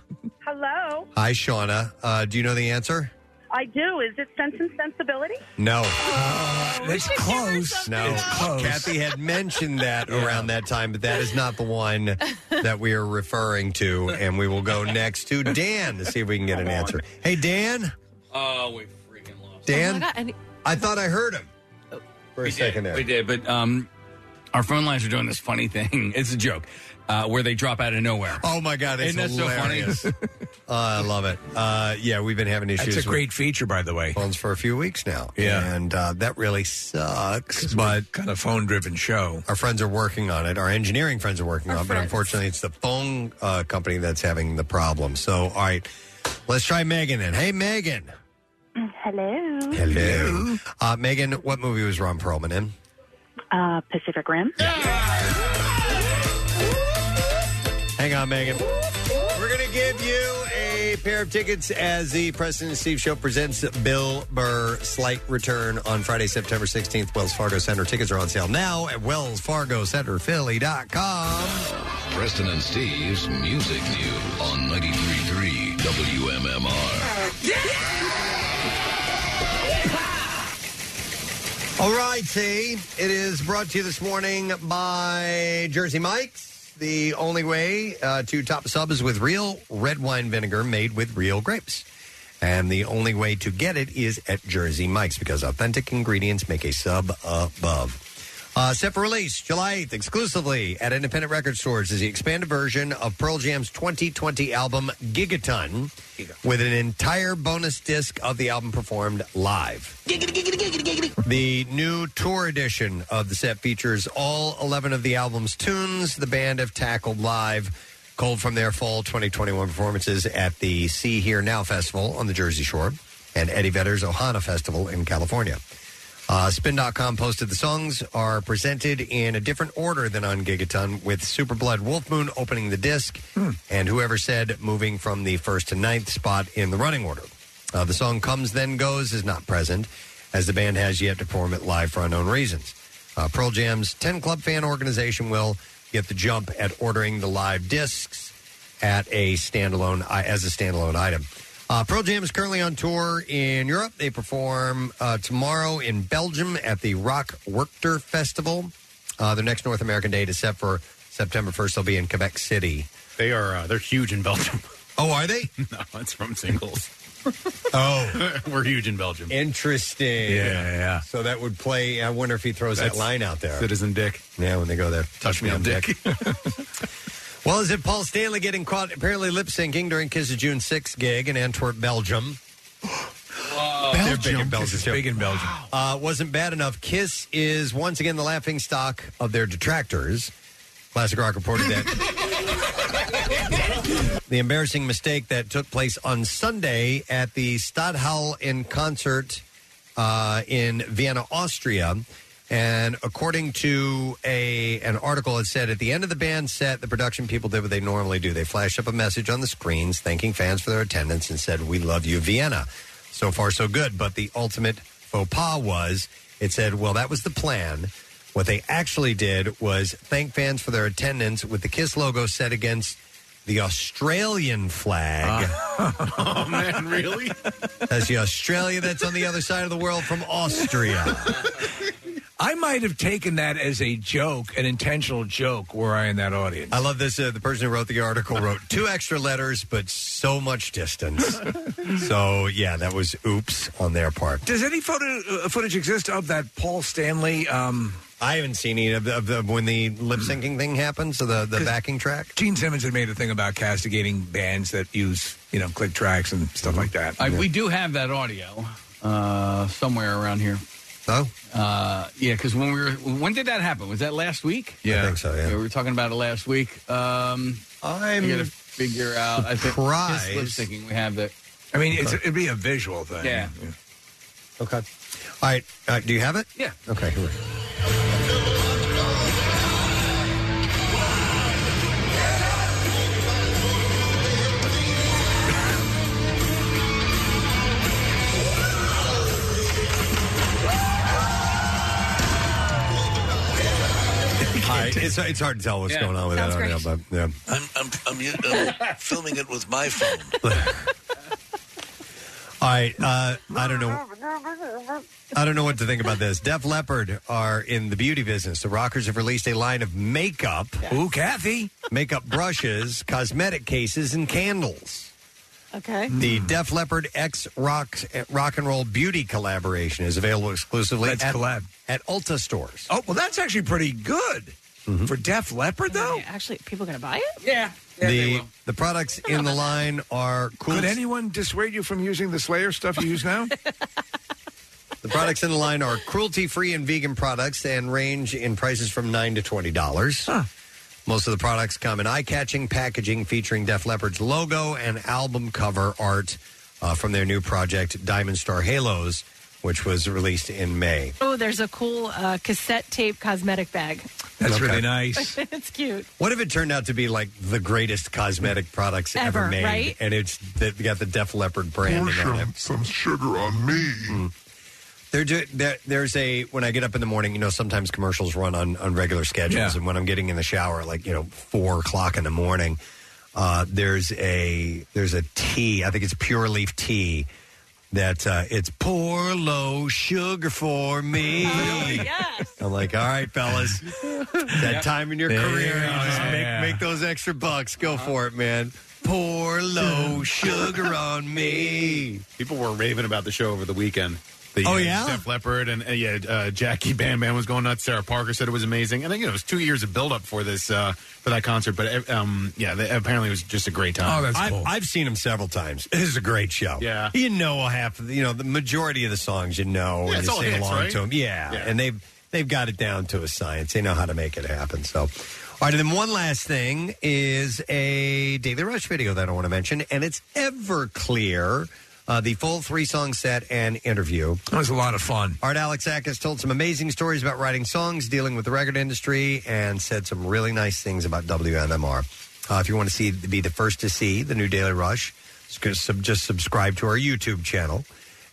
S13: Hello.
S2: Hi, Shauna. Uh, do you know the answer?
S13: I do. Is it Sense and Sensibility?
S2: No.
S4: That's close.
S2: No. Kathy had mentioned that around that time, but that is not the one that we are referring to. And we will go next to Dan to see if we can get an answer. Hey, Dan.
S5: Uh,
S8: Oh, we
S2: Dan. I thought I heard him for a second there.
S8: We did, but um, our phone lines are doing this funny thing. It's a joke uh, where they drop out of nowhere.
S2: Oh my god, it's
S8: Isn't that
S2: hilarious.
S8: so funny?
S2: Uh, I love it. Uh, yeah, we've been having issues.
S4: That's a great feature, by the way.
S2: Phones for a few weeks now.
S4: Yeah.
S2: and uh, that really sucks. But
S4: kind of phone-driven show.
S2: Our friends are working on it. Our engineering friends are working
S4: Our
S2: on it. But
S4: friends.
S2: unfortunately, it's the phone uh, company that's having the problem. So, all right, let's try Megan then. Hey, Megan.
S13: Hello.
S2: Hello, uh, Megan. What movie was Ron Perlman in?
S13: Uh, Pacific Rim.
S2: Hang on, Megan. We're going to give you a pair of tickets as the President and Steve Show presents Bill Burr Slight Return on Friday, September 16th. Wells Fargo Center tickets are on sale now at wellsfargocenterphilly.com.
S23: Preston and Steve's Music News on 93.3 WMMR.
S2: All right, see, it is brought to you this morning by Jersey Mike's. The only way uh, to top a sub is with real red wine vinegar made with real grapes. And the only way to get it is at Jersey Mike's because authentic ingredients make a sub above. Uh, set for release July 8th exclusively at independent record stores is the expanded version of Pearl Jam's 2020 album Gigaton with an entire bonus disc of the album performed live. The new tour edition of the set features all 11 of the album's tunes the band have tackled live. Cold from their fall 2021 performances at the See Here Now Festival on the Jersey Shore and Eddie Vedder's Ohana Festival in California. Uh, Spin.com posted the songs are presented in a different order than on Gigaton, with Superblood Wolfmoon opening the disc, and whoever said moving from the first to ninth spot in the running order. Uh, the song Comes Then Goes is not present, as the band has yet to perform it live for unknown reasons. Uh, Pearl Jam's 10 Club fan organization will get the jump at ordering the live discs at a standalone as a standalone item. Uh, Pearl Jam is currently on tour in Europe. They perform uh, tomorrow in Belgium at the Rock Werchter Festival. Uh, their next North American date is set for September 1st. They'll be in Quebec City.
S5: They are uh, they're huge in Belgium.
S2: Oh, are they?
S5: no, it's from singles.
S2: Oh,
S5: we're huge in Belgium.
S2: Interesting.
S5: Yeah, yeah, yeah.
S2: So that would play. I wonder if he throws
S5: That's
S2: that line out there.
S5: Citizen Dick.
S2: Yeah, when they go there.
S5: Touch me, I'm Dick.
S2: Well, is it Paul Stanley getting caught apparently lip syncing during Kiss' June 6th gig in Antwerp, Belgium? They're big in Belgium.
S4: This is
S2: too.
S4: big in Belgium.
S2: Uh, wasn't bad enough. Kiss is once again the laughing stock of their detractors. Classic Rock reported that the embarrassing mistake that took place on Sunday at the Stadthal in concert uh, in Vienna, Austria. And according to a an article, it said at the end of the band set, the production people did what they normally do. They flashed up a message on the screens thanking fans for their attendance and said, "We love you, Vienna." So far, so good. But the ultimate faux pas was it said, "Well, that was the plan." What they actually did was thank fans for their attendance with the Kiss logo set against the Australian flag.
S17: Ah.
S5: oh man, really?
S2: That's the Australia that's on the other side of the world from Austria.
S4: I might have taken that as a joke, an intentional joke, were I in that audience.
S2: I love this. Uh, the person who wrote the article wrote two extra letters, but so much distance. so, yeah, that was oops on their part.
S4: Does any photo, uh, footage exist of that Paul Stanley? Um,
S2: I haven't seen any of, of, of when the lip syncing thing happened, so the, the backing track.
S4: Gene Simmons had made a thing about castigating bands that use, you know, click tracks and stuff like that.
S8: I, We do have that audio uh, somewhere around here.
S2: Oh,
S8: uh, yeah. Because when we were, when did that happen? Was that last week?
S2: Yeah, I think so. Yeah,
S8: we were talking about it last week. Um,
S2: I'm
S8: gonna figure out. I think
S2: surprised.
S8: just lip syncing. We have that.
S4: I mean, it's, it'd be a visual thing.
S8: Yeah.
S2: Okay. All right. Uh, do you have it?
S8: Yeah.
S2: Okay. Here we go. All right, it's, it's hard to tell what's
S7: Yeah.
S2: going on with that
S7: Sounds
S2: audio, but yeah.
S7: I'm, I'm, I'm, u- I'm filming it with my phone.
S2: All right, uh, I don't know. I don't know what to think about this. Def Leppard are in the beauty business. The rockers have released a line of makeup.
S4: Ooh, Kathy.
S2: Makeup brushes, cosmetic cases, and candles.
S3: Okay.
S4: Mm.
S2: The Def Leppard X Rock eh, Rock and Roll Beauty collaboration is available exclusively
S4: Let's
S2: at,
S4: collab.
S2: at Ulta stores. Mm-hmm.
S4: Oh, well, that's actually pretty good for Def Leppard, though.
S3: Actually, people going to buy it?
S8: Yeah.
S2: the the products in the line are cool.
S4: Could anyone dissuade you from using the Slayer stuff you use now?
S2: The products in the line are cruelty free and vegan products and range in prices from $9 to $20. Most of the products come in eye catching packaging featuring Def Leppard's logo and album cover art uh, from their new project, Diamond Star Halos, which was released in May.
S6: Oh, there's a cool uh, cassette tape cosmetic bag.
S2: That's
S4: really
S2: nice.
S6: it's cute.
S2: What if it turned out to be like the greatest cosmetic products ever,
S6: Ever,
S2: made?
S6: right?
S2: And it's they've got the Def Leppard branding on it.
S22: some sugar on me.
S2: They're do, Hmm. there, there's a when I get up in the morning, you know, sometimes commercials run on, on regular schedules,
S22: Yeah.
S2: and when I'm getting in the shower, like you know, four o'clock in the morning, uh, there's a there's a tea. I think it's pure leaf tea. That uh, it's pour low sugar for me. I'm like, all right, fellas, that time in your
S4: Yeah,
S2: career,
S4: yeah,
S2: you Uh-huh. just
S4: yeah,
S2: make,
S4: yeah.
S2: make those extra bucks. Go for it, man. Pour low sugar on me.
S5: People were raving about the show over the weekend. The,
S2: Oh,
S5: uh,
S2: yeah?
S5: Def Leppard and uh, yeah, uh, Jackie Bam Bam was going nuts. Sarah Parker said it was amazing, and then you know it was two years of build up for this uh, for that concert. But uh, um, yeah, they, apparently it was just a great time.
S2: I've, I've seen him several times. This is a great show.
S5: Yeah.
S2: you know half. Of the, you know the majority of the songs you know,
S5: Yeah,
S2: and
S5: it's
S2: you
S5: all
S2: sing
S5: hits,
S2: along
S5: right?
S2: to them. Yeah.
S5: Yeah.
S2: and they've they've got it down to a science. They know how to make it happen. So, all right, and then one last thing is a Daily Rush video that I want to mention, and it's Everclear. Uh, the full three song set and interview.
S4: That was a lot of fun.
S2: Art Alexakis told some amazing stories about writing songs, dealing with the record industry, and said some really nice things about WMMR. Uh, if you want to see be the first to see the new Daily Rush, just sub- just subscribe to our YouTube channel.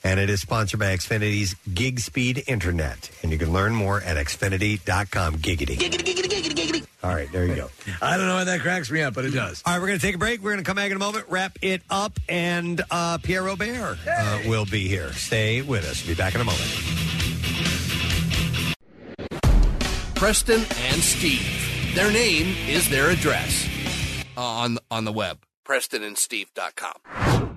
S2: And it is sponsored by Xfinity's Gig Speed Internet. And you can learn more at xfinity.com. Giggity. All right, there you go.
S4: I don't know why that cracks me up, but it does.
S2: All right, we're going to take a break. We're going to come back in a moment, wrap it up, and uh, Pierre Robert uh, will be here. Stay with us. We'll be back in a moment.
S27: Preston and Steve. Their name is their address uh, on on the web. PrestonandSteve.com.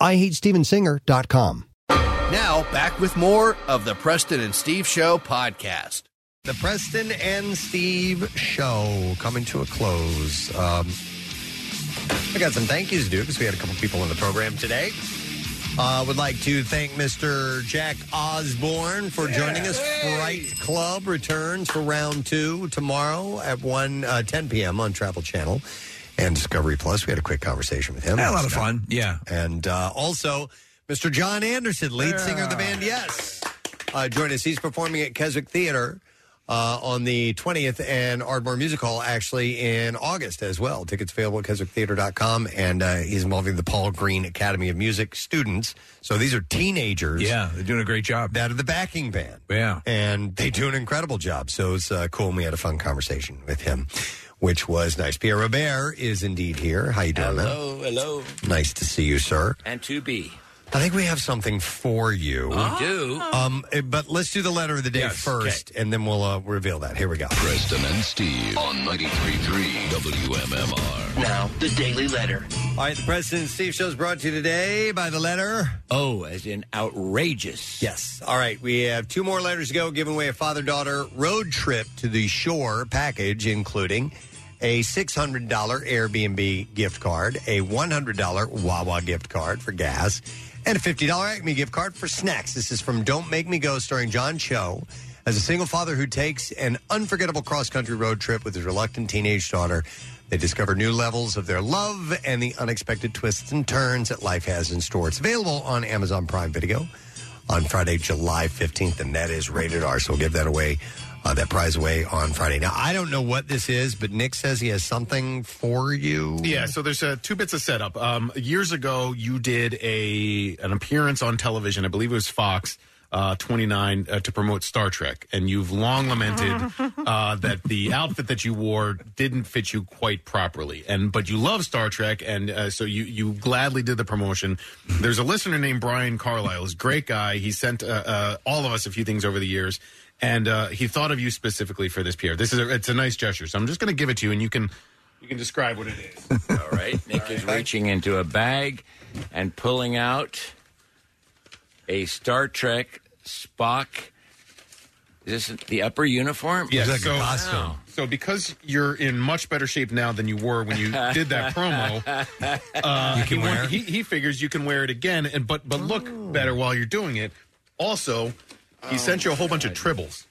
S2: IHateStevensinger.com.
S27: Now back with more of the Preston and Steve Show podcast.
S2: The Preston and Steve Show coming to a close. Um, I got some thank yous to do because we had a couple people on the program today. Uh, would like to thank Mr. Jack Osborne for joining us. Fright Club returns for round two tomorrow at 1, uh, 10 p.m. on Travel Channel and Discovery Plus. We had a quick conversation with him.
S4: Had a lot of fun. Yeah.
S2: And uh, also, Mr. John Anderson, lead singer of the band Yes, uh, joined us. He's performing at Keswick Theater uh, on the 20th and Ardmore Music Hall actually in August as well. Tickets available at keswicktheater.com. And uh, he's involving the Paul Green Academy of Music students. So these are teenagers.
S4: Yeah, they're doing a great job.
S2: That are the backing band.
S4: Yeah.
S2: And they do an incredible job. So it's uh, cool. And we had a fun conversation with him, which was nice. Pierre Robert is indeed here. How you doing, man?
S11: Hello, hello,
S2: Nice to see you, sir.
S11: and to be.
S2: I think we have something for you.
S11: We do.
S2: Um, eh, but let's do the letter of the day first, and then we'll uh, reveal that. Here we go.
S23: Preston and Steve on 93.3 WMMR.
S11: Now, the Daily Letter.
S2: All right, the President and Steve show is brought to you today by the letter.
S11: Oh, as in outrageous.
S2: Yes. All right, we have two more letters to go, giving away a father daughter road trip to the shore package, including a $600 Airbnb gift card, a $100 Wawa gift card for gas, and a $50 Acme gift card for snacks. This is from Don't Make Me Go, starring John Cho. As a single father who takes an unforgettable cross country road trip with his reluctant teenage daughter, they discover new levels of their love and the unexpected twists and turns that life has in store. It's available on Amazon Prime Video on Friday, July 15th, and that is rated R. So we'll give that away, uh, that prize away on Friday. Now, I don't know what this is, but Nick says he has something for you.
S5: Yeah, so there's uh, two bits of setup. Um, years ago, you did a an appearance on television. I believe it was Fox uh, 29 uh, to promote Star Trek, and you've long lamented uh, that the outfit that you wore didn't fit you quite properly. And but you love Star Trek, and uh, so you you gladly did the promotion. There's a listener named Brian Carlisle. He's a great guy. He sent uh, uh, all of us a few things over the years. And uh, he thought of you specifically for this, Pierre. This is a, it's a nice gesture, so I'm just going to give it to you, and you can you can describe what it is.
S11: All right. Nick is reaching into a bag and pulling out a Star Trek Spock. Is this the upper uniform?
S5: Yes. so,
S11: Wow.
S5: so because you're in much better shape now than you were when you did that promo, uh,
S11: You can
S5: he, wa-
S11: wear it?
S5: he, he figures you can wear it again, and but but look better while you're doing it. Also, he sent you a whole bunch of tribbles.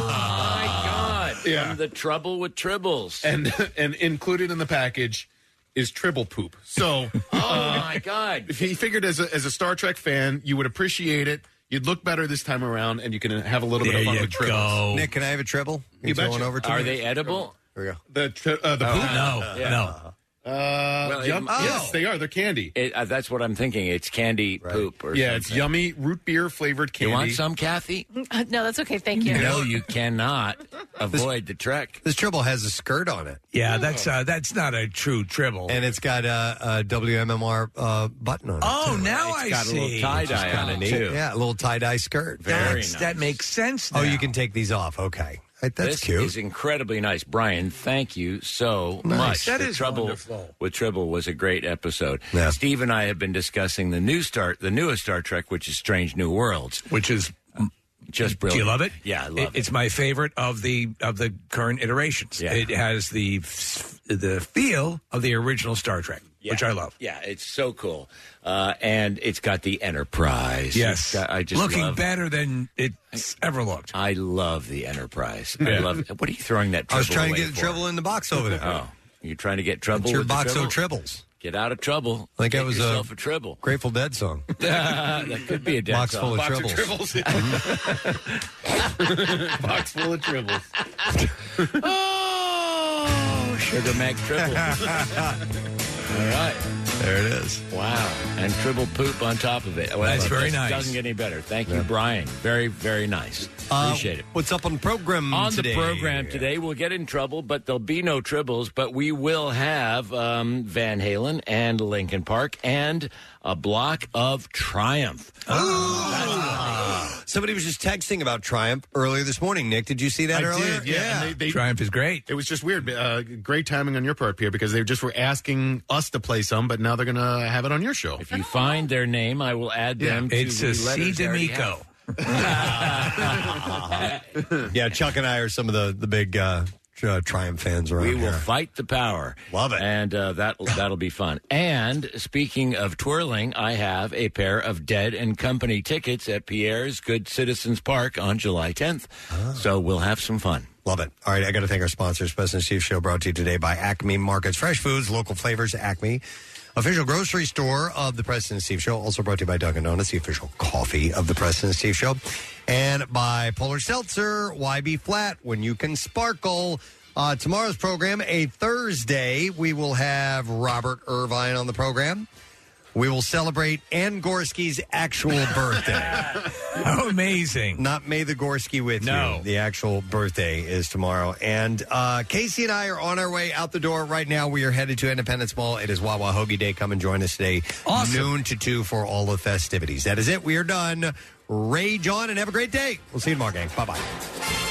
S11: God.
S5: Yeah.
S11: From the trouble with tribbles.
S5: and and included in the package is tribble poop. So, oh
S11: my god!
S5: If he figured as a, as a Star Trek fan, you would appreciate it. You'd look better this time around, and you can have a little bit
S2: There
S5: of fun
S2: you
S5: with tribbles.
S2: go. Nick, can I have a tribble?
S5: You
S2: You throw
S5: betcha.
S2: one over to
S5: Are
S2: me?
S5: they
S11: edible?
S2: Here we go.
S5: The tri- uh, the
S11: Oh,
S5: poop?
S11: no, Yeah. no.
S5: Uh, yum-
S11: it-
S2: Oh.
S5: Yes, they are. They're candy.
S11: It, uh, that's what I'm thinking. It's candy poop or
S5: yeah, it's
S11: something.
S5: yummy root beer flavored
S11: You
S5: candy.
S11: want some, Kathy?
S6: Uh, no, that's okay. Thank you.
S11: No, you cannot avoid the trek.
S2: This tribble has a skirt on it.
S4: Yeah, that's uh, that's not a true tribble.
S2: And it's got a, a WMMR uh, button on it.
S4: Oh,
S2: too.
S4: now I
S11: got a little
S4: see.
S11: tie-dye
S4: Which is
S11: on
S4: kinda
S11: it, too.
S2: Yeah, a little tie dye skirt.
S11: Very
S4: That's-
S11: nice.
S4: That makes sense.
S2: Oh,
S4: now.
S2: you can take these off. Okay. Right, uh, that's
S11: this
S2: cute.
S11: is incredibly nice, Brian. Thank you so
S2: Nice.
S11: much.
S2: That
S11: the
S2: is
S11: trouble
S2: wonderful.
S11: with Tribble was a great episode.
S2: Yeah.
S11: Steve and I have been discussing the new start, the newest Star Trek, which is Strange New Worlds.
S4: Which is
S11: just
S4: Do
S11: brilliant.
S4: you love it?
S11: Yeah, I love it.
S4: It's my favorite of the of the current iterations.
S11: Yeah.
S4: It has the f- the feel of the original Star Trek, which I love.
S11: Yeah, it's so cool, uh, and it's got the Enterprise. It's
S4: Yes,
S11: got- I just
S4: looking
S11: love,
S4: better than it's ever looked.
S11: I love the Enterprise. I
S4: Yeah.
S11: love. What are you throwing that?
S2: I was
S11: tribble
S2: trying to
S11: away
S2: get the
S11: for?
S2: tribble in the box over there.
S11: Oh, you're trying to get trouble.
S2: It's your
S11: with the
S2: box
S11: tribble?
S2: of tribbles.
S11: Get out of trouble.
S2: I think
S11: get
S2: that was uh, a
S11: yourself a tribble.
S2: Grateful Dead song.
S11: that could be a dead
S2: Box
S11: song.
S2: full of
S5: Box
S2: tribbles.
S5: of tribbles. Box full of tribbles.
S11: Oh, Sugar Mac Triple. All right.
S2: There it is.
S11: Wow. And triple poop on top of it. Well,
S4: That's
S11: it
S4: very
S11: just
S4: nice.
S11: Doesn't get any better. Thank you, Brian. Very, very nice. Appreciate it.
S2: Um, What's Uh, up on the program
S11: On
S2: today?
S11: the program today, we'll get in trouble, but there'll be no tribbles. But we will have um, Van Halen and Linkin Park and a block of Triumph.
S2: Somebody was just texting about Triumph earlier this morning. Nick, did you see that
S5: I
S2: earlier?
S5: did, yeah. and they- they-
S4: Triumph is great.
S5: it was just weird. but, Uh, great timing on your part, Pierre, because they just were asking us to play some, but now they're going to have it on your show.
S11: If you find their name, I will add them to
S4: It's
S11: the
S4: a C.
S11: letters I already have.
S4: D'Amico.
S11: Uh-huh.
S2: Yeah, Chuck and I are some of the the big uh, tri- Triumph fans around
S11: We will
S2: here.
S11: fight the power.
S2: Love it.
S11: And uh, that that'll be fun. And speaking of twirling, I have a pair of Dead and Company tickets at Pierre's Good Citizens Park on July 10th.
S2: Ah.
S11: So we'll have some fun.
S2: Love it. All right, I got to thank our sponsors. President Steve Show brought to you today by Acme Markets, fresh foods, local flavors. Acme Official grocery store of the Preston and Steve Show, also brought to you by Dunkin' Donuts, the official coffee of the Preston and Steve Show, and by Polar Seltzer. Why be flat when you can sparkle? Uh, tomorrow's program, a Thursday, we will have Robert Irvine on the program. We will celebrate Ann Gorski's actual birthday.
S4: Amazing.
S2: Not May the Gorski with
S4: No.
S2: you. The actual birthday is tomorrow. And uh, Casey and I are on our way out the door right now. We are headed to Independence Mall. It is Wawa Hoagie Day. Come and join us today, noon to 2 for all the festivities. That is it. We are done. Rage on and have a great day. We'll see you tomorrow, gang. Bye bye.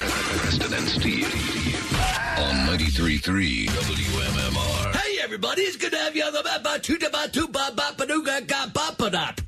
S23: Preston and Steve on 93.3 WMMR.
S16: Hey, everybody, it's good to have you on the Baba Tuda Batu Baba Panuga Gabapadop.